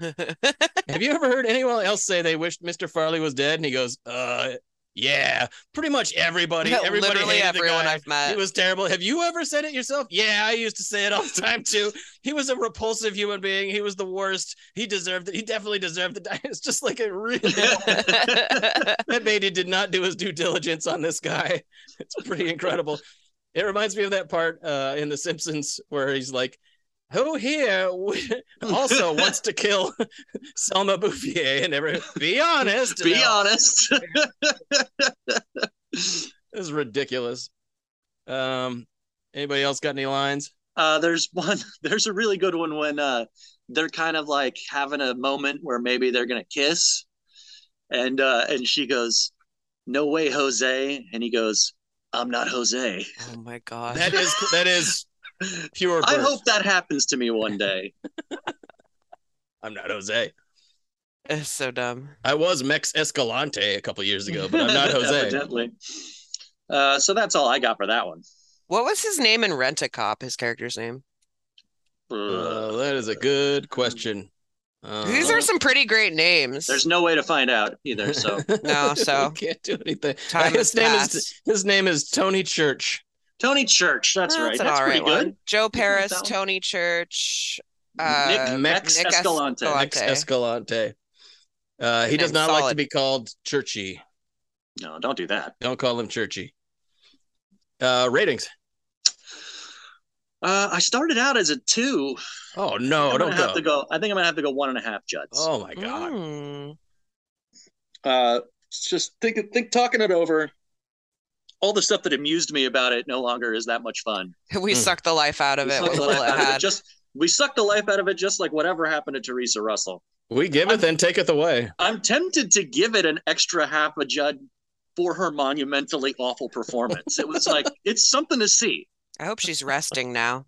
[SPEAKER 2] Have you ever heard anyone else say they wished Mr. Farley was dead? And he goes, uh, yeah, pretty much everybody.
[SPEAKER 1] Yeah,
[SPEAKER 2] everybody
[SPEAKER 1] literally
[SPEAKER 2] hated the
[SPEAKER 1] everyone
[SPEAKER 2] guy.
[SPEAKER 1] I've met.
[SPEAKER 2] He was terrible. Have you ever said it yourself? Yeah, I used to say it all the time too. He was a repulsive human being. He was the worst. He deserved it. He definitely deserved to die. It's just like a really that baby did not do his due diligence on this guy. It's pretty incredible. It reminds me of that part uh, in The Simpsons where he's like, who here also wants to kill Selma Bouffier and every be honest.
[SPEAKER 3] Be honest.
[SPEAKER 2] this is ridiculous. Um anybody else got any lines?
[SPEAKER 3] Uh there's one there's a really good one when uh they're kind of like having a moment where maybe they're gonna kiss. And uh and she goes, No way, Jose. And he goes, I'm not Jose.
[SPEAKER 1] Oh my god.
[SPEAKER 2] That is that is pure.
[SPEAKER 3] I hope that happens to me one day.
[SPEAKER 2] I'm not Jose.
[SPEAKER 1] It's so dumb.
[SPEAKER 2] I was Mex Escalante a couple years ago, but I'm not Jose.
[SPEAKER 3] Evidently. Uh, so that's all I got for that one.
[SPEAKER 1] What was his name in Rent a Cop? His character's name.
[SPEAKER 2] Uh, that is a good question.
[SPEAKER 1] Uh, These are some pretty great names.
[SPEAKER 3] Uh-huh. There's no way to find out either. So
[SPEAKER 1] no, so
[SPEAKER 2] can't do anything. Time his name passed. is his name is Tony Church.
[SPEAKER 3] Tony Church. That's, that's right. That's all pretty right good. One.
[SPEAKER 1] Joe Paris, like Tony Church,
[SPEAKER 3] uh, Nick, Max Nick Escalante.
[SPEAKER 1] oh,
[SPEAKER 2] Escalante. Max Escalante. Uh, he does not solid. like to be called Churchy.
[SPEAKER 3] No, don't do that.
[SPEAKER 2] Don't call him Churchy. Uh, ratings.
[SPEAKER 3] Uh, I started out as a two.
[SPEAKER 2] Oh no!
[SPEAKER 3] I'm
[SPEAKER 2] don't
[SPEAKER 3] have to go. I think I'm gonna have to go one and a half Judds.
[SPEAKER 2] Oh my god! Mm.
[SPEAKER 3] Uh, just think, think, talking it over all the stuff that amused me about it no longer is that much fun.
[SPEAKER 2] Hmm.
[SPEAKER 1] We mm. sucked the life out of we it. Sucked
[SPEAKER 3] life out of it. Just we sucked the life out of it, just like whatever happened to Teresa Russell.
[SPEAKER 2] We giveth and taketh away.
[SPEAKER 3] I'm tempted to give it an extra half a Judd for her monumentally awful performance. it was like it's something to see.
[SPEAKER 1] I hope she's resting now.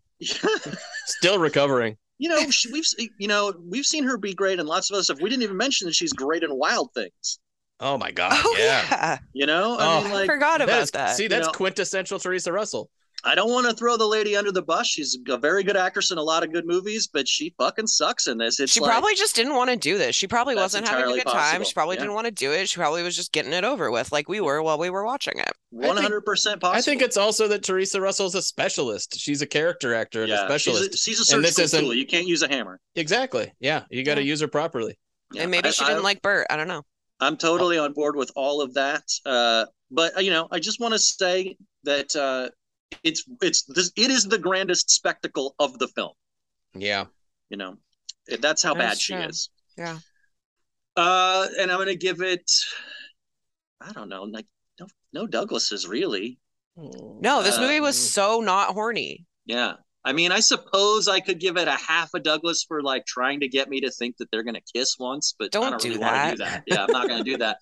[SPEAKER 2] Still recovering.
[SPEAKER 3] You know, she, we've you know we've seen her be great in lots of other stuff. We didn't even mention that she's great in Wild Things.
[SPEAKER 2] Oh my god! Oh, yeah. yeah.
[SPEAKER 3] you know,
[SPEAKER 1] I, oh, mean, like, I forgot about
[SPEAKER 2] that. Is,
[SPEAKER 1] that.
[SPEAKER 2] See, that's
[SPEAKER 1] you know,
[SPEAKER 2] quintessential Teresa Russell.
[SPEAKER 3] I don't want to throw the lady under the bus. She's a very good actress in a lot of good movies, but she fucking sucks in this. It's
[SPEAKER 1] she
[SPEAKER 3] like,
[SPEAKER 1] probably just didn't want to do this. She probably wasn't having a good possible. time. She probably yeah. didn't want to do it. She probably was just getting it over with, like we were while we were watching it.
[SPEAKER 3] One hundred percent possible. I
[SPEAKER 2] think it's also that Teresa Russell's a specialist. She's a character actor and yeah, a specialist.
[SPEAKER 3] She's a, she's a surgical and tool. You can't use a hammer.
[SPEAKER 2] Exactly. Yeah, you got to yeah. use her properly.
[SPEAKER 1] and maybe I, she didn't I, like Bert. I don't know.
[SPEAKER 3] I'm totally on board with all of that. Uh, but you know, I just want to say that. Uh, it's it's this it is the grandest spectacle of the film
[SPEAKER 2] yeah
[SPEAKER 3] you know that's how that's bad true. she is
[SPEAKER 1] yeah
[SPEAKER 3] uh and i'm gonna give it i don't know like no no douglases really
[SPEAKER 1] no this uh, movie was so not horny
[SPEAKER 3] yeah i mean i suppose i could give it a half a douglas for like trying to get me to think that they're gonna kiss once but
[SPEAKER 1] don't,
[SPEAKER 3] don't
[SPEAKER 1] do,
[SPEAKER 3] really
[SPEAKER 1] that.
[SPEAKER 3] do that yeah i'm not gonna do that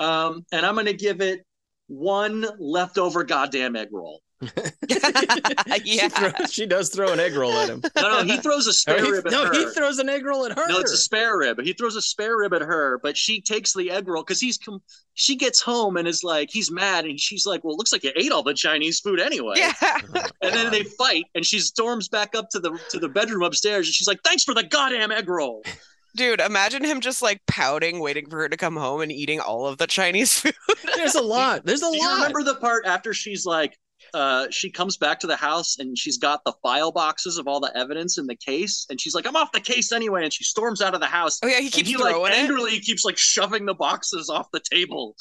[SPEAKER 3] um and i'm gonna give it one leftover goddamn egg roll
[SPEAKER 1] yeah,
[SPEAKER 2] she, throw, she, does throw an egg roll at him.
[SPEAKER 3] No, no, he throws a spare
[SPEAKER 2] he,
[SPEAKER 3] rib at
[SPEAKER 2] no,
[SPEAKER 3] her.
[SPEAKER 2] No, he throws an egg roll at her.
[SPEAKER 3] No, it's a spare rib. He throws a spare rib at her, but she takes the egg roll because he's com- she gets home and is like, he's mad, and she's like, well, looks like you ate all the Chinese food anyway.
[SPEAKER 1] Yeah.
[SPEAKER 3] Oh, and then they fight, and she storms back up to the to the bedroom upstairs, and she's like, thanks for the goddamn egg roll.
[SPEAKER 1] Dude, imagine him just like pouting, waiting for her to come home and eating all of the Chinese food.
[SPEAKER 2] There's a lot. There's a
[SPEAKER 3] Do
[SPEAKER 2] lot.
[SPEAKER 3] You remember the part after she's like, uh, she comes back to the house and she's got the file boxes of all the evidence in the case, and she's like, "I'm off the case anyway," and she storms out of the house.
[SPEAKER 1] Oh yeah, he keeps
[SPEAKER 3] he,
[SPEAKER 1] throwing
[SPEAKER 3] like,
[SPEAKER 1] it.
[SPEAKER 3] angrily he keeps like shoving the boxes off the table.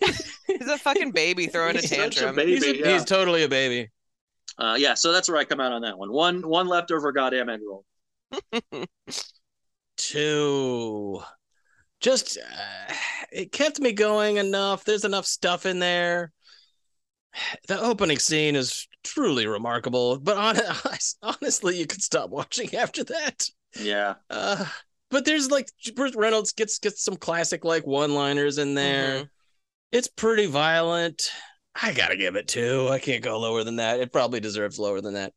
[SPEAKER 1] he's a fucking baby throwing
[SPEAKER 3] he's
[SPEAKER 1] a tantrum.
[SPEAKER 3] A baby,
[SPEAKER 2] he's,
[SPEAKER 3] a, yeah.
[SPEAKER 2] he's, totally a baby.
[SPEAKER 3] Uh, yeah, so that's where I come out on that one. One one leftover goddamn egg roll.
[SPEAKER 2] Two. Just uh, it kept me going enough. There's enough stuff in there the opening scene is truly remarkable but on, honestly you could stop watching after that
[SPEAKER 3] yeah
[SPEAKER 2] uh, but there's like Bruce reynolds gets gets some classic like one liners in there mm-hmm. it's pretty violent i gotta give it two i can't go lower than that it probably deserves lower than that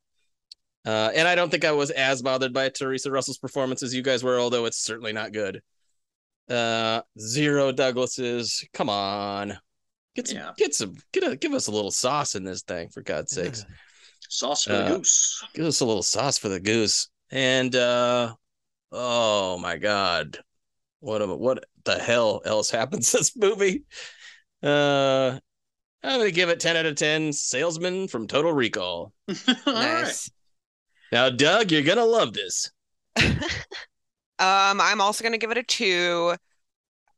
[SPEAKER 2] uh, and i don't think i was as bothered by teresa russell's performance as you guys were although it's certainly not good uh, zero douglases come on Get some, yeah. get some, get a, give us a little sauce in this thing for God's sakes.
[SPEAKER 3] sauce for uh, the goose.
[SPEAKER 2] Give us a little sauce for the goose. And uh, oh my God, what a, what the hell else happens this movie? Uh, I'm gonna give it ten out of ten. Salesman from Total Recall.
[SPEAKER 1] nice.
[SPEAKER 2] Right. Now, Doug, you're gonna love this.
[SPEAKER 1] um, I'm also gonna give it a two.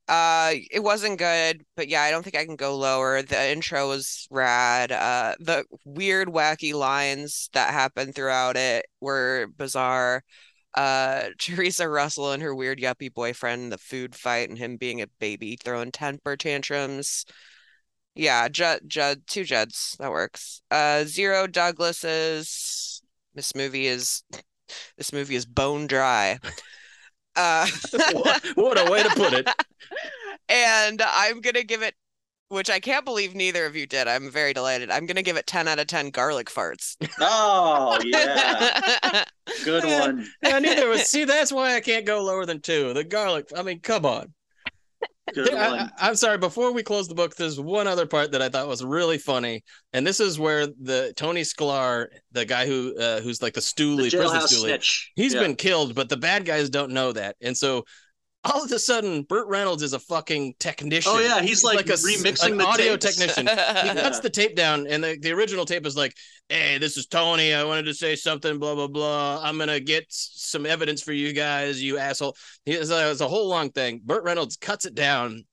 [SPEAKER 1] Uh, it wasn't good, but yeah, I don't think I can go lower. The intro was rad. Uh, the weird, wacky lines that happened throughout it were bizarre. Uh, Teresa Russell and her weird yuppie boyfriend, the food fight, and him being a baby throwing temper tantrums. Yeah, Judd, Judd, two Judds, that works. Uh, zero Douglases. This movie is, this movie is bone dry. Uh,
[SPEAKER 2] what, what a way to put it.
[SPEAKER 1] And I'm going to give it, which I can't believe neither of you did. I'm very delighted. I'm going to give it 10 out of 10 garlic farts.
[SPEAKER 3] Oh, yeah. Good one.
[SPEAKER 2] I knew there was, see, that's why I can't go lower than two. The garlic, I mean, come on.
[SPEAKER 3] Good one.
[SPEAKER 2] I, am sorry. Before we close the book, there's one other part that I thought was really funny, and this is where the Tony Sklar, the guy who uh, who's like the stoolie,
[SPEAKER 3] The
[SPEAKER 2] prison
[SPEAKER 3] jailhouse
[SPEAKER 2] stoolie,
[SPEAKER 3] snitch.
[SPEAKER 2] he's
[SPEAKER 3] Yeah.
[SPEAKER 2] been killed, but the bad guys don't know that, and so all of a sudden, Burt Reynolds is a fucking technician.
[SPEAKER 3] Oh, yeah, he's, like,
[SPEAKER 2] s-
[SPEAKER 3] remixing
[SPEAKER 2] an
[SPEAKER 3] the
[SPEAKER 2] audio
[SPEAKER 3] tapes.
[SPEAKER 2] technician. He cuts
[SPEAKER 3] Yeah.
[SPEAKER 2] the tape down, and the, the original tape is like, "Hey, this is Tony. I wanted to say something. Blah blah blah. I'm gonna get s- some evidence for you guys, you asshole." He- It's a, it's a whole long thing. Burt Reynolds cuts it down.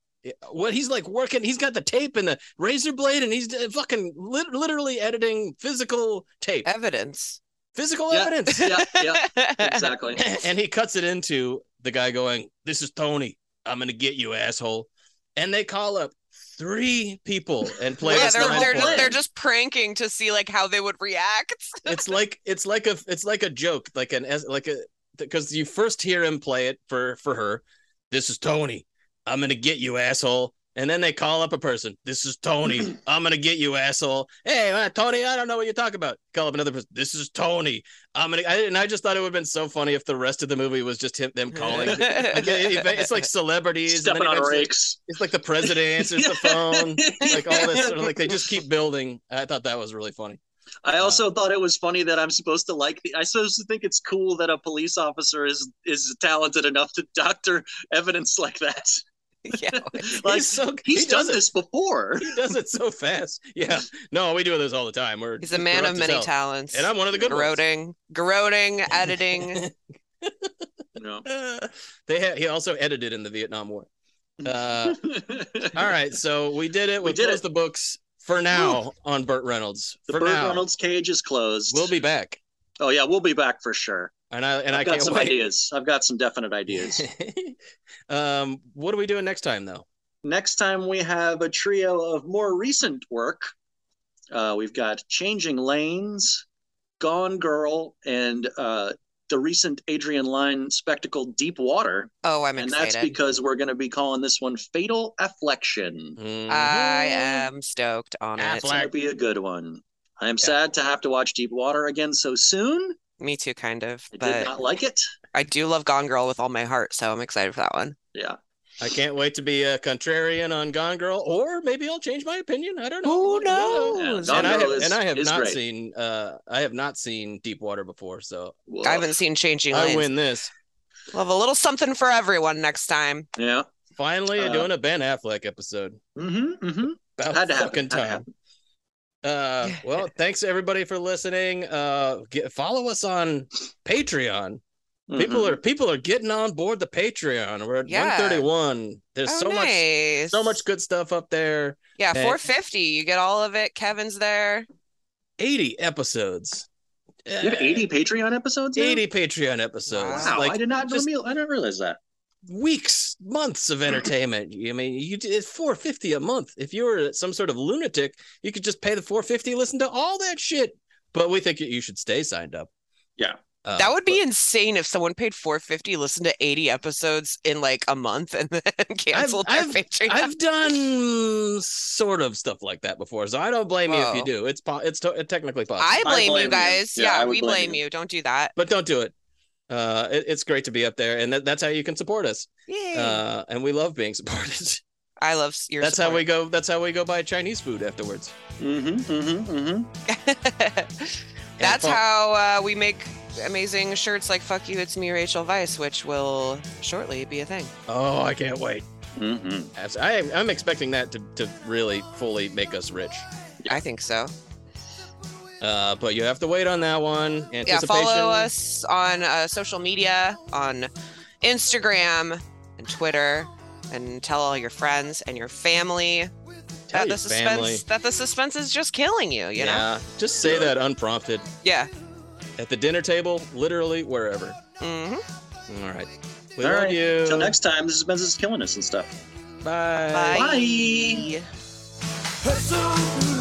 [SPEAKER 2] What he's like working, he's got the tape and the razor blade, and he's uh, fucking lit- literally editing physical tape,
[SPEAKER 1] Evidence.
[SPEAKER 2] physical
[SPEAKER 3] Yeah,
[SPEAKER 2] evidence
[SPEAKER 3] yeah, yeah, exactly.
[SPEAKER 2] and he cuts it into the guy going, "This is Tony. I'm gonna get you, asshole." And they call up three people and play
[SPEAKER 1] yeah,
[SPEAKER 2] this
[SPEAKER 1] they're
[SPEAKER 2] line
[SPEAKER 1] they're
[SPEAKER 2] for
[SPEAKER 1] just,
[SPEAKER 2] him.
[SPEAKER 1] they're just pranking to see like how they would react.
[SPEAKER 2] It's like it's like a it's like a joke, like an es- like a because you first hear him play it for for her. This is Tony. I'm gonna get you, asshole. And then they call up a person. This is Tony. I'm gonna get you, asshole. Hey, uh, Tony, I don't know what you're talking about. Call up another person. This is Tony. I'm gonna. I, and I just thought it would have been so funny if the rest of the movie was just him them calling. like, it- it's like celebrities. and
[SPEAKER 3] Stepping
[SPEAKER 2] then
[SPEAKER 3] on
[SPEAKER 2] eventually-
[SPEAKER 3] rakes.
[SPEAKER 2] It's like the president answers the phone. Like all this. sort of- Like they just keep building. I thought that was really funny.
[SPEAKER 3] I also thought it was funny that I'm supposed to like the. I supposed to think it's cool that a police officer is is talented enough to doctor evidence like that.
[SPEAKER 1] yeah.
[SPEAKER 3] Like
[SPEAKER 2] He's so-
[SPEAKER 3] he's
[SPEAKER 2] he
[SPEAKER 3] done
[SPEAKER 2] does it.
[SPEAKER 3] this before.
[SPEAKER 2] He does it so fast. Yeah. No, we do this all the time. We're
[SPEAKER 1] He's a man
[SPEAKER 2] corrupt
[SPEAKER 1] of
[SPEAKER 2] as
[SPEAKER 1] many
[SPEAKER 2] hell.
[SPEAKER 1] talents.
[SPEAKER 2] And I'm one of the good ones.
[SPEAKER 1] Garroting, garroting, editing.
[SPEAKER 3] No.
[SPEAKER 2] They ha- he also edited in the Vietnam War. Uh, all right, so we did it. We,
[SPEAKER 3] Mm. We did
[SPEAKER 2] closed
[SPEAKER 3] it.
[SPEAKER 2] the books for now on Burt Reynolds.
[SPEAKER 3] The
[SPEAKER 2] for
[SPEAKER 3] Burt
[SPEAKER 2] now,
[SPEAKER 3] Reynolds cage is closed.
[SPEAKER 2] we'll be back.
[SPEAKER 3] oh yeah, we'll be back for sure.
[SPEAKER 2] And I and
[SPEAKER 3] I've
[SPEAKER 2] I
[SPEAKER 3] got
[SPEAKER 2] can't
[SPEAKER 3] some
[SPEAKER 2] wait.
[SPEAKER 3] ideas. I've got some definite ideas.
[SPEAKER 2] um, what are we doing next time though?
[SPEAKER 3] Next time we have a trio of more recent work. Uh, we've got Changing Lanes, Gone Girl, and uh, the recent Adrian Lyne spectacle Deep Water.
[SPEAKER 1] Oh, I'm
[SPEAKER 3] and
[SPEAKER 1] excited.
[SPEAKER 3] that's because we're going to be calling this one Fatal Afflection.
[SPEAKER 2] Hmm.
[SPEAKER 1] I
[SPEAKER 2] Mm-hmm.
[SPEAKER 1] am stoked on it.
[SPEAKER 3] It's going to
[SPEAKER 2] Affleck.
[SPEAKER 3] be a good one. I am sad to have to watch Deep Water again so soon.
[SPEAKER 1] Me too, kind of.
[SPEAKER 3] I did
[SPEAKER 1] But
[SPEAKER 3] not like it.
[SPEAKER 1] I do love Gone Girl with all my heart, so I'm excited for that one.
[SPEAKER 3] Yeah.
[SPEAKER 2] I can't wait to be a contrarian on Gone Girl, or maybe I'll change my opinion. I don't know.
[SPEAKER 1] Who
[SPEAKER 2] One or the other.
[SPEAKER 1] knows?
[SPEAKER 3] Gone
[SPEAKER 2] And I
[SPEAKER 3] Girl
[SPEAKER 2] have,
[SPEAKER 3] is-
[SPEAKER 2] and I have
[SPEAKER 3] is
[SPEAKER 2] not
[SPEAKER 3] great.
[SPEAKER 2] seen uh I have not seen Deep Water before, so
[SPEAKER 3] Woof.
[SPEAKER 1] I haven't seen Changing
[SPEAKER 2] I
[SPEAKER 1] Lanes.
[SPEAKER 2] win this.
[SPEAKER 1] We'll have a little something for everyone next time.
[SPEAKER 3] Yeah.
[SPEAKER 2] Finally,
[SPEAKER 3] Uh,
[SPEAKER 2] doing a Ben Affleck episode.
[SPEAKER 3] Mm-hmm. Mm-hmm.
[SPEAKER 2] About
[SPEAKER 3] Had to
[SPEAKER 2] fucking
[SPEAKER 3] happen. Had to
[SPEAKER 2] time. Uh, well, thanks everybody for listening. Uh, get, follow us on Patreon. People
[SPEAKER 3] Mhm.
[SPEAKER 2] are people are getting on board the Patreon. We're at
[SPEAKER 1] Yeah.
[SPEAKER 2] 131. There's
[SPEAKER 1] Oh,
[SPEAKER 2] so much
[SPEAKER 1] nice.
[SPEAKER 2] so much good stuff up there.
[SPEAKER 1] Yeah,
[SPEAKER 2] Hey.
[SPEAKER 1] 450. You get all of it. Kevin's there.
[SPEAKER 2] 80 episodes.
[SPEAKER 3] You have
[SPEAKER 2] Uh,
[SPEAKER 3] 80 Patreon episodes? now?
[SPEAKER 2] 80 Patreon episodes.
[SPEAKER 3] Wow,
[SPEAKER 2] Like
[SPEAKER 3] I did not know.
[SPEAKER 2] just-
[SPEAKER 3] Neil- I didn't realize that.
[SPEAKER 2] weeks, months of entertainment. I mean, you it's 450 a month. If you were some sort of lunatic, you could just pay the 450, listen to all that shit. But we think you should stay signed up.
[SPEAKER 3] Yeah.
[SPEAKER 2] Uh,
[SPEAKER 1] That would be insane if someone paid 450, listened to 80 episodes in like a month and then canceled
[SPEAKER 2] I've-
[SPEAKER 1] their Patreon.
[SPEAKER 2] I've done sort of stuff like that before, so I don't blame you if you
[SPEAKER 1] Whoa.
[SPEAKER 2] do. It's po- it's to- technically possible,
[SPEAKER 1] I blame,
[SPEAKER 3] blame
[SPEAKER 1] you
[SPEAKER 3] you.
[SPEAKER 1] guys.
[SPEAKER 3] Yeah,
[SPEAKER 1] Yeah,
[SPEAKER 3] I would
[SPEAKER 1] we blame
[SPEAKER 3] blame
[SPEAKER 1] you. Don't do that.
[SPEAKER 2] but don't do it. Uh, it- it's great to be up there, and that, that's how you can support us.
[SPEAKER 1] Yay.
[SPEAKER 2] Uh, and we love being supported.
[SPEAKER 1] I love s- your
[SPEAKER 2] that's how we go. That's how we go buy Chinese food afterwards.
[SPEAKER 3] Mm-hmm. Mm-hmm. Mm-hmm.
[SPEAKER 1] That's
[SPEAKER 2] fun.
[SPEAKER 1] how uh, we make amazing shirts like Fuck You, It's Me, Rachel Vice, which will shortly be a thing.
[SPEAKER 2] Oh, I can't wait.
[SPEAKER 3] Mm-hmm.
[SPEAKER 2] Abs- I, I'm expecting that to, to really fully make us rich.
[SPEAKER 1] I think so.
[SPEAKER 2] Uh, but you have to wait on that one.
[SPEAKER 1] Yeah,
[SPEAKER 2] Anticipation.
[SPEAKER 1] follow us on uh, social media on Instagram and Twitter and tell all your friends and your family
[SPEAKER 2] Tell
[SPEAKER 1] that
[SPEAKER 2] your
[SPEAKER 1] the suspense
[SPEAKER 2] family.
[SPEAKER 1] that the suspense is just killing you. You know?
[SPEAKER 2] yeah. Just say that unprompted.
[SPEAKER 1] Yeah.
[SPEAKER 2] At the dinner table, literally wherever. Mm-hmm. All right. We love you.
[SPEAKER 3] Until next time, this is Ben's is killing us and stuff.
[SPEAKER 1] Bye.
[SPEAKER 2] Bye.
[SPEAKER 3] Bye.